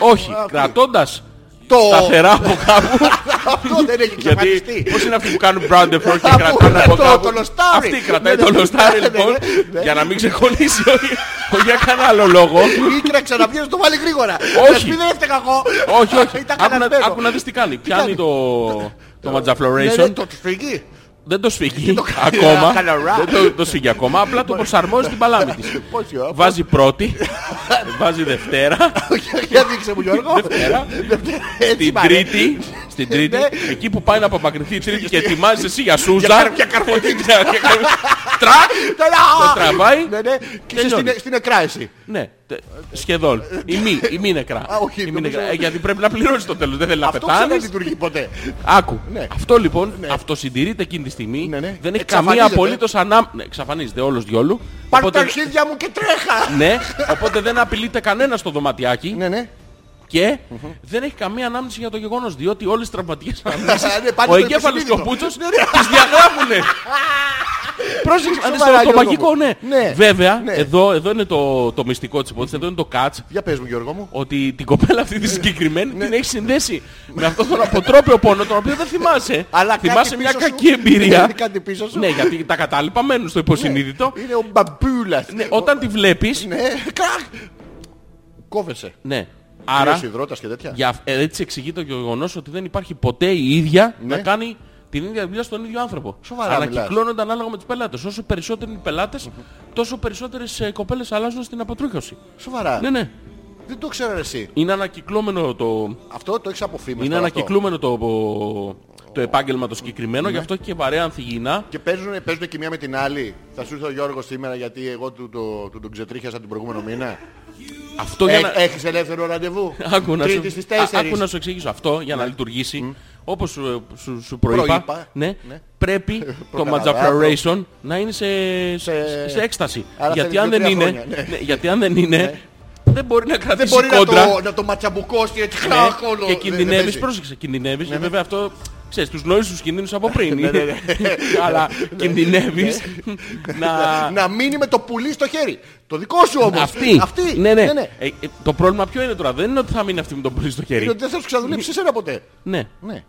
[SPEAKER 1] Όχι, κρατώντας
[SPEAKER 2] Το...
[SPEAKER 1] σταθερά από κάπου.
[SPEAKER 2] Αυτό δεν έχει
[SPEAKER 1] Γιατί
[SPEAKER 2] ξεφανιστεί.
[SPEAKER 1] πώς είναι αυτοί που κάνουν brown effort και
[SPEAKER 2] Αυτά που
[SPEAKER 1] κρατάνε από
[SPEAKER 2] το-
[SPEAKER 1] κάπου.
[SPEAKER 2] το λοστάρι.
[SPEAKER 1] Αυτή κρατάει
[SPEAKER 2] Ναι,
[SPEAKER 1] το
[SPEAKER 2] ναι,
[SPEAKER 1] λοστάρι
[SPEAKER 2] ναι, ναι,
[SPEAKER 1] λοιπόν
[SPEAKER 2] ναι.
[SPEAKER 1] για να μην ξεχωνίσει. όχι- Όχι για κανένα άλλο λόγο.
[SPEAKER 2] Ή να ξαναβγαίνεις το βάλει γρήγορα.
[SPEAKER 1] Όχι.
[SPEAKER 2] Να σου πει, δεν έφταιγα εγώ.
[SPEAKER 1] Όχι, όχι.
[SPEAKER 2] Ήταν
[SPEAKER 1] Άκου να-
[SPEAKER 2] καλασμένο.
[SPEAKER 1] Άκου να δεις τι κάνει. Πιάνει
[SPEAKER 2] κάνει?
[SPEAKER 1] το... Το
[SPEAKER 2] Ναι, ναι,
[SPEAKER 1] ματζαφλωρέισον
[SPEAKER 2] Το σφίγγει.
[SPEAKER 1] δεν το σφίγγει ακόμα.
[SPEAKER 2] Καλαρά.
[SPEAKER 1] δεν το, το σφίγγει ακόμα, απλά το προσαρμόζει την παλάμη της.
[SPEAKER 2] Πώς, Γιώργο?
[SPEAKER 1] Βάζει πρώτη, βάζει Δευτέρα,
[SPEAKER 2] Για δείξε μου Γιώργο.
[SPEAKER 1] Δευτέρα,
[SPEAKER 2] Έτσι
[SPEAKER 1] την
[SPEAKER 2] πάρε.
[SPEAKER 1] Τρίτη, στην Τρίτη,
[SPEAKER 2] Ναι.
[SPEAKER 1] εκεί που πάει να απομακρυνθεί η Τρίτη και ετοιμάζεις εσύ για Σούζα.
[SPEAKER 2] καρ- για καρφωτίδι.
[SPEAKER 1] Για καρ- Τρακ!
[SPEAKER 2] Τώρα, α!
[SPEAKER 1] τραβάει.
[SPEAKER 2] Ναι, ναι. Και είσαι
[SPEAKER 1] Τελειώνει.
[SPEAKER 2] στην- στην εκράηση.
[SPEAKER 1] Ναι, τε- σχεδόν. Η μη, η μη νεκρά.
[SPEAKER 2] Α, όχι,
[SPEAKER 1] Η μη
[SPEAKER 2] νομίζω-
[SPEAKER 1] νεκρά. Ε, Γιατί πρέπει να πληρώσει το τέλος, δεν θέλει να
[SPEAKER 2] Αυτό ξέρω δεν
[SPEAKER 1] πετάνεις.
[SPEAKER 2] λειτουργεί ποτέ.
[SPEAKER 1] Άκου.
[SPEAKER 2] Ναι.
[SPEAKER 1] Αυτό λοιπόν αυτοσυντηρείται εκείνη τη στιγμή.
[SPEAKER 2] Ναι, ναι.
[SPEAKER 1] Δεν έχει
[SPEAKER 2] Εξαφανίζεται.
[SPEAKER 1] καμία απολύτως ανά... Ναι, εξαφανίζεται όλος διόλου.
[SPEAKER 2] Πάρ' τα αρχίδια μου και τρέχα.
[SPEAKER 1] Ναι, οπότε δεν απειλείται κανένα στο δωματιάκι
[SPEAKER 2] Ναι, ναι.
[SPEAKER 1] και δεν έχει καμία ανάμνηση για το γεγονός διότι όλες τις τραυματικές
[SPEAKER 2] Ναι,
[SPEAKER 1] ανάμνησεις
[SPEAKER 2] πάνε στο
[SPEAKER 1] ο εγκέφαλος και ο
[SPEAKER 2] υποσυνείδητο.
[SPEAKER 1] Πούτσος τις διαγράφουνε. Πρόσεξε, αν
[SPEAKER 2] σοβαρά,
[SPEAKER 1] είσαι το
[SPEAKER 2] Γιώργο
[SPEAKER 1] μαγικό,
[SPEAKER 2] μου.
[SPEAKER 1] ναι.
[SPEAKER 2] Ναι.
[SPEAKER 1] Βέβαια,
[SPEAKER 2] Ναι.
[SPEAKER 1] εδώ, εδώ είναι το, το μυστικό της υπόθεσης, εδώ είναι το catch,
[SPEAKER 2] Για πες μου Γιώργο μου.
[SPEAKER 1] ότι την κοπέλα
[SPEAKER 2] Ναι.
[SPEAKER 1] αυτή τη συγκεκριμένη την έχει συνδέσει με αυτόν τον αποτρόπιο πόνο, τον οποίο δεν θυμάσαι.
[SPEAKER 2] Αλλά κάτι
[SPEAKER 1] θυμάσαι μια
[SPEAKER 2] πίσω σου.
[SPEAKER 1] κακή εμπειρία.
[SPEAKER 2] Είναι κάτι πίσω σου.
[SPEAKER 1] Ναι, γιατί τα κατάλοιπα μένουν στο υποσυνείδητο.
[SPEAKER 2] Είναι ο μπαμπούλας.
[SPEAKER 1] Ναι, όταν τη βλέπεις,
[SPEAKER 2] Ναι, κρακ. Κόβεσαι.
[SPEAKER 1] ναι.
[SPEAKER 2] Άρα...
[SPEAKER 1] Άρα,
[SPEAKER 2] υδρότας και τέτοια.
[SPEAKER 1] Για, αυ- ε, έτσι εξηγεί το γεγονός ότι δεν υπάρχει ποτέ η ίδια
[SPEAKER 2] Ναι.
[SPEAKER 1] να κάνει την ίδια δουλειά στον ίδιο άνθρωπο.
[SPEAKER 2] Σοβαρά
[SPEAKER 1] Ανακυκλώνονται ανάλογα με τους πελάτες. Όσο περισσότεροι είναι οι πελάτες, τόσο περισσότερες κοπέλες αλλάζουν στην αποτρούχωση.
[SPEAKER 2] Σοβαρά.
[SPEAKER 1] Ναι, ναι.
[SPEAKER 2] Δεν το ξέρω ρε, εσύ.
[SPEAKER 1] Είναι ανακυκλώμενο το,
[SPEAKER 2] Αυτό το έχεις αποφύμει.
[SPEAKER 1] είναι ανακυκλούμενο το, το επάγγελμα το συγκεκριμένο,
[SPEAKER 2] Ναι.
[SPEAKER 1] γι' αυτό και βαρέα ανθυγιεινά.
[SPEAKER 2] Και παίζουν, παίζουν και μία με την άλλη. Θα σου ήρθε ο Γιώργος σήμερα γιατί εγώ του, του, του τον ξετρίχιασα τον προηγούμενο μήνα.
[SPEAKER 1] Αυτό για
[SPEAKER 2] Έχ,
[SPEAKER 1] να...
[SPEAKER 2] Έχεις ελεύθερο ραντεβού.
[SPEAKER 1] Άκου να,
[SPEAKER 2] Τρίτης
[SPEAKER 1] σου...
[SPEAKER 2] στις 4.
[SPEAKER 1] α- άκου να σου εξηγήσω αυτό για να λειτουργήσει. Όπως σου, σου, σου προείπα,
[SPEAKER 2] Ναι. Προείπα,
[SPEAKER 1] ναι,
[SPEAKER 2] ναι.
[SPEAKER 1] πρέπει το
[SPEAKER 2] Προκαταβάλλω.
[SPEAKER 1] Majaploration να είναι σε, σε... σε έκσταση.
[SPEAKER 2] Άρα
[SPEAKER 1] γιατί,
[SPEAKER 2] θέλει
[SPEAKER 1] αν δεν
[SPEAKER 2] δύο-τρία
[SPEAKER 1] είναι,
[SPEAKER 2] χρόνια, ναι.
[SPEAKER 1] ναι, γιατί αν δεν είναι, δεν μπορεί να
[SPEAKER 2] Δεν
[SPEAKER 1] κρατήσει
[SPEAKER 2] μπορεί να
[SPEAKER 1] κόντρα.
[SPEAKER 2] το, να το ματσαμπουκώσει έτσι
[SPEAKER 1] ναι,
[SPEAKER 2] χράχ όλο.
[SPEAKER 1] και
[SPEAKER 2] Δεν- δεν
[SPEAKER 1] κινδυνεύεις,
[SPEAKER 2] παίζει. Ναι,
[SPEAKER 1] πρόσεξε, κινδυνεύεις. Βέβαια αυτό, ξέρεις, τους γνώριζες τους κινδύνους από πριν. Αλλά
[SPEAKER 2] Ναι.
[SPEAKER 1] κινδυνεύεις να...
[SPEAKER 2] Να μείνει με το πουλί στο χέρι. Το δικό σου Ναι, όμως.
[SPEAKER 1] Αυτή.
[SPEAKER 2] Αυτή.
[SPEAKER 1] Ναι, ναι. Ε, ε, το πρόβλημα ποιο είναι τώρα. Δεν είναι ότι θα μείνει αυτή με τον πουλί στο χέρι.
[SPEAKER 2] Είναι ότι Ε, δεν θα σου ξαναδουλέψει εσένα ποτέ.
[SPEAKER 1] Ναι.
[SPEAKER 2] Ναι.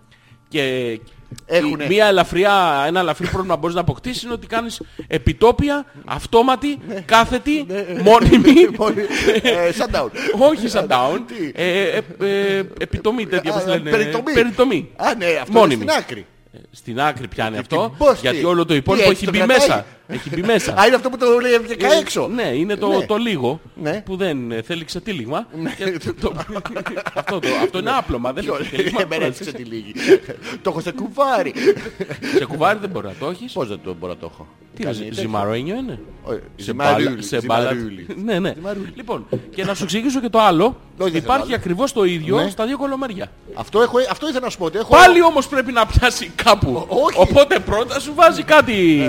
[SPEAKER 1] Και
[SPEAKER 2] Έχουνε.
[SPEAKER 1] η- μία ελαφριά, ένα ελαφρύ πρόβλημα μπορείς να αποκτήσεις είναι ότι κάνεις επιτόπια, αυτόματη,
[SPEAKER 2] Ναι.
[SPEAKER 1] κάθετη, μόνιμη,
[SPEAKER 2] Πολύ. ε, Shut down.
[SPEAKER 1] όχι σαν down,
[SPEAKER 2] Τι?
[SPEAKER 1] ε, ε, ε, επιτομή τέτοια, πώς
[SPEAKER 2] Α,
[SPEAKER 1] λένε,
[SPEAKER 2] περιτομή.
[SPEAKER 1] περιτομή.
[SPEAKER 2] Α, ναι, αυτό είναι
[SPEAKER 1] Μόνιμη.
[SPEAKER 2] στην άκρη.
[SPEAKER 1] Στην άκρη πιάνει αυτό,
[SPEAKER 2] την πόστη.
[SPEAKER 1] γιατί όλο το υπόλοιπο
[SPEAKER 2] Τι, έτσι το
[SPEAKER 1] έχει μπει
[SPEAKER 2] κρατάει?
[SPEAKER 1] μέσα. Έχει μπει μέσα.
[SPEAKER 2] Α, είναι αυτό που το λέει βγήκα έξω.
[SPEAKER 1] Ναι, είναι το,
[SPEAKER 2] Ναι.
[SPEAKER 1] το λίγο
[SPEAKER 2] Ναι.
[SPEAKER 1] που δεν ε, θέλει ξετύλιγμα. Και το- το- αυτό, το, αυτό
[SPEAKER 2] Ναι.
[SPEAKER 1] είναι άπλωμα,
[SPEAKER 2] Ε,
[SPEAKER 1] δεν θέλει ξετύλιγμα.
[SPEAKER 2] Εμένα έτσι ξετυλίγει. Το έχω σε κουβάρι.
[SPEAKER 1] Σε κουβάρι δεν μπορεί να το έχεις.
[SPEAKER 2] Πώς δεν το μπορώ να το έχω.
[SPEAKER 1] Τι
[SPEAKER 2] Κάνει
[SPEAKER 1] είναι,
[SPEAKER 2] τέτοιο.
[SPEAKER 1] ζυμαρένιο είναι.
[SPEAKER 2] Όχι,
[SPEAKER 1] Ε, Σε
[SPEAKER 2] ε, ζυμαρούλι,
[SPEAKER 1] μπάλα- σε μπάλα.
[SPEAKER 2] ζυμαρούλι.
[SPEAKER 1] Ναι, ναι.
[SPEAKER 2] Ζυμαρούλι.
[SPEAKER 1] Λοιπόν, και να σου εξηγήσω και το άλλο.
[SPEAKER 2] δεν θέλω
[SPEAKER 1] Υπάρχει
[SPEAKER 2] άλλο.
[SPEAKER 1] ακριβώς το ίδιο
[SPEAKER 2] Ναι.
[SPEAKER 1] στα δύο κολομέρια.
[SPEAKER 2] Αυτό, έχω, αυτό ήθελα να σου πω ότι έχω...
[SPEAKER 1] Πάλι όμως πρέπει να πιάσει κάπου.
[SPEAKER 2] όχι.
[SPEAKER 1] Οπότε πρώτα σου βάζει κάτι.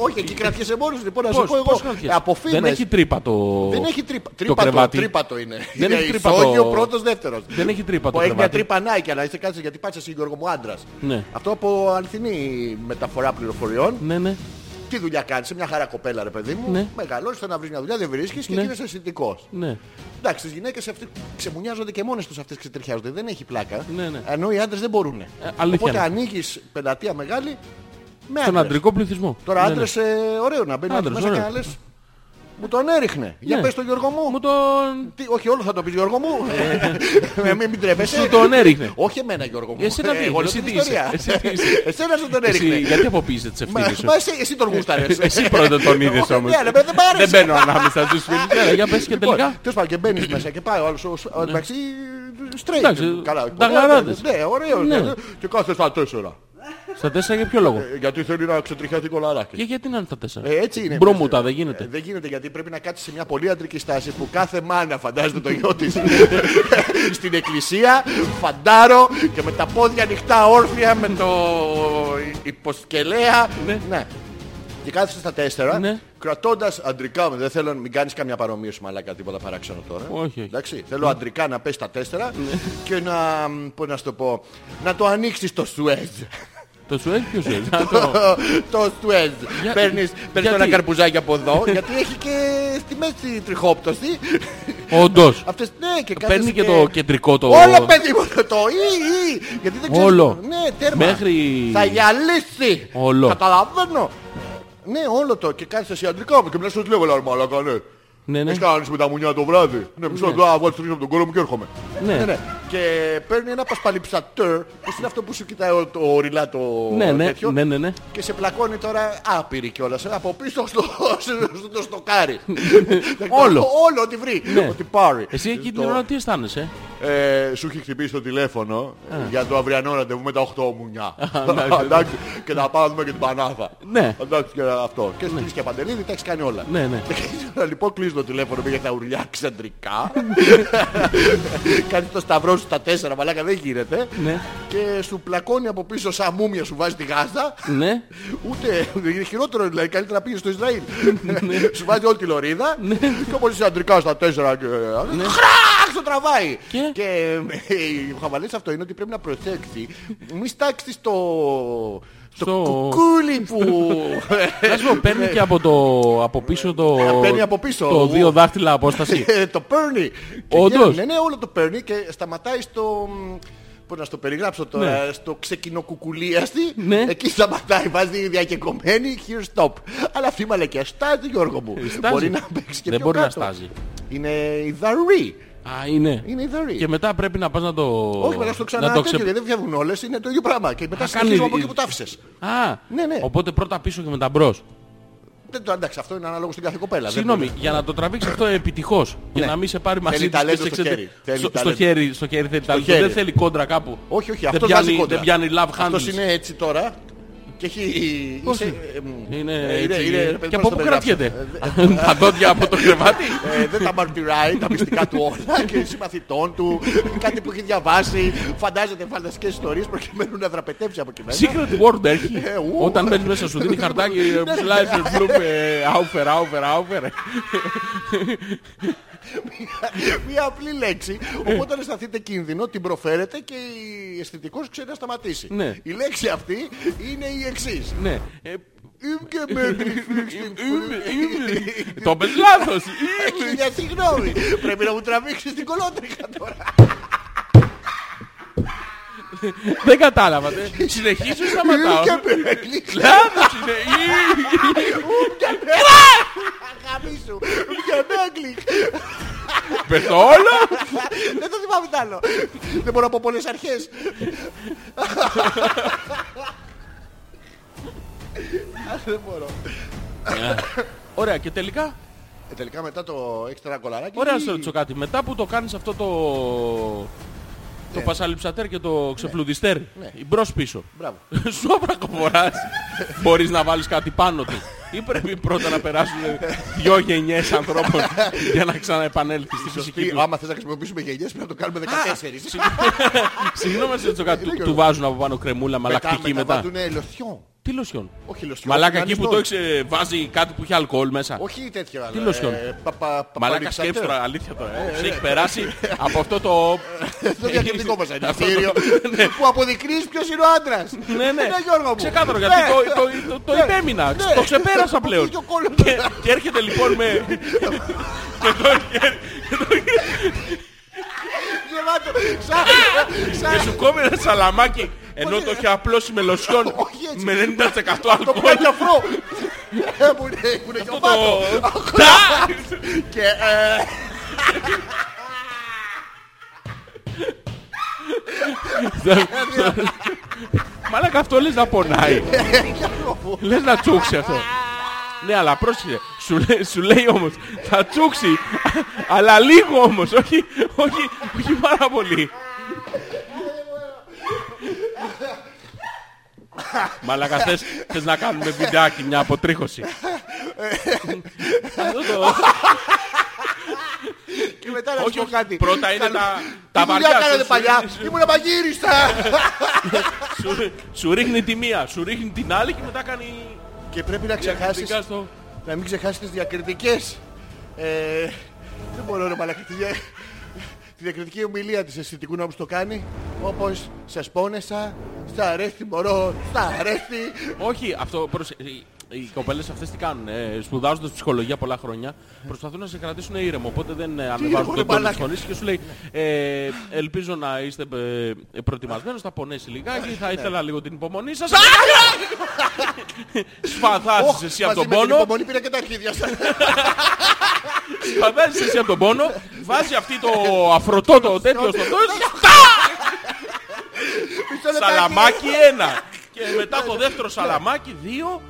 [SPEAKER 2] Όχι, εκεί κρατιέσαι μόνος λοιπόν να σου
[SPEAKER 1] Πώς,
[SPEAKER 2] πω εγώ.
[SPEAKER 1] πώς κρατιέσαι.
[SPEAKER 2] Ε, από φήμες.
[SPEAKER 1] Δεν έχει τρύπα το.
[SPEAKER 2] Δεν έχει τρύπα. Τρύπατο,
[SPEAKER 1] κρεβάτι.
[SPEAKER 2] τρύπατο είναι.
[SPEAKER 1] Δεν
[SPEAKER 2] είναι
[SPEAKER 1] έχει τρύπα το-
[SPEAKER 2] ισόγειο πρώτος δεύτερος.
[SPEAKER 1] Δεν έχει τρύπα το
[SPEAKER 2] Που έχει μια
[SPEAKER 1] κρεβάτι.
[SPEAKER 2] τρύπα Nike, αλλά είσαι κάτσε γιατί πάτσε εσύ Γιώργο μου άντρας.
[SPEAKER 1] Ναι.
[SPEAKER 2] Αυτό από αληθινή μεταφορά πληροφοριών.
[SPEAKER 1] Ναι, ναι.
[SPEAKER 2] Τι δουλειά κάνεις, είσαι μια χαρά κοπέλα ρε παιδί μου.
[SPEAKER 1] Ναι.
[SPEAKER 2] Μεγαλώνεις, θες να βρεις μια δουλειά, δεν βρίσκεις και
[SPEAKER 1] Ναι.
[SPEAKER 2] γίνεσαι συνδικός.
[SPEAKER 1] ναι.
[SPEAKER 2] Εντάξει, τις γυναίκες αυτές ξεμουνιάζονται και μόνες τους αυτές ξετριχιάζονται. Δεν έχει πλάκα.
[SPEAKER 1] Ναι, ναι.
[SPEAKER 2] Ενώ οι άντρες δεν μπορούν.
[SPEAKER 1] αλήθεια
[SPEAKER 2] Οπότε
[SPEAKER 1] είναι.
[SPEAKER 2] ανοίγεις πελατεία μεγάλη με
[SPEAKER 1] Στον
[SPEAKER 2] άντρες.
[SPEAKER 1] αντρικό πληθυσμό.
[SPEAKER 2] Τώρα
[SPEAKER 1] Ναι, ναι.
[SPEAKER 2] άντρες, ε, ωραίο να μπαίνει
[SPEAKER 1] Άντρες,
[SPEAKER 2] μέσα και
[SPEAKER 1] ωραίο.
[SPEAKER 2] να λες, Μου τον έριχνε. Για
[SPEAKER 1] Ναι.
[SPEAKER 2] πες τον Γιώργο μου.
[SPEAKER 1] Μου τον.
[SPEAKER 2] Τι, όχι όλο θα το πεις Γιώργο μου. Ε, μην, μην τρέπεσαι.
[SPEAKER 1] Σου τον έριχνε.
[SPEAKER 2] Όχι εμένα Γιώργο μου.
[SPEAKER 1] Εσένα τι,
[SPEAKER 2] Ε, εγώ λέω
[SPEAKER 1] εσύ
[SPEAKER 2] την
[SPEAKER 1] τι
[SPEAKER 2] ιστορία.
[SPEAKER 1] είσαι, εσύ τι είσαι.
[SPEAKER 2] Εσένα σου τον
[SPEAKER 1] Εσύ,
[SPEAKER 2] έριχνε.
[SPEAKER 1] γιατί αποποίησε τις
[SPEAKER 2] Μα,
[SPEAKER 1] ευθύνες σου.
[SPEAKER 2] μα εσύ, εσύ τον γούσταρες.
[SPEAKER 1] Ε, Εσύ πρώτα τον είδες όμως.
[SPEAKER 2] Ναι, ρε, δεν μ' άρεσε.
[SPEAKER 1] Δεν μπαίνω ανάμεσα στους φίλους. Ναι, Για πες και τελικά.
[SPEAKER 2] Τέλος πάντων και μπαίνεις μέσα και πάει ο άλλος ο- ο- εντάξει straight.
[SPEAKER 1] Ναι. Εντάξει,
[SPEAKER 2] Καλά.
[SPEAKER 1] τα γλαράδες.
[SPEAKER 2] Ναι, ωραίο.
[SPEAKER 1] Ναι.
[SPEAKER 2] ναι. Και κάθε στα τέσσερα.
[SPEAKER 1] Στα τέσσερα για ποιο λόγο.
[SPEAKER 2] Ε, Γιατί θέλει να ξετριχιάζει κολαράκι.
[SPEAKER 1] Και γιατί να είναι στα τέσσερα.
[SPEAKER 2] Ε, έτσι είναι.
[SPEAKER 1] Μπρομούτα δεν
[SPEAKER 2] Ε,
[SPEAKER 1] γίνεται.
[SPEAKER 2] Δεν γίνεται γιατί πρέπει να κάτσει σε μια πολύ αντρική στάση που κάθε μάνα φαντάζεται το γιο της στην εκκλησία, φαντάρο και με τα πόδια ανοιχτά όρθια με το υποσκελέα.
[SPEAKER 1] Ναι.
[SPEAKER 2] Ναι. Και κάθεσαι στα τέσσερα
[SPEAKER 1] Ναι.
[SPEAKER 2] Κρατώντας αντρικά, δεν θέλω να μην κάνεις καμιά παρομοίωση μαλάκα τίποτα παράξενο τώρα.
[SPEAKER 1] Όχι. Ναι.
[SPEAKER 2] Εντάξει, θέλω αντρικά να πες τα τέσσερα και να, μ, πώς να σου το πω, να το ανοίξεις το Σουέζ.
[SPEAKER 1] Το σου έχει ποιος έτσι. Α, το-
[SPEAKER 2] το Σουέζ.
[SPEAKER 1] Για-
[SPEAKER 2] Παίρνεις, παίρνεις
[SPEAKER 1] γιατί?
[SPEAKER 2] ένα καρπουζάκι από εδώ, γιατί έχει και στη μέση τριχόπτωση.
[SPEAKER 1] Όντως.
[SPEAKER 2] Αυτές, ναι, και κάθεσαι
[SPEAKER 1] Παίρνει και το κεντρικό το...
[SPEAKER 2] Όλο παιδί μου το ή, ή, γιατί δεν ξέρω.
[SPEAKER 1] Όλο.
[SPEAKER 2] Ναι, τέρμα.
[SPEAKER 1] Μέχρι-
[SPEAKER 2] Θα γυαλίσει.
[SPEAKER 1] Όλο.
[SPEAKER 2] Καταλαβαίνω. Ναι, όλο το και κάθεσαι σε αντρικά μου και μιλάς ότι λέω «Έλα, ρε μαλάκα, ναι.
[SPEAKER 1] Ναι, ναι.
[SPEAKER 2] Έχεις κάνεις με τα μουνιά το βράδυ. Ναι, μισό λεπτό, α, βάλεις το ρίχνω από τον κόρο μου και έρχομαι.
[SPEAKER 1] Ναι.
[SPEAKER 2] Και παίρνει ένα πασπαλιψατέρ, που είναι αυτό που σου κοιτάει ο- το οριλά το
[SPEAKER 1] Ναι, ναι,
[SPEAKER 2] τέτοιο.
[SPEAKER 1] ναι, ναι, ναι.
[SPEAKER 2] Και σε πλακώνει τώρα άπειρη κιόλας. Από πίσω στο, στο, στο στοκάρι.
[SPEAKER 1] Όλο. Ναι.
[SPEAKER 2] Όλο ό,τι βρει. Ό,τι πάρει.
[SPEAKER 1] Εσύ εκεί την
[SPEAKER 2] Το-
[SPEAKER 1] ώρα τι αισθάνεσαι.
[SPEAKER 2] ε, σου έχει χτυπήσει το τηλέφωνο ε, για το αυριανό ραντεβού με τα 8 μουνιά.
[SPEAKER 1] εντάξει.
[SPEAKER 2] Εντάξει, και να πάμε να δούμε και την Πανάθα.
[SPEAKER 1] Ναι.
[SPEAKER 2] Εντάξει και αυτό. Και στείλεις και παντελίδη, τα έχεις κάνει όλα.
[SPEAKER 1] Ναι, ναι.
[SPEAKER 2] λοιπόν κλείσει το τηλέφωνο πήγε τα ουρλιά ξεντρικά. Κάνεις το σταυρό σου στα τέσσερα, μαλάκα δεν γίνεται.
[SPEAKER 1] Ναι.
[SPEAKER 2] Και σου πλακώνει από πίσω σαν μούμια σου βάζει τη γάζα.
[SPEAKER 1] Ναι.
[SPEAKER 2] Ούτε είναι χειρότερο, δηλαδή καλύτερα πήγες στο Ισραήλ.
[SPEAKER 1] Ναι.
[SPEAKER 2] Σου βάζει όλη τη λωρίδα και όπως είσαι αντρικά στα τέσσερα και... Χράξ, το τραβάει.
[SPEAKER 1] Ναι. Και?
[SPEAKER 2] Και ε, η χαβαλές αυτό είναι ότι πρέπει να προσέξει. Μη στάξεις το...
[SPEAKER 1] Στο-
[SPEAKER 2] Το κουκούλι που...
[SPEAKER 1] Να σου πω, παίρνει και από, το, από πίσω το...
[SPEAKER 2] Παίρνει από πίσω.
[SPEAKER 1] Το δύο δάχτυλα απόσταση.
[SPEAKER 2] Ε, το παίρνει.
[SPEAKER 1] Όντως.
[SPEAKER 2] Ναι, ναι, όλο το παίρνει και σταματάει στο... μ, Πώς να στο περιγράψω τώρα, στο ξεκινοκουκουλίαστη.
[SPEAKER 1] Ναι.
[SPEAKER 2] Εκεί σταματάει, βάζει διακεκομένη, here stop. Αλλά αυτή η μαλακιά στάζει Γιώργο μου.
[SPEAKER 1] Ε, Στάζει.
[SPEAKER 2] Μπορεί να παίξει και
[SPEAKER 1] Δεν
[SPEAKER 2] πιο
[SPEAKER 1] μπορεί να
[SPEAKER 2] κάτω.
[SPEAKER 1] στάζει.
[SPEAKER 2] Είναι ιδαρή.
[SPEAKER 1] Α, είναι.
[SPEAKER 2] Είναι ιδαρή.
[SPEAKER 1] Και μετά πρέπει να πας να το...
[SPEAKER 2] Όχι, μετά στο ξανά
[SPEAKER 1] να το
[SPEAKER 2] τέτοιο,
[SPEAKER 1] ξε-
[SPEAKER 2] δεν φεύγουν όλες, είναι το ίδιο πράγμα. Και μετά
[SPEAKER 1] Α,
[SPEAKER 2] συνεχίζουμε
[SPEAKER 1] κάνει-
[SPEAKER 2] από εκεί που τα άφησες.
[SPEAKER 1] Α,
[SPEAKER 2] Ναι, ναι.
[SPEAKER 1] οπότε πρώτα πίσω και μετά μπρος.
[SPEAKER 2] Δεν το εντάξει, αυτό είναι ανάλογο στην κάθε κοπέλα. δεν
[SPEAKER 1] Συγγνώμη,
[SPEAKER 2] μπορεί.
[SPEAKER 1] για να το τραβήξεις αυτό επιτυχώς. Για να μην σε πάρει μαζί
[SPEAKER 2] Θέλει
[SPEAKER 1] της
[SPEAKER 2] ταλέντο
[SPEAKER 1] και σε
[SPEAKER 2] στο
[SPEAKER 1] ξετε-
[SPEAKER 2] χέρι. Θέλει
[SPEAKER 1] Στο, στο
[SPEAKER 2] ταλέντο.
[SPEAKER 1] χέρι. Στο χέρι θέλει ταλέντο.
[SPEAKER 2] χέρι.
[SPEAKER 1] Δεν θέλει κόντρα κάπου.
[SPEAKER 2] Όχι, όχι,
[SPEAKER 1] δεν
[SPEAKER 2] αυτός
[SPEAKER 1] πιάνει,
[SPEAKER 2] βάζει κόντρα.
[SPEAKER 1] Δεν πιάνει love handles.
[SPEAKER 2] Αυτός είναι έτσι τώρα και έχει...
[SPEAKER 1] Πώς
[SPEAKER 2] είσαι,
[SPEAKER 1] είναι?
[SPEAKER 2] ε, μ,
[SPEAKER 1] Είναι
[SPEAKER 2] ε,
[SPEAKER 1] έτσι.
[SPEAKER 2] ρε,
[SPEAKER 1] και
[SPEAKER 2] παιδί,
[SPEAKER 1] από
[SPEAKER 2] πώς το
[SPEAKER 1] πού
[SPEAKER 2] περιγράψω.
[SPEAKER 1] κρατιέται. Τα δόντια από το κρεβάτι.
[SPEAKER 2] Ε, δεν τα μαρτυράει τα μυστικά του όλα και συμμαθητών του, κάτι που έχει διαβάσει. Φαντάζεται φανταστικές ιστορίες προκειμένου να δραπετεύσει από εκεί μέσα.
[SPEAKER 1] Secret word έχει.
[SPEAKER 2] Ε, ου.
[SPEAKER 1] Όταν μπαίνεις μέσα σου δίνει χαρτάκι. ε,
[SPEAKER 2] Ναι, ναι.
[SPEAKER 1] Slicer, bloop, ε, aufer, aufer, aufer.
[SPEAKER 2] Μια απλή λέξη.
[SPEAKER 1] Ε.
[SPEAKER 2] Οπότε αν αισθανθείτε κίνδυνο, την προφέρετε και η αισθητικός ξέρει να σταματήσει.
[SPEAKER 1] Ναι.
[SPEAKER 2] Η λέξη αυτή είναι η εξής.
[SPEAKER 1] Ναι. Ε,
[SPEAKER 2] Είμαι και με τριφύξτη.
[SPEAKER 1] ε, Το πες λάθος.
[SPEAKER 2] Χίλια συγγνώμη. Πρέπει να μου τραβήξεις την κολότριχα τώρα.
[SPEAKER 1] Δεν κατάλαβα. δε. Συνεχίζω ή
[SPEAKER 2] Είμαι
[SPEAKER 1] σταματάω.
[SPEAKER 2] και με κλείσεις.
[SPEAKER 1] Λάθος είναι. Ε,
[SPEAKER 2] Γαμίσου. Για Νέγκλικ.
[SPEAKER 1] Πες το όλο.
[SPEAKER 2] Δεν το θυμάμαι τ' άλλο. Δεν μπορώ να πω πολλές αρχές. Ας, Δεν μπορώ.
[SPEAKER 1] Ωραία και τελικά.
[SPEAKER 2] Ε, Τελικά μετά το έχεις ένα κολαράκι.
[SPEAKER 1] Ωραία να σε ρωτήσω κάτι. Μετά που το κάνεις αυτό το... Το πασαλιψατέρ και το ξεφλουδιστέρ. Μπρος πίσω.
[SPEAKER 2] Μπράβο.
[SPEAKER 1] Σου απρακοφοράς. Μπορείς να βάλεις κάτι πάνω του. Ή πρέπει πρώτα να περάσουν δυο γενιές ανθρώπων για να ξαναεπανέλθεις στη φυσική
[SPEAKER 2] Σωστή.
[SPEAKER 1] του.
[SPEAKER 2] Άμα θες να χρησιμοποιήσουμε γενιές πρέπει να το κάνουμε 14.
[SPEAKER 1] Συγγνώμη να σε ρωτήσω κάτι.
[SPEAKER 2] Ε,
[SPEAKER 1] Του-
[SPEAKER 2] λέω.
[SPEAKER 1] Του βάζουν από πάνω κρεμούλα μαλακτική μετά.
[SPEAKER 2] βάζουνε λοσιόν.
[SPEAKER 1] Τι λοσιόν.
[SPEAKER 2] Όχι λοσιόν.
[SPEAKER 1] Μαλάκα
[SPEAKER 2] κάνει
[SPEAKER 1] εκεί που
[SPEAKER 2] στόλ.
[SPEAKER 1] το έχεις ε, βάζει κάτι που έχει αλκοόλ μέσα.
[SPEAKER 2] Όχι τέτοιο ε, άλλο.
[SPEAKER 1] λοσιόν. Μαλάκα
[SPEAKER 2] Μαλάκα
[SPEAKER 1] σκέψου τώρα, αλήθεια τώρα. ε. Σε έχει περάσει από αυτό το...
[SPEAKER 2] Το διακριτικό μας ενιστήριο που αποδεικνύεις ποιος είναι ο άντρας.
[SPEAKER 1] Ναι, ναι.
[SPEAKER 2] Ναι, Γιώργο μου.
[SPEAKER 1] Ξεκάθαρο, γιατί
[SPEAKER 2] Ναι.
[SPEAKER 1] το, το, το, το
[SPEAKER 2] Ναι.
[SPEAKER 1] υπέμεινα.
[SPEAKER 2] Ναι.
[SPEAKER 1] Το ξεπέρασα πλέον.
[SPEAKER 2] Εκεί ο κόλλος.
[SPEAKER 1] και, και έρχεται λοιπόν με... με το χέρι
[SPEAKER 2] Γεμάτο. Σαν-
[SPEAKER 1] και
[SPEAKER 2] Σαν
[SPEAKER 1] σου κόβει ένα σαλαμάκι ενώ
[SPEAKER 2] Πολύ-
[SPEAKER 1] το έχει απλώσει με λοσιόν
[SPEAKER 2] Όχι έτσι.
[SPEAKER 1] με 90%
[SPEAKER 2] το
[SPEAKER 1] αλκοόλ.
[SPEAKER 2] πρώτο αφρό. Ε, Που είναι- που είναι
[SPEAKER 1] Λοιπόν. Αυτό
[SPEAKER 2] γεμάτο.
[SPEAKER 1] το- Τα!
[SPEAKER 2] Και ε,
[SPEAKER 1] Μαλάκα αυτό λες να πονάει. λες να τσούξει αυτό. ναι, αλλά πρόσεχε. Σου, λέ- σου λέει όμως θα τσούξει. αλλά λίγο όμως. Όχι, όχι, όχι πάρα πολύ. Μαλάκα θες, θες να κάνουμε βιντεάκι μια αποτρίχωση. Αυτό το-
[SPEAKER 2] και μετά να σου
[SPEAKER 1] όχι,
[SPEAKER 2] πω
[SPEAKER 1] όχι,
[SPEAKER 2] κάτι.
[SPEAKER 1] πρώτα είναι
[SPEAKER 2] Καλό-
[SPEAKER 1] τα,
[SPEAKER 2] Τι
[SPEAKER 1] τα
[SPEAKER 2] δουλειά
[SPEAKER 1] βαριά.
[SPEAKER 2] κάνατε
[SPEAKER 1] σου-
[SPEAKER 2] παλιά.
[SPEAKER 1] σου-
[SPEAKER 2] Ήμουν παγύριστα.
[SPEAKER 1] σου- Σου ρίχνει τη μία, σου ρίχνει την άλλη και μετά κάνει
[SPEAKER 2] Και πρέπει να ξεχάσεις
[SPEAKER 1] διακριτικά στο...
[SPEAKER 2] να μην ξεχάσεις τις διακριτικές. Ε, δεν μπορώ να μαλακά. Τη, δια- τη διακριτική ομιλία της αισθητικού νόμου το κάνει. Όπως σας πόνεσα, στα αρέστη μωρό, στα αρέστη.
[SPEAKER 1] Όχι, αυτό. Προς... οι- Οι κοπέλες αυτές τι κάνουν. Ε, Σπουδάζοντας ψυχολογία πολλά χρόνια, προσπαθούν να σε κρατήσουν ήρεμο. Οπότε δεν ε,
[SPEAKER 2] ήρεμο,
[SPEAKER 1] ανεβάζουν
[SPEAKER 2] ρε
[SPEAKER 1] τον τόνο της
[SPEAKER 2] μαλάκα.
[SPEAKER 1] φωνής και σου λέει ε, Ελπίζω να είστε ε, προετοιμασμένοι, θα πονέσει λιγάκι,
[SPEAKER 2] Ναι.
[SPEAKER 1] θα ήθελα λίγο την υπομονή σας. Σφαθάζει εσύ από
[SPEAKER 2] μαζί
[SPEAKER 1] τον
[SPEAKER 2] με την
[SPEAKER 1] πόνο.
[SPEAKER 2] υπομονή πήρα και τα αρχίδια σας.
[SPEAKER 1] Σφαθάζει εσύ από τον πόνο. Βάζει αυτή το αφρωτό το τέτοιο στο τόι.
[SPEAKER 2] Μισό λεπτάκι.
[SPEAKER 1] Σαλαμάκι ένα. Και μετά
[SPEAKER 2] Ναι,
[SPEAKER 1] το δεύτερο σαλαμάκι δύο.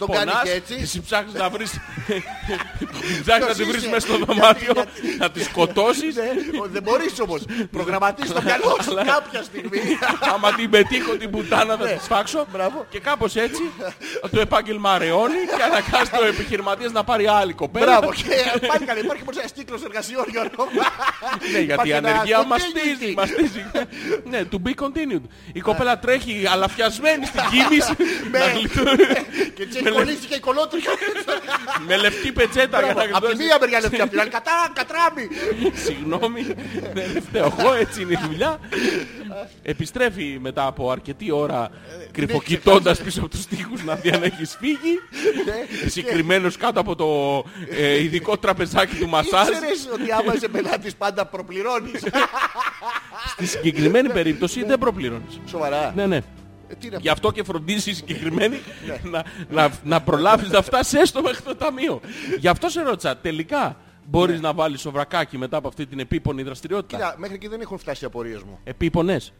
[SPEAKER 2] Στον κάνει
[SPEAKER 1] πονάς,
[SPEAKER 2] και έτσι.
[SPEAKER 1] Εσύ ψάχνεις να βρεις... ψάχνεις να τη
[SPEAKER 2] Ποιος
[SPEAKER 1] βρεις
[SPEAKER 2] είσαι?
[SPEAKER 1] μέσα στο
[SPEAKER 2] Γιατί-
[SPEAKER 1] δωμάτιο,
[SPEAKER 2] γιατί-
[SPEAKER 1] να τη σκοτώσεις.
[SPEAKER 2] Ναι, ο- Δεν μπορείς όμως. Προγραμματίσεις το μυαλό σου κάποια στιγμή.
[SPEAKER 1] Άμα την πετύχω την πουτάνα θα
[SPEAKER 2] Ναι.
[SPEAKER 1] τη σφάξω.
[SPEAKER 2] Μπράβο.
[SPEAKER 1] Και κάπως έτσι το επάγγελμα αραιώνει και αναγκάζει το επιχειρηματίας να πάρει άλλη κοπέλα.
[SPEAKER 2] Μπράβο. Και ε, πάλι καλά, υπάρχει μόνο ένας κύκλος εργασιών, Γιώργο.
[SPEAKER 1] Ναι, γιατί
[SPEAKER 2] Υπάρχει
[SPEAKER 1] η
[SPEAKER 2] ένα
[SPEAKER 1] ανεργία
[SPEAKER 2] continuity.
[SPEAKER 1] μαστίζει. μαστίζει. ναι, to be continued. Η κοπέλα τρέχει αλαφιασμένη στην κίνηση.
[SPEAKER 2] Με-
[SPEAKER 1] να γλιτώ-
[SPEAKER 2] Και έτσι έχει κολλήσει και η κολότρια.
[SPEAKER 1] με λευκή πετσέτα για να
[SPEAKER 2] Απ' τη
[SPEAKER 1] γλιτώσει.
[SPEAKER 2] μία μεριά λεπτή, απ' την άλλη κατά, κατράμι.
[SPEAKER 1] Συγγνώμη, δεν φταίω εγώ, έτσι είναι η δουλειά. Επιστρέφει μετά από αρκετή ώρα
[SPEAKER 2] Ε, ναι,
[SPEAKER 1] κρυφοκοιτώντας πίσω από τους τοίχους να δει αν έχεις φύγει. Εσύ κρυμμένος κάτω από το ε, ειδικό τραπεζάκι του μασάζ.
[SPEAKER 2] Ήξερες ότι άμα είσαι πελάτης πάντα προπληρώνεις.
[SPEAKER 1] Στη συγκεκριμένη περίπτωση δεν προπλήρωνες.
[SPEAKER 2] Σοβαρά.
[SPEAKER 1] Ναι, ναι.
[SPEAKER 2] Ε, Τι να
[SPEAKER 1] Γι' αυτό και φροντίζεις η συγκεκριμένη
[SPEAKER 2] Ναι.
[SPEAKER 1] να, να, να προλάβεις να φτάσεις έστω μέχρι το ταμείο. Γι' αυτό σε ρώτησα, τελικά μπορείς να βάλεις το βρακάκι μετά από αυτή την επίπονη δραστηριότητα.
[SPEAKER 2] Ναι. Κοίτα, μέχρι εκεί δεν έχουν φτάσει οι απορίες μου.
[SPEAKER 1] Επίπονες.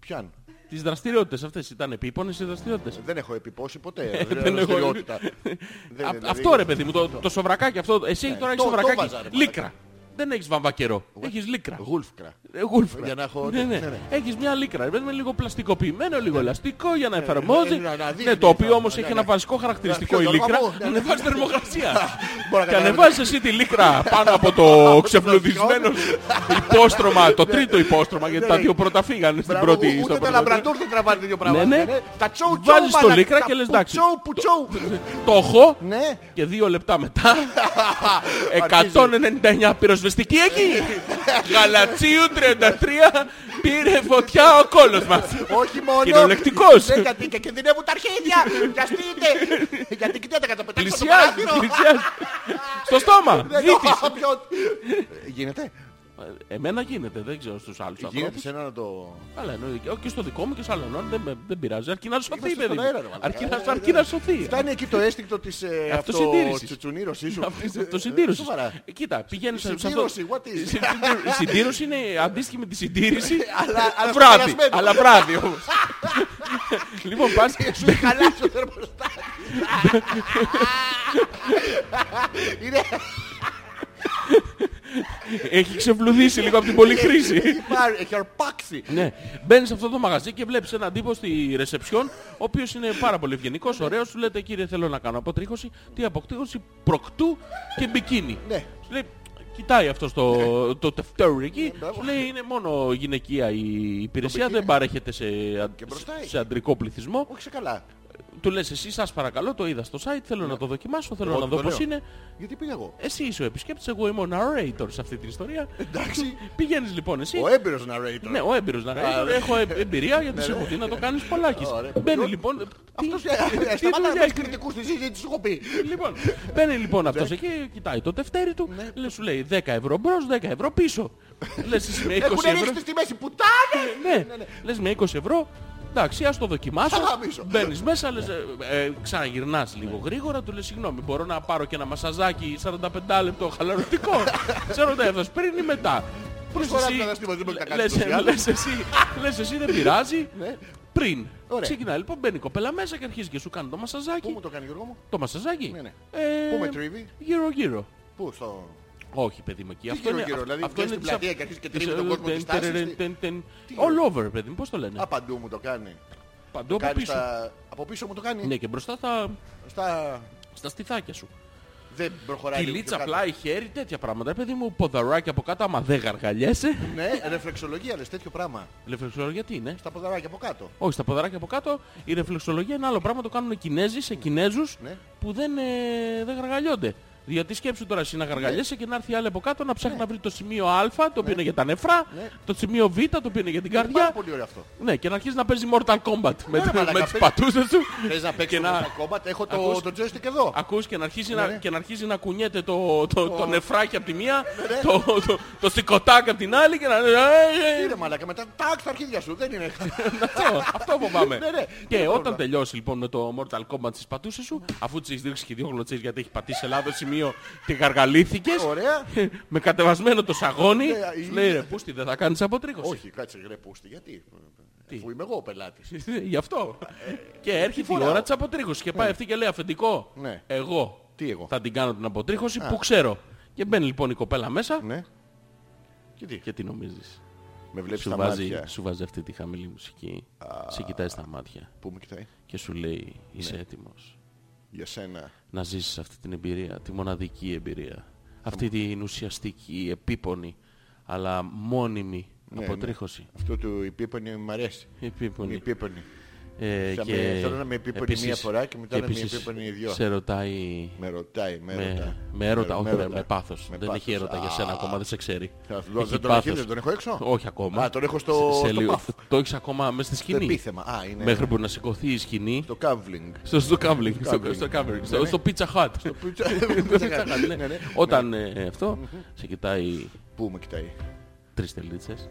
[SPEAKER 2] Ποιαν.
[SPEAKER 1] Τις δραστηριότητες αυτές ήταν επίπονες οι δραστηριότητες.
[SPEAKER 2] Δεν έχω επιπώσει ποτέ.
[SPEAKER 1] Ε, Δεν
[SPEAKER 2] Δεν είναι
[SPEAKER 1] έχω-
[SPEAKER 2] δραστηριότητα.
[SPEAKER 1] Α-
[SPEAKER 2] Δεν είναι,
[SPEAKER 1] Αυτό
[SPEAKER 2] δηλαδή.
[SPEAKER 1] ρε παιδί μου, το, το σοβρακάκι αυτό. Εσύ τώρα έχεις
[SPEAKER 2] Το- το
[SPEAKER 1] σοβρακάκι.
[SPEAKER 2] βάζα, ρε, μαλάκα.
[SPEAKER 1] λίκρα. Δεν έχεις βαμβακερό. Έχεις λίκρα.
[SPEAKER 2] Γούλφκρα.
[SPEAKER 1] Ε, Γούλφρα.
[SPEAKER 2] Για να έχω-
[SPEAKER 1] Ναι, ναι.
[SPEAKER 2] ναι, ναι.
[SPEAKER 1] Έχεις μια λίκρα. Πρέπει λίγο πλαστικοποιημένο, λίγο ελαστικό για να εφαρμόζει.
[SPEAKER 2] ναι, να δείχνει
[SPEAKER 1] Ναι, το οποίο
[SPEAKER 2] αυτό.
[SPEAKER 1] όμως
[SPEAKER 2] Ναι,
[SPEAKER 1] έχει
[SPEAKER 2] ναι.
[SPEAKER 1] ένα βασικό χαρακτηριστικό η
[SPEAKER 2] Ποιο, Γιώργο
[SPEAKER 1] λίκρα.
[SPEAKER 2] μου? Ναι, ναι.
[SPEAKER 1] Ανεβάζει θερμοκρασία.
[SPEAKER 2] Μπορώ να
[SPEAKER 1] Και
[SPEAKER 2] καταλάβω.
[SPEAKER 1] ανεβάζεις εσύ τη λίκρα πάνω από το ξεφλουδισμένο υπόστρωμα, το τρίτο υπόστρωμα, γιατί
[SPEAKER 2] Ναι,
[SPEAKER 1] τα
[SPEAKER 2] ναι.
[SPEAKER 1] δύο πρώτα φύγανε στην
[SPEAKER 2] Μπράβο,
[SPEAKER 1] πρώτη.
[SPEAKER 2] Ούτε
[SPEAKER 1] στο
[SPEAKER 2] τα
[SPEAKER 1] πρώτο.
[SPEAKER 2] λαμπραντούρ δεν τραβάνε δύο πράγματα.
[SPEAKER 1] ναι.
[SPEAKER 2] ναι. Τα τσόου τσόου.
[SPEAKER 1] Βάζεις το
[SPEAKER 2] μαλάκα,
[SPEAKER 1] λίκρα
[SPEAKER 2] τα
[SPEAKER 1] και λες εντάξει.
[SPEAKER 2] Πουτσόου πουτσόου.
[SPEAKER 1] Το έχω
[SPEAKER 2] Ναι.
[SPEAKER 1] και δύο λεπτά μετά 199 πυροσβεστική εκεί Γαλατσίου 33 πήρε φωτιά ο κόλος μας
[SPEAKER 2] Όχι μόνο.
[SPEAKER 1] Κυριολεκτικός.
[SPEAKER 2] Ναι, γιατί και κινδυνεύουν τα αρχίδια. Βιαστείτε. γιατί κοιτάτε κατά πετάξω το
[SPEAKER 1] Πλησιάζει,
[SPEAKER 2] παράθυρο.
[SPEAKER 1] πλησιάζει Στο στόμα,
[SPEAKER 2] Δεν
[SPEAKER 1] δίτης
[SPEAKER 2] το- ποιο- Ε, Γίνεται.
[SPEAKER 1] Εμένα γίνεται, δεν ξέρω στους άλλους
[SPEAKER 2] Γίνεται
[SPEAKER 1] ανθρώπους
[SPEAKER 2] σε ένα να το...
[SPEAKER 1] Αλλά εννοεί και- και στο δικό μου και σε άλλον αν δεν, με- δεν πειράζει Αρκεί να σωθεί
[SPEAKER 2] Είμαστε
[SPEAKER 1] παιδί
[SPEAKER 2] στον
[SPEAKER 1] μου.
[SPEAKER 2] αέρα, ρε, μαλάκα.
[SPEAKER 1] Αρκεί να- Αρκεί να σωθεί
[SPEAKER 2] Φτάνει εκεί το αίσθηκτο της ε,
[SPEAKER 1] Αυτοσυντήρησης.
[SPEAKER 2] αυτοτσουτσουνήρωσης σου.
[SPEAKER 1] Το συντήρωση.
[SPEAKER 2] Ε, σοβαρά.
[SPEAKER 1] Κοίτα, πηγαίνεις σε αυτό.
[SPEAKER 2] συντήρωση, what is? Ε,
[SPEAKER 1] Η συντήρωση- Η συντήρωση είναι αντίστοιχη με τη συντήρηση.
[SPEAKER 2] Αλλά- αλλά
[SPEAKER 1] βράδυ.
[SPEAKER 2] περασμένο.
[SPEAKER 1] Αλλά βράδυ όμως. Λοιπόν, πας
[SPEAKER 2] Σου έχει χαλάσει το θερμοστάτης. Είναι
[SPEAKER 1] Έχει ξεφλουδίσει λίγο από την πολλή χρήση.
[SPEAKER 2] πάρει, έχει αρπάξει.
[SPEAKER 1] Ναι. Μπαίνεις σε αυτό το μαγαζί και βλέπεις έναν τύπο στη ρεσεψιόν, ο οποίος είναι πάρα πολύ ευγενικός, ωραίος. Του λέτε, κύριε, θέλω να κάνω αποτρίχωση. Τι αποτρίχωση, προκτού και μπικίνι.
[SPEAKER 2] Ναι.
[SPEAKER 1] Σου λέει, κοιτάει αυτό το, το τευτέρι εκεί.
[SPEAKER 2] Ναι, μπράβο.
[SPEAKER 1] Σου λέει είναι μόνο γυναικεία η υπηρεσία, δεν παρέχεται σε, αν-
[SPEAKER 2] Και μπροστά
[SPEAKER 1] σε-
[SPEAKER 2] έχει.
[SPEAKER 1] σε αντρικό πληθυσμό.
[SPEAKER 2] Όχι σε καλά.
[SPEAKER 1] Του λες εσύ σας παρακαλώ, το είδα στο site, θέλω να το δοκιμάσω, θέλω
[SPEAKER 2] Ναι. Εγώ
[SPEAKER 1] να
[SPEAKER 2] το
[SPEAKER 1] δω πώς
[SPEAKER 2] λέω.
[SPEAKER 1] είναι.
[SPEAKER 2] Γιατί πήγα εγώ.
[SPEAKER 1] Εσύ είσαι ο επισκέπτης, εγώ είμαι ο narrator σε αυτή την ιστορία.
[SPEAKER 2] Εντάξει.
[SPEAKER 1] Πηγαίνεις λοιπόν εσύ.
[SPEAKER 2] Ο έμπειρος narrator.
[SPEAKER 1] Ναι, ο έμπειρος narrator.
[SPEAKER 2] ναι.
[SPEAKER 1] Έχω ε- εμπειρία γιατί σε έχω δει να το κάνεις πολλάκις.
[SPEAKER 2] Ωραία.
[SPEAKER 1] Μπαίνει λοιπόν... τι-
[SPEAKER 2] Αυτός
[SPEAKER 1] τι
[SPEAKER 2] σταμάτα να
[SPEAKER 1] δουλειά
[SPEAKER 2] βάζεις
[SPEAKER 1] έχει-
[SPEAKER 2] κριτικούς στη συζήτηση σου έχω πει.
[SPEAKER 1] Λοιπόν, μπαίνει
[SPEAKER 2] Ναι.
[SPEAKER 1] λοιπόν αυτός εκεί, κοιτάει το τευτέρι του, λες, σου λέει 10 ευρώ μπρος, 10 ευρώ πίσω.
[SPEAKER 2] Ναι.
[SPEAKER 1] Λες εσύ με 20
[SPEAKER 2] Έχουν
[SPEAKER 1] ευρώ.
[SPEAKER 2] ρίξει τις τιμές οι πουτάνε.
[SPEAKER 1] Ναι, λες με 20 ευρώ. Εντάξει, ας το δοκιμάσω.
[SPEAKER 2] Θα γαμίσω. Ναι.
[SPEAKER 1] Μπαίνεις μέσα, λες, ε, ε, ξαναγυρνάς λίγο γρήγορα, του λες συγγνώμη, μπορώ να πάρω και ένα μασαζάκι 45 λεπτό χαλαρωτικό. Σε ρωτάει αυτός, πριν ή μετά. Λες
[SPEAKER 2] φορά
[SPEAKER 1] εσύ-
[SPEAKER 2] αυτά τα στήματα, δεν μπορεί να κάνει
[SPEAKER 1] λες,
[SPEAKER 2] τόσο
[SPEAKER 1] ε,
[SPEAKER 2] διάλογο.
[SPEAKER 1] λες εσύ, λες εσύ δεν πειράζει.
[SPEAKER 2] Ναι.
[SPEAKER 1] Πριν.
[SPEAKER 2] Ωραία.
[SPEAKER 1] Ξεκινάει λοιπόν, μπαίνει η κοπέλα μέσα και αρχίζει και σου κάνει το
[SPEAKER 2] Πού
[SPEAKER 1] μασαζάκι.
[SPEAKER 2] μου το κάνει Γιώργο μου.
[SPEAKER 1] Το μασαζάκι.
[SPEAKER 2] Ναι, ναι.
[SPEAKER 1] Ε,
[SPEAKER 2] Πού με τρίβει?
[SPEAKER 1] Γύρω-γύρω.
[SPEAKER 2] Πού στο...
[SPEAKER 1] Όχι, παιδί μου, εκεί. Αυτό
[SPEAKER 2] γύρω,
[SPEAKER 1] είναι
[SPEAKER 2] γύρω, δηλαδή,
[SPEAKER 1] αυτό
[SPEAKER 2] βγαίνεις
[SPEAKER 1] είναι ε,
[SPEAKER 2] στην πλατεία
[SPEAKER 1] της-
[SPEAKER 2] και αρχίζεις και
[SPEAKER 1] της-
[SPEAKER 2] τρίβεις τον κόσμο
[SPEAKER 1] τεν,
[SPEAKER 2] της τάσης,
[SPEAKER 1] τεν,
[SPEAKER 2] τι-
[SPEAKER 1] τεν, τεν.
[SPEAKER 2] τι
[SPEAKER 1] All over, παιδί μου, πώς το λένε.
[SPEAKER 2] Α, παντού μου το κάνει.
[SPEAKER 1] Παντού Ναι. ναι, από
[SPEAKER 2] Κάνει
[SPEAKER 1] πίσω.
[SPEAKER 2] στα... Από πίσω μου το κάνει.
[SPEAKER 1] Ναι, και μπροστά θα...
[SPEAKER 2] Στα...
[SPEAKER 1] στα στιθάκια σου.
[SPEAKER 2] Δεν προχωράει. λίγο πιο
[SPEAKER 1] Τυλίτσα,
[SPEAKER 2] κάτω.
[SPEAKER 1] πλάι, χέρι, τέτοια πράγματα. Ρε παιδί μου, ποδαράκι από κάτω, άμα δεν γαργαλιέσαι.
[SPEAKER 2] Ναι, ρεφλεξολογία λες, τέτοιο πράγμα.
[SPEAKER 1] Ρεφλεξολογία τι είναι.
[SPEAKER 2] Στα ποδαράκια από κάτω.
[SPEAKER 1] Όχι, στα ποδαράκια από κάτω. Η ρεφλεξολογία είναι άλλο πράγμα. Το κάνουν οι Κινέζοι σε Κινέζους
[SPEAKER 2] Ναι.
[SPEAKER 1] που δεν, ε, δεν γαργαλιώνται. Γιατί σκέψου τώρα εσύ να
[SPEAKER 2] Ναι.
[SPEAKER 1] γαργαλιέσαι και να έρθει η άλλη από κάτω να ψάχνει να βρει το σημείο Α, το οποίο είναι για τα νεφρά,
[SPEAKER 2] Ναι.
[SPEAKER 1] το σημείο Β, το οποίο είναι για την
[SPEAKER 2] Είναι πάρα
[SPEAKER 1] καρδιά.
[SPEAKER 2] πολύ ωραίο αυτό.
[SPEAKER 1] Ναι, και να αρχίσεις να παίζει Mortal Kombat με,
[SPEAKER 2] Ναι, ρε, μαλάκα,
[SPEAKER 1] με
[SPEAKER 2] παίζει-
[SPEAKER 1] τις πατούσες του.
[SPEAKER 2] Θες να
[SPEAKER 1] και
[SPEAKER 2] παίξεις
[SPEAKER 1] να,
[SPEAKER 2] τα κόμματα, έχω το,
[SPEAKER 1] Ακούς-
[SPEAKER 2] το joystick εδώ.
[SPEAKER 1] ακούς και να αρχίζει,
[SPEAKER 2] Ναι.
[SPEAKER 1] να, και να, αρχίζει να κουνιέται το, το, το νεφράκι από τη μία,
[SPEAKER 2] Ναι,
[SPEAKER 1] το, το, το σηκωτάκι από την άλλη και να... Ε,
[SPEAKER 2] Είναι μαλάκα, μετά τάκ στα αρχίδια σου, δεν είναι.
[SPEAKER 1] Αυτό, αυτό φοβάμαι.
[SPEAKER 2] Ναι, ναι,
[SPEAKER 1] και
[SPEAKER 2] είναι
[SPEAKER 1] όταν
[SPEAKER 2] πρόβλημα.
[SPEAKER 1] τελειώσει λοιπόν με το Mortal Kombat στις πατούσες σου, αφού της ρίξει και δύο γλωτσές γιατί έχει πατήσει σε λάθος σημείο και γαργαλήθηκες,
[SPEAKER 2] Ωραία.
[SPEAKER 1] με κατεβασμένο το σαγόνι,
[SPEAKER 2] Ναι,
[SPEAKER 1] σου
[SPEAKER 2] η-
[SPEAKER 1] λέει ρε πούστη δεν θα κάνεις αποτρίχωση.
[SPEAKER 2] Όχι, κάτσε ρε πούστη, γιατί. Που είμαι εγώ ο πελάτης.
[SPEAKER 1] Γι' αυτό. και έρχεται η
[SPEAKER 2] Ε, φοράω.
[SPEAKER 1] ώρα της αποτρίχωσης και πάει αυτή και λέει αφεντικό.
[SPEAKER 2] Ναι.
[SPEAKER 1] Εγώ,
[SPEAKER 2] Τι εγώ?
[SPEAKER 1] θα την κάνω την αποτρίχωση που ξέρω. Και μπαίνει λοιπόν η κοπέλα μέσα
[SPEAKER 2] Ναι. Και τι,
[SPEAKER 1] και τι νομίζεις.
[SPEAKER 2] με βλέπεις
[SPEAKER 1] Σου
[SPEAKER 2] τα
[SPEAKER 1] βάζει,
[SPEAKER 2] μάτια.
[SPEAKER 1] σου βάζει αυτή τη χαμηλή μουσική. Σε κοιτάει στα μάτια
[SPEAKER 2] Πού με κοιτάει.
[SPEAKER 1] και σου λέει
[SPEAKER 2] Ναι.
[SPEAKER 1] είσαι έτοιμος.
[SPEAKER 2] Για σένα.
[SPEAKER 1] να ζήσεις αυτή την εμπειρία, τη μοναδική εμπειρία. Αυτή την ουσιαστική, επίπονη, αλλά μόνιμη
[SPEAKER 2] Ναι,
[SPEAKER 1] αποτρίχωση.
[SPEAKER 2] Αυτό του επίπονη μου αρέσει.
[SPEAKER 1] Επίπονη.
[SPEAKER 2] Η επίπονη.
[SPEAKER 1] Ε,
[SPEAKER 2] Θα με- θέλω να με επίπονη μία φορά και μετά να με επίπονη δυο.
[SPEAKER 1] Σε ρωτάει
[SPEAKER 2] Με ρωτάει, με ρωτά.
[SPEAKER 1] με, με έρωτα, όχι με,
[SPEAKER 2] ρωτά.
[SPEAKER 1] με πάθος.
[SPEAKER 2] Με
[SPEAKER 1] δεν έχει
[SPEAKER 2] πάθος.
[SPEAKER 1] έρωτα για σένα ακόμα, δεν σε ξέρει.
[SPEAKER 2] Θα-
[SPEAKER 1] Έχει
[SPEAKER 2] δεν τον
[SPEAKER 1] πάθος.
[SPEAKER 2] έχει, δεν τον έχω έξω?
[SPEAKER 1] Όχι ακόμα.
[SPEAKER 2] Α, τον έχω στο- στο
[SPEAKER 1] λίγο-
[SPEAKER 2] παφ.
[SPEAKER 1] Το έχεις ακόμα μέσα στη σκηνή.
[SPEAKER 2] Το επίθεμα. Α, είναι
[SPEAKER 1] Μέχρι που να σηκωθεί η σκηνή.
[SPEAKER 2] το κάμβλινγκ.
[SPEAKER 1] Στο, στο κάμπλινγκ, στο,
[SPEAKER 2] κάμπλινγκ.
[SPEAKER 1] στο κάμπλινγκ, στο, ναι. στο Pizza Hut. Ναι, ναι. Όταν ε, αυτό σε κοιτάει
[SPEAKER 2] Πού με κοιτάει.
[SPEAKER 1] τρεις τελίτσες.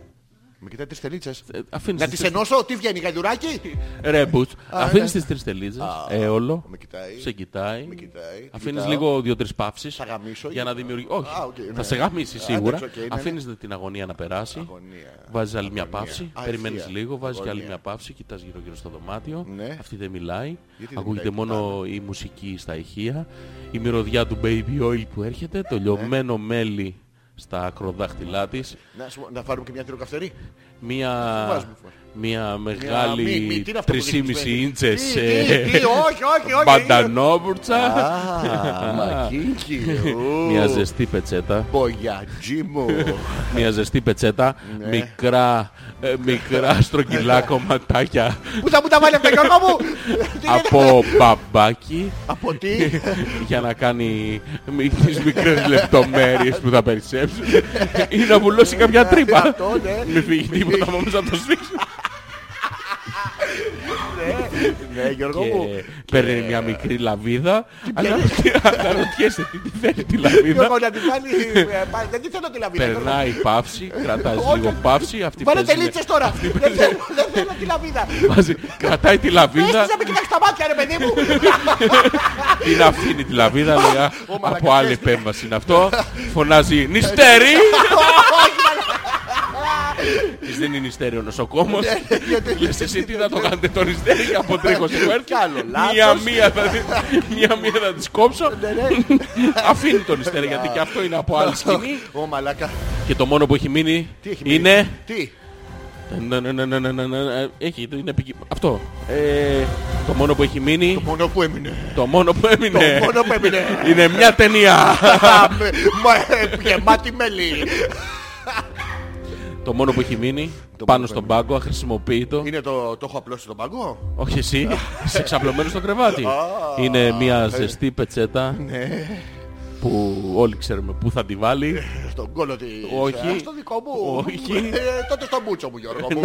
[SPEAKER 2] Με κοιτάει τις τελίτσες.
[SPEAKER 1] Ε, Αφήνεις
[SPEAKER 2] Να
[SPEAKER 1] τις
[SPEAKER 2] τις
[SPEAKER 1] τρεις-
[SPEAKER 2] ενώσω, τι βγαίνει, γαϊδουράκι.
[SPEAKER 1] Ρε μπούς. Αφήνεις
[SPEAKER 2] ναι.
[SPEAKER 1] τις τρεις τελίτσες. ε, Έολο.
[SPEAKER 2] Με κοιτάει.
[SPEAKER 1] Σε κοιτάει.
[SPEAKER 2] Ε, Με κοιτάει. Τι
[SPEAKER 1] Αφήνεις
[SPEAKER 2] κοιτάω?
[SPEAKER 1] λίγο δύο-τρεις παύσεις.
[SPEAKER 2] Θα γαμίσω
[SPEAKER 1] Για
[SPEAKER 2] ή-
[SPEAKER 1] να δημιουργεί. Όχι.
[SPEAKER 2] Α, οκ, ναι.
[SPEAKER 1] Θα σε γαμίσει
[SPEAKER 2] Α,
[SPEAKER 1] σίγουρα.
[SPEAKER 2] εντάξει, οκ, ναι, ναι.
[SPEAKER 1] Αφήνεις την αγωνία να περάσει.
[SPEAKER 2] Αγωνία.
[SPEAKER 1] Βάζεις άλλη μια
[SPEAKER 2] Αγωνία.
[SPEAKER 1] παύση.
[SPEAKER 2] Α,
[SPEAKER 1] Περιμένεις
[SPEAKER 2] ευθεία.
[SPEAKER 1] λίγο. Βάζεις και άλλη
[SPEAKER 2] Αγωνία.
[SPEAKER 1] μια παύση. Κοιτάς γύρω-γύρω στο δωμάτιο.
[SPEAKER 2] Ναι.
[SPEAKER 1] Αυτή δεν μιλάει.
[SPEAKER 2] Γιατί δεν
[SPEAKER 1] Ακούγεται
[SPEAKER 2] μιλάει,
[SPEAKER 1] μόνο η μουσική στα ηχεία. Η μυρωδιά του baby oil που έρχεται. Το λιωμένο
[SPEAKER 2] Ναι.
[SPEAKER 1] μέλι στα ακροδάχτυλά της.
[SPEAKER 2] Να, σου- να φάρουμε και μια τυροκαυτερή.
[SPEAKER 1] Μία,
[SPEAKER 2] Βάζουμε φορά. μη-
[SPEAKER 1] μία
[SPEAKER 2] μη-
[SPEAKER 1] μεγάλη
[SPEAKER 2] τι είναι αυτό που
[SPEAKER 1] 3,5
[SPEAKER 2] δείχνεις,
[SPEAKER 1] ίντσες
[SPEAKER 2] Τι,
[SPEAKER 1] ε,
[SPEAKER 2] τι, τι, όχι, όχι, όχι.
[SPEAKER 1] μπαντανόβουρτσα.
[SPEAKER 2] Α, μακίνκι.
[SPEAKER 1] Μία ζεστή πετσέτα.
[SPEAKER 2] Μπογιατζή μου.
[SPEAKER 1] Μία ζεστή πετσέτα.
[SPEAKER 2] Ναι.
[SPEAKER 1] Μικρά, ε, μικρά στρογγυλά κομματάκια
[SPEAKER 2] Πού θα μου τα βάλει αυτά, Γιώργο μου. Τι είναι?
[SPEAKER 1] από μπαμπάκι
[SPEAKER 2] Από τι.
[SPEAKER 1] Ναι. για να κάνει μι- τις μικρές λεπτομέρειες που θα περισσέψουν ή να βουλώσει κάποια τρύπα.
[SPEAKER 2] Αυτό, ναι.
[SPEAKER 1] Μη φύγει τίποτα από μέσα από το σφίξι.
[SPEAKER 2] Ναι, Γιώργο μου.
[SPEAKER 1] Και παίρνει μια μικρή λαβίδα. Αναρωτιέ- Αναρωτιέσαι τι τη θέλει τη λαβίδα.
[SPEAKER 2] Γιώργο να την βάλει. ε, πα- Δεν τη θέλω τη λαβίδα. Γιώργο.
[SPEAKER 1] Περνάει παύση, κρατάς
[SPEAKER 2] Όχι.
[SPEAKER 1] λίγο παύση, αυτή
[SPEAKER 2] Βάλε
[SPEAKER 1] παίζει με-
[SPEAKER 2] τελίτσες τώρα. Δεν θέλω- δεν θέλω τη λαβίδα.
[SPEAKER 1] βάζει- κρατάει τη λαβίδα,
[SPEAKER 2] Πες της να με κοιτάξεις τα μάτια ρε παιδί μου.
[SPEAKER 1] την αφήνει τη λαβίδα, λέει, «Α, από
[SPEAKER 2] μαλακάς,
[SPEAKER 1] άλλη επέμβαση είναι αυτό, φωνάζει νηστέρι. Της δίνει νηστέρι ο
[SPEAKER 2] Ναι,
[SPEAKER 1] νοσοκόμος. Λες εσύ τι θα το κάνετε το νηστέρι για αποτρίχωση που έρθει.
[SPEAKER 2] Κι άλλο, λάθος. Ναι,
[SPEAKER 1] Μία-μία θα, τη- μία-μία θα της κόψω. Αφήνει το νηστέρι γιατί και αυτό είναι από άλλη σκηνή.
[SPEAKER 2] Ω μαλάκα.
[SPEAKER 1] Και το μόνο που έχει μείνει
[SPEAKER 2] Τι έχει μείνει?
[SPEAKER 1] είναι...
[SPEAKER 2] Τι.
[SPEAKER 1] Ναι, ναι, ναι, ναι, ναι, ναι, ναι. Έχει, είναι επικοι- Αυτό. Ε, το μόνο που έχει μείνει,
[SPEAKER 2] Μόνο που έμεινε.
[SPEAKER 1] το μόνο που έμεινε,
[SPEAKER 2] Μόνο που έμεινε.
[SPEAKER 1] είναι μια ταινία.
[SPEAKER 2] Α, με- μα- ε, Γεμάτη μέλι.
[SPEAKER 1] Το μόνο που έχει μείνει, πάνω στον πάγκο, αχρησιμοποιητό.
[SPEAKER 2] Είναι το... Το έχω απλώσει στον παγκό.
[SPEAKER 1] Όχι εσύ, είσαι ξαπλωμένο στο κρεβάτι. Είναι μια ζεστή πετσέτα που όλοι ξέρουμε πού θα τη βάλει.
[SPEAKER 2] Ε, Στον κόλο της.
[SPEAKER 1] Όχι.
[SPEAKER 2] Α, Στο δικό μου.
[SPEAKER 1] Όχι.
[SPEAKER 2] Ε, Τότε στον μπούτσο μου Γιώργο μου.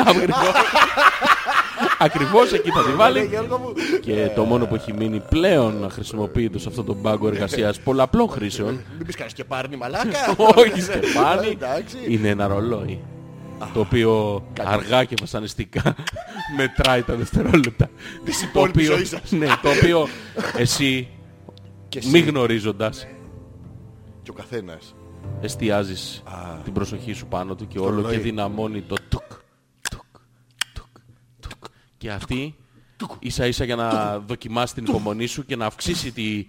[SPEAKER 1] Ακριβώς εκεί θα τη
[SPEAKER 2] Ε,
[SPEAKER 1] βάλει.
[SPEAKER 2] Γιώργο μου.
[SPEAKER 1] Και το μόνο που έχει μείνει πλέον αχρησιμοποιητό σε αυτόν τον πάγκο εργασίας πολλαπλών χρήσεων
[SPEAKER 2] Μην πεις κανείς και πάρνει μαλάκα.
[SPEAKER 1] Όχι Στεφάνη.
[SPEAKER 2] Ναι, Εντάξει.
[SPEAKER 1] Είναι ένα ρολόι. Το οποίο αργά και βασανιστικά μετράει τα δευτερόλεπτα. Το
[SPEAKER 2] υπόλοιπης
[SPEAKER 1] οποίο,
[SPEAKER 2] ζωής σας.
[SPEAKER 1] ναι, το οποίο εσύ,
[SPEAKER 2] Και
[SPEAKER 1] μη
[SPEAKER 2] εσύ
[SPEAKER 1] γνωρίζοντας,
[SPEAKER 2] και ο καθένας.
[SPEAKER 1] εστιάζεις την προσοχή σου πάνω του και όλο
[SPEAKER 2] ρολόι.
[SPEAKER 1] και δυναμώνει το τουκ, τουκ, τουκ, τουκ. Και αυτή ίσα ίσα για να δοκιμάσει την υπομονή σου και να αυξήσει τη...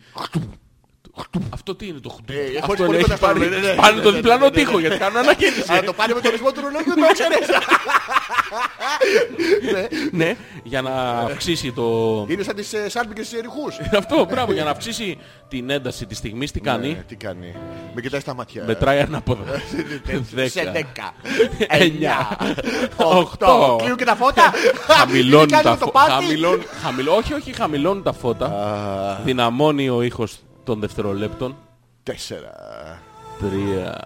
[SPEAKER 1] Αυτό τι είναι το χτουπ.
[SPEAKER 2] Ε, έχω
[SPEAKER 1] Αυτό
[SPEAKER 2] πολύ
[SPEAKER 1] λέει, έχει
[SPEAKER 2] κοντά στο
[SPEAKER 1] πάρει
[SPEAKER 2] ρολόι, ναι, ναι,
[SPEAKER 1] πάνω
[SPEAKER 2] ναι,
[SPEAKER 1] το
[SPEAKER 2] ναι,
[SPEAKER 1] διπλανό
[SPEAKER 2] ναι, ναι,
[SPEAKER 1] τοίχο γιατί κάνω ανακαίνιση.
[SPEAKER 2] Α, το πάρει με τον ρυθμό του ρολόγιου, το ξέρεις.
[SPEAKER 1] ναι, για να αυξήσει το...
[SPEAKER 2] Είναι σαν τις ε, σάλπικες της Εριχούς.
[SPEAKER 1] Είναι Αυτό, μπράβο, για να αυξήσει την ένταση της στιγμής, τι
[SPEAKER 2] Ε,
[SPEAKER 1] κάνει.
[SPEAKER 2] Τι κάνει. Με κοιτάει στα μάτια. Ε,
[SPEAKER 1] Μετράει ανάποδα.
[SPEAKER 2] Σε
[SPEAKER 1] 10.
[SPEAKER 2] 10, 9, 8.
[SPEAKER 1] Οκτώ.
[SPEAKER 2] Κλείουν και τα φώτα.
[SPEAKER 1] Χαμηλώνει τα φω-
[SPEAKER 2] φώτα.
[SPEAKER 1] χαμηλώνει- χαμηλώ- Όχι, όχι, χαμηλώνει τα φώτα. Δυναμώνει ο ήχος των δευτερολέπτων.
[SPEAKER 2] 4,
[SPEAKER 1] Τρία,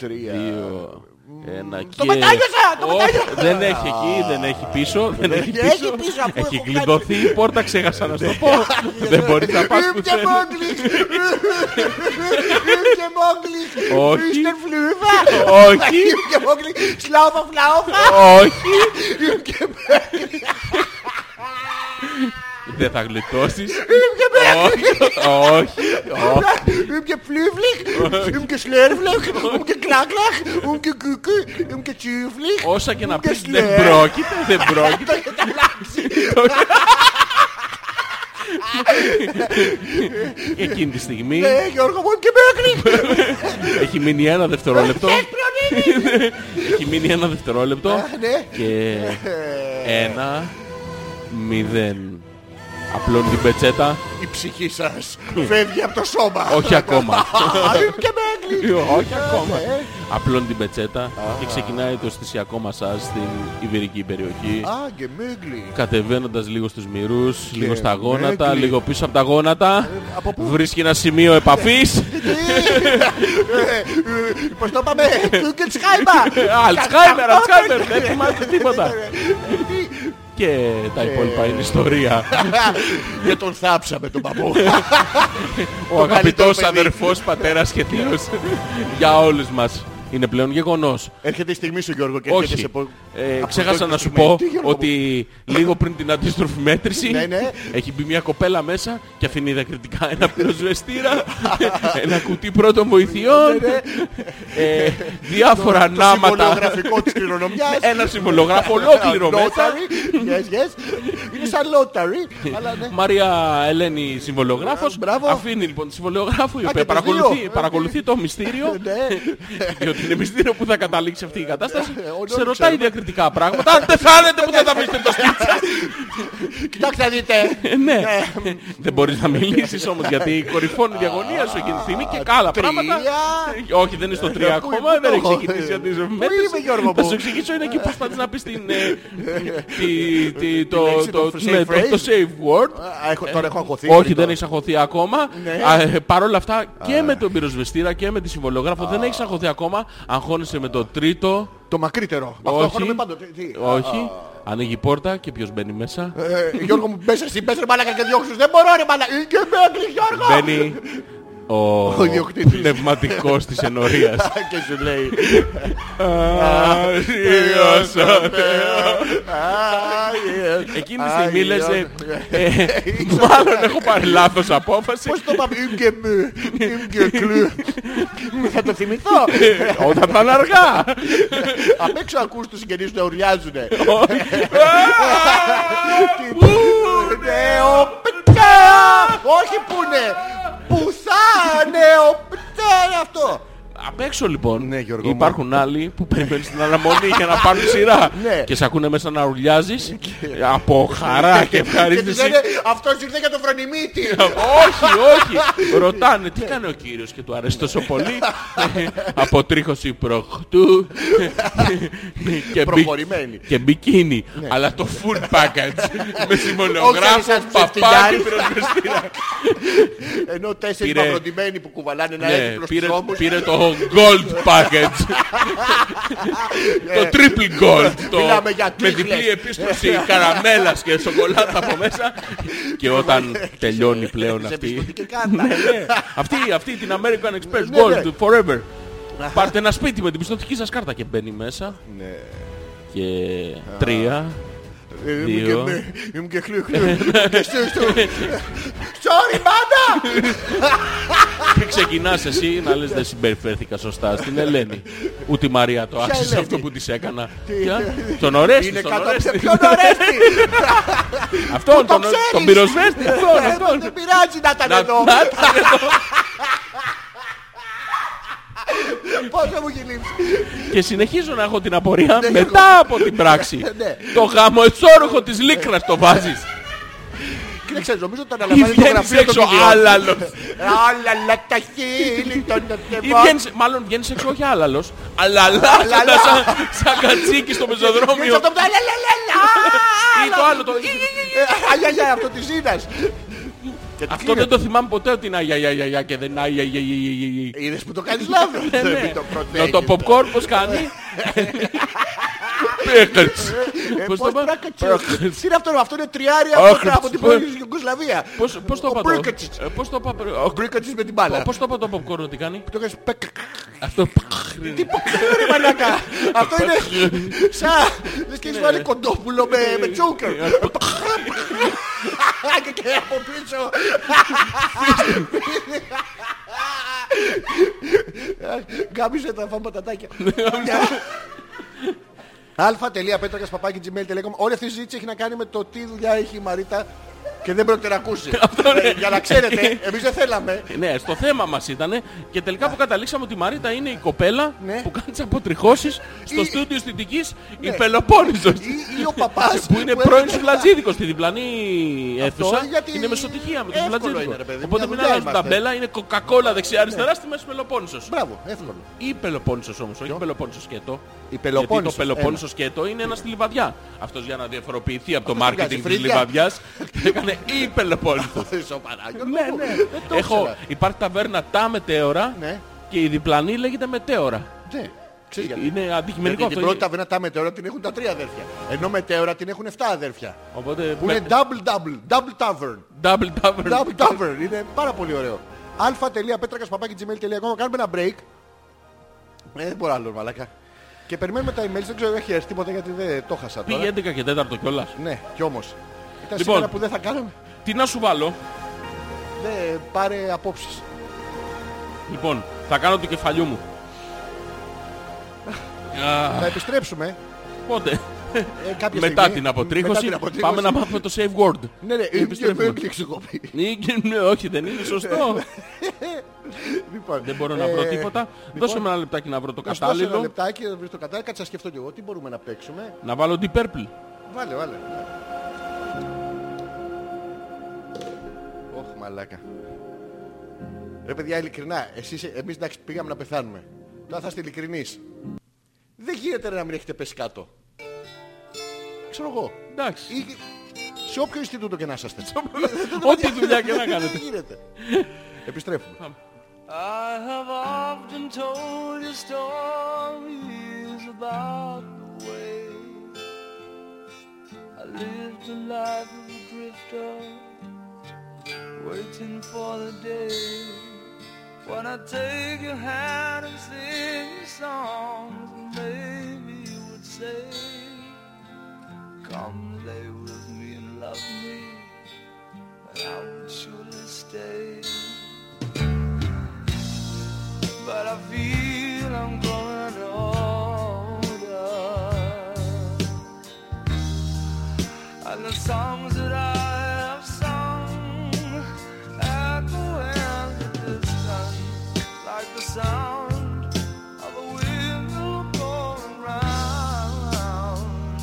[SPEAKER 2] 3.
[SPEAKER 1] δύο, ένα και...
[SPEAKER 2] μετάνιωσα, το
[SPEAKER 1] Όχι, Δεν έχει εκεί, δεν έχει πίσω, δεν έχει πίσω.
[SPEAKER 2] έχει πίσω, αφού
[SPEAKER 1] Έχει
[SPEAKER 2] έχω Ναι.
[SPEAKER 1] κλειδωθεί η πόρτα, ξέχασα να σου το πω. Δεν μπορείς να πας
[SPEAKER 2] Είμαι και
[SPEAKER 1] πουθενά.
[SPEAKER 2] μόγκλης. Είμαι και μόγκλης.
[SPEAKER 1] Όχι.
[SPEAKER 2] Μίστερ Φλούβα.
[SPEAKER 1] Όχι,
[SPEAKER 2] Είμαι και μόγκλης. Σλάουφα φλάουφα.
[SPEAKER 1] όχι. Δεν θα γλιτώσεις. Όχι, όχι.
[SPEAKER 2] Είμαι και φλούβλικ. Είμαι και σλέρβλικ. Είμαι και κλάκλαχ. Είμαι και κουκου. Είμαι και τσιούφλικ.
[SPEAKER 1] Όσα και να
[SPEAKER 2] Ούτε
[SPEAKER 1] πεις
[SPEAKER 2] σλε.
[SPEAKER 1] δεν πρόκειται, δεν πρόκειται. Εκείνη τη στιγμή
[SPEAKER 2] Ε, Γιώργο μου, είμαι και μόγκλης.
[SPEAKER 1] έχει μείνει ένα δευτερόλεπτο.
[SPEAKER 2] Ε,
[SPEAKER 1] Έχει μείνει ένα δευτερόλεπτο
[SPEAKER 2] Α, ναι.
[SPEAKER 1] και ένα μηδέν. Απλώνει την πετσέτα.
[SPEAKER 2] Η ψυχή σας φεύγει από το σώμα.
[SPEAKER 1] Όχι ακόμα.
[SPEAKER 2] Α, Είμαι και μόγκλης.
[SPEAKER 1] Όχι ακόμα. Απλώνει την πετσέτα και ξεκινάει το αισθησιακό μασάζ στην Ιβηρική περιοχή.
[SPEAKER 2] Α, και μόγκλη.
[SPEAKER 1] Κατεβαίνοντας λίγο στους μυρούς, λίγο στα γόνατα,
[SPEAKER 2] μέγλι.
[SPEAKER 1] λίγο πίσω από τα γόνατα.
[SPEAKER 2] από πού?
[SPEAKER 1] Βρίσκει ένα σημείο επαφής.
[SPEAKER 2] Ε, Πώς το είπαμε,
[SPEAKER 1] Ναι.
[SPEAKER 2] Κουκετσχάιμα.
[SPEAKER 1] Αλτσχάιμερ, Αλτσχάιμερ, δεν θυμάται τίποτα. Και τα υπόλοιπα είναι ιστορία.
[SPEAKER 2] Για τον θάψαμε τον παππού.
[SPEAKER 1] Ο αγαπητός
[SPEAKER 2] καλύτερο παιδί.
[SPEAKER 1] αδερφός, πατέρας και θείος για όλους μας. Είναι πλέον γεγονός.
[SPEAKER 2] Έρχεται η στιγμή σου Γιώργο και έρχεται
[SPEAKER 1] Όχι.
[SPEAKER 2] σε πο-
[SPEAKER 1] Ε,
[SPEAKER 2] από
[SPEAKER 1] ξέχασα
[SPEAKER 2] τότε
[SPEAKER 1] να
[SPEAKER 2] τη
[SPEAKER 1] σου
[SPEAKER 2] στιγμή.
[SPEAKER 1] πω
[SPEAKER 2] Τι, Γιώργο
[SPEAKER 1] ότι λίγο πριν την αντίστροφη μέτρηση
[SPEAKER 2] Ναι, ναι.
[SPEAKER 1] έχει μπει μια κοπέλα μέσα και αφήνει διακριτικά ένα πυροσβεστήρα, ένα κουτί πρώτων βοηθειών, ε, διάφορα
[SPEAKER 2] μου, Ναι, Το
[SPEAKER 1] ανάματα,
[SPEAKER 2] συμβολογραφικό της κληρονομιάς.
[SPEAKER 1] ένα συμβολογράφο ολόκληρο μέσα.
[SPEAKER 2] Notary. Yes, yes. Είναι σαν λόταρι. Αλλά ναι.
[SPEAKER 1] Μαρία Ελένη συμβολογράφος
[SPEAKER 2] Ε, μπράβο.
[SPEAKER 1] αφήνει λοιπόν τη συμβολογράφο η
[SPEAKER 2] και
[SPEAKER 1] οποία
[SPEAKER 2] τους
[SPEAKER 1] παρακολουθεί,
[SPEAKER 2] δύο. Ε,
[SPEAKER 1] παρακολουθεί το μυστήριο
[SPEAKER 2] Ναι.
[SPEAKER 1] διότι είναι μυστήριο που θα καταλήξει αυτή η κατάσταση
[SPEAKER 2] Ε, όλοι
[SPEAKER 1] σε ρωτάει
[SPEAKER 2] ξέρουμε.
[SPEAKER 1] διακριτικά πράγματα αν δεν φάνετε που δεν θα βρίσκετε το σπίτι σας.
[SPEAKER 2] Κοιτάξτε να δείτε.
[SPEAKER 1] Ε, ναι. Δεν μπορείς
[SPEAKER 2] Ναι.
[SPEAKER 1] να μιλήσεις όμως γιατί κορυφώνει η διαγωνία σου εκείνη τη στιγμή και κάλα
[SPEAKER 2] τρία.
[SPEAKER 1] πράγματα. Όχι, δεν είναι στο τρία
[SPEAKER 2] πού-
[SPEAKER 1] ακόμα,
[SPEAKER 2] πού
[SPEAKER 1] δεν
[SPEAKER 2] το
[SPEAKER 1] έχει
[SPEAKER 2] έχω?
[SPEAKER 1] ξεκινήσει η αντίστροφη
[SPEAKER 2] Πού
[SPEAKER 1] μέτρηση.
[SPEAKER 2] είμαι, Γιώργο
[SPEAKER 1] Θα
[SPEAKER 2] μου?
[SPEAKER 1] σου εξηγήσω είναι εκεί που προσπαθείς να πεις την, ε, τη- τη- το-
[SPEAKER 2] λέξη,
[SPEAKER 1] το-
[SPEAKER 2] το
[SPEAKER 1] ναι,
[SPEAKER 2] safe
[SPEAKER 1] το- το
[SPEAKER 2] phrase.
[SPEAKER 1] safe word.
[SPEAKER 2] Α, έχω- Τώρα έχω αγχωθεί.
[SPEAKER 1] Ε, Όχι,
[SPEAKER 2] πριν
[SPEAKER 1] δεν
[SPEAKER 2] το-
[SPEAKER 1] έχει αγχωθεί ακόμα.
[SPEAKER 2] Ναι.
[SPEAKER 1] Α, ε, Παρ' όλα αυτά και με τον πυροσβεστήρα και με τη συμβολογράφο δεν έχεις αγχωθεί ακόμα. Αγχώνεσαι με το τρίτο.
[SPEAKER 2] Το μακρύτερο. Αυτό
[SPEAKER 1] Όχι.
[SPEAKER 2] αγχώνομαι πάντοτε. Τι.
[SPEAKER 1] Όχι. Ανοίγει η πόρτα και ποιος μπαίνει μέσα.
[SPEAKER 2] Ε, Γιώργο μου, πες εσύ, πες ρε μαλάκα και διώξεις. Δεν μπορώ ρε μαλάκα. Ε, Και μέχρι Γιώργο.
[SPEAKER 1] Μπαίνει ο
[SPEAKER 2] Ο ιδιοκτήτης.
[SPEAKER 1] πνευματικός της ενορίας.
[SPEAKER 2] Και σου λέει.
[SPEAKER 1] Άγιος ο Θεός.
[SPEAKER 2] «Α, yes.
[SPEAKER 1] Εκείνη τη
[SPEAKER 2] Α,
[SPEAKER 1] στιγμή λες,
[SPEAKER 2] yes.
[SPEAKER 1] ε, ε, μάλλον έχω πάρει λάθος απόφαση.
[SPEAKER 2] Πώς το είπαμε, «Είμαι ε, και μου, είμαι και κλου». Μη Θα το θυμηθώ.
[SPEAKER 1] Όταν θα είναι αργά.
[SPEAKER 2] Απ' έξω ακούς τους συγγενείς να ουρλιάζουνε. Νεοπτέρα! Όχι που είναι! Που θα νεοπτέρα αυτό!
[SPEAKER 1] Απ' έξω λοιπόν
[SPEAKER 2] Ναι, Γιώργο μου.
[SPEAKER 1] υπάρχουν άλλοι που περιμένουν στην αναμονή για να πάρουν σειρά.
[SPEAKER 2] Ναι.
[SPEAKER 1] Και σε ακούνε μέσα να ρουλιάζεις από χαρά και
[SPEAKER 2] Και τους
[SPEAKER 1] ευχαρίστηση.
[SPEAKER 2] λένε αυτός ήρθε για το φρονιμίτι.
[SPEAKER 1] όχι, όχι. Ρωτάνε τι κάνει ο κύριος και του αρέσει τόσο πολύ. Ε, Αποτρίχωση προχτού. και μπι-
[SPEAKER 2] Προχωρημένη.
[SPEAKER 1] Και μπικίνι. Αλλά το full package με
[SPEAKER 2] Ναι.
[SPEAKER 1] Ναι,
[SPEAKER 2] Όχι,
[SPEAKER 1] συμβολογράφο,
[SPEAKER 2] σαν τους
[SPEAKER 1] παπάκι,
[SPEAKER 2] ψευτιλιάρης.
[SPEAKER 1] πυροσβεστήρα.
[SPEAKER 2] Ενώ τέσσερις
[SPEAKER 1] Πήρε-
[SPEAKER 2] παπλωτημένοι που κουβαλάνε ένα
[SPEAKER 1] Ναι,
[SPEAKER 2] έπιπλο
[SPEAKER 1] πήρε,
[SPEAKER 2] στους ώμους.
[SPEAKER 1] πήρε το gold package. το triple gold. το,
[SPEAKER 2] Ναι. Μιλάμε για
[SPEAKER 1] με
[SPEAKER 2] τρίχλες.
[SPEAKER 1] διπλή επίστρωση καραμέλας και σοκολάτα από μέσα. και όταν τελειώνει πλέον
[SPEAKER 2] Ναι. Σε
[SPEAKER 1] αυτή.
[SPEAKER 2] πιστοτική κάρτα.
[SPEAKER 1] Ναι. αυτή, αυτή την American Express
[SPEAKER 2] Ναι,
[SPEAKER 1] Gold
[SPEAKER 2] ναι.
[SPEAKER 1] Forever. Πάρτε ένα σπίτι με την πιστοτική σας κάρτα και μπαίνει μέσα.
[SPEAKER 2] Ναι.
[SPEAKER 1] Και τρία.
[SPEAKER 2] Ε, ήμουν
[SPEAKER 1] Δύο.
[SPEAKER 2] και με- Ήμουν και χλου χλου. Και στου στου. Sorry μάνα!
[SPEAKER 1] Και ξεκινάς εσύ να λες δεν συμπεριφέρθηκα σωστά στην Ελένη. Ούτε η Μαρία το άξιζε
[SPEAKER 2] Ελένη?
[SPEAKER 1] αυτό που της έκανα. Ποια? Τον Ορέστη,
[SPEAKER 2] Είναι
[SPEAKER 1] τον
[SPEAKER 2] κάτω από
[SPEAKER 1] Ορέστη.
[SPEAKER 2] ποιον ωραίστη.
[SPEAKER 1] Αυτόν,
[SPEAKER 2] το
[SPEAKER 1] τον,
[SPEAKER 2] ξέρεις.
[SPEAKER 1] τον πυροσβέστη. Αυτόν,
[SPEAKER 2] Ε,
[SPEAKER 1] αυτόν.
[SPEAKER 2] Δεν πειράζει να ήταν
[SPEAKER 1] Να-
[SPEAKER 2] εδώ.
[SPEAKER 1] να ήταν εδώ.
[SPEAKER 2] Πόσο μου έχει λείψει.
[SPEAKER 1] Και συνεχίζω να έχω την απορία
[SPEAKER 2] Ναι,
[SPEAKER 1] μετά από την πράξη.
[SPEAKER 2] Ναι.
[SPEAKER 1] Το γαμοεσόρουχο της λίκρας το βάζεις.
[SPEAKER 2] Κοίτα, ξέρεις, νομίζω ότι
[SPEAKER 1] Ή
[SPEAKER 2] αναλαμβάνει το
[SPEAKER 1] βγαίνεις
[SPEAKER 2] γραφείο
[SPEAKER 1] έξω
[SPEAKER 2] των ίδιων.
[SPEAKER 1] άλλαλος.
[SPEAKER 2] Άλλα λα, τα χείλη των
[SPEAKER 1] Ή
[SPEAKER 2] εθεμών.
[SPEAKER 1] βγαίνεις, μάλλον βγαίνεις έξω όχι άλλαλος, αλλά αλλάζοντας σαν, σαν κατσίκι στο
[SPEAKER 2] Ξέρεις
[SPEAKER 1] πεζοδρόμιο.
[SPEAKER 2] αυτό που τα λα, λα, λα, λα.
[SPEAKER 1] Ή το άλλο το...
[SPEAKER 2] Ε, Αγιά, αγιά, αυτό της Ζήνας. Και το
[SPEAKER 1] Αυτό
[SPEAKER 2] κλείνω.
[SPEAKER 1] δεν το θυμάμαι ποτέ ότι είναι αγιαγιαγιά και δεν είναι αγιαγιαγιαγιαγι.
[SPEAKER 2] Είδες που το κάνεις λάθος.
[SPEAKER 1] Ναι, ναι.
[SPEAKER 2] Δεν μην το
[SPEAKER 1] Το
[SPEAKER 2] προτείνεις.
[SPEAKER 1] το popcorn πώς κάνει. Πέκατς.
[SPEAKER 2] Ε,
[SPEAKER 1] Πώς το
[SPEAKER 2] πώς
[SPEAKER 1] πάει.
[SPEAKER 2] τράκατσες. Τι είναι αυτό, αυτό είναι τριάρι από
[SPEAKER 1] Άχ,
[SPEAKER 2] τα- από την
[SPEAKER 1] πώς-
[SPEAKER 2] πόλη της Ιουγκοσλαβία.
[SPEAKER 1] Πώς- Πώς το
[SPEAKER 2] Ο
[SPEAKER 1] είπα το.
[SPEAKER 2] Μπρίκατσις.
[SPEAKER 1] Ε, Πώς το είπα. πρι-
[SPEAKER 2] Ο Μπρίκατσις με την μπάλα.
[SPEAKER 1] Πο- Πώς το είπα το popcorn ότι κάνει.
[SPEAKER 2] Το κάνεις πεκ.
[SPEAKER 1] Αυτό.
[SPEAKER 2] Τι ποκάρι μαλακά! Αυτό είναι σαν... Λες και έχεις βάλει κοντόπουλο με, με
[SPEAKER 1] Ναι.
[SPEAKER 2] τσούκερ. και, και από πίσω. Γκάμισε τα φάμε πατατάκια. Αλφα.πέτρακα παπάκι gmail.com Όλη αυτή η συζήτηση έχει να κάνει με το τι δουλειά έχει η Μαρίτα και δεν πρόκειται να ακούσει. Ε, Για να ξέρετε, εμείς δεν θέλαμε.
[SPEAKER 1] Ναι, στο θέμα μας ήταν και τελικά που καταλήξαμε ότι η Μαρίτα είναι η κοπέλα
[SPEAKER 2] Ναι.
[SPEAKER 1] που κάνει τις αποτριχώσεις στο
[SPEAKER 2] Ή-
[SPEAKER 1] στούντιο θητικής η Πελοπόννησος.
[SPEAKER 2] Ή, ή ο παπάς
[SPEAKER 1] Που είναι
[SPEAKER 2] που
[SPEAKER 1] πρώην
[SPEAKER 2] έρχεται-
[SPEAKER 1] Σουβλατζίδικο στη διπλανή αίθουσα.
[SPEAKER 2] γιατί
[SPEAKER 1] Είναι μεσοτυχία με τον
[SPEAKER 2] εύκολο
[SPEAKER 1] Σουβλατζίδικο.
[SPEAKER 2] είναι, ρε παιδί,
[SPEAKER 1] Οπότε
[SPEAKER 2] μια
[SPEAKER 1] μην
[SPEAKER 2] δουλειά
[SPEAKER 1] αλλάζουν τα
[SPEAKER 2] είμαστε.
[SPEAKER 1] μπέλα, είναι κοκακόλα δεξιά-αριστερά στη μέση Πελοπόννησος.
[SPEAKER 2] Μπράβο, εύκολο.
[SPEAKER 1] Ή Πελοπόννησος όμως, όχι Πελοπόννησο σκέτο.
[SPEAKER 2] Η
[SPEAKER 1] Γιατί το
[SPEAKER 2] Πελοπόννησος.
[SPEAKER 1] Πελοπόννησο σκέτο είναι ένα στη Λιβαδιά. Αυτός για να διαφοροποιηθεί από το μάρκετινγκ
[SPEAKER 2] βγάζει
[SPEAKER 1] της
[SPEAKER 2] φρύδια.
[SPEAKER 1] Λιβαδιάς έκανε ή Πελοπόννησο.
[SPEAKER 2] Έλα. Σοβαρά. Γιώργο
[SPEAKER 1] ναι,
[SPEAKER 2] μου.
[SPEAKER 1] ναι.
[SPEAKER 2] Δεν το
[SPEAKER 1] Έχω,
[SPEAKER 2] ήξερα.
[SPEAKER 1] υπάρχει ταβέρνα τα μετέωρα
[SPEAKER 2] Ναι.
[SPEAKER 1] και η διπλανή λέγεται μετέωρα.
[SPEAKER 2] Ναι. Ξέρεις γιατί.
[SPEAKER 1] Είναι
[SPEAKER 2] Γιατί
[SPEAKER 1] αντικειμενικό
[SPEAKER 2] την πρώτη
[SPEAKER 1] αυτό.
[SPEAKER 2] ταβέρνα τα μετέωρα την έχουν τα τρία αδέρφια. Ενώ μετέωρα την έχουν 7 αδέρφια.
[SPEAKER 1] Οπότε
[SPEAKER 2] Που είναι double double, double tavern.
[SPEAKER 1] double tavern.
[SPEAKER 2] Double tavern. Είναι πάρα πολύ ωραίο. αλφα.πέτρακα.gmail.com Κάνουμε ένα break. Ε, δεν μπορώ άλλο, μαλακά. Και περιμένουμε τα email. Δεν ξέρω, έχει έρθει τίποτα γιατί δεν το χάσα τώρα.
[SPEAKER 1] Πήγε 11 και 4 κιόλας.
[SPEAKER 2] Ναι, κι όμως. Ήταν
[SPEAKER 1] Λοιπόν.
[SPEAKER 2] σήμερα που δεν θα κάναμε.
[SPEAKER 1] Τι να σου βάλω.
[SPEAKER 2] Ναι, πάρε απόψεις.
[SPEAKER 1] Λοιπόν, θα κάνω του κεφαλιού μου. Α,
[SPEAKER 2] Θα επιστρέψουμε
[SPEAKER 1] Πότε.
[SPEAKER 2] ε, κάποια
[SPEAKER 1] Μετά
[SPEAKER 2] στιγμή.
[SPEAKER 1] την
[SPEAKER 2] Μετά
[SPEAKER 1] αποτρίχωση
[SPEAKER 2] την αποτρίχωση.
[SPEAKER 1] πάμε να μάθουμε το save word.
[SPEAKER 2] Ναι, ναι,
[SPEAKER 1] Επιστρέφουμε.
[SPEAKER 2] δεν κλεισικοπεί.
[SPEAKER 1] Ή- ναι, Όχι, δεν είναι σωστό.
[SPEAKER 2] Λοιπόν,
[SPEAKER 1] Δεν μπορώ να βρω
[SPEAKER 2] ε,
[SPEAKER 1] τίποτα. Δώσε με ένα λεπτάκι να βρω το
[SPEAKER 2] Να σου δώσω ένα
[SPEAKER 1] κατάλληλο.
[SPEAKER 2] λεπτάκι, να βρεις το κατάλληλο, κάτσε να σκεφτώ κι εγώ τι μπορούμε να παίξουμε.
[SPEAKER 1] Να βάλω την purple.
[SPEAKER 2] Βάλε, βάλε. Ωχ, μαλάκα. Ρε παιδιά, ειλικρινά, εσείς, εμείς εντάξει πήγαμε να πεθάνουμε. Τώρα θα είστε ειλικρινείς. Δεν γίνεται ρε, να μην έχετε πέσει κάτω. Ξέρω εγώ.
[SPEAKER 1] Εντάξει.
[SPEAKER 2] Ή σε όποιο Ινστιτούτο και να είσαστε.
[SPEAKER 1] Ό,τι δουλειά και να κάνετε.
[SPEAKER 2] Δεν γίνεται. Επιστρέφουμε.
[SPEAKER 5] I have often told you stories about the way I lived a life of a drifter, waiting for the day when I take your hand and sing songs, and maybe you would say, "Come lay with me and love me," and I would surely stay. But I feel I'm growing older And the songs that I have sung Echo in the distance Like the sound of a wheel going round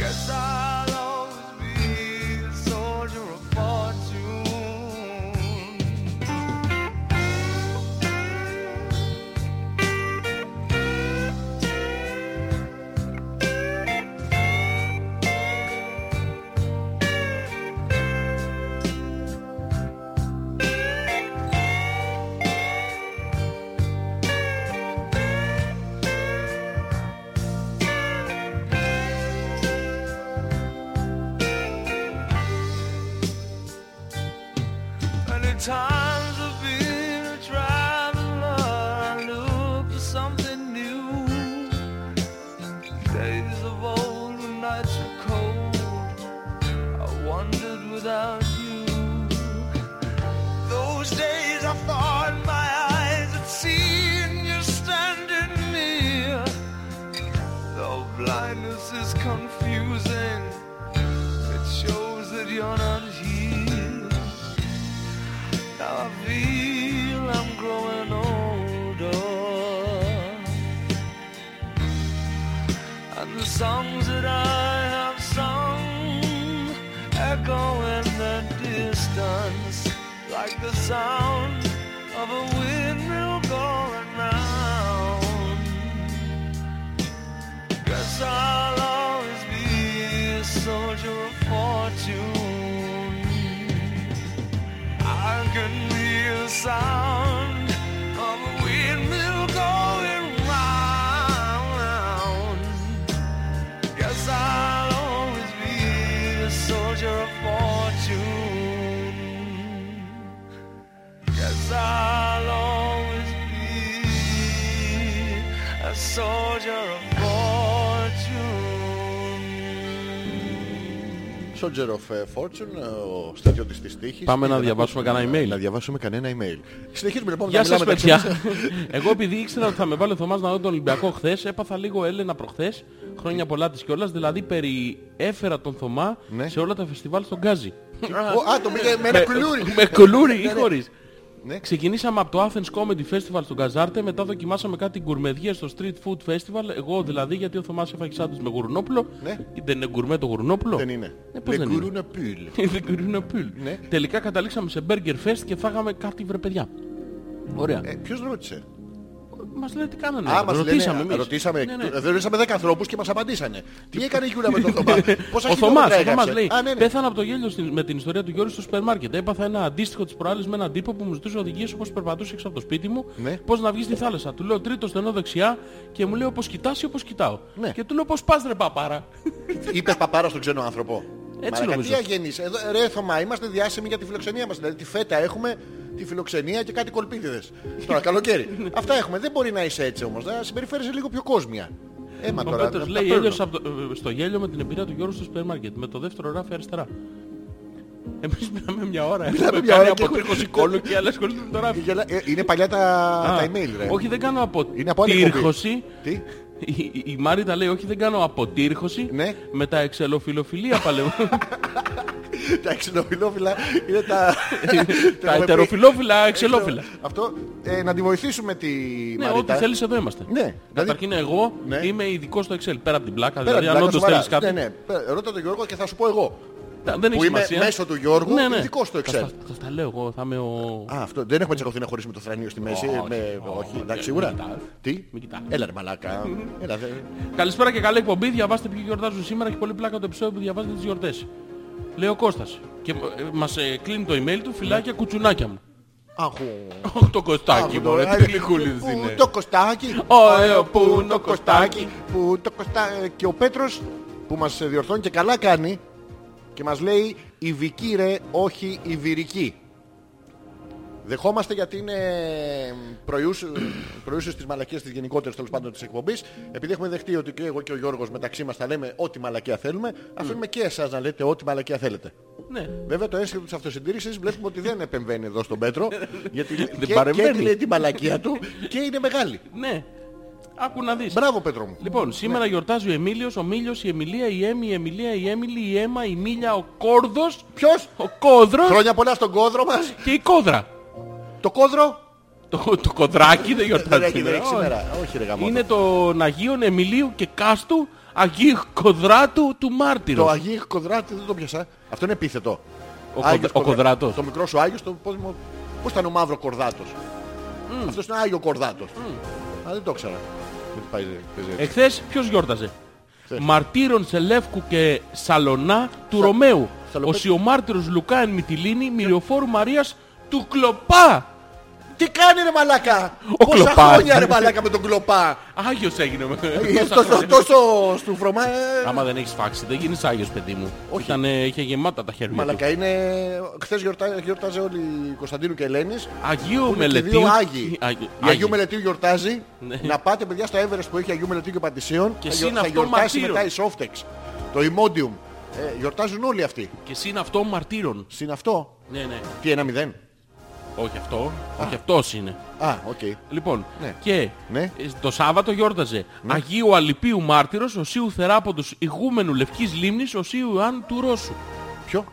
[SPEAKER 5] Guess I'll always be a soldier of fortune Many times I've been a traveler. I look for something new. Days of old when nights were cold. I wandered without you. Those days I thought my eyes had seen you standing near. Though blindness is confusing, it shows that you're not here. Now I feel I'm growing older. songs that I have sung echo in the distance like the sound of a windmill going round. Guess I'll always be a soldier of fortune. I can hear the sound of a windmill going round. Yes, I'll always be a soldier of fortune. Yes, I'll always be a soldier of fortune.
[SPEAKER 2] Soldier of ε, Fortune, ο στρατιώτης της τύχης.
[SPEAKER 1] Πάμε
[SPEAKER 2] Είδα
[SPEAKER 1] να διαβάσουμε κανένα
[SPEAKER 2] Να
[SPEAKER 1] email.
[SPEAKER 2] διαβάσουμε κανένα email. Συνεχίζουμε λοιπόν
[SPEAKER 1] Γεια
[SPEAKER 2] να
[SPEAKER 1] σας
[SPEAKER 2] μιλάμε μεταξύ
[SPEAKER 1] παιδιά. Εγώ επειδή ήξερα ότι θα με βάλει ο Θωμάς να δω τον Ολυμπιακό χθες, έπαθα λίγο Έλενα προχθές, χρόνια πολλά της κιόλας, δηλαδή περιέφερα τον Θωμά
[SPEAKER 2] Ναι.
[SPEAKER 1] σε όλα τα φεστιβάλ στον Γκάζι.
[SPEAKER 2] μας. Ο, Α, το πήγε με
[SPEAKER 1] Ε,
[SPEAKER 2] ένα κουλούρι.
[SPEAKER 1] Με κουλούρι ή χωρίς.
[SPEAKER 2] Ναι.
[SPEAKER 1] Ξεκινήσαμε από το Athens Comedy Festival στον Καζάρτε, μετά δοκιμάσαμε κάτι γκουρμεδιές στο Street Food Festival, εγώ δηλαδή γιατί ο Θωμάς έφαγε σάντουιτς με γουρνόπουλο,
[SPEAKER 2] Ναι.
[SPEAKER 1] δεν είναι γκουρμέ το γουρνόπουλο.
[SPEAKER 2] Δεν είναι.
[SPEAKER 1] Ε, πώς
[SPEAKER 2] Le
[SPEAKER 1] δεν είναι.
[SPEAKER 2] Guruna Pul.
[SPEAKER 1] Δεν κρίνω πουλ.
[SPEAKER 2] Ναι.
[SPEAKER 1] Τελικά καταλήξαμε σε Burger Fest και φάγαμε κάτι βρε παιδιά. Ωραία.
[SPEAKER 2] Ε, Ποιος ρώτησε.
[SPEAKER 1] Μας λένε τι κάνανε.
[SPEAKER 2] Α, μας λένε,
[SPEAKER 1] Ναι, ρωτήσαμε
[SPEAKER 2] α,
[SPEAKER 1] εμείς.
[SPEAKER 2] ρωτήσαμε,
[SPEAKER 1] Ναι, ναι.
[SPEAKER 2] ε, δεν ρωτήσαμε 10 ανθρώπους και μας απαντήσανε. Τι έκανε η Γιούρα με τον Θωμά. Πόσα
[SPEAKER 1] Ο Θωμάς,
[SPEAKER 2] χιλιόμετρα
[SPEAKER 1] ο Θωμάς
[SPEAKER 2] έγραψε?
[SPEAKER 1] λέει,
[SPEAKER 2] Α, ναι, ναι.
[SPEAKER 1] πέθανα από το γέλιο στην- με την ιστορία του Γιώργου στο σούπερ μάρκετ. Έπαθα ένα αντίστοιχο της προάλλης με έναν τύπο που μου ζητούσε οδηγίες όπως περπατούσε έξω από το σπίτι μου,
[SPEAKER 2] Ναι.
[SPEAKER 1] πώς να βγεις στη θάλασσα. Του λέω τρίτο στενό δεξιά και μου λέει όπως κοιτάς ή όπως κοιτάω.
[SPEAKER 2] Ναι.
[SPEAKER 1] Και του λέω πώς πας ρε παπάρα.
[SPEAKER 2] Είπες παπάρα στον ξένο άνθρωπο. Μαλάκα,
[SPEAKER 1] νομίζω.
[SPEAKER 2] Τι αγενείς. Εδώ, ρε Θωμά, είμαστε διάσημοι για τη φιλοξενία μας. Δηλαδή τη φέτα έχουμε, τη φιλοξενία και κάτι κολπίδιδες. Τώρα καλοκαίρι. Αυτά έχουμε. Δεν μπορεί να είσαι έτσι όμως. Να συμπεριφέρεσαι λίγο πιο κόσμια. Έμα
[SPEAKER 1] Ο
[SPEAKER 2] τώρα.
[SPEAKER 1] Πέτρος
[SPEAKER 2] τα- τα
[SPEAKER 1] λέει
[SPEAKER 2] παίρνω.
[SPEAKER 1] έλειωσα από το- ε, στο γέλιο με την εμπειρία του Γιώργου στο σούπερ μάρκετ με το δεύτερο ράφι αριστερά. Εμείς μιλάμε μια ώρα. Έχουμε
[SPEAKER 2] μια
[SPEAKER 1] κάνει
[SPEAKER 2] ώρα και
[SPEAKER 1] από
[SPEAKER 2] έχουμε-
[SPEAKER 1] τρίκο σηκόλου και άλλα σχολή με το ράφι.
[SPEAKER 2] Γελά- ε, Είναι παλιά τα, τα email, ρε.
[SPEAKER 1] Όχι, δεν κάνω από
[SPEAKER 2] Είναι από άλλη
[SPEAKER 1] τύρχωση.
[SPEAKER 2] εκπομπή. Τι?
[SPEAKER 1] Η, η- η Μάριτα λέει, όχι δεν κάνω αποτύρχωση.
[SPEAKER 2] Ναι.
[SPEAKER 1] Με τα εξελοφιλοφιλία παλεύω.
[SPEAKER 2] τα ξυλοφιλόφιλα είναι τα.
[SPEAKER 1] τα
[SPEAKER 2] έχουμε πει.
[SPEAKER 1] ετεροφιλόφιλα, εξελόφιλα.
[SPEAKER 2] Αυτό. ε, να τη βοηθήσουμε τη
[SPEAKER 1] ναι,
[SPEAKER 2] Μαρίτα.
[SPEAKER 1] ό,τι θέλεις εδώ είμαστε.
[SPEAKER 2] Ναι. δηλαδή-
[SPEAKER 1] Καταρχήν εγώ
[SPEAKER 2] Ναι.
[SPEAKER 1] είμαι ειδικός στο Excel, πέρα από την πλάκα.
[SPEAKER 2] Πέρα
[SPEAKER 1] δηλαδή, αν
[SPEAKER 2] την
[SPEAKER 1] όντως
[SPEAKER 2] πλάκα,
[SPEAKER 1] θέλεις
[SPEAKER 2] σοβαρά.
[SPEAKER 1] κάτι.
[SPEAKER 2] Ναι, ναι. Πέρα, Ρώτα τον Γιώργο και θα σου πω εγώ.
[SPEAKER 1] τα- Δεν έχει
[SPEAKER 2] που είμαι
[SPEAKER 1] σημασία. Ναι,
[SPEAKER 2] μέσω του Γιώργου, ειδικός στο
[SPEAKER 1] Θα
[SPEAKER 2] Excel.
[SPEAKER 1] στα- Θα τα λέω εγώ, θα είμαι ο...
[SPEAKER 2] Α, αυτό. Δεν έχουμε τσακωθεί να χωρίσουμε το θρανίο στη μέση.
[SPEAKER 1] Όχι,
[SPEAKER 2] με...
[SPEAKER 1] όχι,
[SPEAKER 2] όχι, εντάξει,
[SPEAKER 1] μην
[SPEAKER 2] σίγουρα.
[SPEAKER 1] κοιτάς.
[SPEAKER 2] Τι.
[SPEAKER 1] Μην κοιτάς.
[SPEAKER 2] Έλα, ρε μαλάκα. Έλα, δε...
[SPEAKER 1] Καλησπέρα και καλή εκπομπή. Διαβάστε ποιοι γιορτάζουν σήμερα και πολύ πλάκα το επεισόδιο που διαβάζετε τις γιορτές. Λέει ο Κώστας. Και ε, μας ε, κλείνει το email του φυλάκια κουτσουνάκια μου.
[SPEAKER 2] Αχού.
[SPEAKER 1] Αχ, το Κωστάκι
[SPEAKER 2] Αχού,
[SPEAKER 1] μου,
[SPEAKER 2] τώρα,
[SPEAKER 1] τι γλυκούλιδες
[SPEAKER 2] Πού
[SPEAKER 1] είναι.
[SPEAKER 2] Το κοστάκι.
[SPEAKER 1] Ωραίο,
[SPEAKER 2] Πού
[SPEAKER 1] πού είναι το Κωστάκι.
[SPEAKER 2] Πού το κοστάκι. Και ο Πέτρος που μας διορθώνει και καλά κάνει και μας λέει Ιβική ρε, όχι Ιβυρική. Δεχόμαστε γιατί είναι προϊούσες της μαλακίας της γενικότερης τέλος πάντων της εκπομπής. Επειδή έχουμε δεχτεί ότι και εγώ και ο Γιώργος μεταξύ μας θα λέμε ό,τι μαλακία θέλουμε, αφήνουμε και εσάς να λέτε ό,τι μαλακία θέλετε.
[SPEAKER 1] Ναι.
[SPEAKER 2] Βέβαια το ένσυχο της αυτοσυντήρησης βλέπουμε ότι δεν επεμβαίνει εδώ στον Πέτρο γιατί και, και
[SPEAKER 1] παρεμβαίνει.
[SPEAKER 2] λέει την μαλακία του και είναι μεγάλη.
[SPEAKER 1] Ναι. Άκου να δεις.
[SPEAKER 2] Μπράβο Ναι. Πέτρο μου.
[SPEAKER 1] Λοιπόν, σήμερα γιορτάζει ο Εμίλιος, ο Μίλιος, η Εμιλία, η Έμι, η Εμιλία, η Έμιλη, η Έμα, η Μίλια, ο Κόρδος,
[SPEAKER 2] Ποιος?
[SPEAKER 1] ο Κόδρος
[SPEAKER 2] Χρόνια πολλά στον κόδρο μας.
[SPEAKER 1] και η Κόδρα.
[SPEAKER 2] Το κόδρο
[SPEAKER 1] Το, το κοδράκι δεν
[SPEAKER 2] δεν
[SPEAKER 1] γιορτάζει
[SPEAKER 2] έχει δεν
[SPEAKER 1] σήμερα.
[SPEAKER 2] έχει σήμερα. Όχι ρε
[SPEAKER 1] Όχι.
[SPEAKER 2] γαμότο.
[SPEAKER 1] Είναι των Αγίων Εμιλίου και Κάστου, Αγίου Κοδράτου του
[SPEAKER 2] Το
[SPEAKER 1] Μάρτυρος.
[SPEAKER 2] Αγίου Κοδράτη δεν το πιασά. Αυτό είναι επίθετο.
[SPEAKER 1] Ο
[SPEAKER 2] Άγιος
[SPEAKER 1] κοδ- ο Κοδράτος.
[SPEAKER 2] Το μικρό σου Άγιος, το πόδι Πώς ήταν ο μαύρο Κορδάτος. Αυτός είναι Άγιο Κορδάτος. Α, δεν το ήξερα. Δεν πάει, παίζει έτσι.
[SPEAKER 1] Εχθές ποιος γιορτάζε. Μαρτύρων σε Λεύκου και Σαλονά του Ρωμαίου.
[SPEAKER 2] Σαλοπέ-
[SPEAKER 1] Ο Σιωμάρτυρος Λουκά εν Μυτιλίνη, Μυριοφόρου Μαρίας του Κλοπά.
[SPEAKER 2] Τι κάνει ρε μαλάκα.
[SPEAKER 1] Ο
[SPEAKER 2] Πόσα
[SPEAKER 1] Κλοπάς.
[SPEAKER 2] χρόνια ρε μαλάκα με τον κλοπά.
[SPEAKER 1] Άγιος έγινε. με-
[SPEAKER 2] Ε,
[SPEAKER 1] Τόσα
[SPEAKER 2] τόσο-
[SPEAKER 1] χρόνια.
[SPEAKER 2] Τόσο στο φρωμά. ε,
[SPEAKER 1] Άμα δεν έχεις φάξει δεν γίνεις Άγιος παιδί μου.
[SPEAKER 2] Όχι.
[SPEAKER 1] Ήταν, ε, είχε γεμάτα τα χέρια του.
[SPEAKER 2] Μαλακά είναι. Χθες γιορτάζε όλοι οι Κωνσταντίνου και Ελένης.
[SPEAKER 1] Αγίου
[SPEAKER 2] Και
[SPEAKER 1] Μελετίου.
[SPEAKER 2] δύο Άγιοι.
[SPEAKER 1] Άγι-
[SPEAKER 2] Η
[SPEAKER 1] Άγιοι.
[SPEAKER 2] Αγίου Μελετίου γιορτάζει.
[SPEAKER 1] Ναι.
[SPEAKER 2] Να πάτε παιδιά στο Εύερες που έχει Αγίου Μελετίου και Πατησίων. θα
[SPEAKER 1] Και εσύ
[SPEAKER 2] γιορ-
[SPEAKER 1] είναι
[SPEAKER 2] θα
[SPEAKER 1] αυτό
[SPEAKER 2] γιορτάσει
[SPEAKER 1] μαρτύρων.
[SPEAKER 2] μετά η Softex. Το Imodium. Ε, γιορτάζουν όλοι αυτοί.
[SPEAKER 1] Και εσύ είναι αυτό μαρτύρων.
[SPEAKER 2] Συν αυτό.
[SPEAKER 1] Ναι, ναι.
[SPEAKER 2] Τι, ένα μηδέν.
[SPEAKER 1] Όχι αυτό. Όχι αυτός είναι.
[SPEAKER 2] Α, οκ.
[SPEAKER 1] Λοιπόν,
[SPEAKER 2] Ναι.
[SPEAKER 1] και
[SPEAKER 2] Ναι.
[SPEAKER 1] ε, το Σάββατο γιόρταζε Αγίου Αλυπίου Μάρτυρος, Οσίου Θεράποντος Ηγούμενου Λευκής Λίμνης, Οσίου Ιωάννου του Ρώσου.
[SPEAKER 2] Ποιο.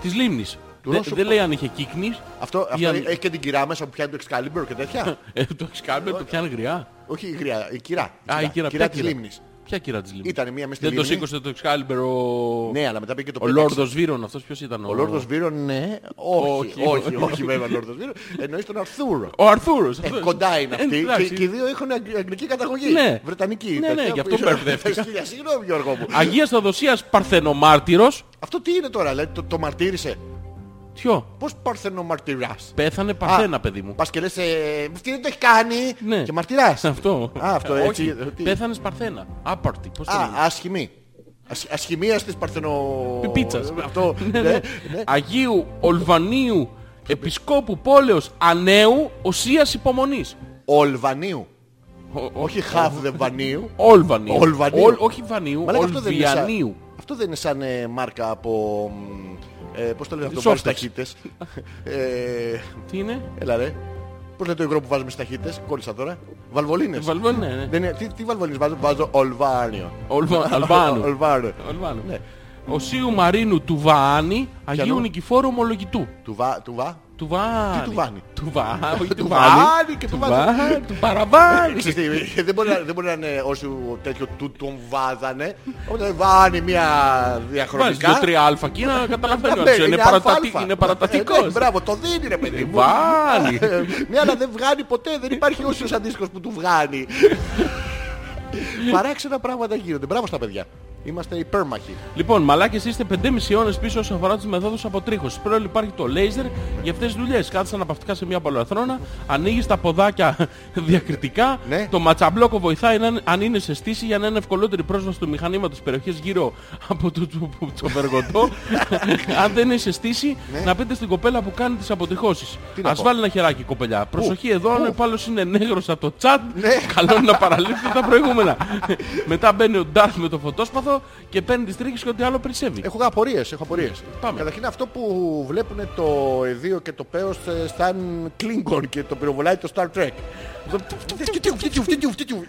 [SPEAKER 1] Της Λίμνης.
[SPEAKER 2] Του
[SPEAKER 1] Δε-
[SPEAKER 2] Ρώσου
[SPEAKER 1] δεν
[SPEAKER 2] πώς?
[SPEAKER 1] λέει αν είχε κύκνης.
[SPEAKER 2] Αυτό, αυτό
[SPEAKER 1] αν-
[SPEAKER 2] έχει και την κυρά μέσα που πιάνει το Excalibur και τέτοια.
[SPEAKER 1] Ε, το έχεις κάνει, το πιάνει γριά.
[SPEAKER 2] Όχι η γριά, η κυρά.
[SPEAKER 1] η κυρά, ποια
[SPEAKER 2] της
[SPEAKER 1] κυρά?
[SPEAKER 2] λίμνης.
[SPEAKER 1] Ποια κύρα της Λίμνης.
[SPEAKER 2] Ήταν μία μες στη
[SPEAKER 1] Δεν το
[SPEAKER 2] Λίμνη.
[SPEAKER 1] σήκωσε το Excalibur ο...
[SPEAKER 2] Ναι, αλλά μετά πήγε το
[SPEAKER 1] Ο Λόρδος Βύρον αυτός ποιος ήταν ο...
[SPEAKER 2] Ο Λόρδος Βύρο, ναι. Όχι,
[SPEAKER 1] Όχι.
[SPEAKER 2] όχι, όχι βέβαια Λόρδος Βύρο. Εννοείς τον Αρθούρο.
[SPEAKER 1] Ο Αρθούρος.
[SPEAKER 2] Ε,
[SPEAKER 1] αυτός.
[SPEAKER 2] κοντά είναι
[SPEAKER 1] Ε,
[SPEAKER 2] αυτοί
[SPEAKER 1] εντάξει.
[SPEAKER 2] και, και οι δύο έχουν αγγ- αγγλική καταγωγή.
[SPEAKER 1] Ναι.
[SPEAKER 2] Βρετανική.
[SPEAKER 1] Ναι,
[SPEAKER 2] τέτοια
[SPEAKER 1] ναι, γι'
[SPEAKER 2] που
[SPEAKER 1] αυτό
[SPEAKER 2] ίσως-
[SPEAKER 1] μπερδεύτηκα.
[SPEAKER 2] Χίλια, Συγγνώμη Γιώργο μου.
[SPEAKER 1] Αγίας Σταδοσίας Παρθενομάρτυρος.
[SPEAKER 2] Αυτό τι είναι τώρα, δηλαδή το, το μαρτύρησε.
[SPEAKER 1] Ποιο.
[SPEAKER 2] Πώς παρθενομαρτυράς.
[SPEAKER 1] Πέθανε Παρθένα, παιδί μου.
[SPEAKER 2] Πας και λες, ε, αυτή δεν το έχει κάνει
[SPEAKER 1] Ναι.
[SPEAKER 2] και μαρτυράς.
[SPEAKER 1] Αυτό.
[SPEAKER 2] Α, αυτό
[SPEAKER 1] Ε,
[SPEAKER 2] έτσι.
[SPEAKER 1] όχι.
[SPEAKER 2] ε, τι.
[SPEAKER 1] Πέθανες Παρθένα. Άπαρτη. Πώς το
[SPEAKER 2] Α,
[SPEAKER 1] λένε.
[SPEAKER 2] ασχημή. Ασ, ασχημίας της παρθενο...
[SPEAKER 1] Πιπίτσας.
[SPEAKER 2] Αυτό, ναι, ναι.
[SPEAKER 1] Αγίου Ολβανίου Επισκόπου Πόλεως Ανέου Οσίας Υπομονής.
[SPEAKER 2] Ολβανίου.
[SPEAKER 1] Ο- ο-
[SPEAKER 2] Όχι χαβδεβανίου.
[SPEAKER 1] Ολβανίου.
[SPEAKER 2] Ολβανίου.
[SPEAKER 1] Ολ- όχι Βανίου,
[SPEAKER 2] Μαλάκα, αυτό δεν είναι σαν-
[SPEAKER 1] Ολβιανίου.
[SPEAKER 2] Αυτό δεν είναι σαν ε, μάρκα από... μ, Ε, πώς το λένε αυτό, που βάζεις
[SPEAKER 1] Σόφτες.
[SPEAKER 2] ταχύτητες. ε,
[SPEAKER 1] Τι είναι.
[SPEAKER 2] έλα ρε. Πώς λέει το υγρό που βάζουμε στις ταχύτητες, κόλλησα τώρα. Βαλβολίνες.
[SPEAKER 1] Βαλβό, ναι, ναι.
[SPEAKER 2] Δεν είναι- τι, τι βαλβολίνες βάζω, βάζω Ολβάνιο.
[SPEAKER 1] Ολβα- Αλβάνου.
[SPEAKER 2] Ολβάνιο.
[SPEAKER 1] Αλβάνου.
[SPEAKER 2] Ναι.
[SPEAKER 1] Οσίου Μαρίνου του Βαάνη, Αγίου
[SPEAKER 2] Ποιανού?
[SPEAKER 1] Νικηφόρου Ομολογητού.
[SPEAKER 2] Του βα... Του βα...
[SPEAKER 1] Του Βαάνη.
[SPEAKER 2] Τι του Βάνη?
[SPEAKER 1] Του Βαάνη. όχι,
[SPEAKER 2] Του
[SPEAKER 1] Του Βαάνη
[SPEAKER 2] Βάνη και
[SPEAKER 1] και
[SPEAKER 2] του
[SPEAKER 1] του
[SPEAKER 2] Βάνη.
[SPEAKER 1] Βαάνη. Του Παραβάνη.
[SPEAKER 2] Ξέρεις τι, ε, δεν, μπορεί να, δεν μπορεί να είναι όσο τέτοιο του τον βάζανε. Όταν βάνει μια
[SPEAKER 1] Βάζει
[SPEAKER 2] διαχρονικά.
[SPEAKER 1] δύο τρία αλφα και να καταλαβαίνω.
[SPEAKER 2] Ναι,
[SPEAKER 1] ποιο Είναι,
[SPEAKER 2] αλφα-αλφα.
[SPEAKER 1] παρατατη... είναι
[SPEAKER 2] Ε,
[SPEAKER 1] παρατατικός. Ε,
[SPEAKER 2] ναι, Μπράβο, το δίνει ρε παιδί μου.
[SPEAKER 1] Βάνη.
[SPEAKER 2] Μια Ναι, αλλά δεν βγάνει ποτέ, δεν υπάρχει όσιος αντίστοιχος που του βγάνει. Παράξενα πράγματα γίνονται. Μπράβο στα παιδιά. Είμαστε υπέρμαχοι.
[SPEAKER 1] Λοιπόν, μαλάκες είστε 5,5 ώρες πίσω όσον αφορά τις μεθόδους αποτρίχωσης. Πρώτον υπάρχει το λέιζερ για αυτές τις δουλειές. Κάθεσαι αναπαυτικά σε μια παλαιοθρόνα, ανοίγεις τα ποδάκια διακριτικά.
[SPEAKER 2] Ναι.
[SPEAKER 1] Το ματσαμπλόκο βοηθάει να- αν είναι σε στήση για να είναι ευκολότερη πρόσβαση του μηχανήματος στις περιοχές γύρω από το, το, το, το βεργοτό. αν δεν είναι σε στήση, να πείτε στην κοπέλα που κάνει τις αποτριχώσεις.
[SPEAKER 2] Ναι. Τι να
[SPEAKER 1] Ας
[SPEAKER 2] πω.
[SPEAKER 1] βάλει ένα χεράκι η κοπελιά. Προσοχή εδώ, αν ο υπάλληλος είναι νέγρος από το τσάτ,
[SPEAKER 2] Ναι.
[SPEAKER 1] καλό είναι να παραλείψετε τα προηγούμενα. Μετά μπαίνει ο Ντάρθ με το φωτόσπαθο και παίρνει τις τρίχες και ό,τι άλλο περισσεύει.
[SPEAKER 2] Έχω απορίες, έχω απορίες.
[SPEAKER 1] Ναι, Πάμε.
[SPEAKER 2] Καταρχήν αυτό που βλέπουν το εδίο και το πέος ε, σαν Klingon και το πυροβολάει το Star Trek.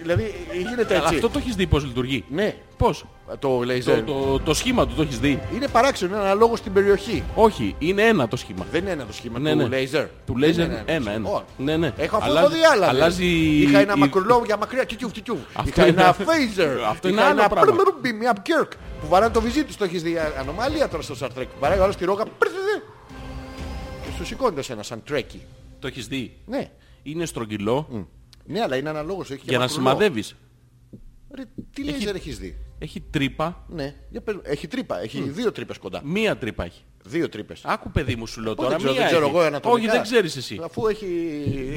[SPEAKER 2] Δηλαδή ε, γίνεται
[SPEAKER 1] Αλλά
[SPEAKER 2] έτσι.
[SPEAKER 1] αυτό το έχεις δει πώς λειτουργεί.
[SPEAKER 2] Ναι,
[SPEAKER 1] Πώς.
[SPEAKER 2] το
[SPEAKER 1] Το,
[SPEAKER 2] λέιζερ.
[SPEAKER 1] το, το σχήμα του το έχεις δει.
[SPEAKER 2] Είναι παράξενο, είναι αναλόγως στην περιοχή.
[SPEAKER 1] Όχι, είναι ένα το σχήμα.
[SPEAKER 2] Δεν είναι ένα το σχήμα
[SPEAKER 1] Ναι,
[SPEAKER 2] του
[SPEAKER 1] ναι.
[SPEAKER 2] λέιζερ.
[SPEAKER 1] Του λέιζερ
[SPEAKER 2] Δεν είναι
[SPEAKER 1] ένα, ένα.
[SPEAKER 2] Όχι.
[SPEAKER 1] Ναι, ναι.
[SPEAKER 2] Λοιπόν, Έχω αυτό
[SPEAKER 1] Αλλάζει-
[SPEAKER 2] το δει άλλα.
[SPEAKER 1] αλλάζει
[SPEAKER 2] Είχα ένα
[SPEAKER 1] η-
[SPEAKER 2] μακρουλό για μακριά. Τιτιούφ, τιτιούφ.
[SPEAKER 1] Αυτό
[SPEAKER 2] Είχα
[SPEAKER 1] είναι-
[SPEAKER 2] ένα phaser.
[SPEAKER 1] Αυτό
[SPEAKER 2] Είχα
[SPEAKER 1] είναι άλλο
[SPEAKER 2] ένα
[SPEAKER 1] πράγμα.
[SPEAKER 2] πρρρρμπι, μια Kirk που βαράνε το βυζί τους. Το έχεις δει ε, ανομαλία τώρα στο Star Trek. Βαράει ο άλλος τη ρόγα. πρρρρρ, Και σου σηκώνει ένα σαν τρέκι.
[SPEAKER 1] Το έχεις δει.
[SPEAKER 2] Ναι.
[SPEAKER 1] Είναι στρογγυλό
[SPEAKER 2] Ναι, αλλά είναι αναλόγως. Έχει και
[SPEAKER 1] για να
[SPEAKER 2] μακρουλό.
[SPEAKER 1] σημαδεύεις.
[SPEAKER 2] Ρε, Τι λέιζερ έχεις δει.
[SPEAKER 1] Έχει τρύπα.
[SPEAKER 2] Ναι. Για πες μου. Έχει τρύπα. Έχει δύο τρύπες κοντά.
[SPEAKER 1] Μία τρύπα έχει.
[SPEAKER 2] Δύο τρύπες.
[SPEAKER 1] Άκου παιδί μου σου λέω
[SPEAKER 2] Πώς
[SPEAKER 1] τώρα.
[SPEAKER 2] δεν ξέρω,
[SPEAKER 1] μία
[SPEAKER 2] δεν ξέρω
[SPEAKER 1] έχει.
[SPEAKER 2] εγώ ανατομικά.
[SPEAKER 1] Όχι δεν ξέρεις εσύ.
[SPEAKER 2] Αφού έχει...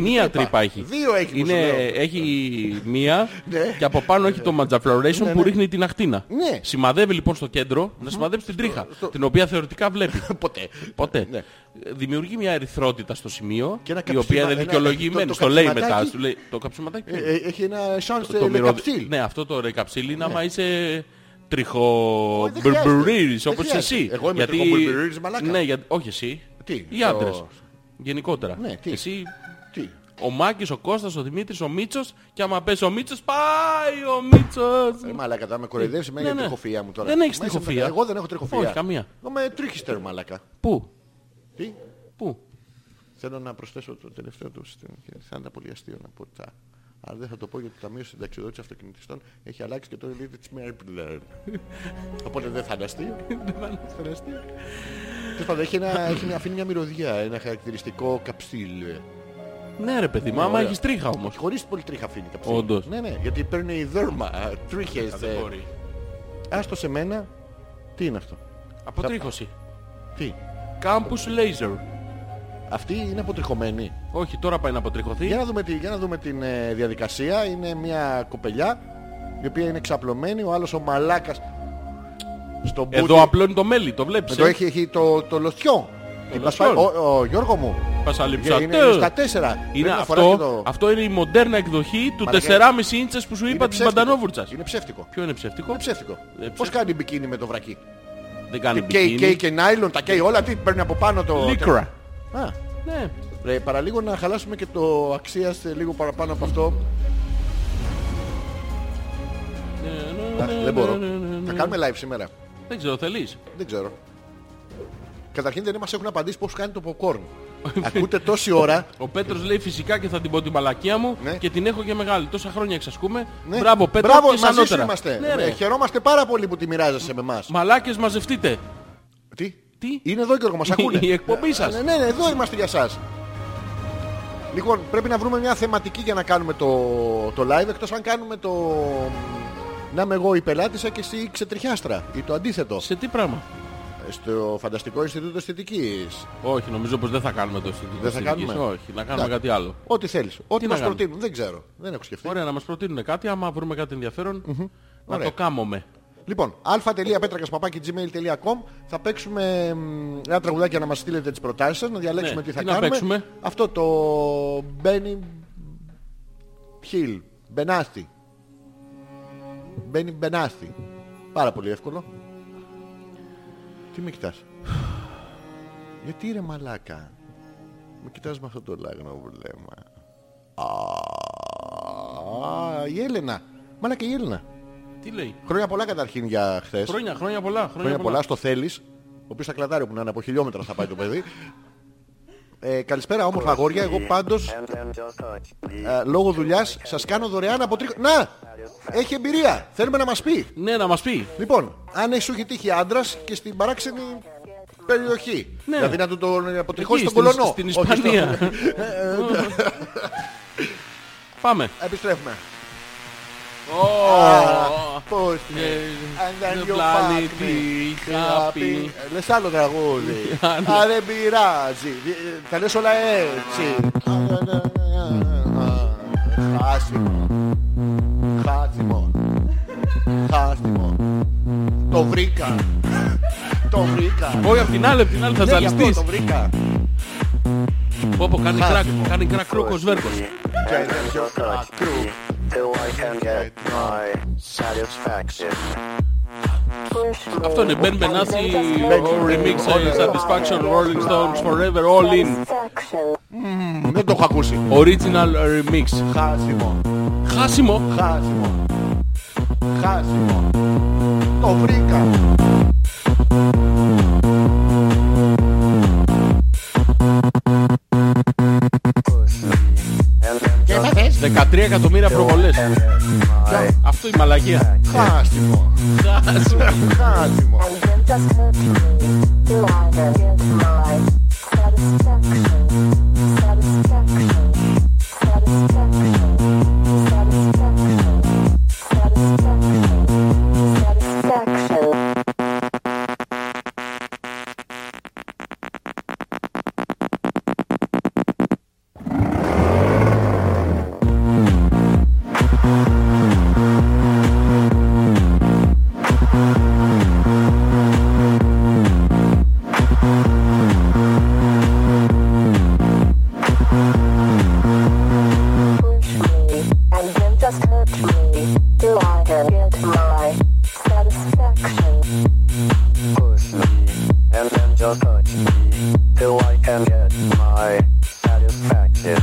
[SPEAKER 1] Μία τρύπα έχει.
[SPEAKER 2] Δύο έχει που
[SPEAKER 1] Είναι,
[SPEAKER 2] σου λέω.
[SPEAKER 1] έχει μία
[SPEAKER 2] Ναι.
[SPEAKER 1] και από πάνω έχει το ματζαφλωρέσιον
[SPEAKER 2] Ναι,
[SPEAKER 1] που
[SPEAKER 2] ναι.
[SPEAKER 1] ρίχνει την ακτίνα.
[SPEAKER 2] Ναι.
[SPEAKER 1] Σημαδεύει λοιπόν στο κέντρο να σημαδεύει την τρίχα, την οποία θεωρητικά βλέπει.
[SPEAKER 2] Ποτέ.
[SPEAKER 1] Ποτέ.
[SPEAKER 2] Ναι.
[SPEAKER 1] Δημιουργεί μια ερυθρότητα στο σημείο
[SPEAKER 2] Και ένα
[SPEAKER 1] η οποία
[SPEAKER 2] καψίμα-
[SPEAKER 1] δεν
[SPEAKER 2] ένα-
[SPEAKER 1] δικαιολογημένη.
[SPEAKER 2] το- το
[SPEAKER 1] στο λέει
[SPEAKER 2] καψιματάκι.
[SPEAKER 1] μετά. Σου λέει, το καψιματάκι.
[SPEAKER 2] Ε, ε, Έχει ένα σάνς
[SPEAKER 1] το
[SPEAKER 2] με
[SPEAKER 1] μυρωδι-
[SPEAKER 2] καψίλ. Ναι.
[SPEAKER 1] Ναι, αυτό το ρεκαψίλ είναι άμα είσαι
[SPEAKER 2] Όχι, δεν χρειάζεται.
[SPEAKER 1] τριχομπερμπερίδης
[SPEAKER 2] Δεν
[SPEAKER 1] όπως
[SPEAKER 2] χρειάζεται.
[SPEAKER 1] εσύ.
[SPEAKER 2] Εγώ είμαι τριχομπουρμπουρίδης, μαλάκα.
[SPEAKER 1] Ναι, για... όχι εσύ.
[SPEAKER 2] Τι,
[SPEAKER 1] Οι άντρες.
[SPEAKER 2] ο-
[SPEAKER 1] Γενικότερα.
[SPEAKER 2] Ναι, τι.
[SPEAKER 1] Εσύ
[SPEAKER 2] Τι.
[SPEAKER 1] ο Μάκης, ο Κώστας, ο Δημήτρης, ο Μίτσος και άμα πες ο Μίτσος, πάει ο Μίτσος.
[SPEAKER 2] Ε, Μαλάκα, θα με κοροϊδεύσει εμένα
[SPEAKER 1] Ναι,
[SPEAKER 2] για
[SPEAKER 1] ναι.
[SPEAKER 2] τριχοφυΐα μου τώρα.
[SPEAKER 1] Δεν έχεις
[SPEAKER 2] Μα είσαι
[SPEAKER 1] τριχοφυΐα.
[SPEAKER 2] με- Εγώ δεν έχω τριχοφυΐα.
[SPEAKER 1] Όχι, καμία.
[SPEAKER 2] Εγώ με τρίχιστερ, μαλάκα.
[SPEAKER 1] Πού,
[SPEAKER 2] Τι.
[SPEAKER 1] πού.
[SPEAKER 2] Θέλω να προσθέσω το τελευταίο του στην- Θα ήταν πολύ αστείο να πω τα. Αλλά δεν θα το πω γιατί το Ταμείο Συνταξιδότηση Αυτοκινητιστών έχει αλλάξει και τώρα λέγεται Τσμέρμπλερ. Οπότε δεν θα είναι αστείο. Δεν θα είναι αστείο. Τέλος πάντων, έχει ένα- έχει μια- αφήνει μια μυρωδιά, ένα χαρακτηριστικό καψίλ.
[SPEAKER 1] Ναι ρε παιδί μου, άμα
[SPEAKER 2] ωραία.
[SPEAKER 1] έχεις τρίχα όμως.
[SPEAKER 2] Χωρίς πολύ τρίχα αφήνει καψίλ.
[SPEAKER 1] Όντως.
[SPEAKER 2] Ναι, ναι, γιατί παίρνει η δέρμα, τρίχες. ε, Άστο σε μένα. Τι είναι αυτό.
[SPEAKER 1] Αποτρίχωση.
[SPEAKER 2] Τι.
[SPEAKER 1] Campus Laser.
[SPEAKER 2] Αυτή είναι αποτριχωμένη.
[SPEAKER 1] Όχι, τώρα πάει να αποτριχωθεί.
[SPEAKER 2] Για να δούμε, τη- για να δούμε την ε, διαδικασία. Είναι μια κοπελιά η οποία είναι εξαπλωμένη. Ο άλλος ο μαλάκας στον μπούτι.
[SPEAKER 1] Εδώ απλώνει το μέλι, το βλέπεις.
[SPEAKER 2] Εδώ
[SPEAKER 1] ε.
[SPEAKER 2] έχει, έχει το, το λοθιό.
[SPEAKER 1] Το
[SPEAKER 2] Την
[SPEAKER 1] λοθιόν.
[SPEAKER 2] πασπα- Ο, ο Γιώργο μου.
[SPEAKER 1] Πας αλήψα.
[SPEAKER 2] Είναι
[SPEAKER 1] Τε.
[SPEAKER 2] στα τέσσερα.
[SPEAKER 1] Είναι
[SPEAKER 2] Πρέπει να φοράει
[SPEAKER 1] αυτό,
[SPEAKER 2] και το-
[SPEAKER 1] αυτό είναι η μοντέρνα εκδοχή του
[SPEAKER 2] Μαλάκα,
[SPEAKER 1] 4,5 ίντσες που σου
[SPEAKER 2] είναι
[SPEAKER 1] είπα της
[SPEAKER 2] ψεύτικο.
[SPEAKER 1] Μπαντανόβουρτσας.
[SPEAKER 2] Είναι ψεύτικο.
[SPEAKER 1] Ποιο είναι ψεύτικο,
[SPEAKER 2] Είναι ψεύτικο. Πώς
[SPEAKER 1] Ε, ψεύτικο.
[SPEAKER 2] κάνει μπικίνι με το βρακί.
[SPEAKER 1] δεν κάνει
[SPEAKER 2] Και καίει
[SPEAKER 1] μπικίνι.
[SPEAKER 2] καίει και νάιλον, τα καίει όλα. Τι παίρνει από πάνω το...
[SPEAKER 1] Λίκρα.
[SPEAKER 2] Α,
[SPEAKER 1] Ναι.
[SPEAKER 2] Ρε, παραλίγο να χαλάσουμε και το αξία σε λίγο παραπάνω από αυτό. Α, δεν μπορώ. Θα κάνουμε live σήμερα.
[SPEAKER 1] Δεν ξέρω, θέλεις.
[SPEAKER 2] Δεν ξέρω. Καταρχήν δεν μας έχουν απαντήσει πώς κάνει το popcorn. Ακούτε τόση ώρα.
[SPEAKER 1] Ο Πέτρος λέει φυσικά και θα την πω την μαλακία μου
[SPEAKER 2] Ναι.
[SPEAKER 1] και την έχω και μεγάλη. Τόσα χρόνια εξασκούμε.
[SPEAKER 2] Ναι.
[SPEAKER 1] Μπράβο, Πέτρο,
[SPEAKER 2] Μπράβο,
[SPEAKER 1] και
[SPEAKER 2] μαζί σου
[SPEAKER 1] σανότερα.
[SPEAKER 2] είμαστε.
[SPEAKER 1] Ναι, ρε.
[SPEAKER 2] Ε, Χαιρόμαστε πάρα πολύ που τη μοιράζεσαι με εμάς.
[SPEAKER 1] Μαλάκες μαζευτείτε.
[SPEAKER 2] Τι?
[SPEAKER 1] Τι?
[SPEAKER 2] Είναι εδώ Γιώργο, μας ακούνε.
[SPEAKER 1] Η εκπομπή σας.
[SPEAKER 2] Ναι, ναι, ναι, εδώ είμαστε για σας. Λοιπόν, πρέπει να βρούμε μια θεματική για να κάνουμε το, το live, εκτός αν κάνουμε το... Να είμαι εγώ η πελάτησα και εσύ η ξετριχιάστρα ή το αντίθετο
[SPEAKER 1] Σε τι πράγμα.
[SPEAKER 2] στο Φανταστικό Ινστιτούτο Αισθητικής.
[SPEAKER 1] Όχι, νομίζω πως δεν θα κάνουμε το αισθητικό
[SPEAKER 2] Δεν θα
[SPEAKER 1] της ειδικής.
[SPEAKER 2] κάνουμε.
[SPEAKER 1] Όχι, να κάνουμε
[SPEAKER 2] Εντάξει.
[SPEAKER 1] κάτι άλλο.
[SPEAKER 2] Ό,τι θέλεις. Ό,τι
[SPEAKER 1] να
[SPEAKER 2] μας
[SPEAKER 1] κάνουμε.
[SPEAKER 2] προτείνουν. Δεν ξέρω. Δεν έχω σκεφτεί.
[SPEAKER 1] Ωραία, να μας προτείνουν κάτι, άμα βρούμε κάτι ενδιαφέρον, να
[SPEAKER 2] Ωραία.
[SPEAKER 1] το κάμουμε.
[SPEAKER 2] Λοιπόν, α.πέτρακας.gmail.com Θα παίξουμε μ, ένα τραγουδάκι να μας στείλετε τις προτάσεις σας, να διαλέξουμε
[SPEAKER 1] Ναι,
[SPEAKER 2] τι θα
[SPEAKER 1] τι να
[SPEAKER 2] κάνουμε.
[SPEAKER 1] παίξουμε?
[SPEAKER 2] Αυτό το Benny Hill, Benasti. Benny Benasti. Πάρα πολύ εύκολο. Τι με κοιτάς. Γιατί ρε μαλάκα. Με κοιτάς με αυτό το λάγνο βλέμμα. Α, η Έλενα. Μαλάκα η Έλενα.
[SPEAKER 1] Τι λέει.
[SPEAKER 2] Χρόνια πολλά καταρχήν για χθες.
[SPEAKER 1] Χρόνια, χρόνια πολλά. Χρόνια,
[SPEAKER 2] Χρόνια πολλά στο θέλεις. Ο οποίος θα κλατάρει όπου να είναι από χιλιόμετρα θα πάει το παιδί. Ε, καλησπέρα όμορφα αγόρια. Εγώ πάντως ε, λόγω δουλειάς σας κάνω δωρεάν από τρίκο. Να! Έχει εμπειρία. Θέλουμε να μας πει.
[SPEAKER 1] Ναι, να μας πει.
[SPEAKER 2] Λοιπόν, αν σου έχει τύχει άντρας και στην παράξενη περιοχή.
[SPEAKER 1] Ναι.
[SPEAKER 2] Δηλαδή να του τον αποτριχώσει τον
[SPEAKER 1] Εκεί,
[SPEAKER 2] κολονό.
[SPEAKER 1] Στην
[SPEAKER 2] Όχι, στο-
[SPEAKER 1] Ισπανία. Πάμε.
[SPEAKER 2] Oh, Επιστρέφουμε. Πώς
[SPEAKER 1] ε, The
[SPEAKER 2] And then you
[SPEAKER 1] planet
[SPEAKER 2] fuck me.
[SPEAKER 1] is happy.
[SPEAKER 2] Ε, Λες άλλο τραγούδι. Α, δεν πειράζει. Ε, Θα λες όλα έτσι. Χάσιμο. Χάσιμο. Χάσιμο. Το βρήκα. Το βρήκα.
[SPEAKER 1] Όχι, απ' την άλλη, απ' την άλλη θα
[SPEAKER 2] Ναι, γι' αυτό
[SPEAKER 1] ζαλιστείς.
[SPEAKER 2] το βρήκα.
[SPEAKER 1] Πω, πω, κάνει κρακ,
[SPEAKER 2] Χάσιμο.
[SPEAKER 1] κάνει κρακ ρούκος βέρκος.
[SPEAKER 2] Και δεν πιο κρακρού.
[SPEAKER 3] Till I can get my satisfaction.
[SPEAKER 1] Αυτό είναι Ben Benassi,
[SPEAKER 2] Ben
[SPEAKER 1] remix ε, Satisfaction, Rolling Stones, Forever, All In,
[SPEAKER 2] Μ, Δεν το έχω ακούσει.
[SPEAKER 1] Original Remix.
[SPEAKER 2] Χάσιμο.
[SPEAKER 1] Χάσιμο,
[SPEAKER 2] Χάσιμο. Χάσιμο. Το βρήκα. Και θα θες
[SPEAKER 1] 13 εκατομμύρια προβολές. Αυτό η μαλακία.
[SPEAKER 2] χάσιμο.
[SPEAKER 1] Χάσιμο.
[SPEAKER 2] Χάσιμο.
[SPEAKER 6] Just hurt me till I can get my satisfaction.
[SPEAKER 3] Push me and then just touch me till I can get my satisfaction.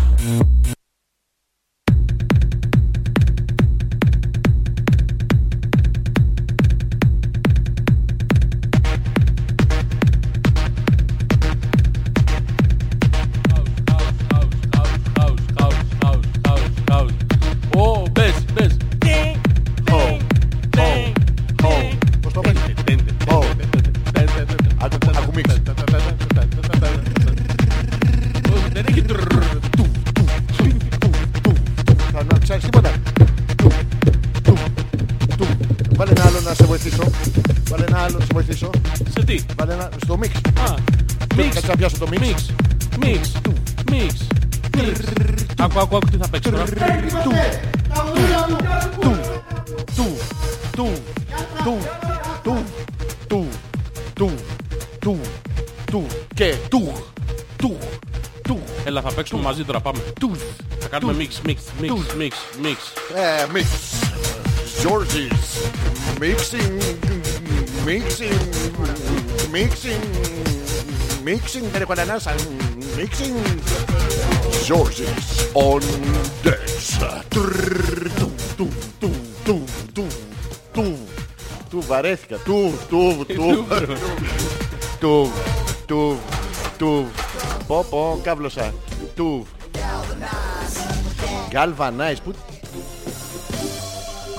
[SPEAKER 1] Ω, μπες, μπες.
[SPEAKER 2] Πώς το πες. Ω. Ακου- Ακουμίξ.
[SPEAKER 1] Όχι, Δεν έχει τρρρρ.
[SPEAKER 2] Θα να ξέρεις τίποτα. Του, του, του. Βάλε ένα άλλο να σε βοηθήσω. Βάλε ένα άλλο να σε βοηθήσω.
[SPEAKER 1] Σε τι.
[SPEAKER 2] Βάλε ένα στο μίξ.
[SPEAKER 1] Α,
[SPEAKER 2] Κάτσε να πιάσω το μίξ.
[SPEAKER 1] Μίξ. Μίξ. Μίξ. Ακού, ακού, ακού τι θα παίξει τώρα.
[SPEAKER 2] Του. Του. Του. Του. Του. Του. Του. Του. Του. Του. Και του. Του. Του.
[SPEAKER 1] Έλα θα παίξουμε μαζί τώρα πάμε.
[SPEAKER 2] Του.
[SPEAKER 1] Θα κάνουμε μίξ, μίξ, μίξ, μίξ, μίξ.
[SPEAKER 2] Ε, μίξ. George's. Mixing. Mixing. Mixing. Mixing. Δεν έχω ανανάσα. Mixing. George's on decks. Τρρρ, Του. Του. Του. Του. Του. Του. Του βαρέθηκα. Του. Του. Του. Του. Του. Του. Του. Πω, πω, κάβλωσα. Τουβ. Galvanize. Πού...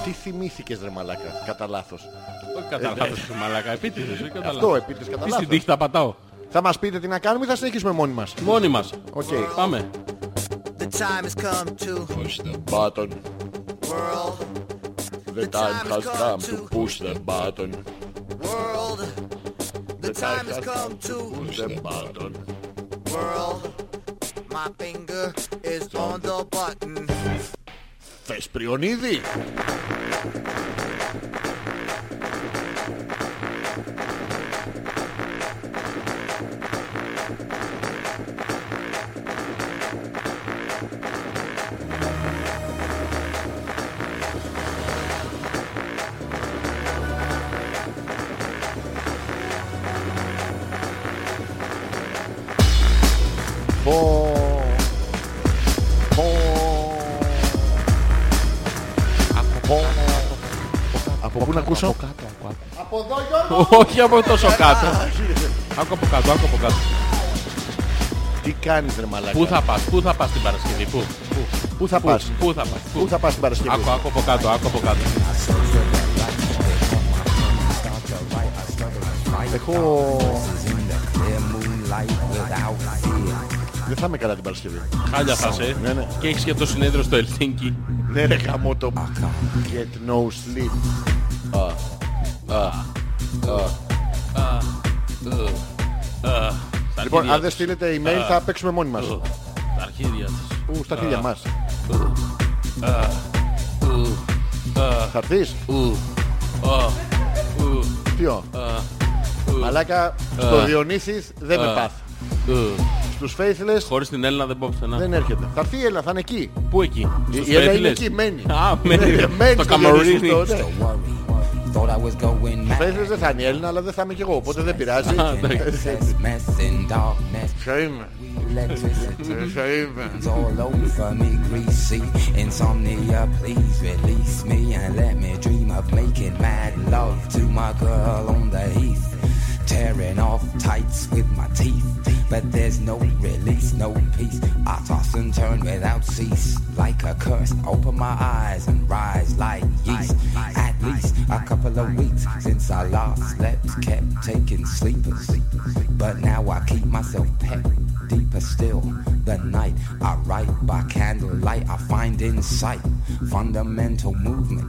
[SPEAKER 2] Τι θυμήθηκες ρε μαλάκα, κατά λάθος.
[SPEAKER 1] Όχι κατά λάθος, Ε, μαλάκα. Επίτηδες, ε, όχι κατά
[SPEAKER 2] Ε, ναι. Αυτό
[SPEAKER 1] λάθος.
[SPEAKER 2] επίτης κατά
[SPEAKER 1] Τι στην
[SPEAKER 2] λάθος.
[SPEAKER 1] τύχη τα πατάω.
[SPEAKER 2] Θα μας πείτε τι να κάνουμε ή θα συνεχίσουμε μόνοι μας.
[SPEAKER 1] Μόνοι μας.
[SPEAKER 2] Οκ.
[SPEAKER 1] Πάμε.
[SPEAKER 7] The time has come to
[SPEAKER 4] Push the
[SPEAKER 2] Button.
[SPEAKER 7] world,
[SPEAKER 2] The time has come to push the button.
[SPEAKER 7] world. The time has come to
[SPEAKER 2] Push the button.
[SPEAKER 7] world. My finger is on the button.
[SPEAKER 2] Θες πριονίδι. Πω. Πω. Από πού να ακούσω? Από κάτω. Από εδώ Γιώργο.
[SPEAKER 1] Όχι από τόσο κάτω. Άκου από κάτω, άκου από κάτω.
[SPEAKER 2] Τι κάνεις ρε μαλάκα.
[SPEAKER 1] Πού θα πας, πού θα πας την Παρασκευή, πού.
[SPEAKER 2] Πού θα
[SPEAKER 1] Πού,
[SPEAKER 2] πας.
[SPEAKER 1] πού θα πας,
[SPEAKER 2] Πού
[SPEAKER 1] πού.
[SPEAKER 2] θα πας την Παρασκευή.
[SPEAKER 1] Άκου, άκου από κάτω, άκου από κάτω.
[SPEAKER 2] Έχω... Δεν θα είμαι καλά την Παρασκευή.
[SPEAKER 1] Χάλια θα σε.
[SPEAKER 2] Ναι, ναι.
[SPEAKER 1] Και έχεις και το συνέδριο στο Ελσίνκι.
[SPEAKER 2] Ναι ρε γαμώ το... Get no sleep.
[SPEAKER 1] Στα
[SPEAKER 2] Λοιπόν,
[SPEAKER 1] αρχίδια
[SPEAKER 2] αν δεν
[SPEAKER 1] της.
[SPEAKER 2] στείλετε email θα παίξουμε μόνοι μας.
[SPEAKER 1] Ου, Στα αρχίδια της.
[SPEAKER 2] Ου, στα χέρια μας.
[SPEAKER 1] Ου,
[SPEAKER 2] Θα έρθεις.
[SPEAKER 1] ου, ω, ου,
[SPEAKER 2] Τι ω. Μαλάκα, στο Διονύσης δεν με πάθ.
[SPEAKER 1] ου.
[SPEAKER 2] Στους Faithless
[SPEAKER 1] Χωρίς την Έλληνα δεν πάω πουθενά.
[SPEAKER 2] δεν έρχεται. Θα έρθει η Έλληνα, θα είναι εκεί.
[SPEAKER 1] Πού εκεί, στους
[SPEAKER 2] Η Έλληνα είναι
[SPEAKER 1] Πέθυλες.
[SPEAKER 2] εκεί, μένει.
[SPEAKER 1] Α,
[SPEAKER 2] Ναι,
[SPEAKER 1] μένει.
[SPEAKER 2] μένει
[SPEAKER 1] Το
[SPEAKER 2] στο Διονύσης
[SPEAKER 1] Καμαρίνι.
[SPEAKER 2] αυτό, ναι. Faithless δεν θα είναι η Έλληνα, αλλά δεν θα είμαι κι εγώ, οπότε δεν πειράζει.
[SPEAKER 1] Α, εντάξει.
[SPEAKER 2] Ποιο είμαι. Ποιο είμαι.
[SPEAKER 8] all over me greasy insomnia please release me and let me dream of making mad love to my girl on the heath tearing off tights with my teeth but there's no release no peace i toss and turn without cease like a curse open my eyes and rise like yeast at least a couple of weeks since i last slept kept taking sleepers but now i keep myself pet Deeper still, the night I write by candlelight. I find insight, fundamental movement.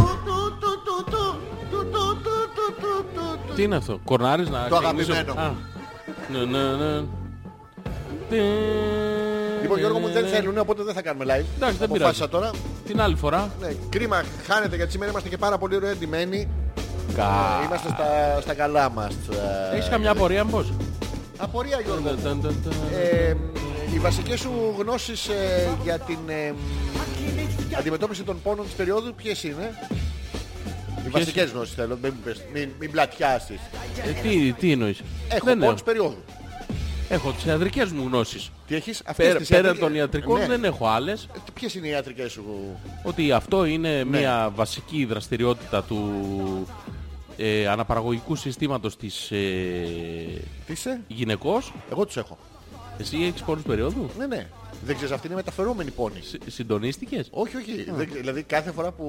[SPEAKER 1] Τι είναι αυτό, κορνάρεις να
[SPEAKER 2] Το
[SPEAKER 1] ξεκινήσω?
[SPEAKER 2] αγαπημένο μου.
[SPEAKER 1] Α. Ναι, ναι, ναι.
[SPEAKER 2] Λοιπόν, Γιώργο μου δεν θέλουν, οπότε δεν θα κάνουμε live.
[SPEAKER 1] Ε, ναι. δεν πειράζει.
[SPEAKER 2] Αποφάσισα τώρα.
[SPEAKER 1] Την άλλη φορά.
[SPEAKER 2] Ναι, κρίμα, χάνεται γιατί σήμερα είμαστε και πάρα πολύ ωραία εντυμένοι.
[SPEAKER 1] Κα.
[SPEAKER 2] Ε, Είμαστε στα, στα καλά μας. Ε,
[SPEAKER 1] Έχεις καμιά απορία μήπως.
[SPEAKER 2] Απορία Γιώργο. μου.
[SPEAKER 1] Ταν, ταν, ταν.
[SPEAKER 2] Ε, οι βασικές σου γνώσεις ε, για την ε, αντιμετώπιση των πόνων της περίοδου ποιες είναι. Οι βασικές γνώσεις θέλω, μην, μου πες- μην, μην πλατιάσεις.
[SPEAKER 1] Ε, Τι, τι εννοείς.
[SPEAKER 2] Έχω
[SPEAKER 1] Δεν
[SPEAKER 2] πόνους περίοδου.
[SPEAKER 1] Έχω τις ιατρικές μου γνώσεις.
[SPEAKER 2] Τι έχεις, αυτές
[SPEAKER 1] Πέρα,
[SPEAKER 2] τις
[SPEAKER 1] πέρα
[SPEAKER 2] ιατρικές-
[SPEAKER 1] των ιατρικών
[SPEAKER 2] Ναι.
[SPEAKER 1] δεν έχω άλλες.
[SPEAKER 2] Τι- Ποιες είναι οι ιατρικές σου...
[SPEAKER 1] Ότι αυτό είναι
[SPEAKER 2] Ναι.
[SPEAKER 1] μια βασική δραστηριότητα του ε, αναπαραγωγικού συστήματος της ε,
[SPEAKER 2] Τι είσαι?
[SPEAKER 1] γυναικός.
[SPEAKER 2] Εγώ τους έχω.
[SPEAKER 1] Εσύ έχεις πόνους περίοδου.
[SPEAKER 2] Ναι, ναι. Δεν ξέρεις, αυτή είναι μεταφερόμενη πόνη.
[SPEAKER 1] Συ- Συντονίστηκες.
[SPEAKER 2] Όχι, όχι. Δεν- δηλαδή κάθε φορά που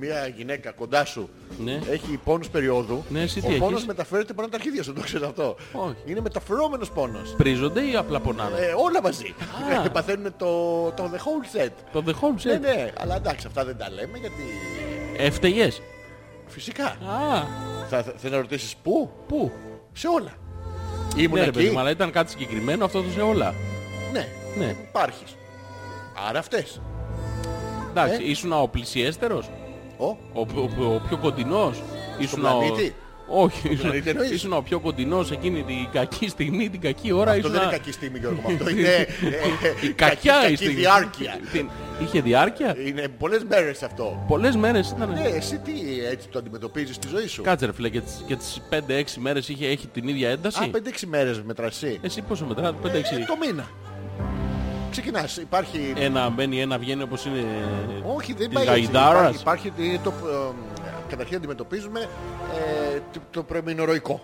[SPEAKER 2] μια γυναίκα κοντά σου
[SPEAKER 1] Ναι.
[SPEAKER 2] έχει πόνους περίοδου,
[SPEAKER 1] Ναι, εσύ τι
[SPEAKER 2] ο
[SPEAKER 1] έχεις?
[SPEAKER 2] πόνος μεταφέρεται πάνω από τα αρχίδια σου, το ξέρεις αυτό.
[SPEAKER 1] Όχι.
[SPEAKER 2] Είναι μεταφερόμενος πόνος.
[SPEAKER 1] Πρίζονται ή απλά πονάνε.
[SPEAKER 2] Ε, όλα μαζί. Ε, Παθαίνουν το, το the whole set.
[SPEAKER 1] Το The Home
[SPEAKER 2] Ναι,
[SPEAKER 1] Set.
[SPEAKER 2] ναι, αλλά εντάξει, αυτά δεν τα λέμε γιατί...
[SPEAKER 1] Έφταιγες.
[SPEAKER 2] Φυσικά.
[SPEAKER 1] Α,
[SPEAKER 2] Θα, θα- θες να ρωτήσεις πού?
[SPEAKER 1] πού.
[SPEAKER 2] Σε όλα. Ήμουν
[SPEAKER 1] Ναι ρε
[SPEAKER 2] εκεί.
[SPEAKER 1] παιδί μου, αλλά ήταν κάτι συγκεκριμένο αυτό το σε όλα.
[SPEAKER 2] ναι,
[SPEAKER 1] Ναι.
[SPEAKER 2] υπάρχεις. Άρα αυτές. Ε.
[SPEAKER 1] Εντάξει, ήσουν ο πλησιέστερος.
[SPEAKER 2] Ο,
[SPEAKER 1] Ο, ο- ο πιο κοντινός. Ήσουν
[SPEAKER 2] πλανήτη?
[SPEAKER 1] Όχι, ήσουν,
[SPEAKER 2] πλανήτη εννοείς?
[SPEAKER 1] ήσουν ο πιο κοντινός εκείνη την κακή στιγμή, την κακή ώρα.
[SPEAKER 2] αυτό
[SPEAKER 1] ήσουν
[SPEAKER 2] δεν είναι κακή στιγμή Γιώργο μου, αυτό είναι ε, ε,
[SPEAKER 1] κακιά
[SPEAKER 2] κακή
[SPEAKER 1] στιγμή.
[SPEAKER 2] διάρκεια. Ε.
[SPEAKER 1] Την- Είχε διάρκεια.
[SPEAKER 2] Είναι πολλές μέρες αυτό.
[SPEAKER 1] Πολλές μέρες ήταν...
[SPEAKER 2] Ναι, εσύ τι έτσι το αντιμετωπίζεις στη ζωή σου.
[SPEAKER 1] Κάτσε ρε φίλε, και τις, και τις 5-6 μέρες είχε, έχει την ίδια
[SPEAKER 2] Α,
[SPEAKER 1] ένταση.
[SPEAKER 2] 5-6 μέρες μετράς εσύ.
[SPEAKER 1] Εσύ Ε, πόσο μετράς, 5-6.
[SPEAKER 2] Ε, Το μήνα. Ξεκινάς, υπάρχει...
[SPEAKER 1] Ένα μπαίνει, ένα βγαίνει όπως είναι...
[SPEAKER 2] Όχι, δεν
[SPEAKER 1] της
[SPEAKER 2] πάει έτσι.
[SPEAKER 1] γαϊδάρας.
[SPEAKER 2] Υπάρχει, υπάρχει τι- το, ε, καταρχήν αντιμετωπίζουμε ε, το, το προημινορωικό.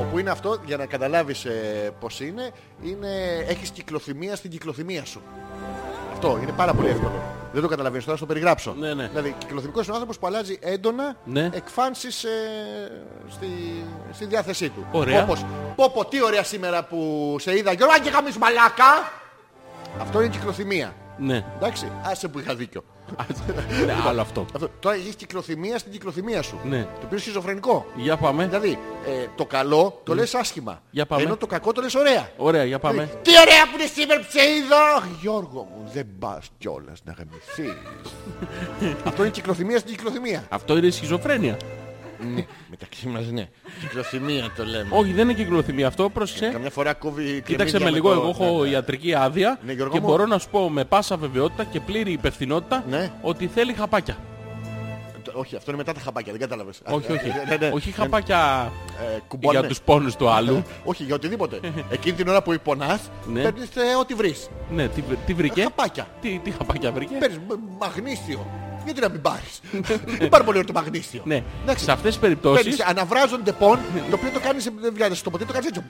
[SPEAKER 2] Όπου είναι αυτό, για να καταλάβεις ε, πώς είναι, είναι, έχεις κυκλοθυμία στην κυκλοθυμία σου. Αυτό είναι πάρα πολύ εύκολο. Δεν το καταλαβαίνεις τώρα, θα το περιγράψω.
[SPEAKER 1] Ναι, ναι.
[SPEAKER 2] Δηλαδή, κυκλοθυμικός είναι ο άνθρωπος που αλλάζει έντονα
[SPEAKER 1] Ναι.
[SPEAKER 2] εκφάνσεις ε, στη, στη διάθεσή του.
[SPEAKER 1] Ωραία.
[SPEAKER 2] Όπως, πω πω, τι ωραία σήμερα που σε είδα, Γιώργα, και καμίς μαλάκα. Αυτό είναι κυκλοθυμία.
[SPEAKER 1] Ναι.
[SPEAKER 2] Εντάξει, άσε που είχα δίκιο.
[SPEAKER 1] ναι, άλλο αυτό.
[SPEAKER 2] Αυτό. Τώρα έχεις κυκλοθυμία στην κυκλοθυμία σου.
[SPEAKER 1] Ναι.
[SPEAKER 2] Το οποίο είναι σχιζοφρενικό.
[SPEAKER 1] Για πάμε.
[SPEAKER 2] Δηλαδή, ε, το καλό το λες άσχημα.
[SPEAKER 1] Ναι. Για πάμε.
[SPEAKER 2] Ενώ το κακό το λες ωραία.
[SPEAKER 1] Ωραία, για πάμε.
[SPEAKER 2] Δηλαδή, Τι ωραία που είναι σήμερα που σε είδα! «Αχ, Γιώργο μου, δεν πας κιόλας να γαμηθείς. Αυτό είναι κυκλοθυμία στην κυκλοθυμία.
[SPEAKER 1] Αυτό είναι σχιζοφρένεια.
[SPEAKER 2] Μεταξύ μας ναι. Κυκλοθυμία το λέμε.
[SPEAKER 1] Όχι, δεν είναι κυκλοθυμία αυτό, πρόσεξε.
[SPEAKER 2] Ε, ναι. Καμιά φορά κόβει
[SPEAKER 1] Κοίταξε
[SPEAKER 2] κρεμμύδια
[SPEAKER 1] με λίγο,
[SPEAKER 2] το-
[SPEAKER 1] εγώ έχω
[SPEAKER 2] Ναι.
[SPEAKER 1] ιατρική άδεια
[SPEAKER 2] Ναι, Γιώργο
[SPEAKER 1] και
[SPEAKER 2] μου.
[SPEAKER 1] μπορώ να σου πω με πάσα βεβαιότητα και πλήρη υπευθυνότητα
[SPEAKER 2] Ναι.
[SPEAKER 1] ότι θέλει χαπάκια.
[SPEAKER 2] Το- Όχι, αυτό είναι μετά τα χαπάκια, δεν κατάλαβες.
[SPEAKER 1] Όχι, όχι.
[SPEAKER 2] Ναι, ναι.
[SPEAKER 1] Όχι χαπάκια
[SPEAKER 2] Ε, κουμπώνες.
[SPEAKER 1] για τους πόνους του άλλου.
[SPEAKER 2] Όχι, για οτιδήποτε. Εκείνη την ώρα που υπονάς,
[SPEAKER 1] Ναι.
[SPEAKER 2] παίρνεις ε, ό,τι βρεις.
[SPEAKER 1] Ναι, τι, τι βρήκε.
[SPEAKER 2] Χαπάκια.
[SPEAKER 1] Τι, τι χαπάκια βρήκε.
[SPEAKER 2] Παίρνεις μ- μαγνήσιο. Γιατί να μην πάρεις. Δεν πάρει πολύ ωραίο το μαγνήσιο.
[SPEAKER 1] Ναι,
[SPEAKER 2] Εντάξει.
[SPEAKER 1] σε αυτές τις
[SPEAKER 2] Παίρνεις
[SPEAKER 1] περιπτώσεις
[SPEAKER 2] αναβράζον τεπών, το οποίο το κάνεις, δεν βγάζει στο ποτέ, το κάνεις έτσι.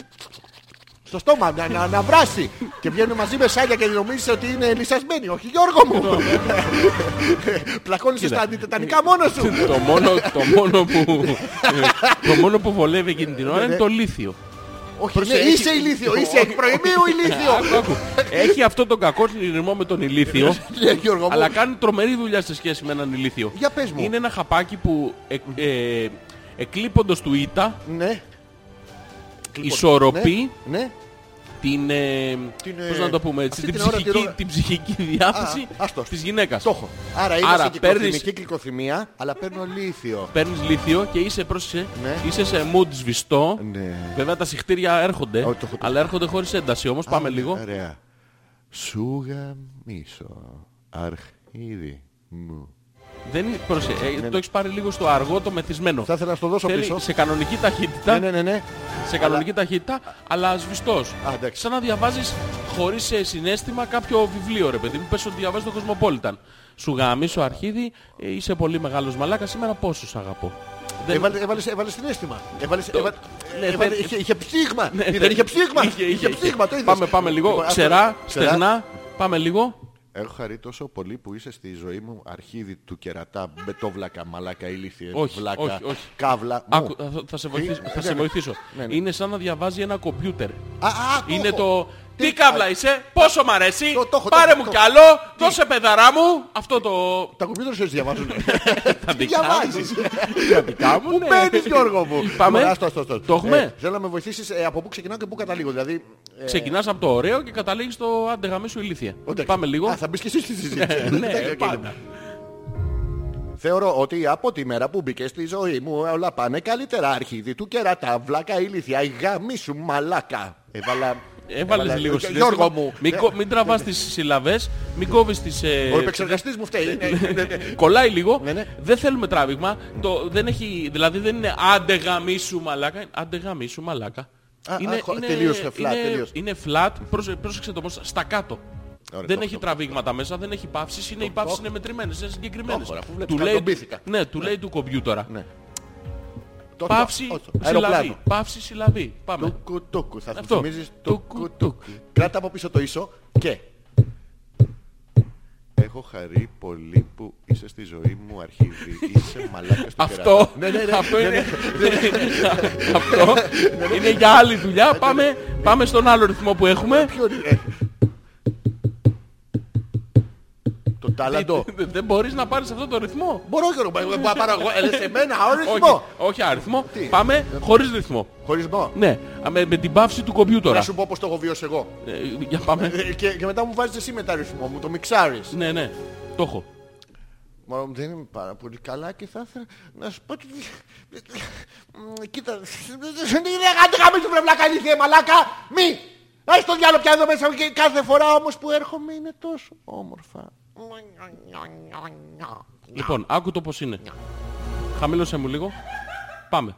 [SPEAKER 2] Στο στόμα, να, να, να βράσει. και βγαίνουν μαζί με σάλια και νομίζεις ότι είναι λυσασμένοι. Όχι Γιώργο μου.
[SPEAKER 1] Ναι,
[SPEAKER 2] Πλακώνεις στα αντιτετανικά μόνος σου.
[SPEAKER 1] το μόνο, το, μόνο που,
[SPEAKER 2] Ναι,
[SPEAKER 1] το μόνο που βολεύει εκείνη την ώρα είναι το λίθιο.
[SPEAKER 2] Όχι, ναι, είσαι ηλίθιο, είσαι εκ προημίου
[SPEAKER 1] Άκου,
[SPEAKER 2] ηλίθιο.
[SPEAKER 1] άκου. Έχει αυτό τον κακό συνειρμό με τον ηλίθιο,
[SPEAKER 2] Ναι, Γιώργο μου.
[SPEAKER 1] αλλά κάνει τρομερή δουλειά σε σχέση με έναν ηλίθιο.
[SPEAKER 2] Για πες μου.
[SPEAKER 1] Είναι ένα χαπάκι που εκ, ε, εκλείποντος του ήττα
[SPEAKER 2] Ναι.
[SPEAKER 1] ισορροπεί
[SPEAKER 2] Ναι, ναι.
[SPEAKER 1] την, ε,
[SPEAKER 2] Την,
[SPEAKER 1] πώς
[SPEAKER 2] ε,
[SPEAKER 1] να το πούμε έτσι,
[SPEAKER 2] αυτή
[SPEAKER 1] την,
[SPEAKER 2] την ώρα τη
[SPEAKER 1] ψυχική,
[SPEAKER 2] ρο-
[SPEAKER 1] την ψυχική διάθεση
[SPEAKER 2] Α, ας το.
[SPEAKER 1] της γυναίκας.
[SPEAKER 2] Το έχω. Άρα είναι
[SPEAKER 1] Άρα
[SPEAKER 2] σε
[SPEAKER 1] παίρνεις-
[SPEAKER 2] κυκλοθυμική κυκλοθυμία, αλλά παίρνω λίθιο.
[SPEAKER 1] Παίρνεις λίθιο και είσαι, πρόσεξε,
[SPEAKER 2] Ναι.
[SPEAKER 1] είσαι σε mood σβηστό.
[SPEAKER 2] Ναι.
[SPEAKER 1] Βέβαια τα συχτήρια έρχονται,
[SPEAKER 2] Ω, το ναι, έχω πει.
[SPEAKER 1] αλλά έρχονται χωρίς ένταση όμως. Πάμε λίγο.
[SPEAKER 2] Ωραία. Σου γαμίσω, αρχίδι μου.
[SPEAKER 1] Δεν είναι, πρόσεξε, ε, το έχεις πάρει λίγο στο αργό το μεθυσμένο.
[SPEAKER 2] Ναι, Θα ήθελα να στο δώσω
[SPEAKER 1] Θέλει
[SPEAKER 2] πίσω.
[SPEAKER 1] σε κανονική ταχύτητα,
[SPEAKER 2] Ναι, ναι, ναι, ναι.
[SPEAKER 1] σε κανονική ταχύτητα, αλλά σβηστός.
[SPEAKER 2] Α, εντάξει.
[SPEAKER 1] Σαν να διαβάζεις χωρίς ε, συνέστημα κάποιο βιβλίο, ρε παιδί μου. Πες ότι διαβάζεις το Κοσμοπόλιταν. Σου γαμίσω αρχίδι, ε, είσαι πολύ μεγάλος μαλάκας, σήμερα πόσο σ' αγαπώ. Δεν-
[SPEAKER 2] Έβαλες, έβαλες, έβαλες συνέστημα. Έβαλες, έβα...
[SPEAKER 1] ναι,
[SPEAKER 2] έβαλε-
[SPEAKER 1] δεν-
[SPEAKER 2] είχε, είχε ψήγμα.
[SPEAKER 1] Ναι,
[SPEAKER 2] δεν
[SPEAKER 1] δεν-
[SPEAKER 2] είχε ψήγμα.
[SPEAKER 1] είχε, είχε, είχε.
[SPEAKER 2] ψήγμα, το είδες.
[SPEAKER 1] Πάμε, πάμε λίγο.
[SPEAKER 2] Λοιπόν, αυτό-
[SPEAKER 1] ξερά, στεγνά. Πάμε λίγο.
[SPEAKER 2] Έχω χαρεί τόσο πολύ που είσαι στη ζωή μου αρχίδι του κερατά, μπετόβλακα, μαλάκα, ηλίθιε,
[SPEAKER 1] Όχι,
[SPEAKER 2] βλάκα,
[SPEAKER 1] όχι, όχι.
[SPEAKER 2] καύλα. μου.
[SPEAKER 1] Άκου, θα, θα σε βοηθήσω.
[SPEAKER 2] Τι-
[SPEAKER 1] θα
[SPEAKER 2] ναι,
[SPEAKER 1] σε
[SPEAKER 2] ναι.
[SPEAKER 1] βοηθήσω.
[SPEAKER 2] Ναι, ναι.
[SPEAKER 1] Είναι σαν να διαβάζει ένα κομπιούτερ.
[SPEAKER 2] Α, α,
[SPEAKER 1] Είναι
[SPEAKER 2] έχω.
[SPEAKER 1] το...
[SPEAKER 2] Τι-
[SPEAKER 1] Τι καύλα είσαι, πόσο μ' αρέσει,
[SPEAKER 2] Το- το έχω, το
[SPEAKER 1] πάρε
[SPEAKER 2] έχω,
[SPEAKER 1] μου
[SPEAKER 2] το
[SPEAKER 1] κι άλλο, δώσε παιδαρά μου. Αυτό το...
[SPEAKER 2] Τα κομπιούτερ σου έτσι διαβάζουν.
[SPEAKER 1] Τα
[SPEAKER 2] Τι
[SPEAKER 1] δικά μου.
[SPEAKER 2] διαβάζεις.
[SPEAKER 1] Τα δικά μου, ναι.
[SPEAKER 2] Μπαίνεις Γιώργο μου.
[SPEAKER 1] Πάμε.
[SPEAKER 2] Λοιπόν, άστο, άστο, άστο.
[SPEAKER 1] Το έχουμε.
[SPEAKER 2] Ε, θέλω να με βοηθήσεις ε, από πού ξεκινάω και πού καταλήγω. Δηλαδή, ε,
[SPEAKER 1] Ξεκινάς από το ωραίο και καταλήγεις στο αντεγαμί σου ηλίθεια.
[SPEAKER 2] εντάξει.
[SPEAKER 1] Πάμε λίγο.
[SPEAKER 2] Α, θα μπεις και εσύ στη συζήτηση. Εντάξει,
[SPEAKER 1] Ναι,
[SPEAKER 2] οκ,
[SPEAKER 1] πάντα.
[SPEAKER 2] Θεωρώ ότι από τη μέρα που μπήκε στη ζωή μου όλα πάνε καλύτερα. Αρχίδι του κερατά, βλάκα ηλίθια, η γάμη σου μαλάκα. Έβαλα...
[SPEAKER 1] Έβαλες
[SPEAKER 2] έβαλα-
[SPEAKER 1] λίγο συνέστημα.
[SPEAKER 2] Γιώργο μου. Ε.
[SPEAKER 1] Μην, κο- μην τραβάς τις συλλαβές, μην κόβεις τις... ε,
[SPEAKER 2] Ο επεξεργαστής μου φταίει. Ναι, ναι, ναι.
[SPEAKER 1] Κολλάει λίγο.
[SPEAKER 2] Ναι, ναι.
[SPEAKER 1] Δεν θέλουμε τράβηγμα. Το, δεν έχει, δηλαδή δεν είναι άντε γαμίσου μαλάκα. είναι Άντε γαμίσου μαλάκα.
[SPEAKER 2] Α, α, χω- τελείως flat,
[SPEAKER 1] είναι,
[SPEAKER 2] τελείως.
[SPEAKER 1] είναι flat. Πρόσεξε, πρόσεξε το πώς, στα κάτω.
[SPEAKER 2] Ωραία,
[SPEAKER 1] δεν
[SPEAKER 2] το
[SPEAKER 1] έχει
[SPEAKER 2] έχω,
[SPEAKER 1] τραβήγματα μέσα, δεν έχει παύσεις, είναι, οι παύσεις
[SPEAKER 2] το
[SPEAKER 1] είναι μετρημένες, είναι συγκεκριμένες.
[SPEAKER 2] Το έχω, αφού βλέπεις, κατομπήθηκα.
[SPEAKER 1] ναι, του λέει του κομπιούτερα.
[SPEAKER 2] Ναι. Το-
[SPEAKER 1] Παύση,
[SPEAKER 2] το- το-
[SPEAKER 1] συλλαβή.
[SPEAKER 2] αεροπλάνο.
[SPEAKER 1] Παύση, συλλαβή. Πάμε.
[SPEAKER 2] Τούκου τούκου. Θα
[SPEAKER 1] Ναι. Αυτό.
[SPEAKER 2] του θυμίζεις
[SPEAKER 1] Τούκου,
[SPEAKER 2] τούκου
[SPEAKER 1] τούκου.
[SPEAKER 2] τούκου. Κράτα από πίσω το ίσο και. Έχω χαρεί πολύ που είσαι στη ζωή μου αρχίδι. Είσαι μαλάκα στο
[SPEAKER 1] Αυτό,
[SPEAKER 2] Ναι, ναι, ναι.
[SPEAKER 1] αυτό
[SPEAKER 2] ναι,
[SPEAKER 1] είναι,
[SPEAKER 2] ναι.
[SPEAKER 1] αυτό είναι για άλλη
[SPEAKER 2] Ναι,
[SPEAKER 1] δουλειά. Πάμε, πάμε στον άλλο ρυθμό που έχουμε.
[SPEAKER 2] Ποιο είναι, ε. Το τάλαντο.
[SPEAKER 1] Δεν- Δεν μπορείς να πάρεις αυτό το ρυθμό.
[SPEAKER 2] Μπορώ και να μπορώ να πάρω εγώ. ε, Σε μένα
[SPEAKER 1] Όχι,
[SPEAKER 2] αριθμό.
[SPEAKER 1] όχι αριθμό. Πάμε χωρίς ρυθμό.
[SPEAKER 2] Χωρισμό.
[SPEAKER 1] Ναι, α, με, με την πάυση του κομπιούτορα.
[SPEAKER 2] Να σου πω πώς το έχω βιώσει εγώ.
[SPEAKER 1] Ε, για πάμε.
[SPEAKER 2] Ε, Και, και μετά μου βάζεις εσύ μετά ρυθμό, μου το μιξάρεις.
[SPEAKER 1] ναι, ναι, το έχω.
[SPEAKER 2] Μα δεν είμαι πάρα πολύ καλά και θα ήθελα να σου πω ότι... Μ, Κοίτα, δεν είναι γάντε γαμί του βρεβλάκα ηλίθιε μαλάκα, μη! Ας το διάλογο πια εδώ μέσα μου και κάθε φορά όμως που έρχομαι είναι τόσο όμορφα
[SPEAKER 1] Λοιπόν, άκου το πώς είναι. Χαμήλωσέ μου λίγο. Πάμε.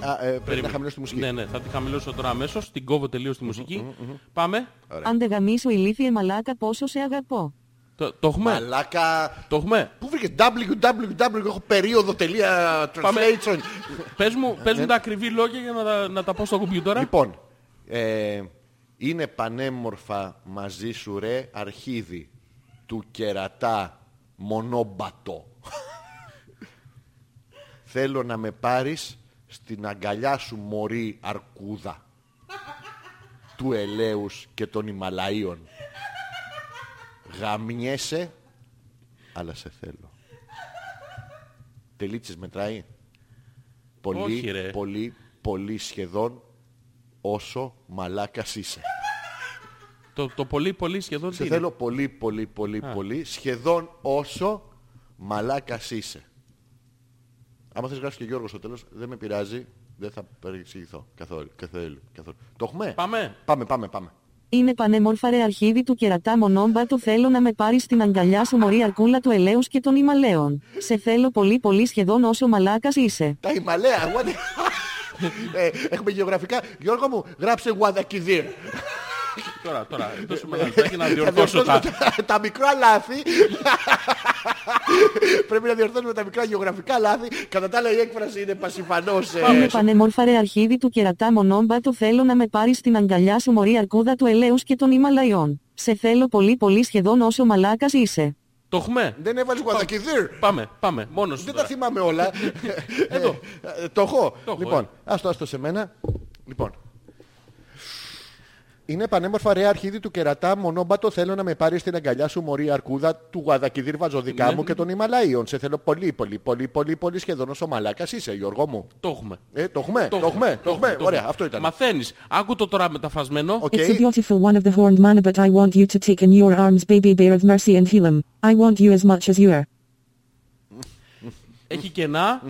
[SPEAKER 2] Α, ε, πρέπει να
[SPEAKER 1] Περίμενε.
[SPEAKER 2] χαμηλώσει τη μουσική.
[SPEAKER 1] Ναι, ναι, θα τη χαμηλώσω τώρα αμέσως. Την κόβω τελείως τη μουσική. Πάμε.
[SPEAKER 9] Αν δεν γαμίσω ηλίθιε μαλάκα πόσο σε αγαπώ.
[SPEAKER 1] Το, το έχουμε.
[SPEAKER 2] Μαλάκα.
[SPEAKER 1] Το έχουμε.
[SPEAKER 2] Πού βρήκες www, έχω περίοδο τελεία translation.
[SPEAKER 1] Πες μου, πες μου τα ακριβή λόγια για να, τα- να τα πω στο κομπιούτερ.
[SPEAKER 2] Ε. Λοιπόν, ε, είναι πανέμορφα μαζί σου ρε αρχίδι του κερατά μονόμπατο. Θέλω να με πάρεις στην αγκαλιά σου μωρή αρκούδα του ελέους και των Ιμαλαίων. Γαμιέσαι, αλλά σε θέλω. Τελίτσες μετράει. Πολύ,
[SPEAKER 1] Όχι, ρε.
[SPEAKER 2] πολύ, πολύ σχεδόν όσο μαλάκας είσαι.
[SPEAKER 1] Το, το πολύ πολύ σχεδόν τι
[SPEAKER 2] Σε
[SPEAKER 1] είναι.
[SPEAKER 2] θέλω πολύ, πολύ, πολύ, πολύ, σχεδόν όσο μαλάκας είσαι. Άμα θες γράψεις και Γιώργο στο τέλος, δεν με πειράζει, δεν θα παρεξηγηθώ καθόλου, καθόλου, καθόλου. Το έχουμε?
[SPEAKER 1] Πάμε.
[SPEAKER 2] Πάμε, πάμε, πάμε.
[SPEAKER 9] Είναι πανέμορφα ρε αρχίδι του κερατά μονόμπα του θέλω να με πάρει στην αγκαλιά σου μωρή αρκούλα του ελέους και των Ιμαλαίων. Σε θέλω πολύ πολύ σχεδόν όσο μαλάκας είσαι.
[SPEAKER 2] Τα Ιμαλαία, what the- ε, έχουμε γεωγραφικά. Γιώργο μου, γράψε Guadalquivir.
[SPEAKER 1] Τώρα, τώρα, δώσουμε ένα λεπτάκι να
[SPEAKER 2] Θα
[SPEAKER 1] διορθώσω τα...
[SPEAKER 2] τα- τα μικρά λάθη. Πρέπει να διορθώσουμε τα μικρά γεωγραφικά λάθη. Κατά τα άλλα η έκφραση είναι πασιφανώς. ε,
[SPEAKER 9] Είναι πανέμορφα ρε αρχίδι του κερατά μονόμπα του θέλω να με πάρει στην αγκαλιά σου μωρή αρκούδα του ελέους και των Ιμαλαίων. Σε θέλω πολύ πολύ σχεδόν όσο μαλάκας είσαι.
[SPEAKER 1] Το έχουμε.
[SPEAKER 2] Δεν έβαλες Guadalquivir.
[SPEAKER 1] Πάμε, πάμε. Μόνος σου
[SPEAKER 2] Δεν
[SPEAKER 1] τώρα.
[SPEAKER 2] τα θυμάμαι όλα. Εδώ. Το έχω.
[SPEAKER 1] έχω, ε.
[SPEAKER 2] Λοιπόν, άστο, άστο σε μένα. Λοιπόν. Είναι πανέμορφα ρε αρχίδι του κερατά μονόμπατο θέλω να με πάρει στην αγκαλιά σου μωρή αρκούδα του Γουαδακιδίρ Βαζοδικά
[SPEAKER 1] Ναι.
[SPEAKER 2] μου και των Ιμαλαίων. Σε θέλω πολύ πολύ πολύ πολύ πολύ σχεδόν όσο μαλάκας είσαι Γιώργο μου.
[SPEAKER 1] Το έχουμε.
[SPEAKER 2] Ε, το έχουμε, το έχουμε, το έχουμε. Ωραία, αυτό ήταν.
[SPEAKER 1] Μαθαίνεις. Άκου το τώρα μεταφασμένο.
[SPEAKER 2] Οκ.
[SPEAKER 10] It's a beautiful one of the horned manna, but I want you to take in your arms baby bear of mercy and heal him. I want you as much as you are.
[SPEAKER 1] Έχει κενά.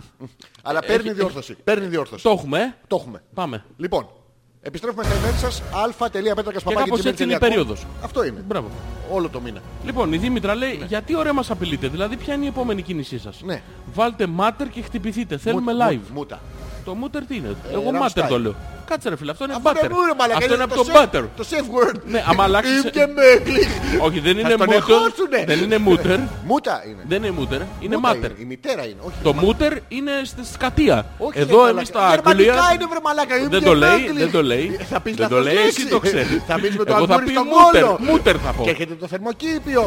[SPEAKER 2] Αλλά παίρνει διόρθωση. Παίρνει διόρθωση.
[SPEAKER 1] Το έχουμε. ε.
[SPEAKER 2] Το έχουμε.
[SPEAKER 1] Πάμε.
[SPEAKER 2] Λοιπόν, επιστρέφουμε στα email σας
[SPEAKER 1] Και κάπως έτσι είναι η περίοδος.
[SPEAKER 2] Αυτό είναι.
[SPEAKER 1] Μπράβο.
[SPEAKER 2] Όλο το μήνα.
[SPEAKER 1] Λοιπόν, η Δήμητρα λέει, γιατί ωραία μας απειλείτε, δηλαδή ποια είναι η επόμενη κίνησή σας.
[SPEAKER 2] Ναι.
[SPEAKER 1] Βάλτε matter και χτυπηθείτε, θέλουμε
[SPEAKER 2] Μου-
[SPEAKER 1] live.
[SPEAKER 2] μου- Ε, Μούτα.
[SPEAKER 1] Το mutter τι είναι, εγώ
[SPEAKER 2] Rammstein.
[SPEAKER 1] matter το λέω. Κάτσε ρε φίλε, αυτό είναι
[SPEAKER 2] Αφού
[SPEAKER 1] butter.
[SPEAKER 2] είναι μούρο, μαλάκα,
[SPEAKER 1] Αυτό
[SPEAKER 2] είναι
[SPEAKER 1] είναι από το
[SPEAKER 2] safe-
[SPEAKER 1] butter.
[SPEAKER 2] Το safe word.
[SPEAKER 1] Ναι, άμα αλλάξεις-
[SPEAKER 2] Ή και με κλικ.
[SPEAKER 1] Όχι, δεν είναι
[SPEAKER 2] τον εχώσουνε.
[SPEAKER 1] mutter, δεν είναι mutter,
[SPEAKER 2] Μούτα είναι.
[SPEAKER 1] δεν είναι mutter, Ναι, είναι
[SPEAKER 2] Μούτα
[SPEAKER 1] matter.
[SPEAKER 2] Η μητέρα είναι. Όχι.
[SPEAKER 1] Το μούτερ είναι στη σκατία.
[SPEAKER 2] Όχι,
[SPEAKER 1] Εδώ
[SPEAKER 2] ρε,
[SPEAKER 1] εμείς
[SPEAKER 2] μαλάκα.
[SPEAKER 1] τα
[SPEAKER 2] Γερμανικά
[SPEAKER 1] αγγλία...
[SPEAKER 2] είναι βρε μαλάκα. Ή
[SPEAKER 1] Δεν
[SPEAKER 2] και
[SPEAKER 1] το
[SPEAKER 2] με
[SPEAKER 1] λέει,
[SPEAKER 2] κλικ.
[SPEAKER 1] δεν το λέει.
[SPEAKER 2] Θα πεις
[SPEAKER 1] Δεν το
[SPEAKER 2] λάθος
[SPEAKER 1] λέει, εσύ
[SPEAKER 2] λέξη.
[SPEAKER 1] το ξέρεις.
[SPEAKER 2] Θα πεις με το
[SPEAKER 1] Εγώ θα
[SPEAKER 2] αγγούρι
[SPEAKER 1] πει
[SPEAKER 2] στον
[SPEAKER 1] μούτερ,
[SPEAKER 2] κόλο.
[SPEAKER 1] μούτερ θα πω.
[SPEAKER 2] Και έρχεται το θερμοκήπιο.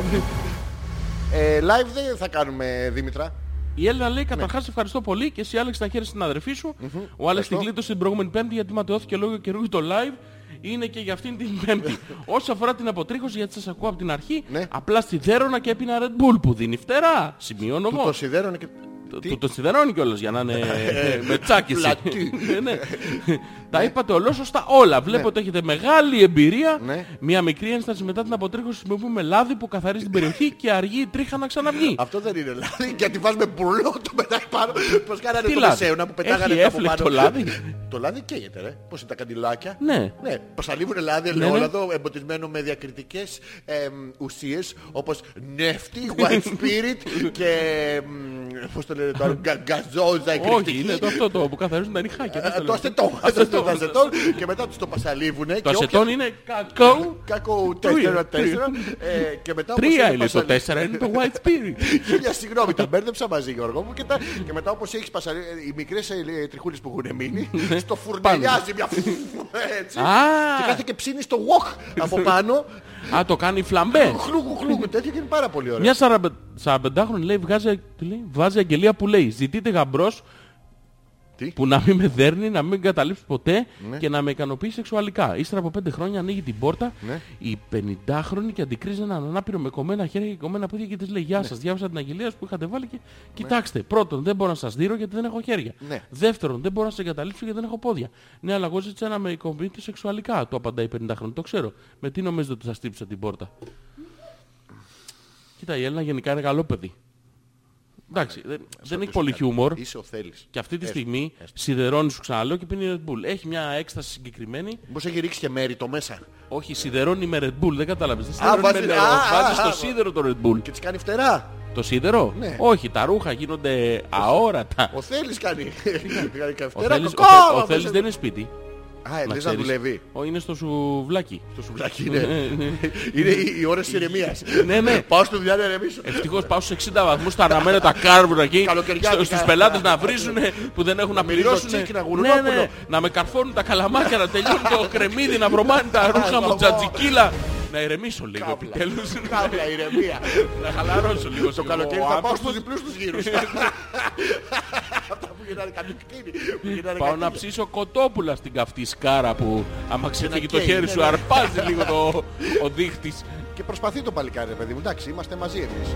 [SPEAKER 2] Ε, Live δεν θα κάνουμε Δήμητρα.
[SPEAKER 1] Η Έλληνα
[SPEAKER 2] Ναι.
[SPEAKER 1] λέει καταρχά ευχαριστώ πολύ και εσύ άλλαξε τα χέρια στην αδερφή σου. Ο Άλεξ την κλείτωσε την προηγούμενη Πέμπτη γιατί ματαιώθηκε λόγω καιρού το live. Είναι και για αυτήν την Πέμπτη. Όσον αφορά την αποτρίχωση, γιατί σας ακούω από την αρχή,
[SPEAKER 2] Ναι.
[SPEAKER 1] απλά στη Δέρονα και έπεινα Red Bull που δίνει φτερά. Σημειώνω
[SPEAKER 2] Το
[SPEAKER 1] εγώ.
[SPEAKER 2] σιδέρωνε και...
[SPEAKER 1] Το-
[SPEAKER 2] Τι?
[SPEAKER 1] Του το σιδερώνει κιόλας για να είναι ε, με τσάκιση.
[SPEAKER 2] Πλατή.
[SPEAKER 1] Ναι, ναι. Τα είπατε ολόσωστα όλα. Βλέπω ότι έχετε μεγάλη εμπειρία.
[SPEAKER 2] Ναι.
[SPEAKER 1] Μια μικρή ένσταση μετά την αποτρίχωση χρησιμοποιούμε λάδι που καθαρίζει την περιοχή και αργεί η τρίχα να ξαναβγεί.
[SPEAKER 2] Αυτό δεν είναι λάδι, γιατί βάζουμε μπουρλό το πετάει πάνω. Πώς κάνανε
[SPEAKER 1] Τι
[SPEAKER 2] το
[SPEAKER 1] λάδι?
[SPEAKER 2] μεσαίωνα που πετάγανε
[SPEAKER 1] Έχει
[SPEAKER 2] τα από
[SPEAKER 1] έφλεκτο
[SPEAKER 2] πάνω.
[SPEAKER 1] λάδι.
[SPEAKER 2] το λάδι καίγεται, ρε. Πώς είναι τα καντιλάκια.
[SPEAKER 1] Ναι.
[SPEAKER 2] Ναι, προσαλείβουν λάδι,
[SPEAKER 1] ναι.
[SPEAKER 2] ελαιόλαδο, εμποτισμένο με διακριτικές εμ, ουσίες όπως νεύτη, white spirit και... εμ, Πώς το λένε το άλλο, γκα- γκαζόζα
[SPEAKER 1] Όχι,
[SPEAKER 2] εκρηκτική.
[SPEAKER 1] είναι το αυτό το που καθαρίζουν τα νυχάκια.
[SPEAKER 2] Ε,
[SPEAKER 1] Τι
[SPEAKER 2] Το
[SPEAKER 1] λέω.
[SPEAKER 2] ασετόν.
[SPEAKER 1] ασετόν.
[SPEAKER 2] Το ασετόν και μετά τους το πασαλίβουνε.
[SPEAKER 1] Το ασετόν είναι κακό.
[SPEAKER 2] Κάκο
[SPEAKER 1] Τρία,
[SPEAKER 2] 4-4 ε, και μετά όπως
[SPEAKER 1] Τρία
[SPEAKER 2] είναι
[SPEAKER 1] είναι το
[SPEAKER 2] πασαλι-
[SPEAKER 1] τέσσερα, είναι το white spirit.
[SPEAKER 2] Χίλια συγγνώμη, τα μπέρδεψα μαζί Γιώργο μου και, τα, και μετά όπως έχεις πασαρί, οι μικρές ε, τριχούλες που έχουν μείνει, στο φουρνελιάζει μια φου- έτσι.
[SPEAKER 1] Ναι. Α.
[SPEAKER 2] και κάθε και ψήνει στο wok από πάνω,
[SPEAKER 1] Α, το κάνει φλαμπέ.
[SPEAKER 2] χλούκου χλούκου τέτοιο και είναι πάρα πολύ ωραίο.
[SPEAKER 1] Μια 45χρονη λέει, βγάζει, τι λέει, βάζει αγγελία που λέει «Ζητείτε γαμπρός
[SPEAKER 2] Τι? Ναι.
[SPEAKER 1] που να μην με δέρνει, να μην καταλήψει ποτέ και να με ικανοποιεί σεξουαλικά. Ύστερα από 5 χρόνια ανοίγει την πόρτα
[SPEAKER 2] Ναι.
[SPEAKER 1] η 50χρονη και αντικρίζει έναν ανάπηρο με κομμένα χέρια και κομμένα πόδια και της λέει
[SPEAKER 2] Ναι.
[SPEAKER 1] «Γεια σας, διάβασα την αγγελία σας που είχατε βάλει και κοιτάξτε, πρώτον δεν μπορώ να σας δείρω γιατί δεν έχω χέρια.
[SPEAKER 2] Ναι.
[SPEAKER 1] Δεύτερον δεν μπορώ να σε εγκαταλείψω γιατί δεν έχω πόδια. Ναι, αλλά εγώ ζήτησα να με ικανοποιείτε σεξουαλικά», του απαντάει η 50χρονη. «Το ξέρω. Με τι νομίζετε ότι σας τύψα την πόρτα». Κοίτα, η Έλληνα γενικά είναι καλό παιδί. Εντάξει, δεν- δεν έχει πολύ χιούμορ.
[SPEAKER 2] Είσαι ο Θέλης.
[SPEAKER 1] Και αυτή τη στιγμή σιδερώνει σου ξαναλέω και πίνει Red Bull. Έχει μια έκσταση συγκεκριμένη.
[SPEAKER 2] Μήπως έχει ρίξει και μέρη το μέσα.
[SPEAKER 1] Όχι, σιδερώνει με Red Bull, δεν κατάλαβες. Δεν
[SPEAKER 2] Α,
[SPEAKER 1] σιδερώνει
[SPEAKER 2] βάζει-
[SPEAKER 1] με νερό.
[SPEAKER 2] α, α,
[SPEAKER 1] Βάζει
[SPEAKER 2] α,
[SPEAKER 1] το
[SPEAKER 2] α.
[SPEAKER 1] σίδερο το Red Bull.
[SPEAKER 2] Και τις κάνει φτερά.
[SPEAKER 1] Το σίδερο?
[SPEAKER 2] Ναι.
[SPEAKER 1] Όχι, τα ρούχα γίνονται αόρατα.
[SPEAKER 2] Ο Θέλης κάνει. κάνει και
[SPEAKER 1] Ο
[SPEAKER 2] φτερά.
[SPEAKER 1] Θέλης, ο
[SPEAKER 2] Κοκό,
[SPEAKER 1] Θε- ο
[SPEAKER 2] μα,
[SPEAKER 1] Θέλης
[SPEAKER 2] μέσα.
[SPEAKER 1] δεν είναι σπίτι.
[SPEAKER 2] Α, λες να
[SPEAKER 1] ξέρεις.
[SPEAKER 2] Ε, δουλεύει. Ε.
[SPEAKER 1] Ο, είναι στο σουβλάκι.
[SPEAKER 2] Το σουβλάκι είναι. Είναι οι οι ώρες της ηρεμίας.
[SPEAKER 1] Ναι, ναι. Ε.
[SPEAKER 2] Πάω στο δουλειά να ηρεμήσω.
[SPEAKER 1] Ευτυχώς πάω στους 60 βαθμούς, τα αναμένω τα κάρβουρα εκεί,
[SPEAKER 2] Καλοκαιριάτικα.
[SPEAKER 1] στο- στους πελάτες να βρίζουν που δεν έχουν να
[SPEAKER 2] Με λίγο
[SPEAKER 1] πληρώσουν.
[SPEAKER 2] τσίκι, να
[SPEAKER 1] ναι,
[SPEAKER 2] γουρνόπουλο.
[SPEAKER 1] ναι, να με καρφώνουν τα καλαμάκια, να τελειώνει το κρεμμύδι, να βρωμάνει τα ρούχα μου, τζατζικίλα. Να ηρεμήσω λίγο
[SPEAKER 2] Κάπλα.
[SPEAKER 1] επιτέλους. Ναι,
[SPEAKER 2] Κάπλα ηρεμία.
[SPEAKER 1] Να χαλαρώσω λίγο.
[SPEAKER 2] Το καλοκαίρι θα πάω στους διπλούς τους γύρους. Αυτά που γυρνάνε κατουκτήρι. που γυρνάνε
[SPEAKER 1] Πάω να
[SPEAKER 2] κατοικίνη.
[SPEAKER 1] ψήσω κοτόπουλα στην καυτή σκάρα που άμα ξεφύγει το
[SPEAKER 2] καίει,
[SPEAKER 1] χέρι
[SPEAKER 2] ναι,
[SPEAKER 1] σου
[SPEAKER 2] ναι.
[SPEAKER 1] αρπάζει λίγο το, ο δείχτης.
[SPEAKER 2] Και προσπαθεί το παλικάρι, ρε παιδί μου. Εντάξει, είμαστε μαζί εμείς.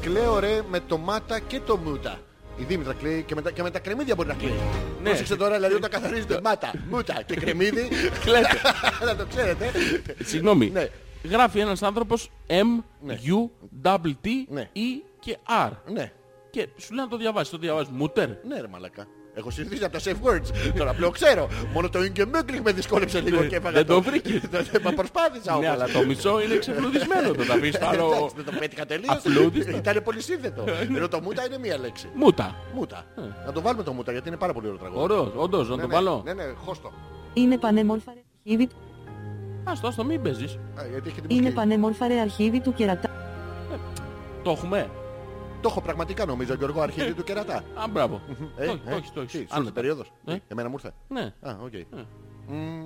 [SPEAKER 2] Κλαίω ρε με το μάτα και το μούτα. Η Δήμητρα κλαίει και με τα, και με τα κρεμμύδια μπορεί να κλαίει.
[SPEAKER 1] Ναι.
[SPEAKER 2] Πρόσεξε τώρα, δηλαδή όταν καθαρίζετε μάτα, μούτα και κρεμμύδι,
[SPEAKER 1] ε, Κλαίτε.
[SPEAKER 2] να το ξέρετε.
[SPEAKER 1] Συγγνώμη.
[SPEAKER 2] Ναι.
[SPEAKER 1] Γράφει ένας άνθρωπος M, U, double T,
[SPEAKER 2] Ναι.
[SPEAKER 1] E και R.
[SPEAKER 2] Ναι,
[SPEAKER 1] Και σου λέει να το διαβάσεις. Το διαβάζεις μούτερ.
[SPEAKER 2] ναι ρε μαλακά. Έχω συνηθίσει από τα safe words. Τώρα πλέον ξέρω. Μόνο το Inge Möglich με δυσκόλεψε λίγο
[SPEAKER 1] Ναι,
[SPEAKER 2] και έφαγα
[SPEAKER 1] δεν το βρήκες.
[SPEAKER 2] Μα προσπάθησα όμως.
[SPEAKER 1] Ναι, αλλά το μισό είναι ξεφλουδισμένο. Το τα πεις
[SPEAKER 2] Ε,
[SPEAKER 1] πάνω
[SPEAKER 2] Εντάξει, δεν το πέτυχα τελείως.
[SPEAKER 1] Απλούδιστο.
[SPEAKER 2] Ήταν πολύ σύνθετο.
[SPEAKER 1] Ε, ναι.
[SPEAKER 2] Ενώ το μούτα είναι μία λέξη.
[SPEAKER 1] μούτα.
[SPEAKER 2] Μούτα. Να το βάλουμε το μούτα γιατί είναι πάρα πολύ ωραίο τραγούδι.
[SPEAKER 1] Ωραίος, όντως, Ε. να
[SPEAKER 2] Ναι,
[SPEAKER 1] το
[SPEAKER 2] ναι,
[SPEAKER 1] βάλω.
[SPEAKER 2] Ναι, ναι, χώστο.
[SPEAKER 9] Είναι πανέμορφα ρε αρχίδι του.
[SPEAKER 1] Ας το, ας το μην παίζεις.
[SPEAKER 2] Α, Ε, γιατί έχει την
[SPEAKER 9] Είναι
[SPEAKER 2] μουσική.
[SPEAKER 9] πανέμορφα ρε αρχίδι του κερατά.
[SPEAKER 1] Το έχουμε.
[SPEAKER 2] Το έχω πραγματικά νομίζω, Γιώργο,
[SPEAKER 1] Ε.
[SPEAKER 2] αρχίδι του κερατά.
[SPEAKER 1] Α, μπράβο. Το
[SPEAKER 2] Ε,
[SPEAKER 1] έχεις,
[SPEAKER 2] ε,
[SPEAKER 1] το έχεις,
[SPEAKER 2] τι,
[SPEAKER 1] το
[SPEAKER 2] σου
[SPEAKER 1] έχεις.
[SPEAKER 2] ήρθε
[SPEAKER 1] Άνετα.
[SPEAKER 2] περίοδος.
[SPEAKER 1] Ε.
[SPEAKER 2] Ε, Εμένα μου ήρθε.
[SPEAKER 1] Ναι.
[SPEAKER 2] Α, οκ.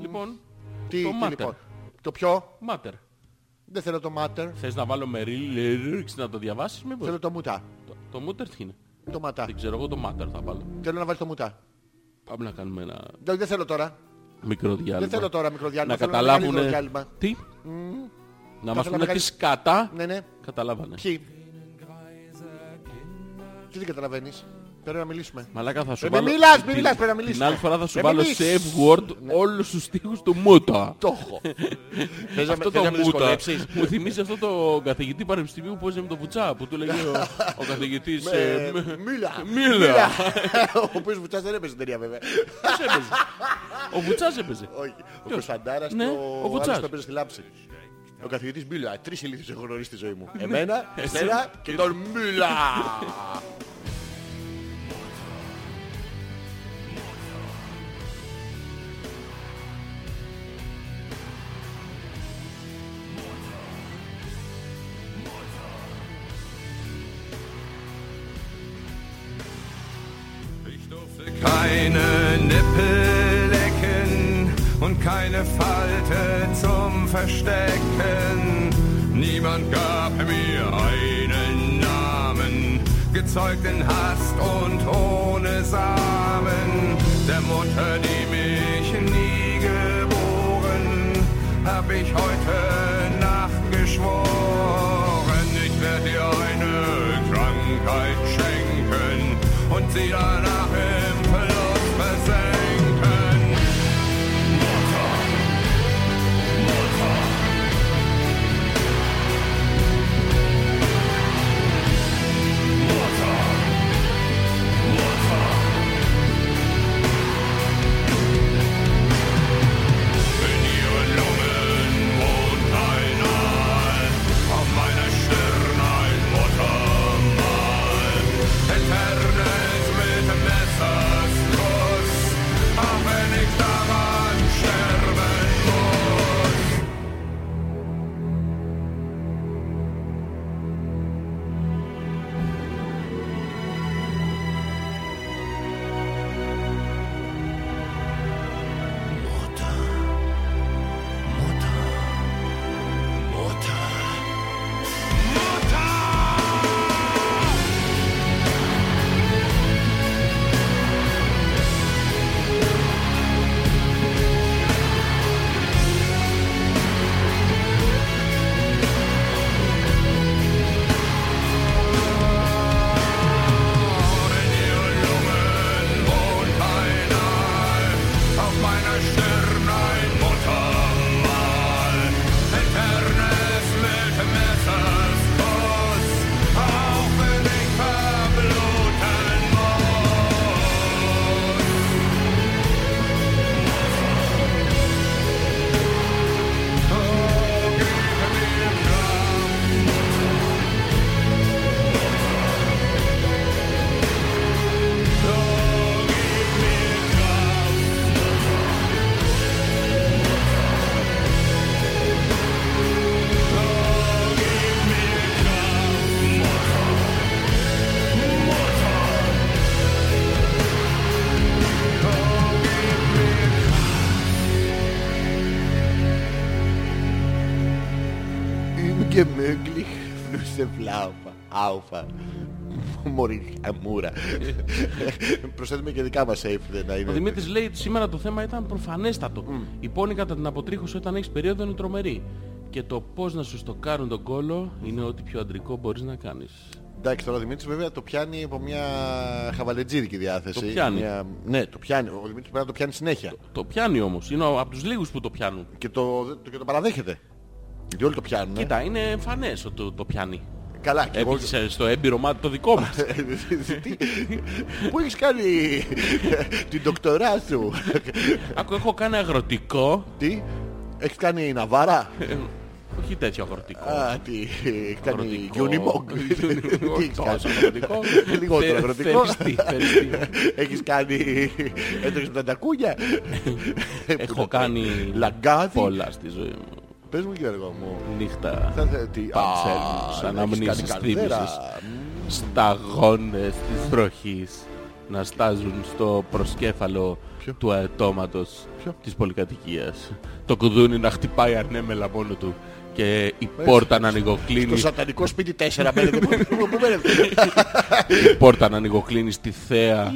[SPEAKER 1] Λοιπόν,
[SPEAKER 2] Τι,
[SPEAKER 1] το
[SPEAKER 2] τι
[SPEAKER 1] Matter.
[SPEAKER 2] λοιπόν. Το ποιο,
[SPEAKER 1] Μάτερ.
[SPEAKER 2] δεν θέλω το matter,
[SPEAKER 1] Θες να βάλω με lyrics να το διαβάσεις μήπως.
[SPEAKER 2] θέλω το μούτα.
[SPEAKER 1] Το- Το μούτερ τι είναι.
[SPEAKER 2] Το ματά.
[SPEAKER 1] Δεν ξέρω, εγώ το μάτερ θα βάλω.
[SPEAKER 2] Θέλω να βάλεις το μούτα.
[SPEAKER 1] Πάμε να κάνουμε ένα
[SPEAKER 2] Δεν δεν θέλω τώρα.
[SPEAKER 1] μικρό διάλειμμα.
[SPEAKER 2] Δεν θέλω τώρα μικρό διάλειμμα.
[SPEAKER 1] Να
[SPEAKER 2] Θέλω ένα μεγαλύτερο
[SPEAKER 1] καταλάβουν...
[SPEAKER 2] διάλειμμα.
[SPEAKER 1] Τι. Να
[SPEAKER 2] θέλω
[SPEAKER 1] μας πούνε
[SPEAKER 2] να
[SPEAKER 1] τις
[SPEAKER 2] κάνεις-
[SPEAKER 1] σκατά
[SPEAKER 2] Ναι, ναι.
[SPEAKER 1] καταλάβανε.
[SPEAKER 2] Ποιοι. Τι δεν καταλαβαίνεις. Πρέπει να μιλήσουμε.
[SPEAKER 1] Μαλάκα θα σου
[SPEAKER 2] Ε, μη
[SPEAKER 1] βάλω...
[SPEAKER 2] μιλάς, μη
[SPEAKER 1] την-
[SPEAKER 2] μιλάς, πρέπει να μιλήσουμε.
[SPEAKER 1] Την άλλη φορά θα σου
[SPEAKER 2] Ε,
[SPEAKER 1] βάλω
[SPEAKER 2] μιλείς.
[SPEAKER 1] save word όλους τους στίχους του Μούτα.
[SPEAKER 2] Το έχω. Θες να με-
[SPEAKER 1] Αυτό
[SPEAKER 2] θες να με
[SPEAKER 1] το Μούτα
[SPEAKER 2] δυσκολέψεις?
[SPEAKER 1] μου θυμίζει αυτό το καθηγητή πανεπιστημίου που έζησε με τον Βουτσά που του έλεγε ο, ο καθηγητής... ε,
[SPEAKER 2] Ε,
[SPEAKER 1] μ-
[SPEAKER 2] Μίλα.
[SPEAKER 1] Μίλα.
[SPEAKER 2] Ο οποίος βουτσάς δεν έπαιζε στην ταινία βέβαια.
[SPEAKER 1] Ποιος έπαιζε. ο Βουτσάς έπαιζε.
[SPEAKER 2] Όχι. Ο Κωνσταντάρας
[SPEAKER 1] Ναι,
[SPEAKER 2] και
[SPEAKER 1] ο
[SPEAKER 2] ο άλλος
[SPEAKER 1] Βουτσάς.
[SPEAKER 2] που έπαιζε στη λάμψη. Ο καθηγητής Μίλα. Τρεις ηλίθιους έχω γνωρίσει στη ζωή
[SPEAKER 1] Ναι.
[SPEAKER 2] μου. Εμένα,
[SPEAKER 1] Ε,
[SPEAKER 2] εσένα και τον Μίλα.
[SPEAKER 5] Ich durfte keine Nippel lecken und keine Falte zum Verstecken. Niemand gab mir einen Namen, gezeugt in Hast und ohne Samen. Der Mutter, die mich nie geboren, hab ich heute Nacht geschworen. Ich werd dir eine Krankheit schenken und sie danach im Verlust versenken. Mutter, Mutter. Mutter, Mutter. In ihren Lungen wohnt ein Aal, auf meiner Stirn ein Muttermal. Eternes mit
[SPEAKER 2] gemütlich Flüsselflaufe, Aufa. Μωρή αμούρα. Προσθέτουμε και δικά μας safe να
[SPEAKER 1] Ο
[SPEAKER 2] είναι.
[SPEAKER 1] Δημήτρης λέει ότι σήμερα το θέμα ήταν προφανέστατο. Η πόνη κατά την αποτρίχωση όταν έχεις περίοδο είναι τρομερή. Και το πώς να σου στοκάρουν τον κόλο είναι ό,τι πιο αντρικό μπορείς να κάνεις.
[SPEAKER 2] Εντάξει, τώρα ο Δημήτρης βέβαια το πιάνει από μια χαβαλετζίδικη διάθεση.
[SPEAKER 1] Το πιάνει.
[SPEAKER 2] Μια- Ναι, το πιάνει. Ο Δημήτρης πρέπει να το πιάνει συνέχεια.
[SPEAKER 1] Το πιάνει όμως. Είναι από τους λίγους που το πιάνουν.
[SPEAKER 2] Και το, το- και το παραδέχεται. Γιατί όλοι το πιάνουν. ε.
[SPEAKER 1] Κοίτα, είναι εμφανές ότι το, το πιάνει.
[SPEAKER 2] Καλά, και εγώ...
[SPEAKER 1] Έπεισε στο έμπειρο μάτι το δικό μας.
[SPEAKER 2] Τι- Πού έχεις κάνει την δοκτορά σου.
[SPEAKER 1] Άκου, έχω κάνει αγροτικό.
[SPEAKER 2] Τι, έχεις κάνει ναβάρα.
[SPEAKER 1] Ε, Όχι τέτοιο αγροτικό.
[SPEAKER 2] Α, τι, έχεις κάνει
[SPEAKER 1] Αγροτικό.
[SPEAKER 2] Unimog. Τι έχεις
[SPEAKER 1] Τόσο
[SPEAKER 2] κάνει.
[SPEAKER 1] αγροτικό.
[SPEAKER 2] Λιγότερο
[SPEAKER 1] Θε-
[SPEAKER 2] αγροτικό.
[SPEAKER 1] θεριστή, θεριστή.
[SPEAKER 2] Έχεις κάνει έντρες με τα τακούνια.
[SPEAKER 1] Έχω κάνει
[SPEAKER 2] Λαγκάδι.
[SPEAKER 1] πολλά στη ζωή μου.
[SPEAKER 2] Πες μου Γιώργο μου.
[SPEAKER 1] Νύχτα.
[SPEAKER 2] Θα- θα- Τι, αν
[SPEAKER 1] Πα-
[SPEAKER 2] θέλεις, αν έχεις κάνει Ναι,
[SPEAKER 1] αναμνήσεις
[SPEAKER 2] καλδέρα.
[SPEAKER 1] θύμησες. Σταγόνες της βροχής να στάζουν στο προσκέφαλο του αετώματος της πολυκατοικίας. Το κουδούνι να χτυπάει αρνέμελα μόνο του και η πόρτα να
[SPEAKER 2] Το
[SPEAKER 1] ανοιγοκλίνει,
[SPEAKER 2] σατανικό σπίτι 4 μπαίνετε. Πού- πού- Πού μπαίνετε.
[SPEAKER 1] η πόρτα να ανοιγοκλίνεις στη θέα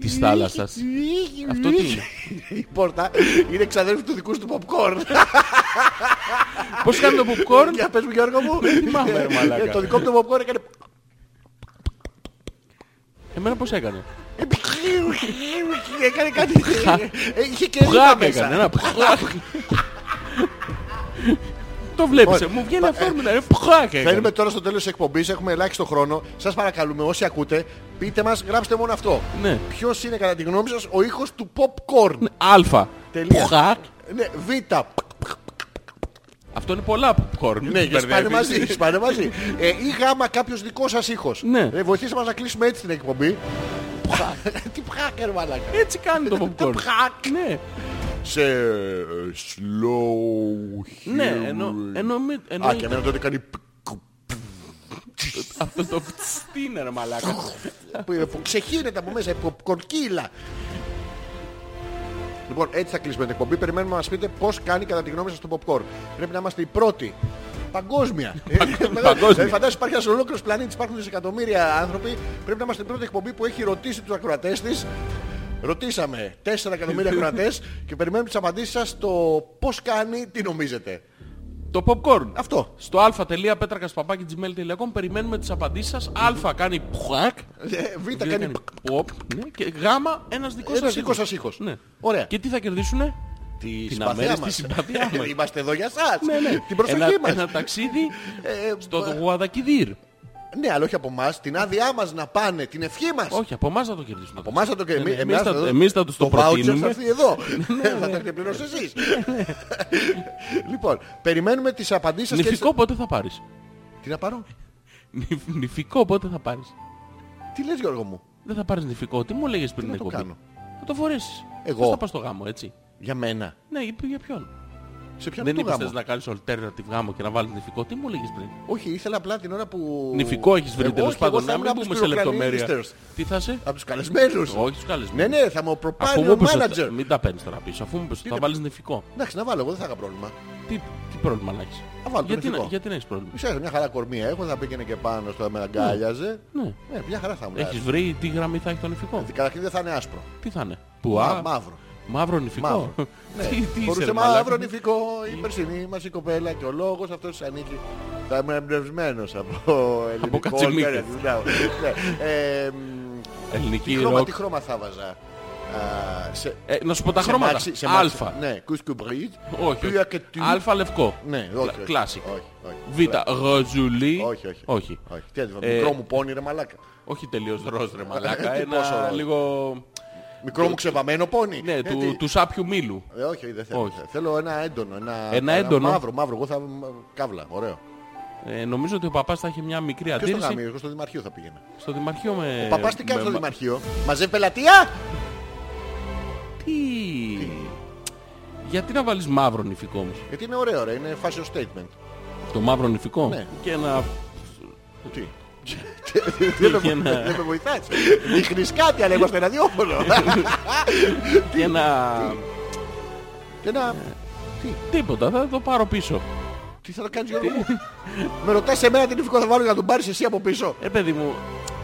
[SPEAKER 1] της θάλασσας. Αυτό τι είναι.
[SPEAKER 2] Η πόρτα είναι ξαδέρφη του δικού του popcorn.
[SPEAKER 1] Πώς κάνει το popcorn.
[SPEAKER 2] Για πες μου Γιώργο μου. Ε,
[SPEAKER 1] θυμάμαι, ρε μαλάκα.
[SPEAKER 2] Το δικό μου το popcorn έκανε...
[SPEAKER 1] Εμένα πώς έκανε.
[SPEAKER 2] Έκανε κάτι... Ε, Είχε και ρήμα
[SPEAKER 1] Πουχάκ
[SPEAKER 2] μέσα.
[SPEAKER 1] έκανε. Ένα πουχάκ. Το βλέπεις. Μου βγαίνει αφόρμητα. Ένα πουχάκ έκανε.
[SPEAKER 2] ε, Φέρνουμε τώρα στο τέλος της εκπομπής, έχουμε ελάχιστο χρόνο. Σας παρακαλούμε όσοι ακούτε, πείτε μας, γράψτε μόνο αυτό.
[SPEAKER 1] Ναι.
[SPEAKER 2] Ποιος είναι κατά τη γνώμη σας ο ήχος του popcorn.
[SPEAKER 1] Αλφα.
[SPEAKER 2] Τελεία.
[SPEAKER 1] Πουχάκ.
[SPEAKER 2] Ναι, β.
[SPEAKER 1] Αυτό είναι πολλά popcorn.
[SPEAKER 2] Ναι, για σπάνε μαζί. Σπάνε μαζί. Ε, ή γάμα κάποιος δικός σας ήχος.
[SPEAKER 1] Ναι.
[SPEAKER 2] Ε, βοηθήστε μας να κλείσουμε έτσι την εκπομπή. Τι πχάκερ μαλάκα.
[SPEAKER 1] Έτσι κάνει το
[SPEAKER 2] Το
[SPEAKER 1] popcorn.
[SPEAKER 2] πχάκ.
[SPEAKER 1] Ναι,
[SPEAKER 2] Σε ε, slow
[SPEAKER 1] ναι,
[SPEAKER 2] hearing.
[SPEAKER 1] ενώ, ενώ, με, ενώ
[SPEAKER 2] Α, και εμένα τότε κάνει πικ,
[SPEAKER 1] αυτό το φτύνε ρε μαλάκα.
[SPEAKER 2] που είναι φου- Ξεχύνεται από μέσα η popcorn κύλα. Λοιπόν, έτσι θα κλείσουμε την εκπομπή. Περιμένουμε να μας πείτε πώς κάνει κατά τη γνώμη σας το popcorn. Πρέπει να είμαστε οι πρώτοι. Παγκόσμια. Ε,
[SPEAKER 1] παγκόσμια.
[SPEAKER 2] Δηλαδή, φαντάζεσαι υπάρχει ένας ολόκληρος πλανήτης, υπάρχουν δισεκατομμύρια άνθρωποι. Πρέπει να είμαστε η πρώτη εκπομπή που έχει ρωτήσει τους ακροατές της. Ρωτήσαμε 4 εκατομμύρια ακροατές και περιμένουμε τις απαντήσεις σας στο πώς κάνει, τι νομίζετε.
[SPEAKER 1] Το popcorn.
[SPEAKER 2] Αυτό.
[SPEAKER 1] Στο α.πέτρακα.gmail.com περιμένουμε τις απαντήσεις σας. Α κάνει πουχάκ.
[SPEAKER 2] Ε, Β
[SPEAKER 1] Β
[SPEAKER 2] κάνει
[SPEAKER 1] pop, ναι, Και γάμα ένας δικός
[SPEAKER 2] Ε, Ένας
[SPEAKER 1] σας
[SPEAKER 2] δικός
[SPEAKER 1] ήχος.
[SPEAKER 2] σας ήχος.
[SPEAKER 1] Ναι.
[SPEAKER 2] Ωραία.
[SPEAKER 1] Και τι θα κερδίσουνε.
[SPEAKER 2] τη
[SPEAKER 1] Την
[SPEAKER 2] συμπαθιά
[SPEAKER 1] αμέριστη
[SPEAKER 2] μας.
[SPEAKER 1] συμπαθιά μας.
[SPEAKER 2] Είμαστε εδώ για σας.
[SPEAKER 1] Ναι, ναι.
[SPEAKER 2] Την προσοχή
[SPEAKER 1] ένα,
[SPEAKER 2] μας.
[SPEAKER 1] Ένα ταξίδι
[SPEAKER 2] Ε, ε,
[SPEAKER 1] στο
[SPEAKER 2] μπα-
[SPEAKER 1] Γουαδακιδίρ.
[SPEAKER 2] Ναι, αλλά όχι από εμάς. Την άδειά μας να πάνε. Την ευχή μας.
[SPEAKER 1] Όχι, από εμάς θα το κερδίσουν.
[SPEAKER 2] Από εμάς θα το και
[SPEAKER 1] Ναι, ναι,
[SPEAKER 2] εμείς,
[SPEAKER 1] εμείς θα- εμείς θα τους το
[SPEAKER 2] voucher θα
[SPEAKER 1] προτείνουμε. Ναι,
[SPEAKER 2] έρθει εδώ. θα το εκπληρώσει εσείς. λοιπόν, περιμένουμε τις απαντήσεις σας. και
[SPEAKER 1] Νηφικό πότε θα πάρεις.
[SPEAKER 2] τις- Τι να πάρω.
[SPEAKER 1] Νυφ- Νηφικό πότε θα πάρεις.
[SPEAKER 2] Τι λες Γιώργο μου.
[SPEAKER 1] Δεν θα πάρεις νηφικό. Τι μου λέγες πριν
[SPEAKER 2] να
[SPEAKER 1] την
[SPEAKER 2] το
[SPEAKER 1] εκπομπή.
[SPEAKER 2] κάνω.
[SPEAKER 1] Θα το φορέσεις.
[SPEAKER 2] Εγώ.
[SPEAKER 1] Πώς θα πας στο γάμο, έτσι.
[SPEAKER 2] Για μένα.
[SPEAKER 1] Ναι, ή για ποιον.
[SPEAKER 2] Σε ποιον
[SPEAKER 1] Δεν
[SPEAKER 2] το
[SPEAKER 1] είπες
[SPEAKER 2] γάμο.
[SPEAKER 1] θες να κάνεις alternative γάμο και να βάλεις νηφικό. Τι μου λέγες πριν.
[SPEAKER 2] Όχι, ήθελα απλά την ώρα που...
[SPEAKER 1] Νηφικό έχεις βρει
[SPEAKER 2] Εγώ
[SPEAKER 1] τέλος
[SPEAKER 2] όχι, εγώ θα
[SPEAKER 1] πάντων. Να
[SPEAKER 2] ήμουν
[SPEAKER 1] μην
[SPEAKER 2] από τους
[SPEAKER 1] πούμε σε λεπτομέρεια.
[SPEAKER 2] πυροκρανίστες.
[SPEAKER 1] Τι θα είσαι.
[SPEAKER 2] Από τους καλεσμένους.
[SPEAKER 1] Όχι τους καλεσμένους.
[SPEAKER 2] Ναι, ναι, θα μου
[SPEAKER 1] Αφού
[SPEAKER 2] προπάρει
[SPEAKER 1] μου
[SPEAKER 2] ο
[SPEAKER 1] είπες ότι-
[SPEAKER 2] manager.
[SPEAKER 1] Μην τα παίρνεις τώρα πίσω. Αφού μου είπες ότι θα
[SPEAKER 2] είναι-
[SPEAKER 1] βάλεις νηφικό.
[SPEAKER 2] Εντάξει, να βάλω, εγώ δεν θα είχα πρόβλημα.
[SPEAKER 1] Τι, τι πρόβλημα να έχεις.
[SPEAKER 2] Θα βάλω το
[SPEAKER 1] γιατί, να,
[SPEAKER 2] νηφικό.
[SPEAKER 1] γιατί να έχεις πρόβλημα.
[SPEAKER 2] Ξέρω, μια χαρά κορμία έχω, θα πήγαινε και πάνω στο με αγκάλιαζε.
[SPEAKER 1] Ναι.
[SPEAKER 2] Ναι, μια χαρά θα μου
[SPEAKER 1] Έχεις
[SPEAKER 2] Έχεις...
[SPEAKER 1] βρει τι γραμμή θα έχει το νηφικό.
[SPEAKER 2] Καταρχήν δεν θα είναι άσπρο.
[SPEAKER 1] Τι θα είναι.
[SPEAKER 2] Μα,
[SPEAKER 1] Πουά.
[SPEAKER 2] μαύρο.
[SPEAKER 1] Μαύρο νηφικό.
[SPEAKER 2] Μαύρο. Ναι.
[SPEAKER 1] Ε, Τι- τι είσαι,
[SPEAKER 2] Φορούσε
[SPEAKER 1] ρε μαλάκα.
[SPEAKER 2] μαύρο νηφικό η περσινή μας η κοπέλα και ο λόγος αυτός της ανήκει. Θα είμαι εμπνευσμένος από ελληνικό.
[SPEAKER 1] κατσιμίκες.
[SPEAKER 2] ναι, μπράβο. Ναι. Ε, μ,
[SPEAKER 1] Ελληνική
[SPEAKER 2] τι, χρώμα,
[SPEAKER 1] ροκ.
[SPEAKER 2] τι χρώμα θα βάζα. Α, σε,
[SPEAKER 1] Ε, να σου πω τα
[SPEAKER 2] σε
[SPEAKER 1] χρώματα.
[SPEAKER 2] μάξι- σε μάξι-
[SPEAKER 1] Αλφα.
[SPEAKER 2] Ναι, κουσκου μπριτ.
[SPEAKER 1] Όχι.
[SPEAKER 2] Πια και τι.
[SPEAKER 1] όχι. Αλφα λευκό.
[SPEAKER 2] Ναι, όχι, όχι.
[SPEAKER 1] Κλάσικ.
[SPEAKER 2] Όχι, όχι.
[SPEAKER 1] Β. Ροζουλί.
[SPEAKER 2] Όχι, όχι.
[SPEAKER 1] Όχι.
[SPEAKER 2] Όχι. Τι έδειξα,
[SPEAKER 1] Ε,
[SPEAKER 2] μικρό μου πόνι ρε μαλάκα.
[SPEAKER 1] Όχι τελείως ροζ ρε μαλάκα.
[SPEAKER 2] Πόσο
[SPEAKER 1] Ένα
[SPEAKER 2] ροζ.
[SPEAKER 1] λίγο...
[SPEAKER 2] Μικρό μου ξεβαμένο πόνι.
[SPEAKER 1] Ναι,
[SPEAKER 2] Ε,
[SPEAKER 1] του,
[SPEAKER 2] τι.
[SPEAKER 1] του σάπιου μήλου.
[SPEAKER 2] Ε, όχι, δεν θέλω.
[SPEAKER 1] Όχι.
[SPEAKER 2] Θέλω ένα έντονο. Ένα,
[SPEAKER 1] έντονο.
[SPEAKER 2] μαύρο, μαύρο. Εγώ θα. Καύλα, ωραίο.
[SPEAKER 1] Ε, νομίζω ότι ο παπάς θα έχει μια μικρή
[SPEAKER 2] Και στο γάμι,
[SPEAKER 1] αντίρρηση.
[SPEAKER 2] εγώ στο Δημαρχείο θα πήγαινα.
[SPEAKER 1] Στο δημαρχείο με...
[SPEAKER 2] Ο παπάς τι κάνει
[SPEAKER 1] Ε, με-
[SPEAKER 2] στο
[SPEAKER 1] μα-
[SPEAKER 2] Δημαρχείο. Μαζεύει πελατεία!
[SPEAKER 1] Τι... Γιατί να βάλεις μαύρο νηφικό όμως.
[SPEAKER 2] Γιατί είναι ωραίο, ρε. Είναι fashion statement.
[SPEAKER 1] Το μαύρο νηφικό.
[SPEAKER 2] Ναι.
[SPEAKER 1] Και ένα...
[SPEAKER 2] Τι. Δεν με-
[SPEAKER 1] Και ένα-
[SPEAKER 2] δεν με βοηθάς. Δείχνεις κάτι, αλλά εγώ στο ραδιόφωνο.
[SPEAKER 1] και ένα...
[SPEAKER 2] Και να...
[SPEAKER 1] Τίποτα, θα το πάρω πίσω.
[SPEAKER 2] Τι θα το κάνεις Γιώργο μου. Με ρωτάς εμένα τι νηφικό θα βάλω για να τον πάρεις εσύ από πίσω.
[SPEAKER 1] Ε, παιδί μου,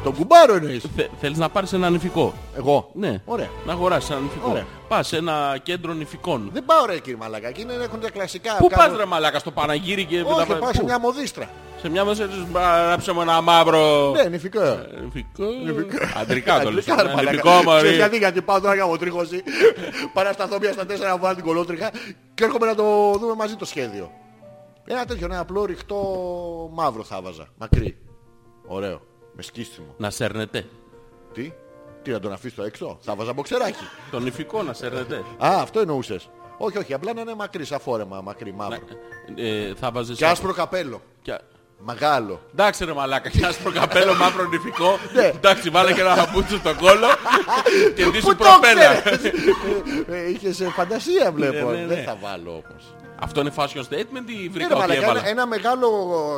[SPEAKER 2] Τον κουμπάρο εννοείς.
[SPEAKER 1] θε, θέλεις να πάρεις ένα νηφικό.
[SPEAKER 2] Εγώ.
[SPEAKER 1] Ναι.
[SPEAKER 2] Ωραία.
[SPEAKER 1] Να αγοράσεις ένα νηφικό.
[SPEAKER 2] Ωραία.
[SPEAKER 1] Πας σε ένα κέντρο νηφικών.
[SPEAKER 2] Δεν πάω ρε κύριε Μαλάκα. Εκεί είναι- έχουν τα κλασικά.
[SPEAKER 1] Πού
[SPEAKER 2] Κάνω-
[SPEAKER 1] πας ρε μαλάκα στο Παναγύρι και μετά
[SPEAKER 2] Όχι, πάω σε
[SPEAKER 1] Πού?
[SPEAKER 2] μια μοδίστρα.
[SPEAKER 1] Σε μια μέσα της μπα, ράψε μου ένα μαύρο. Ε,
[SPEAKER 2] Ναι, νηφικό.
[SPEAKER 1] Νηφικό. Αντρικά το λες.
[SPEAKER 2] Αντρικά, ρε,
[SPEAKER 1] Ένα
[SPEAKER 2] μαλάκα.
[SPEAKER 1] Νηφικό
[SPEAKER 2] Ξέρεις
[SPEAKER 1] μωρή.
[SPEAKER 2] γιατί, γιατί πάω τώρα να κάνω τρίχωση. Παρασταθώ μια στα τέσσερα να βάλω την κολότριχα και έρχομαι να το δούμε μαζί το σχέδιο. Ένα τέτοιο, ένα απλό ρηχτό μαύρο θα βάζα. Μακρύ. Ωραίο. Με σκίστιμο.
[SPEAKER 1] Να σέρνετε.
[SPEAKER 2] Τι, τι να τον αφήσω έξω. Θα βάζα μποξεράκι.
[SPEAKER 1] Το νηφικό να σέρνετε.
[SPEAKER 2] Α, αυτό εννοούσες. Όχι, όχι, απλά να είναι μακρύ, σαν φόρεμα, μακρύ, μαύρο.
[SPEAKER 1] Ε, θα βάζεις...
[SPEAKER 2] Και άσπρο καπέλο.
[SPEAKER 1] Και α-
[SPEAKER 2] Μεγάλο.
[SPEAKER 1] Εντάξει ρε μαλάκα, και άσπρο καπέλο μαύρο νηφικό.
[SPEAKER 2] Ναι.
[SPEAKER 1] Εντάξει, βάλε και ένα χαμπούτσο στον κόλο και τι
[SPEAKER 2] Πού
[SPEAKER 1] σου
[SPEAKER 2] το
[SPEAKER 1] προπέλα.
[SPEAKER 2] ξέρες? Ε, ε, Είχες ε, φαντασία βλέπω.
[SPEAKER 1] Ναι, ναι, ναι.
[SPEAKER 2] Δεν θα βάλω όμως.
[SPEAKER 1] Αυτό είναι fashion statement ή
[SPEAKER 2] Ε, Ρε
[SPEAKER 1] βρήκα ότι
[SPEAKER 2] μαλακά,
[SPEAKER 1] έβαλα.
[SPEAKER 2] ένα, ένα μεγάλο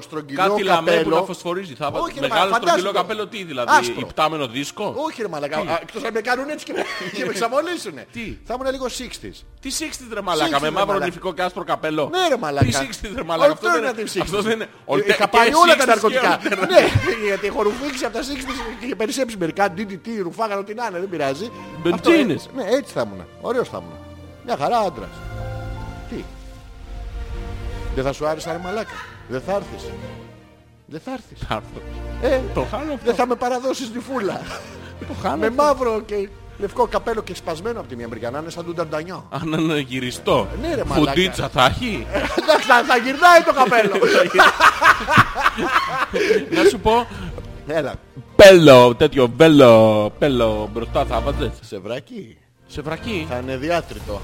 [SPEAKER 2] στρογγυλό
[SPEAKER 1] Κάτι λαμέ που να
[SPEAKER 2] καπέλο.
[SPEAKER 1] φωσφορίζει. Θα
[SPEAKER 2] Όχι,
[SPEAKER 1] βάλω
[SPEAKER 2] ρε,
[SPEAKER 1] μεγάλο
[SPEAKER 2] μα,
[SPEAKER 1] στρογγυλό
[SPEAKER 2] φαντάζομαι.
[SPEAKER 1] καπέλο τι δηλαδή,
[SPEAKER 2] Άσπρο.
[SPEAKER 1] υπτάμενο δίσκο.
[SPEAKER 2] Όχι ρε μαλακά, α, εκτός να με κάνουν έτσι και, με- και με ξαμολύσουνε.
[SPEAKER 1] Τι?
[SPEAKER 2] Θα ήμουν λίγο 60s.
[SPEAKER 1] Τι σύξτης ρε μαλάκα,
[SPEAKER 2] 60's,
[SPEAKER 1] με
[SPEAKER 2] ρε,
[SPEAKER 1] μαύρο
[SPEAKER 2] μαλάκα.
[SPEAKER 1] νηφικό και άσπρο καπέλο.
[SPEAKER 2] Ναι ρε μαλακά.
[SPEAKER 1] Τι σύξτης ρε μαλάκα, αυτό δεν είναι.
[SPEAKER 2] Αυτό
[SPEAKER 1] Αυτό δεν είναι.
[SPEAKER 2] Είχα
[SPEAKER 1] και
[SPEAKER 2] πάρει Ε, όλα τα
[SPEAKER 1] 60's
[SPEAKER 2] ναρκωτικά.
[SPEAKER 1] και όλα-
[SPEAKER 2] ναι, γιατί έχω ρουφήξει από τα 60s και περισσέψει μερικά. DDT, ρουφάγανε ό,τι να είναι, δεν πειράζει. Αυτό, ε,
[SPEAKER 1] Μπεντζίνες.
[SPEAKER 2] Ναι, έτσι θα ήμουν. Ωραίος θα ήμουν. Μια χαρά άντρας. Τι. Δεν θα σου άρεσε ρε μαλάκα. Δεν θα έρθεις. Δεν θα έρθεις.
[SPEAKER 1] Θα έρθω.
[SPEAKER 2] Ε,
[SPEAKER 1] Το χάνω αυτό.
[SPEAKER 2] δεν θα με παραδώσεις τη φούλα.
[SPEAKER 1] Το χάνω
[SPEAKER 2] με
[SPEAKER 1] αυτό.
[SPEAKER 2] μαύρο και λευκό καπέλο και σπασμένο από τη μία μεριά. Να είναι σαν του Νταντανιό.
[SPEAKER 1] Αν είναι γυριστό,
[SPEAKER 2] Ναι, ρε, μαλάκα. Ε.
[SPEAKER 1] φουντίτσα θα έχει.
[SPEAKER 2] Εντάξει, θα, θα γυρνάει το καπέλο.
[SPEAKER 1] Να σου πω,
[SPEAKER 2] Έλα.
[SPEAKER 1] πέλο, τέτοιο βέλο, πέλο μπροστά θα βάζεις.
[SPEAKER 2] Σε βρακί.
[SPEAKER 1] Σε βρακή,
[SPEAKER 2] Θα είναι διάτριτο.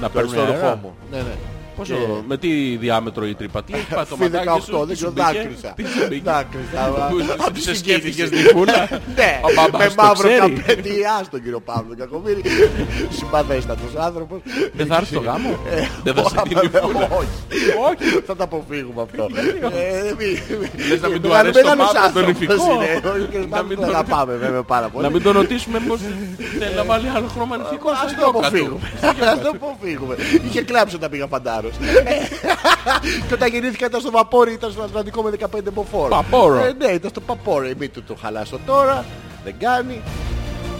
[SPEAKER 1] να
[SPEAKER 2] Παίρνει
[SPEAKER 1] παίρνει
[SPEAKER 2] το ρουφό
[SPEAKER 1] ροφό
[SPEAKER 2] μου. Ναι, ναι.
[SPEAKER 1] Πόσο, με τι διάμετρο η τρύπα, τι έχει πάει το
[SPEAKER 2] Φι
[SPEAKER 1] ματάκι
[SPEAKER 2] 18,
[SPEAKER 1] σου,
[SPEAKER 2] δεν
[SPEAKER 1] τι
[SPEAKER 2] ξέρω,
[SPEAKER 1] σου μπήκε,
[SPEAKER 2] δάκρυσα.
[SPEAKER 1] τι σου μπήκε.
[SPEAKER 2] Δάκρυσα.
[SPEAKER 1] Που
[SPEAKER 2] α, απ' τη
[SPEAKER 1] Σε
[SPEAKER 2] συγκίνηση.
[SPEAKER 1] σκέφτηκες διφούλα.
[SPEAKER 2] Ναι,
[SPEAKER 1] Ο μπαμπάς
[SPEAKER 2] με
[SPEAKER 1] το
[SPEAKER 2] μαύρο
[SPEAKER 1] ξέρει.
[SPEAKER 2] καπέλι. Ας τον κύριο Παύλο Κακομύρη. Συμπαθέστατος άνθρωπος. Ε,
[SPEAKER 1] Δεν θα έρθει στο γάμο. Δεν θα σε
[SPEAKER 2] Όχι,
[SPEAKER 1] τη διφούλα.
[SPEAKER 2] όχι. Θα τα αποφύγουμε αυτό. Ε, μη- μη-
[SPEAKER 1] Λες να μην του
[SPEAKER 2] μεγάλο-
[SPEAKER 1] αρέσει το
[SPEAKER 2] μεγάλος
[SPEAKER 1] μαύρο, το
[SPEAKER 2] άνθρωπος
[SPEAKER 1] νηφικό.
[SPEAKER 2] είναι. Ο κύριος
[SPEAKER 1] Να μην
[SPEAKER 2] Παύλος
[SPEAKER 1] τον-
[SPEAKER 2] τον αγαπάμε βέβαια πάρα πολύ.
[SPEAKER 1] Να μην τον ρωτήσουμε πως θέλει να βάλει άλλο χρώμα νηφικό στο
[SPEAKER 2] Ας το
[SPEAKER 1] γιόκα του.
[SPEAKER 2] αποφύγουμε. Ας το αποφύγουμε. Είχε κλάψει όταν πήγα φαντάρος. Και όταν γεννήθηκα ήταν στο βαπόρι, ήταν στο Ατλαντικό με 15 μποφόρ.
[SPEAKER 1] Παπόρο.
[SPEAKER 2] Ε, Ναι, ήταν στο παπόρο. Μην του το χαλάσω τώρα. Δεν κάνει.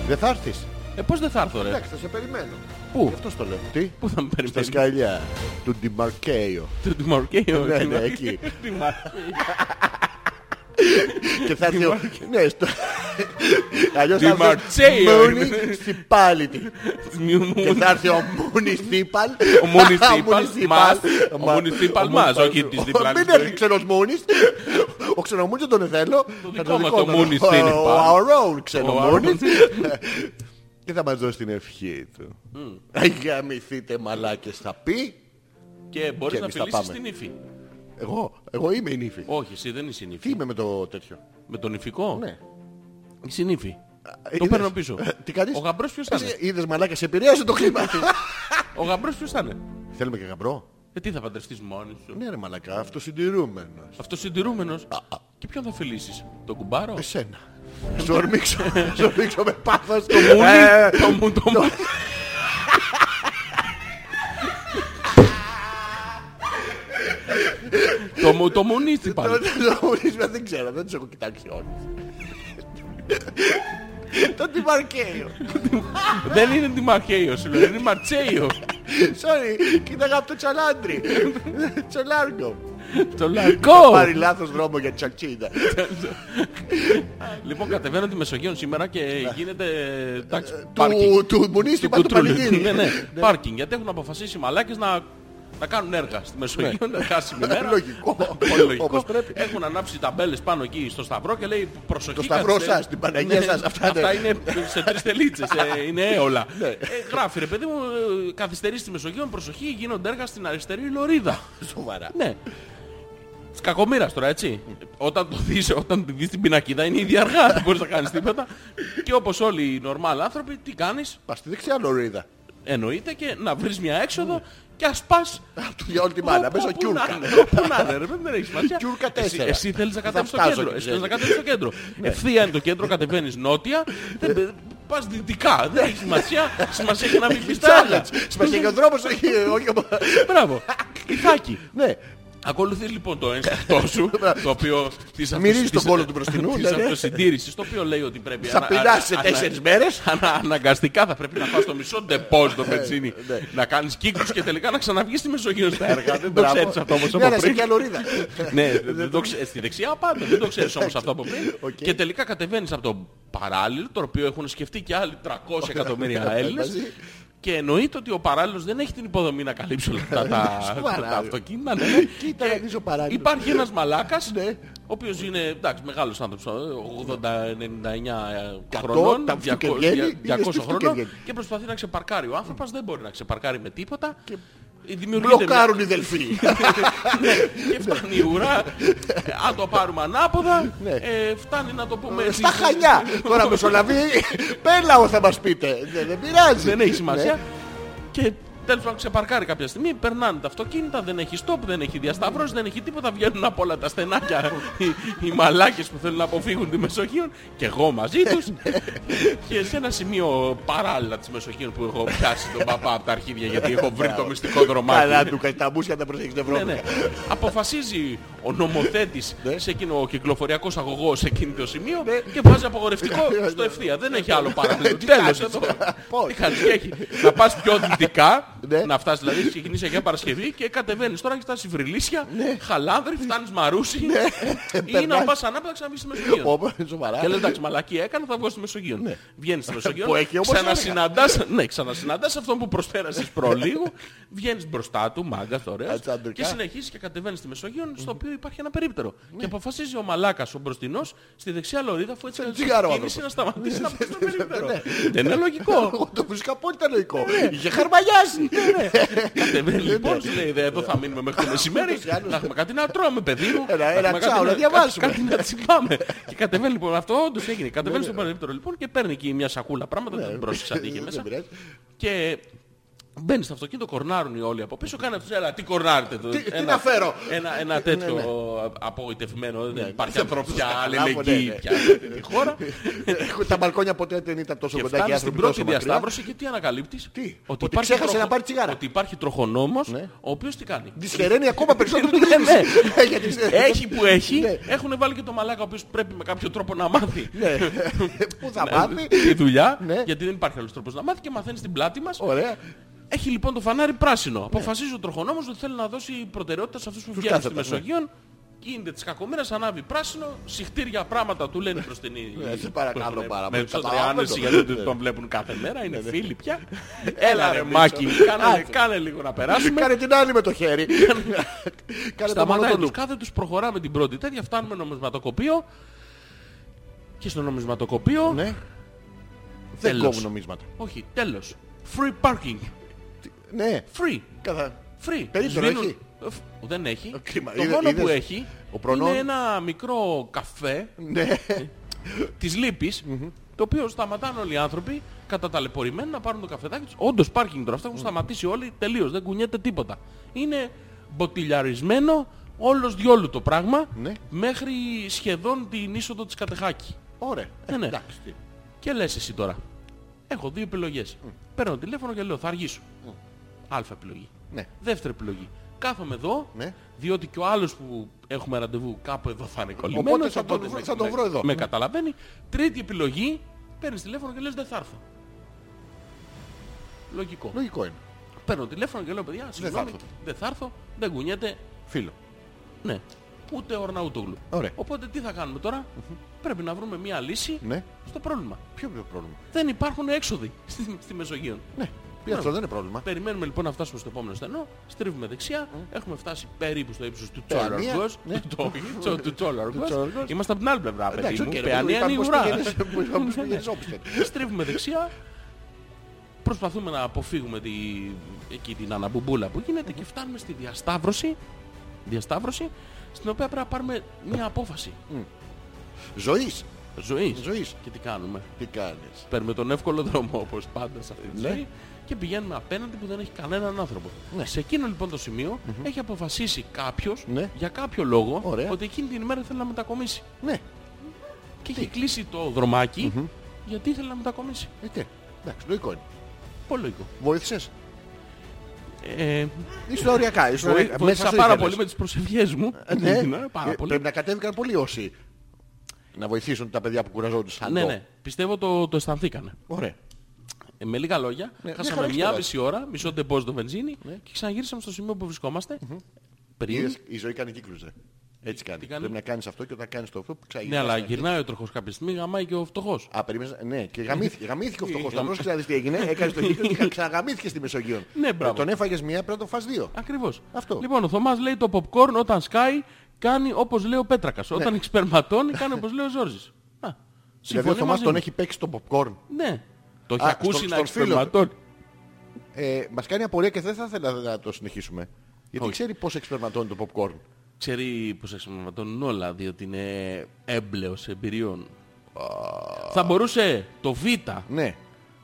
[SPEAKER 2] Δεν θα έρθεις.
[SPEAKER 1] Ε, πώς δεν θα έρθω ρε.
[SPEAKER 2] Εντάξει, θα σε περιμένω.
[SPEAKER 1] Πού?
[SPEAKER 2] Γι' Αυτό το λέω. Τι?
[SPEAKER 1] Πού θα με
[SPEAKER 2] Στα
[SPEAKER 1] περιμένεις.
[SPEAKER 2] σκαλιά του Ντιμαρκέιο.
[SPEAKER 1] Του Τιμαρκέιο.
[SPEAKER 2] Ναι, ναι, εκεί.
[SPEAKER 1] Τη Μαρκέιο.
[SPEAKER 2] Και θα έρθει ο... Ναι, στο... Αλλιώς
[SPEAKER 1] Τη
[SPEAKER 2] θα έρθει
[SPEAKER 1] Μαρτσέιο.
[SPEAKER 2] Μούνι στην πάλιτη. Και θα έρθει ο Μούνι Θήπαλ.
[SPEAKER 1] Ο Μούνις Θήπαλ μας. Ο
[SPEAKER 2] Μα-
[SPEAKER 1] Μούνις Θήπαλ
[SPEAKER 2] ο
[SPEAKER 1] μας,
[SPEAKER 2] Μούνις-
[SPEAKER 1] όχι της διπλανής.
[SPEAKER 2] Μην έρθει ξένος Μούνις. Ο ξενομούνις δεν τον θέλω.
[SPEAKER 1] δικό μας το Μούνις Θήπαλ.
[SPEAKER 2] Ο Αωρόουν ξενομούνις.
[SPEAKER 1] Ο
[SPEAKER 2] Και θα μας δώσει την ευχή του. Να γαμηθείτε μαλάκες θα πει.
[SPEAKER 1] Και
[SPEAKER 2] Και
[SPEAKER 1] μπορείς να
[SPEAKER 2] εμείς θα
[SPEAKER 1] φιλήσεις
[SPEAKER 2] πάμε.
[SPEAKER 1] την ύφη.
[SPEAKER 2] Εγώ, εγώ είμαι η νύφη.
[SPEAKER 1] Όχι, εσύ δεν είσαι
[SPEAKER 2] Τι
[SPEAKER 1] νύφη.
[SPEAKER 2] είμαι με το τέτοιο.
[SPEAKER 1] Με τον νυφικό.
[SPEAKER 2] Ναι.
[SPEAKER 1] Είσαι νύφη. Το
[SPEAKER 2] είδες. Ε,
[SPEAKER 1] παίρνω πίσω.
[SPEAKER 2] Τι κάνεις?
[SPEAKER 1] Ο γαμπρός ποιος θα είναι.
[SPEAKER 2] Είδες μαλάκα, σε επηρέασε το κλίμα.
[SPEAKER 1] Ο γαμπρός ποιος θα είναι.
[SPEAKER 2] Θέλουμε και γαμπρό.
[SPEAKER 1] Ε, τι θα παντρευτείς μόνη σου.
[SPEAKER 2] Ναι ρε μαλακά, αυτοσυντηρούμενος.
[SPEAKER 1] Αυτό συντηρούμενος. Και ποιον θα φιλήσεις. Το κουμπάρο.
[SPEAKER 2] Εσένα. Σου ορμήξω, σου ορμήξω με πάθος. Το
[SPEAKER 1] Μούνι.
[SPEAKER 2] Ε,
[SPEAKER 1] Το μου το μου. Το μου το μουνίστη πάλι.
[SPEAKER 2] Δεν ξέρω, δεν τους έχω κοιτάξει όλους. Το τιμαρκέιο.
[SPEAKER 1] Δεν είναι Τιμαρχέιο, σου λέω. Είναι Μαρτσέιο.
[SPEAKER 2] Sorry, κοίταγα από το τσαλάντρι. Τσολάργκο.
[SPEAKER 1] Το λαϊκό.
[SPEAKER 2] Πάρει λάθος δρόμο για τσαλτσίδα.
[SPEAKER 1] Λοιπόν, κατεβαίνω τη Μεσογείο σήμερα και γίνεται. Εντάξει, πάρκινγκ.
[SPEAKER 2] Ναι. Ε, Του, του μουνίστη πάνω του
[SPEAKER 1] κουτρούλι.
[SPEAKER 2] πανηγύρι.
[SPEAKER 1] Ναι, ναι. Πάρκινγκ. Γιατί έχουν αποφασίσει οι μαλάκες να, να κάνουν έργα στη Μεσογείο, να χάσει η μέρα.
[SPEAKER 2] Ναι.
[SPEAKER 1] Ναι,
[SPEAKER 2] Λογικό.
[SPEAKER 1] Πολύ λογικό.
[SPEAKER 2] Όπως πρέπει.
[SPEAKER 1] Έχουν ανάψει ταμπέλες πάνω εκεί στο Σταυρό και λέει προσοχή.
[SPEAKER 2] Το σταυρό
[SPEAKER 1] καθυστερεί».
[SPEAKER 2] σας, την Παναγία
[SPEAKER 1] Ναι,
[SPEAKER 2] σας, αυτά Ναι. είναι.
[SPEAKER 1] είναι σε τρεις τελίτσες, ε, είναι έολα. Ε, Γράφει ρε παιδί μου, ε, καθυστερεί στη Μεσογείο, προσοχή, γίνονται έργα στην αριστερή λωρίδα.
[SPEAKER 2] Σοβαρά.
[SPEAKER 1] Ναι. Της κακομήρας τώρα, έτσι. όταν το δεις, όταν τη δεις την πινακίδα είναι ήδη αργά, δεν μπορείς να κάνεις τίποτα. και όπως όλοι οι normal άνθρωποι, τι κάνεις,
[SPEAKER 2] Πας στη δεξιά λωρίδα.
[SPEAKER 1] εννοείται και να βρεις μια έξοδο και ας πας...
[SPEAKER 2] Του για όλη τη μάνα,
[SPEAKER 1] όπου-
[SPEAKER 2] μέσα
[SPEAKER 1] όπου να
[SPEAKER 2] κιούρκα.
[SPEAKER 1] είναι, όπου να είναι, ρε, δεν έχει σημασία.
[SPEAKER 2] Κιούρκα
[SPEAKER 1] Εσύ,
[SPEAKER 2] τέσσερα.
[SPEAKER 1] εσύ θέλεις να
[SPEAKER 2] Θα
[SPEAKER 1] κατέβεις στο
[SPEAKER 2] φτάσω
[SPEAKER 1] κέντρο.
[SPEAKER 2] εκεί,
[SPEAKER 1] Εσύ θέλεις να
[SPEAKER 2] ξέρεις. Ναι.
[SPEAKER 1] κατέβεις στο κέντρο. Ευθεία είναι το κέντρο, κατεβαίνεις νότια, δεν- δεν- πας δυτικά. Δεν έχει σημασία, σημασία έχει να μην πεις τα άλλα.
[SPEAKER 2] Τσάλετς. Σημασία και ο δρόμος, όχι- όχι ο-
[SPEAKER 1] Μπράβο. Ιθάκι.
[SPEAKER 2] Ναι.
[SPEAKER 1] Ακολουθείς λοιπόν το ένστικτό σου, το οποίο της αυτο-
[SPEAKER 2] Μυρίζει
[SPEAKER 1] της-
[SPEAKER 2] τον κόλλο του μπροστινού,
[SPEAKER 1] της
[SPEAKER 2] δηλαδή.
[SPEAKER 1] αυτοσυντήρησης, το οποίο λέει ότι πρέπει...
[SPEAKER 2] Θα
[SPEAKER 1] ανα-
[SPEAKER 2] πεινάς σε
[SPEAKER 1] ανα-
[SPEAKER 2] τέσσερις μέρες. Ε,
[SPEAKER 1] ανα- Αναγκαστικά θα πρέπει να πας στο μισό ντεπόζιτο βενζίνη,
[SPEAKER 2] ναι.
[SPEAKER 1] να κάνεις κύκλους και τελικά να ξαναβγείς στη Μεσογείο στα έργα. Δεν το
[SPEAKER 2] Μπράβο.
[SPEAKER 1] ξέρεις αυτό όμως
[SPEAKER 2] Ναι,
[SPEAKER 1] από
[SPEAKER 2] αλλά σε
[SPEAKER 1] πριν.
[SPEAKER 2] καλωρίδα.
[SPEAKER 1] Ναι, δεν το ξέρεις. Στη δεξιά πάντα, δεν το ξέρεις όμως αυτό από πριν. Και τελικά κατεβαίνεις από το παράλληλο, το οποίο έχουν σκεφτεί και άλλοι 300 εκατομμύρια Έλληνες.
[SPEAKER 2] Μαζί.
[SPEAKER 1] Και εννοείται ότι ο παράλληλος δεν έχει την υποδομή να καλύψει όλα αυτά τα,
[SPEAKER 2] Σοβαρά.
[SPEAKER 1] τα αυτοκίνητα. ναι.
[SPEAKER 2] Κοίτα να δεις ο παράλληλος. Ναι.
[SPEAKER 1] Υπάρχει ένας μαλάκας, ο οποίος είναι εντάξει, μεγάλος άνθρωπος, 80-99 ε, χρονών,
[SPEAKER 2] τα φτιάχνει και
[SPEAKER 1] 200
[SPEAKER 2] βγαίνει, είναι
[SPEAKER 1] 200
[SPEAKER 2] στιφτό και
[SPEAKER 1] χρονών
[SPEAKER 2] βγαίνει.
[SPEAKER 1] και προσπαθεί να ξεπαρκάρει. Ο άνθρωπος δεν μπορεί να ξεπαρκάρει με τίποτα. Δημιουργείται μια-
[SPEAKER 2] Μπλοκάρουν οι δελφοί.
[SPEAKER 1] και φτάνει η ουρά. Ε, Αν το πάρουμε ανάποδα, ε, φτάνει να το πούμε έτσι.
[SPEAKER 2] Ναι. Στα χανιά. Τώρα μεσολαβεί. Πέλαο θα μας πείτε. Ναι, Δεν πειράζει.
[SPEAKER 1] Δεν έχει σημασία.
[SPEAKER 2] Ναι.
[SPEAKER 1] Και τέλος πάντων ξεπαρκάρει κάποια στιγμή, περνάνε τα αυτοκίνητα, δεν έχει stop, δεν έχει διασταυρώσει, δεν έχει τίποτα, βγαίνουν από όλα τα στενάκια οι, οι μαλάκες που θέλουν να αποφύγουν τη Μεσογείο και εγώ μαζί τους. και σε ένα σημείο παράλληλα της Μεσογείου που έχω πιάσει τον παπά από τα αρχίδια γιατί έχω βρει το μυστικό
[SPEAKER 2] Καλά
[SPEAKER 1] δρομάκι.
[SPEAKER 2] του τα μουσια τα προσέχεις δεν
[SPEAKER 1] Ναι, ναι. Αποφασίζει ο νομοθέτης σε εκείνο ο κυκλοφοριακός αγωγός σε εκείνο το σημείο και βάζει απαγορευτικό στο ευθεία. Δεν έχει άλλο παράλληλο. Τέλος εδώ. Τι κάνεις, τι έχει. Να πας πιο δυτικά, να φτάσεις δηλαδή, έχεις ξεκινήσει Αγία Παρασκευή και κατεβαίνεις τώρα και φτάσεις Βρυλίσια, Χαλάνδρη, φτάνεις Μαρούσι ή να
[SPEAKER 2] Περνάς.
[SPEAKER 1] πας ανάποδα και ξαναβγείς στη Μεσογείο.
[SPEAKER 2] Όπα, σοβαρά.
[SPEAKER 1] Και λες εντάξει μαλακή έκανα θα βγω στη Μεσογείο. Βγαίνεις στη Μεσογείο,
[SPEAKER 2] Ναι. Που έχει όμως
[SPEAKER 1] ξανασυναντάς, ναι, ξανασυναντάς αυτόν που προσφέρασες προλίγου, βγαίνεις μπροστά του, μάγκας, ωραίος,
[SPEAKER 2] Ατσάντρικα.
[SPEAKER 1] και συνεχίζεις και κατεβαίνεις στη Μεσογείο, στο οποίο υπάρχει ένα περίπτερο.
[SPEAKER 2] Ναι.
[SPEAKER 1] Και αποφασίζει ο μαλάκας, ο μπροστινός, στη δεξιά λωρίδα, αφού έτσι
[SPEAKER 2] τσιγάρο ο
[SPEAKER 1] κίνηση να σταματήσει να πάει στο περίπτερο.
[SPEAKER 2] Ναι.
[SPEAKER 1] Δεν είναι λογικό.
[SPEAKER 2] Εγώ το φυσικά απόλυτα λογικό.
[SPEAKER 1] Ναι,
[SPEAKER 2] Είχε χαρμαγιάσει. Ναι,
[SPEAKER 1] Κατεβαίνει λοιπόν, σου λέει «Δε, εδώ θα μείνουμε μέχρι το μεσημέρι.
[SPEAKER 2] Ούτως ή άλλως.
[SPEAKER 1] Να έχουμε κάτι να τρώμε, παιδί μου.
[SPEAKER 2] Ένα-
[SPEAKER 1] έχουμε
[SPEAKER 2] ένα
[SPEAKER 1] κάτι
[SPEAKER 2] τσάου, να διαβάσουμε».
[SPEAKER 1] Κάτι κάτι να τσιμπάμε. Και κατεβαίνει λοιπόν αυτό, όντως έγινε. Κατεβαίνει στο περίπτερο λοιπόν και παίρνει εκεί μια σακούλα πράγματα, δεν την πρόσεξα τι είχε
[SPEAKER 2] Ναι, Δεν
[SPEAKER 1] μέσα.
[SPEAKER 2] πειράζει.
[SPEAKER 1] Και μπαίνεις στο αυτοκίνητο, κορνάρουν οι όλοι από πίσω. Κάνει αυτούς, έλα, τι κορνάρετε. εδώ».
[SPEAKER 2] Τι- τι να φέρω. Ναι,
[SPEAKER 1] Ένα, ένα τέτοιο απογοητευμένο, δεν υπάρχει ανθρωπιά,
[SPEAKER 2] καταλάβω, ναι,
[SPEAKER 1] αλληλεγγύη
[SPEAKER 2] ναι.
[SPEAKER 1] πια σε αυτή τη χώρα.
[SPEAKER 2] Έχω- Τα μπαλκόνια ποτέ δεν ήταν τόσο
[SPEAKER 1] Και
[SPEAKER 2] κοντά και
[SPEAKER 1] φτάνεις στην
[SPEAKER 2] άνθρωποι τόσο
[SPEAKER 1] πρώτη
[SPEAKER 2] μακριά.
[SPEAKER 1] διασταύρωση και τι ανακαλύπτεις.
[SPEAKER 2] Τι? Ότι ξέχασε να πάρει τσιγάρα.
[SPEAKER 1] Ότι υπάρχει τροχονόμος,
[SPEAKER 2] Ναι.
[SPEAKER 1] ο οποίος τι κάνει.
[SPEAKER 2] Δυσχεραίνει ακόμα περισσότερο την
[SPEAKER 1] Ναι, ναι.
[SPEAKER 2] κίνηση. Γιατί ξέρεις,
[SPEAKER 1] Έχει που έχει,
[SPEAKER 2] Ναι.
[SPEAKER 1] έχουν βάλει και το μαλάκα ο οποίος πρέπει με κάποιο τρόπο να μάθει
[SPEAKER 2] Ναι. Πού
[SPEAKER 1] Ναι.
[SPEAKER 2] θα μάθει.
[SPEAKER 1] τη δουλειά,
[SPEAKER 2] Ναι.
[SPEAKER 1] γιατί δεν υπάρχει άλλος τρόπος να μάθει και μαθαίνει στην πλάτη μας.
[SPEAKER 2] Ωραία.
[SPEAKER 1] Έχει λοιπόν το φανάρι πράσινο.
[SPEAKER 2] Ναι.
[SPEAKER 1] Αποφασίζει ο τροχονόμος ότι θέλει να δώσει προτεραιότητα σε αυτούς που βγαίνουν στη
[SPEAKER 2] κάθετας, ναι.
[SPEAKER 1] Μεσογείο. Γίνεται της κακομήρας, ανάβει πράσινο, συχτήρια πράγματα του λένε προς την ίδια.
[SPEAKER 2] Ναι, σε παρακαλώ πάρα πολύ.
[SPEAKER 1] Περισσότερη
[SPEAKER 2] Καταλαβαίνω.
[SPEAKER 1] άνεση γιατί δεν τον βλέπουν κάθε μέρα, είναι φίλοι πια.
[SPEAKER 2] Ναι, Έλα,
[SPEAKER 1] Έλα ρε
[SPEAKER 2] ρε,
[SPEAKER 1] Μάκη,
[SPEAKER 2] Μίτσο.
[SPEAKER 1] κάνε-
[SPEAKER 2] Άντε.
[SPEAKER 1] κάνε λίγο να περάσουμε.
[SPEAKER 2] Κάνε την άλλη με το χέρι. Κάνε το μόνο
[SPEAKER 1] Σταματάει
[SPEAKER 2] το
[SPEAKER 1] τους,
[SPEAKER 2] λουπ.
[SPEAKER 1] κάθε τους προχωράμε την πρώτη τέτοια, φτάνουμε νομισματοκοπείο και στο νομισματοκοπείο,
[SPEAKER 2] Ναι. Δεν
[SPEAKER 1] Τέλος.
[SPEAKER 2] κόβουν νομίσματα.
[SPEAKER 1] όχι, τέλος, free parking,
[SPEAKER 2] Ναι.
[SPEAKER 1] free,
[SPEAKER 2] Καθα-
[SPEAKER 1] free.
[SPEAKER 2] Περίπτερο
[SPEAKER 1] Σβήνουν-
[SPEAKER 2] έχει?
[SPEAKER 1] Ε, φ- Δεν έχει.
[SPEAKER 2] Ε, κρίμα.
[SPEAKER 1] Το
[SPEAKER 2] Είδε-
[SPEAKER 1] μόνο που
[SPEAKER 2] είδες
[SPEAKER 1] έχει
[SPEAKER 2] ο προνόν?
[SPEAKER 1] είναι ένα μικρό καφέ
[SPEAKER 2] Ναι.
[SPEAKER 1] της λύπης, το οποίο σταματάνε όλοι οι άνθρωποι καταταλαιπωρημένοι να πάρουν το καφεδάκι τους. Όντως πάρκινγκ τώρα, αυτά έχουν σταματήσει όλοι τελείως, δεν κουνιέται τίποτα. Είναι μποτιλιαρισμένο όλος διόλου το πράγμα
[SPEAKER 2] Ναι.
[SPEAKER 1] μέχρι σχεδόν την είσοδο της Κατεχάκη.
[SPEAKER 2] Ωραία.
[SPEAKER 1] Ναι, ναι.
[SPEAKER 2] Εντάξει. τι.
[SPEAKER 1] Και λες εσύ τώρα, έχω δύο επιλογές. Παίρνω τηλέφωνο και λέω θα αργήσω. Αλφα επιλογή.
[SPEAKER 2] Ναι.
[SPEAKER 1] Δεύτερη επιλογή. Κάθομαι εδώ,
[SPEAKER 2] Ναι.
[SPEAKER 1] διότι και ο άλλος που έχουμε ραντεβού κάπου εδώ θα είναι κολλημένος.
[SPEAKER 2] Οπότε θα τον
[SPEAKER 1] οπότε
[SPEAKER 2] βρω-
[SPEAKER 1] με-
[SPEAKER 2] θα τον βρω εδώ.
[SPEAKER 1] Με, με καταλαβαίνει. Τρίτη επιλογή, παίρνεις τηλέφωνο και λες δεν θα έρθω. Λογικό.
[SPEAKER 2] Λογικό είναι.
[SPEAKER 1] Παίρνω τηλέφωνο και λέω παιδιά, συγγνώμη,
[SPEAKER 2] έρθω.
[SPEAKER 1] δεν θα έρθω, δεν κουνιέται,
[SPEAKER 2] Φίλο.
[SPEAKER 1] ναι. Ούτε ορναούτογλου.
[SPEAKER 2] Ωραία.
[SPEAKER 1] Οπότε τι θα κάνουμε τώρα, πρέπει να βρούμε μια λύση
[SPEAKER 2] Ναι.
[SPEAKER 1] στο πρόβλημα.
[SPEAKER 2] Ποιο είναι το πρόβλημα.
[SPEAKER 1] Δεν υπάρχουν έξοδοι στη, στη Μεσογείο.
[SPEAKER 2] Ναι. Ποιο αυτό δεν είναι πρόβλημα.
[SPEAKER 1] Περιμένουμε λοιπόν να φτάσουμε στο επόμενο στενό, στρίβουμε δεξιά, έχουμε φτάσει περίπου στο ύψος του
[SPEAKER 2] Παιανία,
[SPEAKER 1] Τσόλαργος.
[SPEAKER 2] Ε. ναι.
[SPEAKER 1] Το- τσο- Του Τσόλαργος.
[SPEAKER 2] Τσόλαργος.
[SPEAKER 1] Είμαστε από την άλλη πλευρά, παιδί
[SPEAKER 2] Εντάξει,
[SPEAKER 1] μου.
[SPEAKER 2] οκ, ρε,
[SPEAKER 1] Παιανία είναι
[SPEAKER 2] παιδί
[SPEAKER 1] η
[SPEAKER 2] μου,
[SPEAKER 1] ουρά.
[SPEAKER 2] υπάρχει όπως πηγαίνεις- όπως πηγαίνεις όπισθεν.
[SPEAKER 1] Στρίβουμε δεξιά, προσπαθούμε να αποφύγουμε τη, εκεί την αναμπουμπούλα που γίνεται και φτάνουμε στη διασταύρωση, διασταύρωση στην οποία πρέπει να πάρουμε μια απόφαση
[SPEAKER 2] Ζωής.
[SPEAKER 1] ζωής.
[SPEAKER 2] Ζωής.
[SPEAKER 1] Και τι κάνουμε.
[SPEAKER 2] Τι κάνεις.
[SPEAKER 1] Παίρνουμε τον εύκολο δρόμο όπως πάντα σε αυτή τη
[SPEAKER 2] Ναι.
[SPEAKER 1] ζωή και πηγαίνουμε απέναντι που δεν έχει κανέναν άνθρωπο. Σε εκείνο λοιπόν το σημειο έχει αποφασίσει κάποιος
[SPEAKER 2] Ναι.
[SPEAKER 1] για κάποιο λόγο
[SPEAKER 2] Ωραία.
[SPEAKER 1] ότι εκείνη την ημέρα θέλει να μετακομίσει.
[SPEAKER 2] Ναι.
[SPEAKER 1] Και έχει κλείσει το δρομακι γιατί ήθελε να μετακομίσει.
[SPEAKER 2] Ε, τι. Εντάξει, λογικό είναι.
[SPEAKER 1] Πολύ λογικό.
[SPEAKER 2] Βοήθησες.
[SPEAKER 1] Ε,
[SPEAKER 2] Ήσουν οριακά. Ήσουν
[SPEAKER 1] βοή-
[SPEAKER 2] οριακά.
[SPEAKER 1] βοήθησα
[SPEAKER 2] στο
[SPEAKER 1] πάρα
[SPEAKER 2] ε, ήθελες.
[SPEAKER 1] πολύ με τις προσευχές μου.
[SPEAKER 2] Ε, ναι.
[SPEAKER 1] Ναι, πάρα
[SPEAKER 2] Ε,
[SPEAKER 1] πολύ.
[SPEAKER 2] Πρέπει να κατέβηκαν πολλοί όσοι να βοηθήσουν τα παιδιά που κουραζόντουσαν.
[SPEAKER 1] Ναι,
[SPEAKER 2] εδώ.
[SPEAKER 1] ναι. Πιστεύω το, το αισθανθήκανε.
[SPEAKER 2] Ωραία.
[SPEAKER 1] Ε, με λίγα λόγια,
[SPEAKER 2] Ναι, μια
[SPEAKER 1] χάσαμε
[SPEAKER 2] χαρά
[SPEAKER 1] μία
[SPEAKER 2] έχεις Ναι.
[SPEAKER 1] μισή ώρα, μισό τεμπόζ το βενζίνη και ξαναγύρισαμε στο σημείο που βρισκόμαστε. Πριν.
[SPEAKER 2] Είδες, η ζωή κάνει κύκλους, ρε. Έτσι κάνει.
[SPEAKER 1] κάνει?
[SPEAKER 2] Πρέπει να κάνεις αυτό και όταν κάνεις το αυτό,
[SPEAKER 1] Ναι,
[SPEAKER 2] ξαγυρνάς.
[SPEAKER 1] αλλά
[SPEAKER 2] να-
[SPEAKER 1] γυρνάει ο τροχός κάποια στιγμή, γαμάει και ο φτωχός.
[SPEAKER 2] Α, περίμενες, ναι, και γαμήθηκε, γαμήθηκε ο φτωχός. Να πρόσεξε να δεις τι έγινε, έκανες το κύκλο και ξαναγαμήθηκε στη Μεσογείο.
[SPEAKER 1] Ναι, μπράβο.
[SPEAKER 2] Ε, Τον έφαγες μία, πρέπει να τον φας δύο.
[SPEAKER 1] Ακριβώς.
[SPEAKER 2] Αυτό.
[SPEAKER 1] Λοιπόν, ο Θωμάς λέει το popcorn όταν σκάει κάνει όπως λέει ο Πέτρακας. Όταν εξπερματώνει κάνει όπως λέει ο Ζόρζης. Α,
[SPEAKER 2] Ναι. Δηλαδή ο
[SPEAKER 1] συμφωνεί
[SPEAKER 2] Θωμάς
[SPEAKER 1] μαζί
[SPEAKER 2] τον
[SPEAKER 1] μου.
[SPEAKER 2] έχει παίξει το popcorn.
[SPEAKER 1] Ναι. Το έχει
[SPEAKER 2] Α,
[SPEAKER 1] ακούσει
[SPEAKER 2] στον-
[SPEAKER 1] να
[SPEAKER 2] στον φίλο.
[SPEAKER 1] εξπερματώνει.
[SPEAKER 2] Ε, μας κάνει απορία και δεν θα ήθελα να το συνεχίσουμε. Γιατί
[SPEAKER 1] Όχι.
[SPEAKER 2] ξέρει πώς εξπερματώνει το popcorn.
[SPEAKER 1] Ξέρει πως εξπερματώνουν όλα διότι είναι έμπλεος εμπειριών. Θα μπορούσε το Β
[SPEAKER 2] Ναι.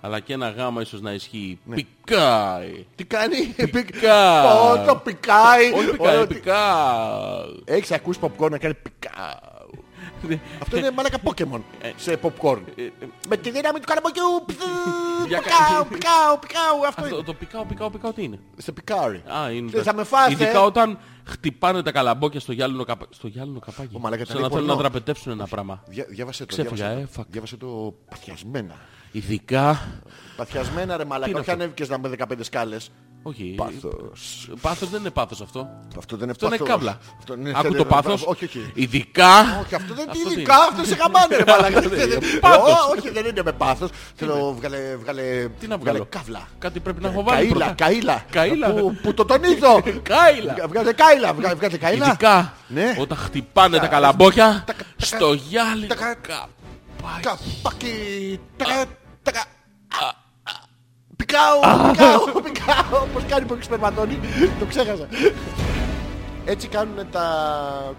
[SPEAKER 1] αλλά και ένα Γ ίσως να ισχύει. Πικάει.
[SPEAKER 2] Τι κάνει,
[SPEAKER 1] Πικάει.
[SPEAKER 2] Ω, το πικάει.
[SPEAKER 1] Όχι
[SPEAKER 2] Ω,
[SPEAKER 1] πικάει,
[SPEAKER 2] τι-
[SPEAKER 1] πικάει.
[SPEAKER 2] Έχεις ακούσει popcorn να κάνει πικά. Αυτό είναι μαλάκα Pokemon σε popcorn. Με τη δύναμη του καραμποκιού. πτου,
[SPEAKER 1] Ε, Για
[SPEAKER 2] Πικάω,
[SPEAKER 1] κα-
[SPEAKER 2] πικάω, πικάω. Αυτό
[SPEAKER 1] Αυτό
[SPEAKER 2] είναι.
[SPEAKER 1] το πικάω, πικάω, πικάω τι είναι.
[SPEAKER 2] Σε πικάρι.
[SPEAKER 1] Α, είναι.
[SPEAKER 2] Θες
[SPEAKER 1] τα-
[SPEAKER 2] να με φας,
[SPEAKER 1] Ειδικά
[SPEAKER 2] ε?
[SPEAKER 1] όταν χτυπάνε τα καλαμπόκια στο γυάλινο, καπα... στο γυάλινο καπάκι.
[SPEAKER 2] Ω, μαλάκα,
[SPEAKER 1] Σαν
[SPEAKER 2] ήταν
[SPEAKER 1] να θέλουν
[SPEAKER 2] πορνό.
[SPEAKER 1] να δραπετεύσουν ένα πράγμα.
[SPEAKER 2] Δια- Διάβασε το.
[SPEAKER 1] Ξέφυγα,
[SPEAKER 2] διάβασε
[SPEAKER 1] ε,
[SPEAKER 2] το. Διάβασε το παθιασμένα.
[SPEAKER 1] Ειδικά.
[SPEAKER 2] Παθιασμένα ρε
[SPEAKER 1] Τι
[SPEAKER 2] μαλάκα.
[SPEAKER 1] είναι
[SPEAKER 2] Όχι
[SPEAKER 1] αυτό? Ε,
[SPEAKER 2] ανέβηκες να με 15 σκάλες.
[SPEAKER 1] Όχι.
[SPEAKER 2] Πάθος.
[SPEAKER 1] Πάθος δεν είναι πάθος αυτό.
[SPEAKER 2] Αυτό δεν είναι
[SPEAKER 1] Αυτό είναι
[SPEAKER 2] πάθος.
[SPEAKER 1] κάβλα.
[SPEAKER 2] Αυτό είναι-
[SPEAKER 1] Άκου το πάθος.
[SPEAKER 2] Όχι, όχι.
[SPEAKER 1] Ειδικά.
[SPEAKER 2] Όχι, αυτό δεν
[SPEAKER 1] τι
[SPEAKER 2] είναι ειδικά, αυτό σε χαμάνε ρε μαλάκα.
[SPEAKER 1] Αυτό είναι
[SPEAKER 2] Ε,
[SPEAKER 1] πάθος.
[SPEAKER 2] ό, Όχι, δεν είναι με πάθος. Θέλω βγάλε, βγάλε,
[SPEAKER 1] Τι να
[SPEAKER 2] βγάλε
[SPEAKER 1] βγάλω.
[SPEAKER 2] καύλα.
[SPEAKER 1] Κάτι πρέπει να έχω βάλει.
[SPEAKER 2] Καΐλα,
[SPEAKER 1] πρώτα.
[SPEAKER 2] καΐλα.
[SPEAKER 1] Καΐλα.
[SPEAKER 2] Που, που το τονίζω.
[SPEAKER 1] Κάιλα.
[SPEAKER 2] Βγάλε καΐλα, βγά- βγάλε καΐλα.
[SPEAKER 1] Ειδικά.
[SPEAKER 2] Ναι.
[SPEAKER 1] Όταν χτυπάνε τα καλαμπόκια στο γυάλινο καπάκι.
[SPEAKER 2] Καπάκι. Τακα, τακα. Α, α. Πικάω, πικάω, πικάω. Πώς κάνει που εξπερματώνει. Το ξέχασα. Έτσι κάνουν τα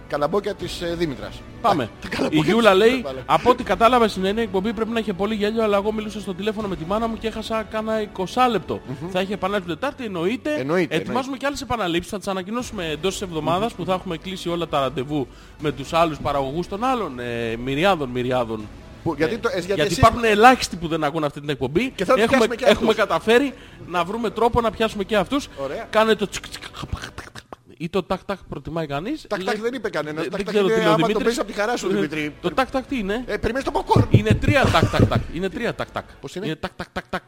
[SPEAKER 2] καλαμπόκια της ε, Δήμητρας.
[SPEAKER 1] Πάμε.
[SPEAKER 2] Τα καλαμπόκια
[SPEAKER 1] Η
[SPEAKER 2] της
[SPEAKER 1] Γιούλα
[SPEAKER 2] Δήμητρας,
[SPEAKER 1] λέει,
[SPEAKER 2] μάλλον.
[SPEAKER 1] από ό,τι κατάλαβα στην ενέα εκπομπή πρέπει να είχε πολύ γέλιο, αλλά εγώ μιλούσα στο τηλέφωνο με τη μάνα μου και έχασα κάνα 20 λεπτο Θα είχε επανέλθει την Τετάρτη, εννοείται.
[SPEAKER 2] Εννοείται,
[SPEAKER 1] Ετοιμάζουμε και άλλες επαναλήψεις, θα τις ανακοινώσουμε εντός της εβδομαδα που θα έχουμε κλείσει όλα τα ραντεβού με τους άλλους παραγωγούς των άλλων ε, μυριάδων μυριάδων.
[SPEAKER 2] Που- γιατί το- ε, γιατί
[SPEAKER 1] Γιατί
[SPEAKER 2] εσείς-
[SPEAKER 1] υπάρχουν ελάχιστοι που δεν ακούν αυτή την εκπομπή.
[SPEAKER 2] Και θα τους
[SPEAKER 1] έχουμε,
[SPEAKER 2] πιάσουμε και
[SPEAKER 1] έχουμε
[SPEAKER 2] αυτούς.
[SPEAKER 1] καταφέρει να βρούμε τρόπο να πιάσουμε και αυτούς.
[SPEAKER 2] Ωραία.
[SPEAKER 1] Κάνε το τσικ, τσικ, ή το τακ τακ προτιμάει κανείς.
[SPEAKER 2] Τακ, τακ δεν είπε κανένας.
[SPEAKER 1] Δεν
[SPEAKER 2] Τακ, τακ
[SPEAKER 1] ξέρω
[SPEAKER 2] είναι
[SPEAKER 1] τι λέει ο
[SPEAKER 2] άμα το
[SPEAKER 1] Δημήτρης.
[SPEAKER 2] παίζεις απ' τη χαρά σου,
[SPEAKER 1] Ε,
[SPEAKER 2] Δημήτρη.
[SPEAKER 1] Το τακ τακ τι είναι.
[SPEAKER 2] Ε, περιμένεις το popcorn.
[SPEAKER 1] Είναι τρία τακ τακ τακ. Είναι τρία τακ τακ.
[SPEAKER 2] Πώς είναι? Ναι.
[SPEAKER 1] Είναι τακ τακ τακ τακ.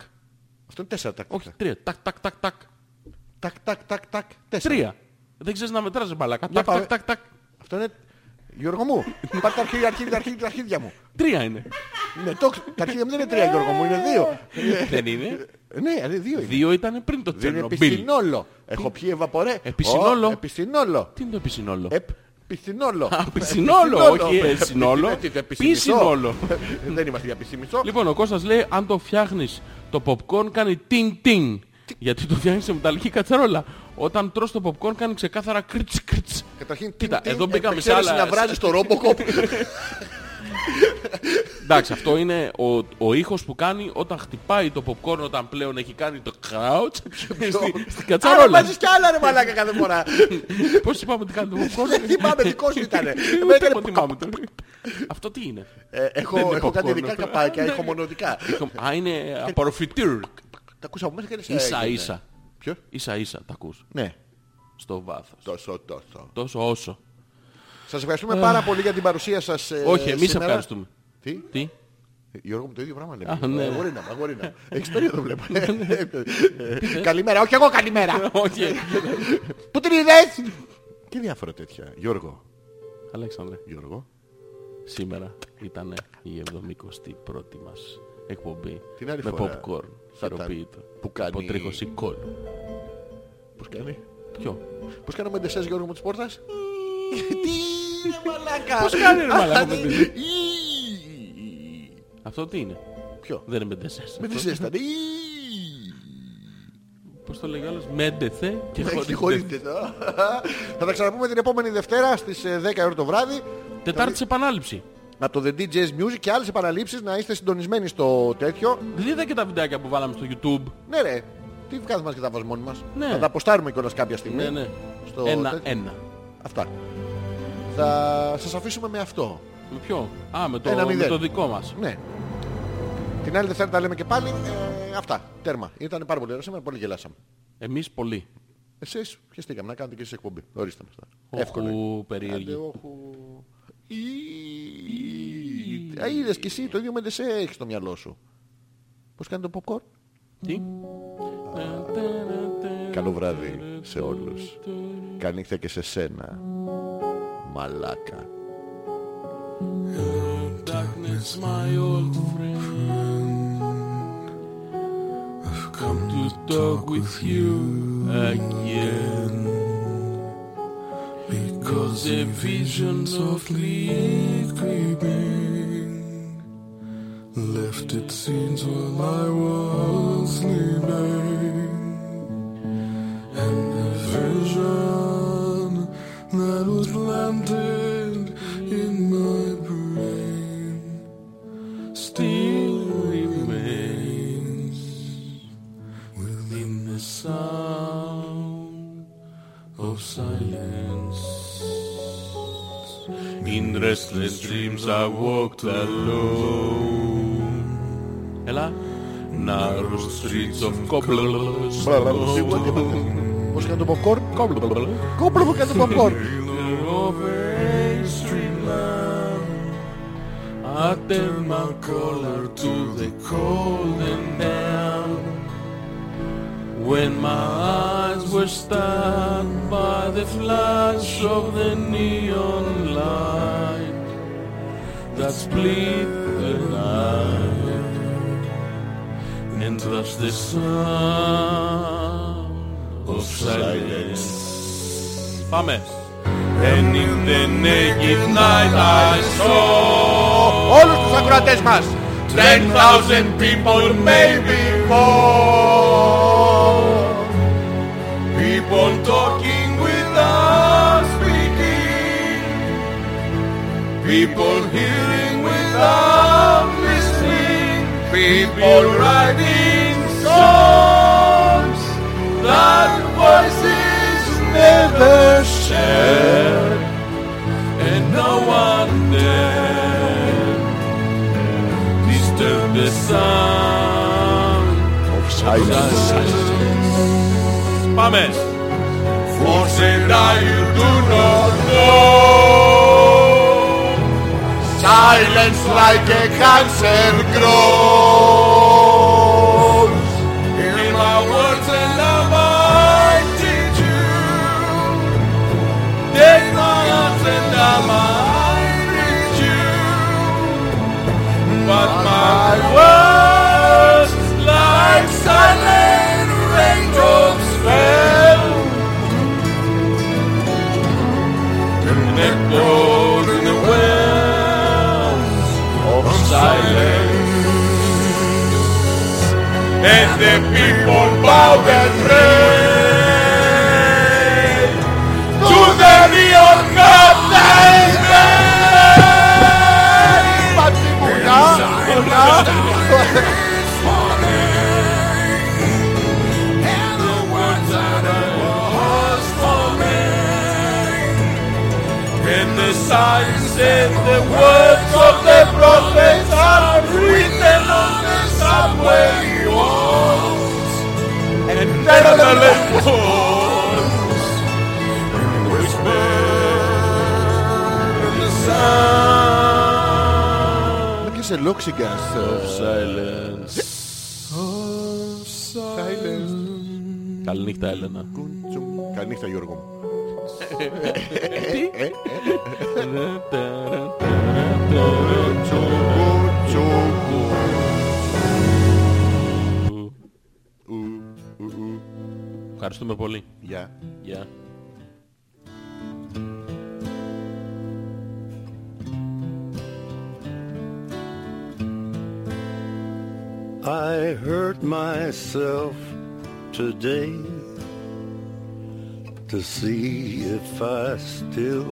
[SPEAKER 2] Αυτό είναι τέσσερα τακ.
[SPEAKER 1] Όχι τρία. Τακ τακ τακ τακ.
[SPEAKER 2] Τακ, τακ, τακ, τακ. Τέσσερα.
[SPEAKER 1] Τρία. Δεν ξέρεις να μετράς ρε μπαλάκα.
[SPEAKER 2] Για
[SPEAKER 1] Τακ
[SPEAKER 2] πάμε.
[SPEAKER 1] τακ τακ τακ.
[SPEAKER 2] Αυτό είναι... Γιώργο μου, πάρ' τα αρχίδια, αρχίδια, αρχίδια, αρχίδια μου.
[SPEAKER 1] Τρία είναι.
[SPEAKER 2] Ναι, το... ξε- Τα αρχίδια μου δεν είναι τρία, Γιώργο μου, είναι δύο.
[SPEAKER 1] Δεν είναι.
[SPEAKER 2] Ε, Ναι, αλλά δύο είναι.
[SPEAKER 1] Δύο ήταν πριν το
[SPEAKER 2] Δεν είναι
[SPEAKER 1] Τσερνομπίλ.
[SPEAKER 2] επιστηνόλο. Έχω πιει ευαπορέ.
[SPEAKER 1] Επισινόλο.
[SPEAKER 2] Ω, Επισινόλο.
[SPEAKER 1] Τι είναι το
[SPEAKER 2] Ε,
[SPEAKER 1] επισυνόλο.
[SPEAKER 2] Επισινόλο.
[SPEAKER 1] Α, πισινόλο, όχι εσυνόλο. Πισινόλο.
[SPEAKER 2] Δεν είμαστε για επισημιστό.
[SPEAKER 1] Λοιπόν, ο Κώστας λέει αν το φτιάχνεις το popcorn κάνει τιν τιν. Γιατί το φτιάχνεις σε μεταλλική κατσαρόλα. Όταν τρως το popcorn κάνει ξεκάθαρα κριτς κριτς.
[SPEAKER 2] Καταρχήν,
[SPEAKER 1] Κοίτα,
[SPEAKER 2] τι- τι-
[SPEAKER 1] εδώ μπήκαμε σε
[SPEAKER 2] επεξέλιξε
[SPEAKER 1] άλλα-
[SPEAKER 2] να βράζεις το ρόμποκοπ.
[SPEAKER 1] Εντάξει, αυτό είναι ο, ο ήχος που κάνει όταν χτυπάει το popcorn όταν πλέον έχει κάνει το crouch στη- στην
[SPEAKER 2] Άρα
[SPEAKER 1] κατσαρόλα.
[SPEAKER 2] βάζεις κι άλλα ρε μαλάκα κάθε φορά.
[SPEAKER 1] Πώς είπαμε τι κάνει το popcorn.
[SPEAKER 2] Δεν θυμάμαι, δικός μου ήτανε.
[SPEAKER 1] Ούτε
[SPEAKER 2] Εμένα έκανε
[SPEAKER 1] εγώ θυμάμαι τώρα. Αυτό τι είναι.
[SPEAKER 2] Ε,
[SPEAKER 1] Δεν
[SPEAKER 2] Έχω
[SPEAKER 1] είναι
[SPEAKER 2] έχω κάτι
[SPEAKER 1] popcorn
[SPEAKER 2] ειδικά
[SPEAKER 1] αυτό.
[SPEAKER 2] καπάκια,
[SPEAKER 1] Ναι.
[SPEAKER 2] έχω μονοδικά.
[SPEAKER 1] Α, είναι απορροφητήρ.
[SPEAKER 2] Τα ακούσα από μέσα και λες, ε,
[SPEAKER 1] Ίσα
[SPEAKER 2] έγινε.
[SPEAKER 1] ίσα.
[SPEAKER 2] Ποιο?
[SPEAKER 1] Ίσα ίσα τα ακούς.
[SPEAKER 2] Ναι.
[SPEAKER 1] Στο βάθος.
[SPEAKER 2] Τόσο, τόσο.
[SPEAKER 1] Τόσο όσο.
[SPEAKER 2] Σας ευχαριστούμε πάρα πολύ για την παρουσία σας ε,
[SPEAKER 1] Όχι, εμείς
[SPEAKER 2] σήμερα.
[SPEAKER 1] ευχαριστούμε.
[SPEAKER 2] Τι?
[SPEAKER 1] Τι.
[SPEAKER 2] Γιώργο μου το ίδιο πράγμα
[SPEAKER 1] Α,
[SPEAKER 2] λέμε.
[SPEAKER 1] ναι.
[SPEAKER 2] Αγορίνα, μου, αγορίνα. μου. Έχεις περίοδο βλέπω. Ε, Καλημέρα, όχι εγώ καλημέρα.
[SPEAKER 1] Όχι.
[SPEAKER 2] Πού την είδες. Και διάφορα τέτοια. Γιώργο.
[SPEAKER 1] Αλέξανδρε,
[SPEAKER 2] Γιώργο.
[SPEAKER 1] σήμερα ήταν η 71η μας εκπομπή.
[SPEAKER 2] Την άλλη
[SPEAKER 1] με
[SPEAKER 2] φορά
[SPEAKER 1] popcorn.
[SPEAKER 2] θα ήταν
[SPEAKER 1] Χειροποίητο.
[SPEAKER 2] που κάνει-
[SPEAKER 1] Από τρίχωση κόλλου.
[SPEAKER 2] Πώς κάνει.
[SPEAKER 1] Ποιο.
[SPEAKER 2] Πώς κάνουμε ντεσές Γιώργο μου της πόρτας. Τι ρε μαλάκα.
[SPEAKER 1] Πώς κάνει, ρε μαλάκα,
[SPEAKER 2] Α,
[SPEAKER 1] παιδί.
[SPEAKER 2] τι-
[SPEAKER 1] Αυτό τι είναι.
[SPEAKER 2] Ποιο.
[SPEAKER 1] Δεν είναι μεντεσές.
[SPEAKER 2] Με τις ήταν.
[SPEAKER 1] Πώς το λέγει ο άλλος. Μέντεθε και
[SPEAKER 2] Έχει
[SPEAKER 1] Ναι, χωρίς.
[SPEAKER 2] χωρίς Θα τα ξαναπούμε την επόμενη Δευτέρα στις ε, 10 ώρα το βράδυ.
[SPEAKER 1] Τετάρτη σε επανάληψη.
[SPEAKER 2] από το The DJ's Music και άλλες επαναλήψεις να είστε συντονισμένοι στο τέτοιο.
[SPEAKER 1] Δεν είδα και τα βιντεάκια που βάλαμε στο YouTube.
[SPEAKER 2] Ναι ρε, τι βγάζουμε μας και τα βάζουμε μόνοι μας.
[SPEAKER 1] Ναι.
[SPEAKER 2] Θα τα αποστάρουμε κιόλας κάποια στιγμή.
[SPEAKER 1] Ναι, ναι.
[SPEAKER 2] Στο
[SPEAKER 1] Ένα,
[SPEAKER 2] τέτοιο.
[SPEAKER 1] ένα.
[SPEAKER 2] Αυτά. Θα σας αφήσουμε με αυτό.
[SPEAKER 1] Με ποιο. Α, με
[SPEAKER 2] Ένα
[SPEAKER 1] το, με
[SPEAKER 2] μηδέν.
[SPEAKER 1] το δικό μας.
[SPEAKER 2] Ναι. Την άλλη Δευτέρα τα λέμε και πάλι. Ε, αυτά. Τέρμα. Ήταν πάρα πολύ ωραία σήμερα. Πολύ γελάσαμε.
[SPEAKER 1] Εμείς πολύ.
[SPEAKER 2] Εσείς πιεστήκαμε να κάνετε και εσείς εκπομπή. Ορίστε με αυτά.
[SPEAKER 1] Οχου, περίεργη.
[SPEAKER 2] Άντε, όχου. Ή, Α, είδες κι εσύ το ίδιο με δεσέ έχεις στο μυαλό σου. Πώς κάνει το popcorn.
[SPEAKER 1] Τι.
[SPEAKER 2] Καλό βράδυ σε όλους. Καλή νύχτα και σε σένα. Μαλάκα.
[SPEAKER 5] Darkness, my old friend. I've come to talk with you again. Because a vision softly creeping left its scenes while I was sleeping. And the vision that was planted in my brain still remains within the sound of silence. In restless dreams, I walked alone.
[SPEAKER 1] Έλα.
[SPEAKER 5] Narrow streets of
[SPEAKER 2] Μπράβο.
[SPEAKER 5] cobblestone.
[SPEAKER 2] Πώς κάνει το popcorn. Κόμπλο. Κόμπλο που κάνει το popcorn.
[SPEAKER 5] Glitter of a street lamp. I turn my collar to the cold and damp. When my eyes were stabbed by the flash of the neon light that split the night, and that's the sound of silence.
[SPEAKER 1] Πάμε.
[SPEAKER 5] And in the naked night I saw
[SPEAKER 2] Όλους τους ακροατές μας.
[SPEAKER 5] 10,000 people, maybe more People talking without speaking People hearing without listening People writing songs That voices never shared And no one dared disturb the sound
[SPEAKER 2] Of silence.
[SPEAKER 1] Πάμε.
[SPEAKER 5] For said I you do not know
[SPEAKER 2] Silence like a cancer grows.
[SPEAKER 5] In my words and love I teach you Take my arms and I might reach you But my words like silent raindrops fell And echoed in the wells of silence and the people bow and pray to the neon god that is made. And the words that are lost for me, and the signs and the words of the prophets are written on the subway walls and nevertheless walls and whisper in the sound
[SPEAKER 2] Να και σε λόξιγκας.
[SPEAKER 5] silence of
[SPEAKER 2] Silence.
[SPEAKER 1] Καληνύχτα, Έλενα.
[SPEAKER 2] Κουντσουμ. Καλή νύχτα Γιώργο μου.
[SPEAKER 1] Ευχαριστούμε πολύ.
[SPEAKER 2] Γεια.
[SPEAKER 1] Γεια.
[SPEAKER 11] I hurt myself today to see if I still